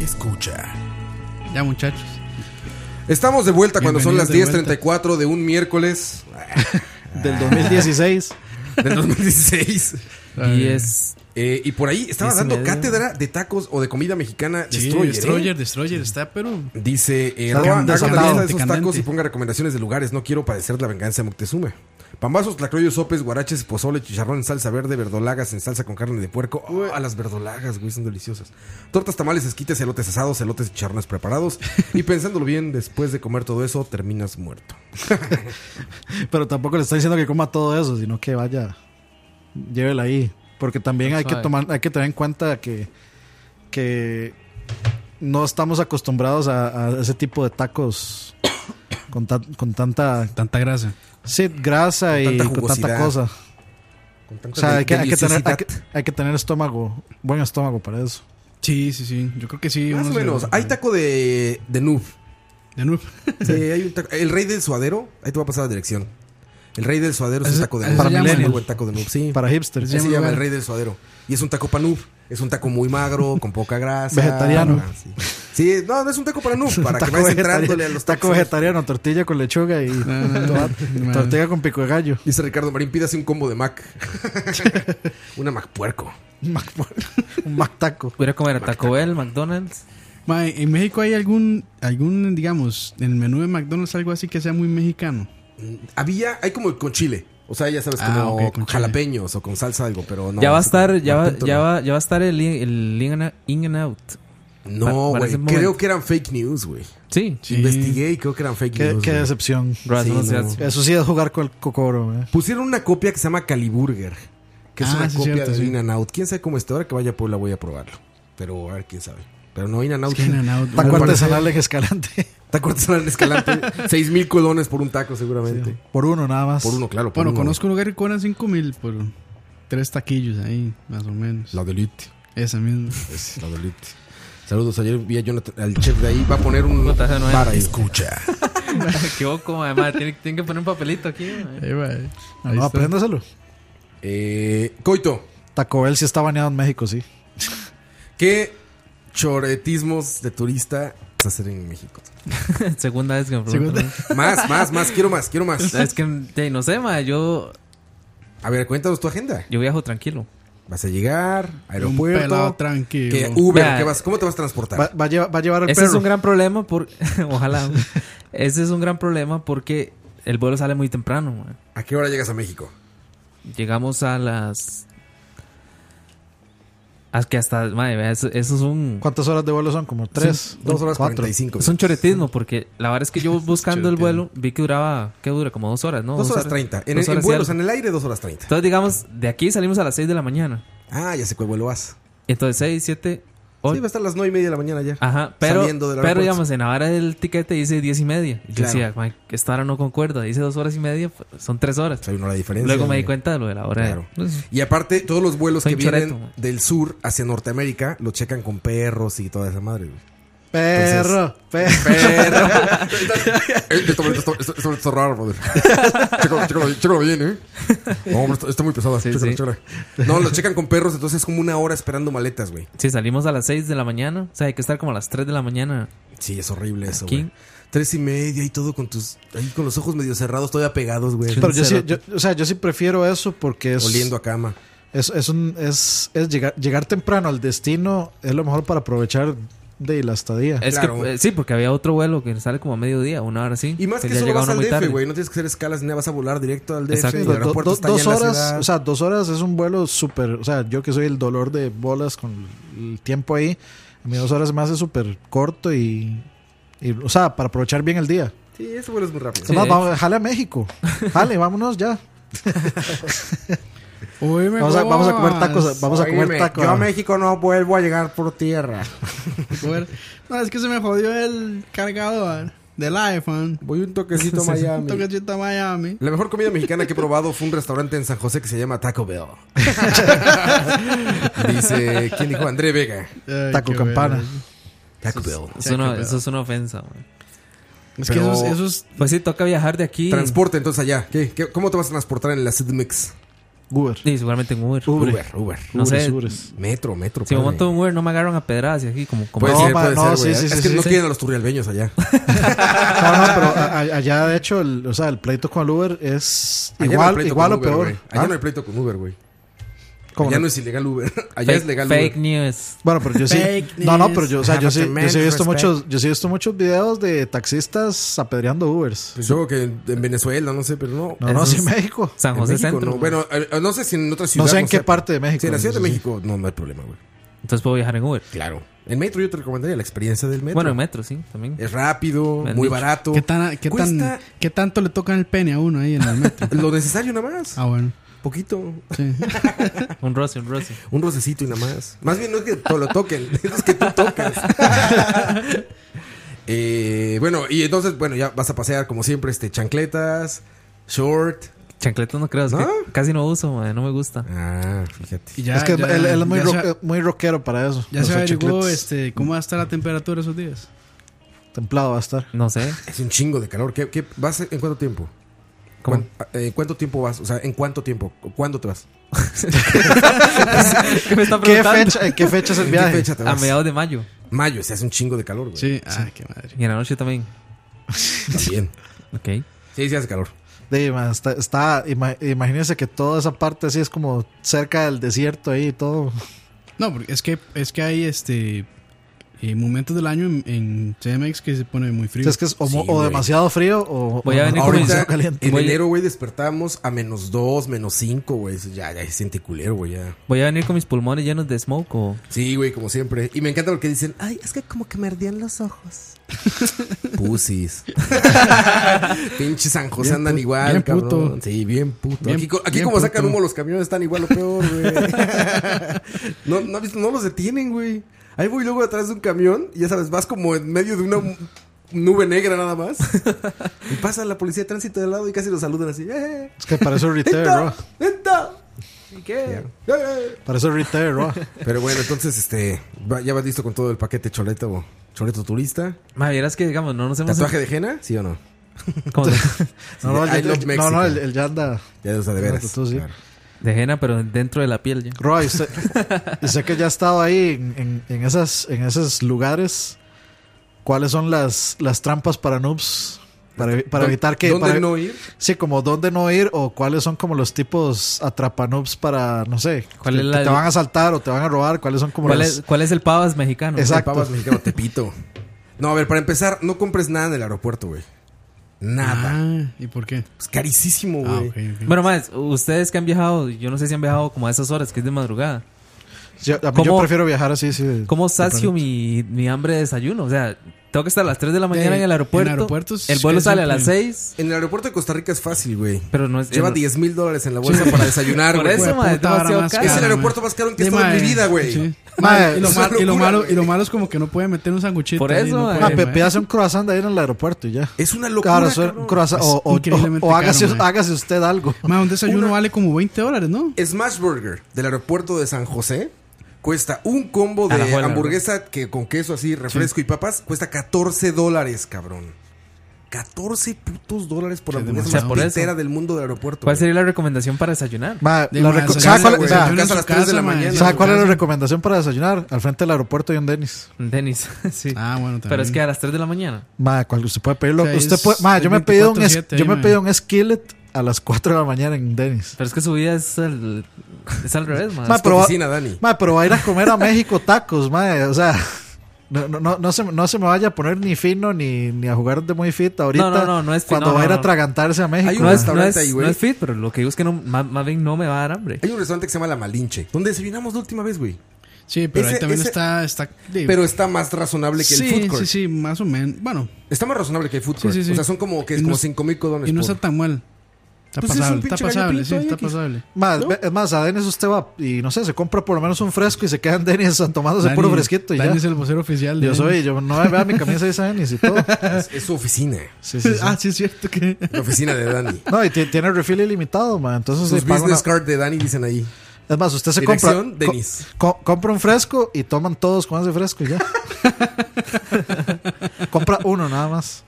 [SPEAKER 5] Escucha.
[SPEAKER 8] Ya, muchachos.
[SPEAKER 5] Estamos de vuelta cuando son las
[SPEAKER 8] Bienvenidos de
[SPEAKER 5] 10:34 de un miércoles.
[SPEAKER 6] Ah.
[SPEAKER 7] Del 2016.
[SPEAKER 5] Del 2016.
[SPEAKER 7] Y es-
[SPEAKER 5] Eh, y por ahí estaba
[SPEAKER 8] Diez y
[SPEAKER 5] dando
[SPEAKER 8] media.
[SPEAKER 5] cátedra de tacos o de comida mexicana.
[SPEAKER 8] Sí,
[SPEAKER 5] Destroyer. ¿eh?
[SPEAKER 8] Destroyer, Destroyer, está, pero.
[SPEAKER 5] Dice, eh,
[SPEAKER 8] Está
[SPEAKER 5] Roa, haga una
[SPEAKER 8] desatado.
[SPEAKER 5] lista de esos
[SPEAKER 8] Candente.
[SPEAKER 5] tacos y ponga recomendaciones de lugares. No quiero padecer la venganza de Moctezuma. Pambazos, tlacoyos, sopes, guaraches, pozole, chicharrón en salsa verde, verdolagas en salsa con carne de puerco. Oh, a las verdolagas, güey, son deliciosas. Tortas, tamales, esquites, elotes asados, elotes y chicharrones preparados. Y pensándolo bien, después de comer todo eso, terminas muerto.
[SPEAKER 7] Pero tampoco le está diciendo que coma todo eso, sino que vaya, llévela ahí. Porque también hay que,
[SPEAKER 8] Suave.
[SPEAKER 7] tomar, hay que tener en cuenta que, que no estamos acostumbrados a, a ese tipo de tacos con, tan- con tanta...
[SPEAKER 8] Tanta grasa.
[SPEAKER 7] Sí, grasa
[SPEAKER 8] Con
[SPEAKER 7] y
[SPEAKER 8] tanta
[SPEAKER 7] con tanta
[SPEAKER 8] jugosidad.
[SPEAKER 7] cosa.
[SPEAKER 5] Con
[SPEAKER 7] O
[SPEAKER 5] tanta
[SPEAKER 7] sea, hay que, hay que tener, hay,
[SPEAKER 5] deliciosidad.
[SPEAKER 7] que, hay que tener estómago, buen estómago para eso.
[SPEAKER 8] Sí, sí, sí. Yo creo que sí.
[SPEAKER 5] Más o
[SPEAKER 8] unos de-
[SPEAKER 5] menos. Hay taco de, de noob.
[SPEAKER 8] ¿De noob?
[SPEAKER 5] Sí, hay un taco- El rey del suadero. Ahí te va a pasar la dirección. El rey del suadero es
[SPEAKER 8] Ese-
[SPEAKER 5] un taco de
[SPEAKER 8] ese
[SPEAKER 5] noob.
[SPEAKER 8] se llama
[SPEAKER 5] Es muy
[SPEAKER 8] el-
[SPEAKER 5] buen taco de noob, sí.
[SPEAKER 7] Para hipsters.
[SPEAKER 5] Ese se llama el
[SPEAKER 7] lugar.
[SPEAKER 5] rey del suadero. Y es un taco para noob. Es un taco muy magro, con poca grasa.
[SPEAKER 7] Vegetariano.
[SPEAKER 5] Ah, Sí. Sí, no, no es un taco para noob. Para que
[SPEAKER 7] Taco
[SPEAKER 5] vayas
[SPEAKER 7] vegetariano-
[SPEAKER 5] entrándole a los
[SPEAKER 7] taco
[SPEAKER 5] tacos.
[SPEAKER 7] vegetariano, tortilla con lechuga y tomate, tortilla con pico de gallo.
[SPEAKER 5] Dice Ricardo Marín, pídase un combo de Mac. Una Mac puerco.
[SPEAKER 7] Un MacTaco.
[SPEAKER 6] Voy a comer a Taco Bell, McDonald's.
[SPEAKER 8] Mae, ¿en México hay algún, algún, digamos, en el menú de McDonald's algo así que sea muy mexicano?
[SPEAKER 5] Había, hay como con chile. O sea, ya sabes,
[SPEAKER 8] Ah,
[SPEAKER 5] como
[SPEAKER 8] ok,
[SPEAKER 5] con jalapeños o con salsa algo, pero no.
[SPEAKER 6] ya va a
[SPEAKER 5] así como
[SPEAKER 6] estar, ya va,
[SPEAKER 5] patento,
[SPEAKER 6] ya
[SPEAKER 5] no.
[SPEAKER 6] va, ya va a estar el, el in, and- in and out. Pa-
[SPEAKER 5] No,
[SPEAKER 6] para
[SPEAKER 5] güey.
[SPEAKER 6] ese
[SPEAKER 5] Creo
[SPEAKER 6] momento.
[SPEAKER 5] que eran fake news, güey.
[SPEAKER 6] Sí.
[SPEAKER 5] Investigué y creo que eran fake
[SPEAKER 7] Qué,
[SPEAKER 5] news.
[SPEAKER 7] qué
[SPEAKER 5] güey.
[SPEAKER 7] decepción.
[SPEAKER 5] Sí, no.
[SPEAKER 7] Eso sí es jugar con el cocoro. man.
[SPEAKER 5] Pusieron una copia que se llama Caliburger. Que es
[SPEAKER 7] Ah,
[SPEAKER 5] una
[SPEAKER 7] sí,
[SPEAKER 5] copia
[SPEAKER 7] cierto,
[SPEAKER 5] de
[SPEAKER 7] sí.
[SPEAKER 5] In and Out. ¿Quién sabe cómo está? Ahora que vaya a Puebla voy a probarlo. Pero a ver quién sabe. Pero no, In and Out.
[SPEAKER 8] que In and Out,
[SPEAKER 7] Taco artesanal en Escalante.
[SPEAKER 5] Taco artesanal en Escalante. Seis mil colones por un taco, seguramente.
[SPEAKER 7] Por uno nada más.
[SPEAKER 5] Por uno, claro. Por
[SPEAKER 8] Bueno,
[SPEAKER 5] uno.
[SPEAKER 8] conozco un lugar que cobran 5 mil por tres taquillos ahí, más o menos.
[SPEAKER 5] La Delite.
[SPEAKER 8] Esa misma.
[SPEAKER 5] Es la Delite. Saludos. Ayer vi a Jonathan, al chef de ahí. Va a poner un.
[SPEAKER 6] Puta, esa no es.
[SPEAKER 5] Para escucha.
[SPEAKER 6] Me equivoco, además. Tienen tiene que poner un papelito aquí. mae.
[SPEAKER 8] eh.
[SPEAKER 7] Ah, No, no, apréndaselo.
[SPEAKER 5] Eh, Coito.
[SPEAKER 7] Taco Bell sí está baneado en México, sí.
[SPEAKER 5] ¿Qué choretismos de turista vas a hacer en México?
[SPEAKER 6] Segunda vez que me preguntan.
[SPEAKER 5] Segunda. Más, más, más, quiero más, quiero más.
[SPEAKER 6] Es que de- no sé, ma, yo.
[SPEAKER 5] A ver, cuéntanos tu agenda.
[SPEAKER 6] Yo viajo tranquilo.
[SPEAKER 5] Vas a llegar,
[SPEAKER 8] Un
[SPEAKER 5] aeropuerto.
[SPEAKER 8] pelado tranquilo.
[SPEAKER 5] ¿Qué? Uber,
[SPEAKER 6] Vea,
[SPEAKER 5] ¿qué vas- ¿cómo te vas a transportar?
[SPEAKER 7] Va, va a llevar, va a llevar al
[SPEAKER 6] Ese
[SPEAKER 7] perro.
[SPEAKER 6] es un gran problema por ojalá. ma. Ese es un gran problema porque el vuelo sale muy temprano, ma.
[SPEAKER 5] ¿A qué hora llegas a México?
[SPEAKER 6] Llegamos a las hasta que hasta, madre, vea, eso, eso es un
[SPEAKER 7] ¿Cuántas horas de vuelo son? Como tres.
[SPEAKER 6] Son dos horas
[SPEAKER 7] cuatro.
[SPEAKER 5] 45.
[SPEAKER 6] es un choretismo porque la verdad es que yo buscando el vuelo vi que duraba, ¿qué dura? Como dos horas, ¿no?
[SPEAKER 5] Dos horas treinta. En,
[SPEAKER 6] dos
[SPEAKER 5] en
[SPEAKER 6] horas y
[SPEAKER 5] vuelos,
[SPEAKER 6] algo.
[SPEAKER 5] en el aire, dos horas treinta.
[SPEAKER 6] Entonces digamos, de aquí salimos a las 6 de la mañana.
[SPEAKER 5] Ah, ya sé cuál vuelo vas.
[SPEAKER 6] Entonces 6, 7,
[SPEAKER 5] Sí, va a estar a las nueve y media de la mañana ya.
[SPEAKER 6] Ajá, pero,
[SPEAKER 5] Saliendo del
[SPEAKER 6] pero
[SPEAKER 5] aeropuerto.
[SPEAKER 6] digamos, en la vara del tiquete dice 10 y media. Y Yo
[SPEAKER 5] Claro.
[SPEAKER 6] decía, "Mae, que esta hora no concuerda, dice dos horas y media, pues, son tres horas.
[SPEAKER 5] Hay una hora de diferencia.
[SPEAKER 6] Luego me di
[SPEAKER 5] güey.
[SPEAKER 6] cuenta de lo de la hora.
[SPEAKER 5] Claro. Y aparte, todos los vuelos
[SPEAKER 6] Soy
[SPEAKER 5] que vienen
[SPEAKER 6] choreto, güey.
[SPEAKER 5] del sur hacia Norteamérica lo checan con perros y toda esa madre, güey.
[SPEAKER 7] Perro,
[SPEAKER 5] Entonces-
[SPEAKER 7] perro.
[SPEAKER 5] Eh, esto, esto, esto, esto está raro, brother. Chécalo, chécalo, chécalo bien, ¿eh? No, hombre, está, está muy pesada.
[SPEAKER 6] Sí,
[SPEAKER 5] Chécalo,
[SPEAKER 6] sí.
[SPEAKER 5] chécalo. No, lo checan con perros, entonces es como una hora esperando maletas, güey.
[SPEAKER 6] Sí, salimos a las 6 de la mañana. O sea, hay que estar como a las 3 de la mañana.
[SPEAKER 5] Sí, es horrible eso,
[SPEAKER 6] Aquí.
[SPEAKER 5] güey. Tres y media y todo con tus. Ahí con los ojos medio cerrados, todavía pegados, güey.
[SPEAKER 7] Pero yo sí, yo- o sea, yo sí prefiero eso porque es.
[SPEAKER 5] Oliendo a cama.
[SPEAKER 7] Es, es un- es- es llegar, llegar temprano al destino es lo mejor para aprovechar de la estadía.
[SPEAKER 6] Es que, eh, sí, porque había otro vuelo que sale como a mediodía, una hora así.
[SPEAKER 5] Y más que
[SPEAKER 6] ya
[SPEAKER 5] solo
[SPEAKER 6] llegaba
[SPEAKER 5] vas
[SPEAKER 6] uno
[SPEAKER 5] al
[SPEAKER 6] muy tarde.
[SPEAKER 5] DF, güey. No tienes que hacer escalas ni nada, vas a volar directo al DF.
[SPEAKER 6] Exacto.
[SPEAKER 5] El
[SPEAKER 7] Do-
[SPEAKER 5] aeropuerto
[SPEAKER 7] do-
[SPEAKER 5] está
[SPEAKER 7] dos
[SPEAKER 5] allá en la
[SPEAKER 7] horas,
[SPEAKER 5] ciudad.
[SPEAKER 7] o sea, dos horas es un vuelo súper, o sea, yo que soy el dolor de bolas con el tiempo ahí, a mí dos horas más es súper corto y, y, o sea, para aprovechar bien el día.
[SPEAKER 5] Sí, ese vuelo es muy rápido.
[SPEAKER 7] Además, vamos, jale a México, jale, vámonos ya. vamos, a, vamos a comer tacos, vamos a comer
[SPEAKER 1] Oíme,
[SPEAKER 7] tacos.
[SPEAKER 1] Yo a México no vuelvo a llegar por tierra.
[SPEAKER 8] Joder. No, es que se me jodió el cargador del iPhone.
[SPEAKER 5] Voy un toquecito a Miami.
[SPEAKER 8] Un toquecito a Miami.
[SPEAKER 5] La mejor comida mexicana que he probado fue un restaurante en San José que se llama Taco Bell. Dice, ¿quién dijo? André Vega.
[SPEAKER 8] Ay, Taco qué Campana. bueno.
[SPEAKER 5] Taco
[SPEAKER 6] Eso
[SPEAKER 5] Bell.
[SPEAKER 6] es- eso, no- eso es una ofensa, güey.
[SPEAKER 5] Es que Pero- eso es- eso es-
[SPEAKER 6] Pues sí, toca viajar de aquí.
[SPEAKER 5] Transporte entonces allá. ¿Qué, qué- cómo te vas a transportar en la CDMX?
[SPEAKER 7] Uber.
[SPEAKER 6] Sí, seguramente en Uber.
[SPEAKER 5] Uber, Uber. Uber.
[SPEAKER 6] No sé.
[SPEAKER 5] Metro, metro.
[SPEAKER 6] Si me
[SPEAKER 5] padre.
[SPEAKER 6] monto en Uber, no me agarran a pedradas y aquí como... como
[SPEAKER 5] Puede
[SPEAKER 7] No,
[SPEAKER 5] ser,
[SPEAKER 7] ma-
[SPEAKER 5] puede ser,
[SPEAKER 7] no, sí,
[SPEAKER 5] güey.
[SPEAKER 7] sí,
[SPEAKER 5] Es
[SPEAKER 7] sí,
[SPEAKER 5] que
[SPEAKER 7] sí,
[SPEAKER 5] no
[SPEAKER 7] sí.
[SPEAKER 5] quieren a los turrialbeños allá.
[SPEAKER 7] No, no, pero a- a- allá de hecho, el, o sea, el pleito con el Uber es
[SPEAKER 5] Allá no hay
[SPEAKER 7] igual,
[SPEAKER 5] pleito
[SPEAKER 7] igual
[SPEAKER 5] con
[SPEAKER 7] o
[SPEAKER 5] Uber,
[SPEAKER 7] peor.
[SPEAKER 5] güey. Allá
[SPEAKER 7] ¿Ah?
[SPEAKER 5] no hay pleito con Uber, güey.
[SPEAKER 7] ¿Cómo
[SPEAKER 5] Allá
[SPEAKER 7] no?
[SPEAKER 5] no es ilegal Uber. Allá es legal
[SPEAKER 6] Fake
[SPEAKER 5] Uber.
[SPEAKER 6] news.
[SPEAKER 7] Bueno, pero yo sí.
[SPEAKER 5] Fake
[SPEAKER 7] No, no,
[SPEAKER 5] news.
[SPEAKER 7] pero yo, o sea,
[SPEAKER 5] Have
[SPEAKER 7] yo sí,
[SPEAKER 5] a
[SPEAKER 7] yo sí he visto
[SPEAKER 5] tremendous
[SPEAKER 7] muchos, yo sí he visto muchos videos de taxistas apedreando Ubers.
[SPEAKER 5] Pues yo que en, en Venezuela, no sé, pero no.
[SPEAKER 7] No, no, sí, en México.
[SPEAKER 6] San
[SPEAKER 5] En
[SPEAKER 6] José
[SPEAKER 5] México,
[SPEAKER 6] Centro,
[SPEAKER 5] No.
[SPEAKER 6] güey.
[SPEAKER 5] Bueno, eh, no sé si en otra ciudad.
[SPEAKER 7] sé en qué parte de México,
[SPEAKER 5] Sí, en la Ciudad de
[SPEAKER 7] eso sí.
[SPEAKER 5] México no, no hay problema, güey.
[SPEAKER 6] Entonces puedo viajar en Uber.
[SPEAKER 5] Claro. En metro yo te recomendaría la experiencia del metro. Eh.
[SPEAKER 6] Bueno, en metro, sí, también.
[SPEAKER 5] Es rápido,
[SPEAKER 6] Me han
[SPEAKER 5] muy
[SPEAKER 6] dicho.
[SPEAKER 5] barato.
[SPEAKER 8] ¿Qué, tan, qué,
[SPEAKER 5] Cuesta-
[SPEAKER 8] tan, ¿Qué tanto le tocan el pene a uno ahí en el metro?
[SPEAKER 5] Lo necesario nada más.
[SPEAKER 8] ah, bueno.
[SPEAKER 5] Poquito.
[SPEAKER 8] Sí.
[SPEAKER 6] Un roce, un roce.
[SPEAKER 5] Un rocecito y nada más. Más bien no es que te lo toquen, es que tú tocas. Eh, bueno, y entonces, bueno, ya vas a pasear como siempre, este, chancletas, short.
[SPEAKER 6] Chancletas no creo, es que casi no uso, güey, no me gusta.
[SPEAKER 5] Ah, fíjate.
[SPEAKER 8] Y ya-
[SPEAKER 7] es que
[SPEAKER 8] ya-
[SPEAKER 7] él, él es muy,
[SPEAKER 8] ya
[SPEAKER 7] rock-
[SPEAKER 8] se-
[SPEAKER 7] muy rockero para eso.
[SPEAKER 8] Ya se
[SPEAKER 7] Los
[SPEAKER 8] averiguó
[SPEAKER 7] chicletes.
[SPEAKER 8] este, cómo va a estar la temperatura esos días.
[SPEAKER 7] Templado va a estar.
[SPEAKER 6] No sé.
[SPEAKER 5] Es un chingo de calor. ¿Qué, qué- vas en cuánto tiempo?
[SPEAKER 6] ¿Cómo?
[SPEAKER 5] ¿Cuán- eh, ¿Cuánto tiempo vas? O sea, ¿en cuánto tiempo? ¿Cuándo te vas?
[SPEAKER 6] ¿Qué me está
[SPEAKER 7] ¿Qué
[SPEAKER 6] preguntando?
[SPEAKER 7] fecha- en qué fecha es el
[SPEAKER 5] ¿En
[SPEAKER 7] viaje?
[SPEAKER 5] qué fecha te
[SPEAKER 6] A
[SPEAKER 5] vas?
[SPEAKER 6] mediados de mayo.
[SPEAKER 5] Mayo, se hace un chingo de calor, güey.
[SPEAKER 8] Sí, ah, qué madre.
[SPEAKER 6] Y en la noche también.
[SPEAKER 5] Bien.
[SPEAKER 6] Ok.
[SPEAKER 5] Sí, sí hace calor.
[SPEAKER 7] De, ma, está, está- ima- imagínense que toda esa parte así es como cerca del desierto ahí y todo.
[SPEAKER 8] No, porque es que, es que hay este, eh, momentos del año en, en CMX que se pone muy frío.
[SPEAKER 7] Entonces que es o, mo- o demasiado frío o,
[SPEAKER 6] Voy a
[SPEAKER 7] o
[SPEAKER 6] venir con
[SPEAKER 7] demasiado
[SPEAKER 5] Ahorita,
[SPEAKER 7] caliente.
[SPEAKER 5] en
[SPEAKER 6] Voy-
[SPEAKER 5] enero, güey, despertamos a menos 2, menos 5, güey. Eso Ya, ya se siente culero, güey, ya.
[SPEAKER 6] Voy a venir con mis pulmones llenos de smoke o...
[SPEAKER 5] Sí, güey, como siempre. Y me encanta lo que dicen,
[SPEAKER 1] Ay, es que como que me ardían los ojos.
[SPEAKER 5] pusis. Pinche San José
[SPEAKER 8] Bien
[SPEAKER 5] andan
[SPEAKER 8] pu-
[SPEAKER 5] igual,
[SPEAKER 8] bien
[SPEAKER 5] cabrón.
[SPEAKER 8] puto.
[SPEAKER 5] Sí, bien puto.
[SPEAKER 8] Bien-
[SPEAKER 5] aquí co- aquí
[SPEAKER 8] bien
[SPEAKER 5] como sacan
[SPEAKER 8] puto.
[SPEAKER 5] humo los camiones están igual o peor, güey. no, no, has visto? no los detienen, güey. Ahí voy luego atrás de un camión y ya sabes, vas como en medio de una nube negra nada más. y pasa la policía de tránsito de lado y casi los saludan así. ¡Eh!
[SPEAKER 7] Es que parece un retail, bro.
[SPEAKER 5] ¡Neta! ¡Neta! ¿Y qué? ¡Eh!
[SPEAKER 7] Parece un retail, bro.
[SPEAKER 5] Pero bueno, entonces, este, va- ya vas listo con todo el paquete choleto, choleto turista.
[SPEAKER 6] Madre, vieras que, digamos, no nos hemos...
[SPEAKER 5] ¿Tatuaje de henna? ¿Sí o no?
[SPEAKER 6] como de,
[SPEAKER 7] No, no,
[SPEAKER 5] I
[SPEAKER 7] el- el-
[SPEAKER 5] love
[SPEAKER 7] no,
[SPEAKER 5] Mexico.
[SPEAKER 7] no, el, el ya anda.
[SPEAKER 5] Ya usa de
[SPEAKER 7] ya anda
[SPEAKER 5] veras.
[SPEAKER 7] tú, sí.
[SPEAKER 5] Claro.
[SPEAKER 6] de henna, pero dentro de la piel ya.
[SPEAKER 7] Roy, usted- yo sé que ya ha estado ahí en, en- en esas, en esos lugares. ¿Cuáles son las, las trampas para noobs? Para, evi- para
[SPEAKER 5] ¿Dó-
[SPEAKER 7] evitar que.
[SPEAKER 5] ¿Dónde
[SPEAKER 7] para-
[SPEAKER 5] no ir?
[SPEAKER 7] Sí, como dónde no ir o cuáles son como los tipos atrapanubs para, no sé,
[SPEAKER 6] ¿Cuál es
[SPEAKER 7] que
[SPEAKER 6] la-
[SPEAKER 7] te van a saltar o te van a robar, cuáles son como
[SPEAKER 6] ¿Cuál
[SPEAKER 7] las-
[SPEAKER 6] es, ¿Cuál es el pavas mexicano?
[SPEAKER 7] Exacto.
[SPEAKER 5] Pavas mexicano, Tepito. No, a ver, para empezar, no compres nada en el aeropuerto, güey. Nada.
[SPEAKER 8] Ah, ¿y por qué?
[SPEAKER 5] Es carísimo,
[SPEAKER 8] Ah,
[SPEAKER 5] güey.
[SPEAKER 8] ok, ok.
[SPEAKER 6] Bueno, más, ustedes que han viajado, yo no sé si han viajado como a esas horas, que es de madrugada.
[SPEAKER 7] Yo, a mí yo
[SPEAKER 6] ¿Cómo-
[SPEAKER 7] prefiero viajar así, sí. de-
[SPEAKER 6] ¿Cómo
[SPEAKER 7] de
[SPEAKER 6] sacio
[SPEAKER 7] pronto.
[SPEAKER 6] mi, mi hambre de desayuno? O sea, tengo que estar a las 3 de la mañana
[SPEAKER 8] Eh,
[SPEAKER 6] en el
[SPEAKER 8] en
[SPEAKER 6] aeropuerto.
[SPEAKER 8] aeropuertos
[SPEAKER 6] el vuelo
[SPEAKER 8] es
[SPEAKER 6] sale a
[SPEAKER 8] siempre-
[SPEAKER 6] las 6,
[SPEAKER 5] En el aeropuerto de Costa Rica es fácil, güey.
[SPEAKER 6] pero no es...
[SPEAKER 5] Lleva
[SPEAKER 6] no-
[SPEAKER 5] 10 mil dólares en la bolsa para desayunar,
[SPEAKER 6] Por
[SPEAKER 5] güey.
[SPEAKER 6] eso, madre,
[SPEAKER 8] puta, ahora
[SPEAKER 6] demasiado
[SPEAKER 8] más
[SPEAKER 6] caro.
[SPEAKER 5] Es el
[SPEAKER 8] Cara,
[SPEAKER 5] aeropuerto más caro en que he
[SPEAKER 8] Sí,
[SPEAKER 5] estado en mi
[SPEAKER 8] mae.
[SPEAKER 5] vida, güey.
[SPEAKER 8] Sí.
[SPEAKER 7] Mae,
[SPEAKER 8] Mae, y, lo
[SPEAKER 5] es una
[SPEAKER 8] mal- y lo
[SPEAKER 5] locura,
[SPEAKER 8] malo,
[SPEAKER 5] güey.
[SPEAKER 8] y lo malo es como que no puede meter un sanguchito.
[SPEAKER 6] Por
[SPEAKER 8] ahí,
[SPEAKER 6] eso,
[SPEAKER 8] no
[SPEAKER 6] mae.
[SPEAKER 8] puede,
[SPEAKER 7] Ah, pe- pe- hace un croissant ahí en el aeropuerto y ya.
[SPEAKER 5] Es una locura.
[SPEAKER 7] Claro, hacer un
[SPEAKER 5] cabrón.
[SPEAKER 7] croissant o, o-
[SPEAKER 8] Es increíblemente
[SPEAKER 7] o hágase,
[SPEAKER 8] caro, mae.
[SPEAKER 7] hágase usted algo.
[SPEAKER 8] Mae, un desayuno vale como 20 dólares, ¿no?
[SPEAKER 5] Smash Burger del aeropuerto de San José Cuesta un combo de
[SPEAKER 6] A la juela,
[SPEAKER 5] hamburguesa que con queso así, refresco y papas, cuesta 14 dólares, cabrón. 14 putos dólares por la hamburguesa
[SPEAKER 6] demasiado.
[SPEAKER 5] más
[SPEAKER 6] Por eso.
[SPEAKER 5] pitera del mundo del aeropuerto.
[SPEAKER 8] Pues-
[SPEAKER 6] ¿Cuál sería la recomendación para desayunar?
[SPEAKER 7] Ma, la reco- ¿sabe cuál, o sea, ¿sabe cuál es la recomendación para desayunar? Al frente del aeropuerto hay un Denis.
[SPEAKER 6] Un Denis, sí.
[SPEAKER 8] Ah, bueno,
[SPEAKER 6] Pero es que a las 3 de la mañana.
[SPEAKER 7] Ma, cual usted puede pedirlo.
[SPEAKER 6] O sea,
[SPEAKER 7] usted
[SPEAKER 6] es-
[SPEAKER 7] puede, ma,
[SPEAKER 6] es
[SPEAKER 7] yo me he pedido un, es-
[SPEAKER 6] 24/7
[SPEAKER 7] yo
[SPEAKER 6] ahí,
[SPEAKER 7] me he
[SPEAKER 6] ma.
[SPEAKER 7] pedido un skillet a las 4 de la mañana en Denis.
[SPEAKER 6] Pero es que su vida es, al- es al revés, man.
[SPEAKER 7] Ma,
[SPEAKER 6] Es
[SPEAKER 7] pero, va-
[SPEAKER 6] oficina, Dani.
[SPEAKER 7] ma, pero va a ir a comer a México tacos, ma, o sea, no, no, no, no se, no se me vaya a poner ni fino ni, ni a jugar de muy fit ahorita.
[SPEAKER 6] No, no, no, no es fit,
[SPEAKER 7] Cuando
[SPEAKER 6] no,
[SPEAKER 7] va a ir
[SPEAKER 6] no,
[SPEAKER 7] a
[SPEAKER 6] no.
[SPEAKER 7] atragantarse a México.
[SPEAKER 6] no
[SPEAKER 7] ma.
[SPEAKER 6] es, no, es, no es fit, pero lo que digo es que no, más, más bien no me va a dar hambre.
[SPEAKER 5] Hay un restaurante que se llama La Malinche, donde desayunamos la última vez, güey.
[SPEAKER 8] Sí, pero ahí también está, está.
[SPEAKER 5] Pero está más razonable que el
[SPEAKER 8] Sí,
[SPEAKER 5] food court.
[SPEAKER 8] Sí, sí, más o menos. Bueno.
[SPEAKER 5] Está más razonable que el food
[SPEAKER 8] Sí,
[SPEAKER 5] court.
[SPEAKER 8] sí, sí.
[SPEAKER 5] O sea, son como que
[SPEAKER 8] Y
[SPEAKER 5] es
[SPEAKER 8] no
[SPEAKER 5] como
[SPEAKER 8] es-
[SPEAKER 5] 5 mil colones.
[SPEAKER 8] Y no
[SPEAKER 5] por-
[SPEAKER 8] está tan mal. Está
[SPEAKER 5] Pues es un
[SPEAKER 8] pasable, está
[SPEAKER 5] pinche
[SPEAKER 8] pasable,
[SPEAKER 5] gallo
[SPEAKER 8] sí,
[SPEAKER 5] pinto
[SPEAKER 8] está
[SPEAKER 5] ahí, X.
[SPEAKER 8] pasable.
[SPEAKER 7] Ma, Es más, a Denis usted va y no sé, se compra por lo menos un fresco y se queda en Denis tomándose
[SPEAKER 8] Dani-
[SPEAKER 7] puro fresquito. Y
[SPEAKER 8] Dani
[SPEAKER 7] ya.
[SPEAKER 8] es el vocero oficial de
[SPEAKER 7] Yo soy,
[SPEAKER 8] Denis.
[SPEAKER 7] yo no vea mi camisa dice Denis y todo.
[SPEAKER 5] Es, es su oficina.
[SPEAKER 7] Sí, sí, sí.
[SPEAKER 8] Ah, sí, es cierto que.
[SPEAKER 5] La oficina de Dani.
[SPEAKER 7] No, y ti- tiene refill ilimitado, ma. Entonces
[SPEAKER 5] Sus
[SPEAKER 7] se paga
[SPEAKER 5] business
[SPEAKER 7] una-
[SPEAKER 5] card de Dani dicen ahí.
[SPEAKER 7] Es más, usted se compra.
[SPEAKER 5] Dirección,
[SPEAKER 7] co-
[SPEAKER 5] Denis.
[SPEAKER 7] co- compra un fresco y toman todos con ese fresco y ya. compra uno nada más.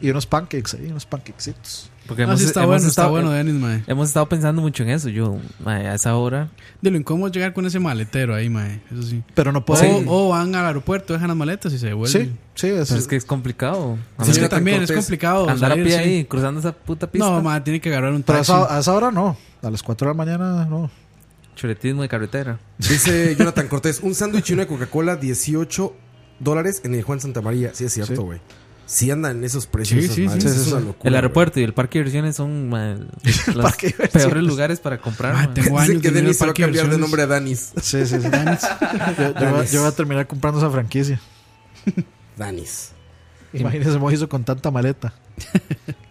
[SPEAKER 7] Y unos pancakes ahí, unos pancakecitos.
[SPEAKER 6] Porque
[SPEAKER 8] No, sí está bueno, está bueno,
[SPEAKER 6] eh,
[SPEAKER 8] eh. Denis, mae.
[SPEAKER 6] Hemos estado pensando mucho en eso. Yo, mae, a esa hora.
[SPEAKER 8] De lo incómodo es llegar con ese maletero ahí, mae. Eso sí.
[SPEAKER 7] Pero no
[SPEAKER 8] O,
[SPEAKER 7] puede-
[SPEAKER 8] o van al aeropuerto, dejan las maletas y se devuelven.
[SPEAKER 7] Sí, sí, es,
[SPEAKER 6] Pero es que es complicado.
[SPEAKER 8] Sí, es que también es complicado
[SPEAKER 6] Andar a
[SPEAKER 8] salir,
[SPEAKER 6] pie
[SPEAKER 8] sí.
[SPEAKER 6] ahí, cruzando esa puta pista.
[SPEAKER 8] No, mae, tiene que agarrar un
[SPEAKER 7] Pero ah, a
[SPEAKER 8] taxi.
[SPEAKER 7] esa, a esa hora no. A las 4 de la mañana no.
[SPEAKER 6] Chuletismo de carretera.
[SPEAKER 5] Dice Jonathan Cortés, un sándwich y una Coca-Cola, 18 dólares en el Juan Santa María. Sí, es
[SPEAKER 6] Sí.
[SPEAKER 5] cierto, güey. Sí. andan en esos precios. esas madres, es una locura,
[SPEAKER 6] El
[SPEAKER 5] güey.
[SPEAKER 6] aeropuerto y el parque de diversiones son mae, los
[SPEAKER 5] parque de diversiones.
[SPEAKER 6] peores lugares para comprar. mae.
[SPEAKER 5] Dicen que Denis se va a cambiar de nombre a Danis.
[SPEAKER 7] Sí, sí, sí. Yo, yo voy a- yo voy a terminar comprando esa franquicia.
[SPEAKER 5] Danis.
[SPEAKER 7] Imagínese Mojizo con tanta maleta.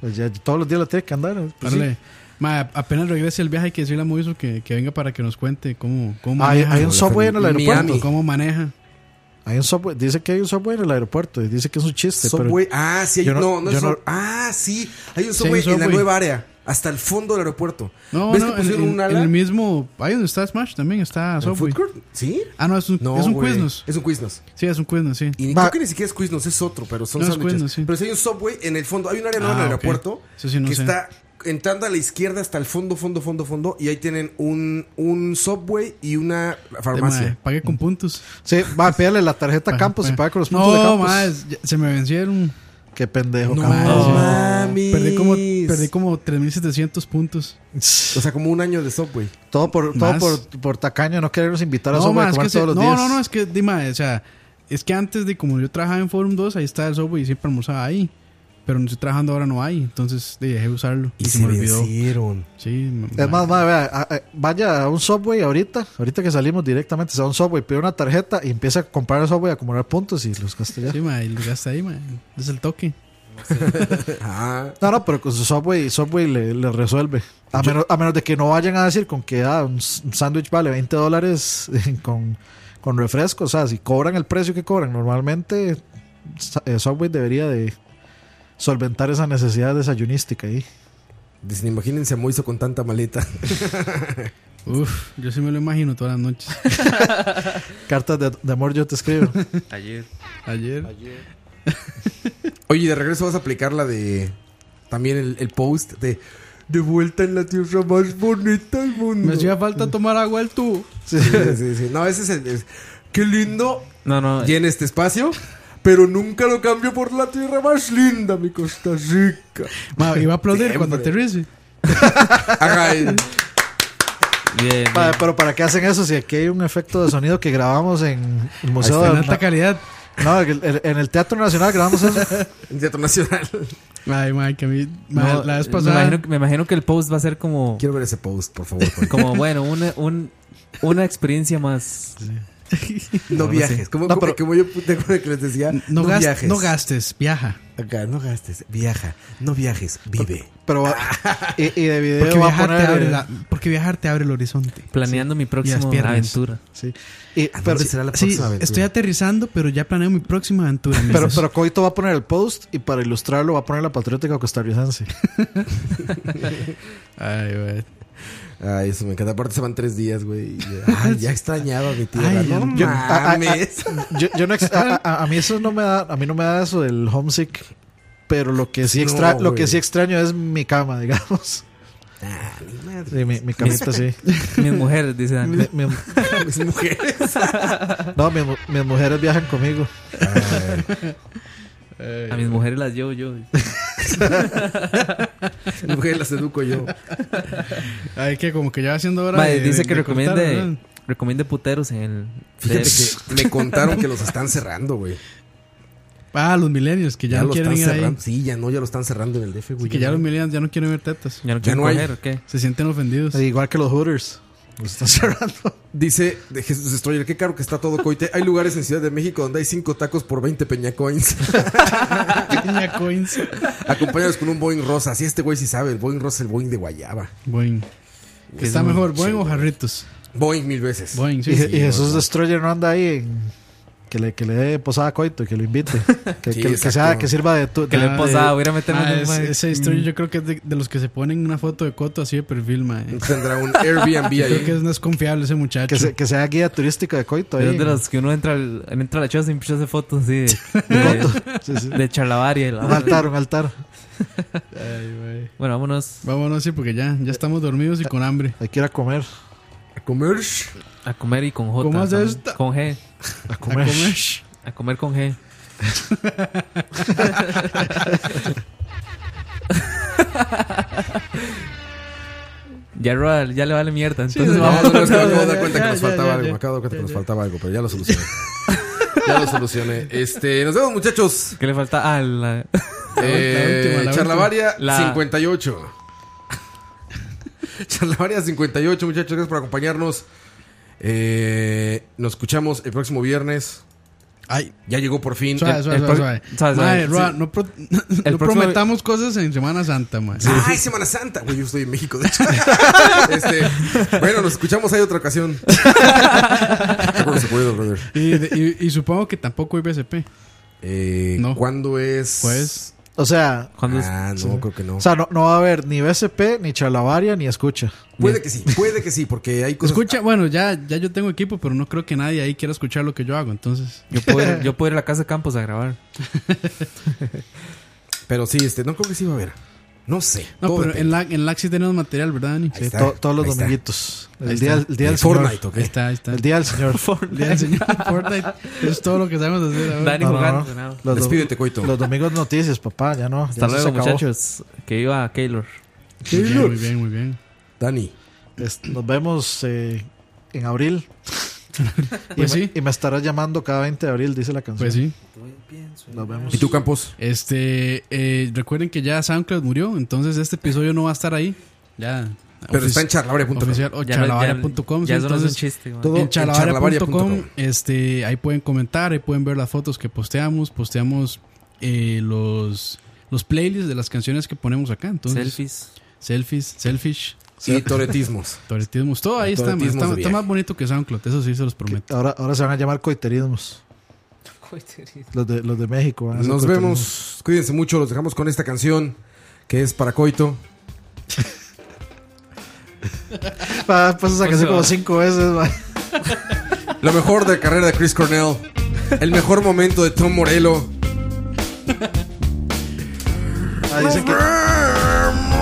[SPEAKER 7] Pues ya todos los días la tiene que andar. ¿no? Pues sí.
[SPEAKER 8] Órale. Mae, apenas regrese el viaje hay que decirle a Moiso que, que venga para que nos cuente cómo, cómo
[SPEAKER 7] Hay,
[SPEAKER 8] maneja.
[SPEAKER 7] hay un subway en el aeropuerto.
[SPEAKER 8] ¿Cómo maneja?
[SPEAKER 7] Hay un subway. Dice que hay un subway en el aeropuerto. y Dice que es un chiste. pero
[SPEAKER 5] Subway. Ah, sí, hay,
[SPEAKER 7] yo
[SPEAKER 5] no, no,
[SPEAKER 7] yo
[SPEAKER 5] es sub- Ah, sí. Hay un
[SPEAKER 7] Sí, hay
[SPEAKER 5] subway,
[SPEAKER 7] un
[SPEAKER 5] en la
[SPEAKER 7] subway.
[SPEAKER 5] nueva área. Hasta el fondo del aeropuerto.
[SPEAKER 8] No,
[SPEAKER 5] ¿Ves
[SPEAKER 8] no,
[SPEAKER 5] que
[SPEAKER 8] en,
[SPEAKER 5] pusieron
[SPEAKER 8] en-
[SPEAKER 5] un ala?
[SPEAKER 8] en el mismo. Ahí donde está Smash también está Subway.
[SPEAKER 5] food court? ¿Sí?
[SPEAKER 8] Ah, no, es un,
[SPEAKER 5] No,
[SPEAKER 8] es un
[SPEAKER 5] güey.
[SPEAKER 8] Quiznos.
[SPEAKER 5] Es un Quiznos.
[SPEAKER 8] Sí, es un Quiznos, sí.
[SPEAKER 5] Y creo que ni siquiera es Quiznos, es otro, pero son
[SPEAKER 8] No, es
[SPEAKER 5] sándwiches.
[SPEAKER 8] Quiznos, sí.
[SPEAKER 5] Pero si hay un subway en el fondo, hay un área
[SPEAKER 8] Ah,
[SPEAKER 5] nueva en el
[SPEAKER 8] ok.
[SPEAKER 5] aeropuerto
[SPEAKER 8] Eso sí, no
[SPEAKER 5] que
[SPEAKER 8] sé.
[SPEAKER 5] está entrando a la izquierda hasta el fondo, fondo, fondo, fondo, y ahí tienen un, un subway y una
[SPEAKER 8] Mae,
[SPEAKER 5] farmacia.
[SPEAKER 8] pagué con puntos.
[SPEAKER 7] Sí, va, pídale la tarjeta Campos y paga con los puntos
[SPEAKER 8] pues. no,
[SPEAKER 7] de Campos.
[SPEAKER 8] más, ya- se me vencieron.
[SPEAKER 7] Qué pendejo,
[SPEAKER 8] No,
[SPEAKER 7] Campos.
[SPEAKER 5] Ah,
[SPEAKER 8] mames. Oh. Perdí como, perdí como 3700 puntos.
[SPEAKER 5] O sea, como un año de subway.
[SPEAKER 7] Todo por, todo
[SPEAKER 8] Más.
[SPEAKER 7] por, por tacaño, no querernos invitar a
[SPEAKER 8] No,
[SPEAKER 7] Subway
[SPEAKER 8] ma,
[SPEAKER 7] a
[SPEAKER 8] es
[SPEAKER 7] comer
[SPEAKER 8] que
[SPEAKER 7] todos
[SPEAKER 8] se-
[SPEAKER 7] los
[SPEAKER 8] no,
[SPEAKER 7] días.
[SPEAKER 8] no, no, es que, dime, o sea, es que antes de como yo trabajaba en Forum 2, ahí estaba el Subway y siempre almorzaba ahí. Pero no estoy trabajando ahora, no hay. Entonces di, dejé de usarlo. Y, se, me olvidó.
[SPEAKER 5] vencieron.
[SPEAKER 8] Sí,
[SPEAKER 7] Es más, madre, vea, a- a- vaya a un subway ahorita, ahorita que salimos directamente, se va a un subway, pide una tarjeta y empieza a comprar el subway, a acumular puntos y los gasta ya.
[SPEAKER 8] Sí, ma, y lo gasta ahí, ma. Es el toque.
[SPEAKER 5] Ajá.
[SPEAKER 7] No, no, pero con su subway, subway le, le resuelve. A menos, a menos de que no vayan a decir con que ah, un s- un sándwich vale 20 dólares eh, con, con refresco. O sea, si cobran el precio que cobran, normalmente sa- eh, Subway debería de solventar esa necesidad desayunística ahí.
[SPEAKER 5] Dicen, imagínense a Moiso con tanta maleta.
[SPEAKER 8] Uf, yo sí me lo imagino todas las noches.
[SPEAKER 7] Cartas de, de amor yo te escribo.
[SPEAKER 6] Ayer.
[SPEAKER 8] Ayer.
[SPEAKER 5] Oye, de regreso vas a aplicar la de. También el, el post de. De vuelta en la tierra más bonita del mundo.
[SPEAKER 8] Me hacía falta tomar agua el tubo.
[SPEAKER 5] Sí, sí, sí. No, ese es el. es- qué lindo.
[SPEAKER 6] No, no.
[SPEAKER 5] Llena este espacio. Pero nunca lo cambio por la tierra más linda, mi Costa Rica.
[SPEAKER 8] Ma, iba a aplaudir
[SPEAKER 5] Siempre.
[SPEAKER 8] cuando aterrice.
[SPEAKER 5] Ajá, y-
[SPEAKER 7] Vale, pero ¿para qué hacen eso si aquí hay un efecto de sonido que grabamos en el Museo
[SPEAKER 8] está, en
[SPEAKER 7] de
[SPEAKER 8] alta calidad.
[SPEAKER 7] No, en el- en el Teatro Nacional grabamos eso.
[SPEAKER 5] en Teatro Nacional.
[SPEAKER 8] Ay, ma, que a mí. ma,
[SPEAKER 6] No,
[SPEAKER 8] la vez
[SPEAKER 6] me
[SPEAKER 8] pasada.
[SPEAKER 6] imagino que- Me imagino, que el post va a ser como.
[SPEAKER 5] Quiero ver ese post, por favor. Juan.
[SPEAKER 6] Como, bueno, una, un- una experiencia más.
[SPEAKER 5] No,
[SPEAKER 6] no
[SPEAKER 5] viajes.
[SPEAKER 6] sé.
[SPEAKER 5] Como,
[SPEAKER 6] No,
[SPEAKER 5] como-
[SPEAKER 6] pero-
[SPEAKER 5] como yo te acuerdo que les decía.
[SPEAKER 8] no,
[SPEAKER 5] No,
[SPEAKER 8] gas-
[SPEAKER 5] viajes.
[SPEAKER 8] no gastes, viaja.
[SPEAKER 5] Acá, no gastes. Viaja. No viajes. Vive.
[SPEAKER 7] Pero va- y, y de video
[SPEAKER 8] Porque
[SPEAKER 7] va a
[SPEAKER 8] viajar,
[SPEAKER 7] poner. eh.
[SPEAKER 8] te abre la- porque viajar te abre el horizonte.
[SPEAKER 6] Planeando mi próxima
[SPEAKER 8] Y las piernas.
[SPEAKER 6] aventura.
[SPEAKER 7] Sí. Y-
[SPEAKER 5] ¿A
[SPEAKER 7] pero,
[SPEAKER 5] dónde será la
[SPEAKER 8] Sí,
[SPEAKER 5] próxima aventura?
[SPEAKER 8] estoy aterrizando, pero ya planeo mi próxima aventura.
[SPEAKER 7] pero,
[SPEAKER 8] amigos.
[SPEAKER 7] pero Coito va a poner el post y para ilustrarlo va a poner la patriótica costarricense.
[SPEAKER 8] Ay, güey.
[SPEAKER 5] Ay, eso me encanta. Aparte se van tres días, güey. y ya- Ay, ya extrañaba a mi tierra.
[SPEAKER 7] Ay,
[SPEAKER 5] no
[SPEAKER 7] yo- a- a-
[SPEAKER 5] mames.
[SPEAKER 7] a- yo- yo no ex- a, a- a mí eso no me da, a mí no me da eso del homesick, pero lo que sí
[SPEAKER 5] No,
[SPEAKER 7] extra, lo que
[SPEAKER 5] güey.
[SPEAKER 7] sí extraño es mi cama, digamos. Sí, mi, mi camita, sí.
[SPEAKER 6] Mis mujeres, dice Dani.
[SPEAKER 7] Mi- mi-
[SPEAKER 5] Mis mujeres.
[SPEAKER 7] no, mi mu- mis mujeres viajan conmigo.
[SPEAKER 6] A mis mujeres las llevo yo.
[SPEAKER 5] Las mujeres las educo yo.
[SPEAKER 8] Ay, que como que ya haciendo hora.
[SPEAKER 6] Mae,
[SPEAKER 8] de-
[SPEAKER 6] dice
[SPEAKER 8] de-
[SPEAKER 6] que
[SPEAKER 8] de
[SPEAKER 6] recomiende,
[SPEAKER 8] cortar, ¿verdad?
[SPEAKER 6] recomiende puteros en el.
[SPEAKER 5] Fíjate
[SPEAKER 6] DF.
[SPEAKER 5] que me contaron que los están cerrando, güey.
[SPEAKER 8] Ah, los millennials que ya, no
[SPEAKER 5] lo
[SPEAKER 8] quieren
[SPEAKER 5] están
[SPEAKER 8] ir ahí.
[SPEAKER 5] cerrando. Sí, ya no, ya lo están cerrando en el DF, güey.
[SPEAKER 8] que ya los millennials ya no quieren ver tetas.
[SPEAKER 6] Ya no
[SPEAKER 5] quieren no hay. coger, ¿o qué?
[SPEAKER 8] Se sienten ofendidos.
[SPEAKER 7] igual que los Hooters. Los están cerrando.
[SPEAKER 5] Dice de Jesús Destroyer, qué caro que está todo coite. Hay lugares en Ciudad de México donde hay cinco tacos por 20 peñacoins.
[SPEAKER 8] peñacoins.
[SPEAKER 5] Acompáñanos con un Boeing rosa. Así este güey sí sabe, el Boeing rosa es el Boeing de Guayaba.
[SPEAKER 8] Boeing.
[SPEAKER 5] Que
[SPEAKER 8] Está
[SPEAKER 5] es un
[SPEAKER 8] mejor, Boeing o Jarritos.
[SPEAKER 5] Boeing mil veces.
[SPEAKER 8] Boeing, sí.
[SPEAKER 7] y,
[SPEAKER 8] sí,
[SPEAKER 7] y Jesús
[SPEAKER 8] güey.
[SPEAKER 7] Destroyer no anda ahí en- que le, que le dé posada a Coito, que lo invite. Que,
[SPEAKER 5] Sí,
[SPEAKER 7] que- que
[SPEAKER 5] exacto.
[SPEAKER 7] sea, que sirva de tu. de- de-
[SPEAKER 8] Ah,
[SPEAKER 7] Ah,
[SPEAKER 8] es-
[SPEAKER 7] es-
[SPEAKER 8] Ese historia
[SPEAKER 6] Mm.
[SPEAKER 8] yo creo que es de, de los que se ponen una foto de Coto así de perfil, mae.
[SPEAKER 5] Tendrá un Airbnb
[SPEAKER 8] Yo
[SPEAKER 5] ahí.
[SPEAKER 8] Creo que es- no es confiable ese muchacho.
[SPEAKER 7] Que, se- que sea guía turística de Coito.
[SPEAKER 6] Pero
[SPEAKER 7] ahí.
[SPEAKER 6] es de los que uno entra, al- entra a la choza y empieza a hacer fotos así de, de,
[SPEAKER 7] Sí, sí.
[SPEAKER 6] de charlavaria y la
[SPEAKER 7] Un
[SPEAKER 6] vara.
[SPEAKER 7] altar, un altar.
[SPEAKER 6] Bueno, vámonos.
[SPEAKER 8] Vámonos, sí, porque ya, ya estamos dormidos y con hambre.
[SPEAKER 7] Hay que ir a comer.
[SPEAKER 5] A comer.
[SPEAKER 6] A comer y con J.
[SPEAKER 8] ¿Cómo hace
[SPEAKER 6] también.
[SPEAKER 8] esta?
[SPEAKER 6] Con G.
[SPEAKER 7] A comer.
[SPEAKER 6] A comer, con G. ya, Roa- ya le vale mierda.
[SPEAKER 5] No,
[SPEAKER 6] Entonces
[SPEAKER 5] no,
[SPEAKER 6] vamos.
[SPEAKER 5] no, es que me acabo de dar cuenta que
[SPEAKER 6] Ya,
[SPEAKER 5] nos
[SPEAKER 6] ya,
[SPEAKER 5] faltaba
[SPEAKER 6] ya,
[SPEAKER 5] algo.
[SPEAKER 6] ya.
[SPEAKER 5] Me acabo de dar cuenta que nos faltaba algo, pero ya lo solucioné. ya lo solucioné. Este, nos vemos, muchachos.
[SPEAKER 6] ¿Qué le falta? Ah, la.
[SPEAKER 5] Eh,
[SPEAKER 6] última, la
[SPEAKER 5] Charlavaria
[SPEAKER 6] última. La-
[SPEAKER 5] 58. Charlavaria 58, muchachos, gracias por acompañarnos. Eh, nos escuchamos el próximo viernes.
[SPEAKER 8] Ay,
[SPEAKER 5] ya llegó por fin.
[SPEAKER 8] Suave,
[SPEAKER 5] El-
[SPEAKER 8] suave,
[SPEAKER 5] el
[SPEAKER 8] suave,
[SPEAKER 5] pro-
[SPEAKER 8] suave.
[SPEAKER 5] suave, suave.
[SPEAKER 8] Mae, Roa,
[SPEAKER 5] Sí.
[SPEAKER 8] no, pro- no
[SPEAKER 5] próximo-
[SPEAKER 8] prometamos cosas en Semana Santa, mae.
[SPEAKER 5] Ay, Semana Santa. Güey, yo estoy en México, de hecho. Este, bueno, nos escuchamos ahí otra ocasión. Mejor se puede, brother.
[SPEAKER 8] Y, de- y- y supongo que tampoco hay BCP.
[SPEAKER 5] Eh, ¿Cuándo es?
[SPEAKER 8] Pues.
[SPEAKER 7] O sea.
[SPEAKER 5] Ah, no, creo que no.
[SPEAKER 7] O sea, no, no va a haber ni BCP, ni Chalabaria, ni Escucha.
[SPEAKER 5] Puede que sí, puede que sí, porque hay cosas.
[SPEAKER 8] Escucha, bueno, ya, ya yo tengo equipo, pero no creo que nadie ahí quiera escuchar lo que yo hago, entonces.
[SPEAKER 6] Yo puedo, ir, yo puedo ir a la casa de Campos a grabar.
[SPEAKER 5] Pero sí, este, no creo que sí va a haber. No sé.
[SPEAKER 8] No,
[SPEAKER 5] todo
[SPEAKER 8] pero
[SPEAKER 5] depende.
[SPEAKER 8] en la, en la sí tenemos material, ¿verdad, Dani?
[SPEAKER 5] Sí, está, to- todos los ahí está. dominguitos. El día- el día del Señor. Fortnite, ¿o qué?
[SPEAKER 8] Ahí está, ahí está.
[SPEAKER 7] El día del señor.
[SPEAKER 8] El día del señor Fortnite. Eso es todo lo que sabemos hacer ahora.
[SPEAKER 6] Dani jugando, nada.
[SPEAKER 7] Los dom-
[SPEAKER 6] Despídete, Coito.
[SPEAKER 7] Los domingos noticias, papá, ya no.
[SPEAKER 6] Hasta
[SPEAKER 7] ya eso se
[SPEAKER 6] luego,
[SPEAKER 7] acabó.
[SPEAKER 6] muchachos. Que iba a Keylor.
[SPEAKER 8] Muy bien, muy bien, muy bien.
[SPEAKER 5] Dani.
[SPEAKER 7] Es- nos vemos eh, en abril. y,
[SPEAKER 8] Pues
[SPEAKER 7] me,
[SPEAKER 8] sí.
[SPEAKER 7] y me estarás llamando cada 20 de abril, dice la canción.
[SPEAKER 8] Pues sí.
[SPEAKER 7] Nos vemos.
[SPEAKER 5] ¿Y tú, Campos?
[SPEAKER 8] Este, eh, recuerden que ya SoundCloud murió, entonces este episodio no va a estar ahí. Ya.
[SPEAKER 5] Pero está en charlavaria.com.
[SPEAKER 8] Oficial, O
[SPEAKER 5] Ya lo- ya-
[SPEAKER 8] charlavaria.com.
[SPEAKER 6] ya
[SPEAKER 8] sí,
[SPEAKER 6] eso no es un
[SPEAKER 8] entonces,
[SPEAKER 6] chiste, man.
[SPEAKER 5] Todo
[SPEAKER 8] en
[SPEAKER 5] en
[SPEAKER 8] charlavaria.com.
[SPEAKER 5] charlavaria.com.
[SPEAKER 8] Este, ahí pueden comentar, ahí pueden ver las fotos que posteamos. Posteamos eh, los, los playlists de las canciones que ponemos acá. Entonces,
[SPEAKER 6] Selfies.
[SPEAKER 8] Selfies, selfish.
[SPEAKER 5] Y toretismos.
[SPEAKER 8] Toretismos, todo ahí está, man.
[SPEAKER 5] Toretismos
[SPEAKER 8] está,
[SPEAKER 5] de
[SPEAKER 8] está
[SPEAKER 5] viaje.
[SPEAKER 8] más bonito que SoundCloud, eso sí se los prometo.
[SPEAKER 7] Ahora, ahora se van a llamar coiterismos. Los de, los de México. van a ser
[SPEAKER 5] Nos
[SPEAKER 7] coiterismos.
[SPEAKER 5] vemos. Cuídense mucho. Los dejamos con esta canción que es para Coito.
[SPEAKER 7] Ah, pues esa canción como cinco veces, man.
[SPEAKER 5] Lo mejor de la carrera de Chris Cornell. El mejor momento de Tom Morello.
[SPEAKER 7] Ah, dicen que-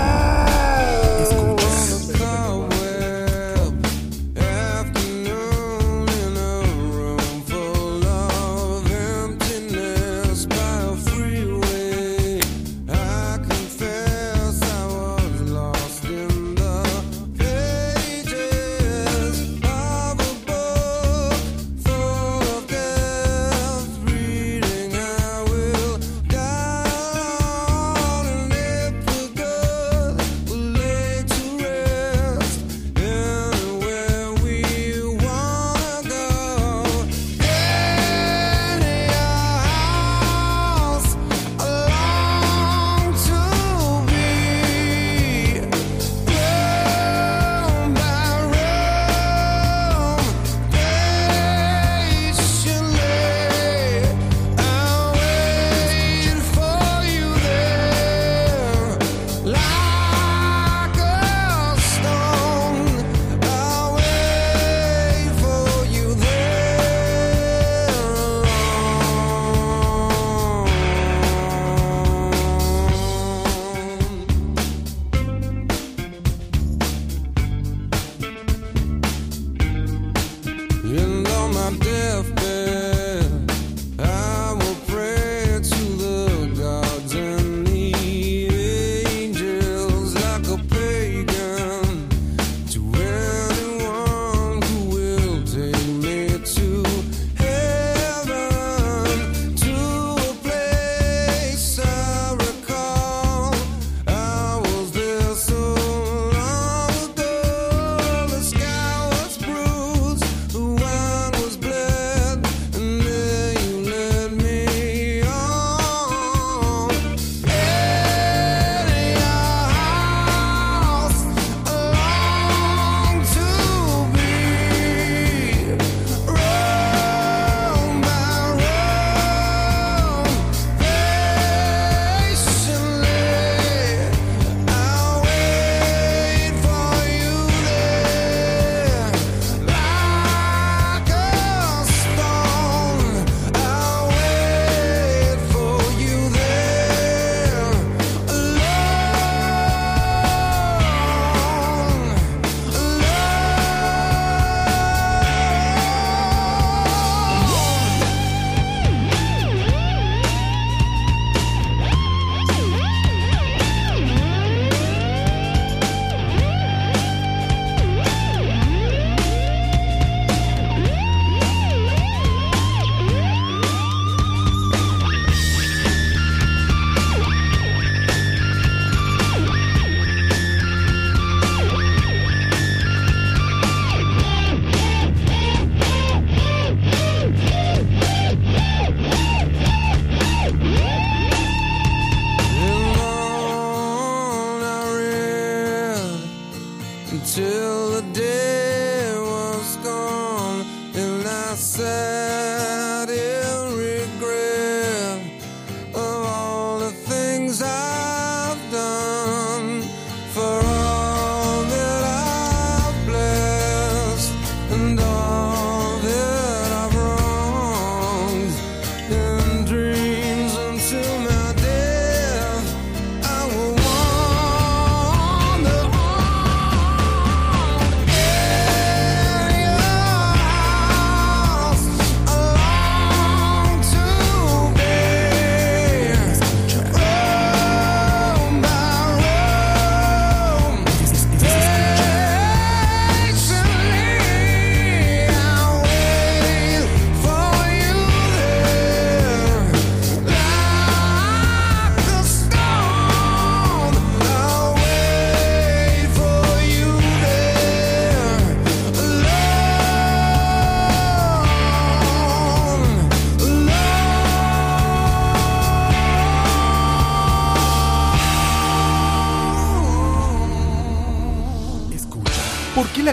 [SPEAKER 14] Reading, I will die on an airplane.
[SPEAKER 5] qué la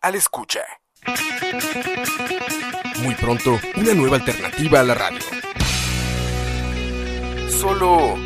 [SPEAKER 5] Al escucha. Muy pronto, una nueva alternativa a la radio. Solo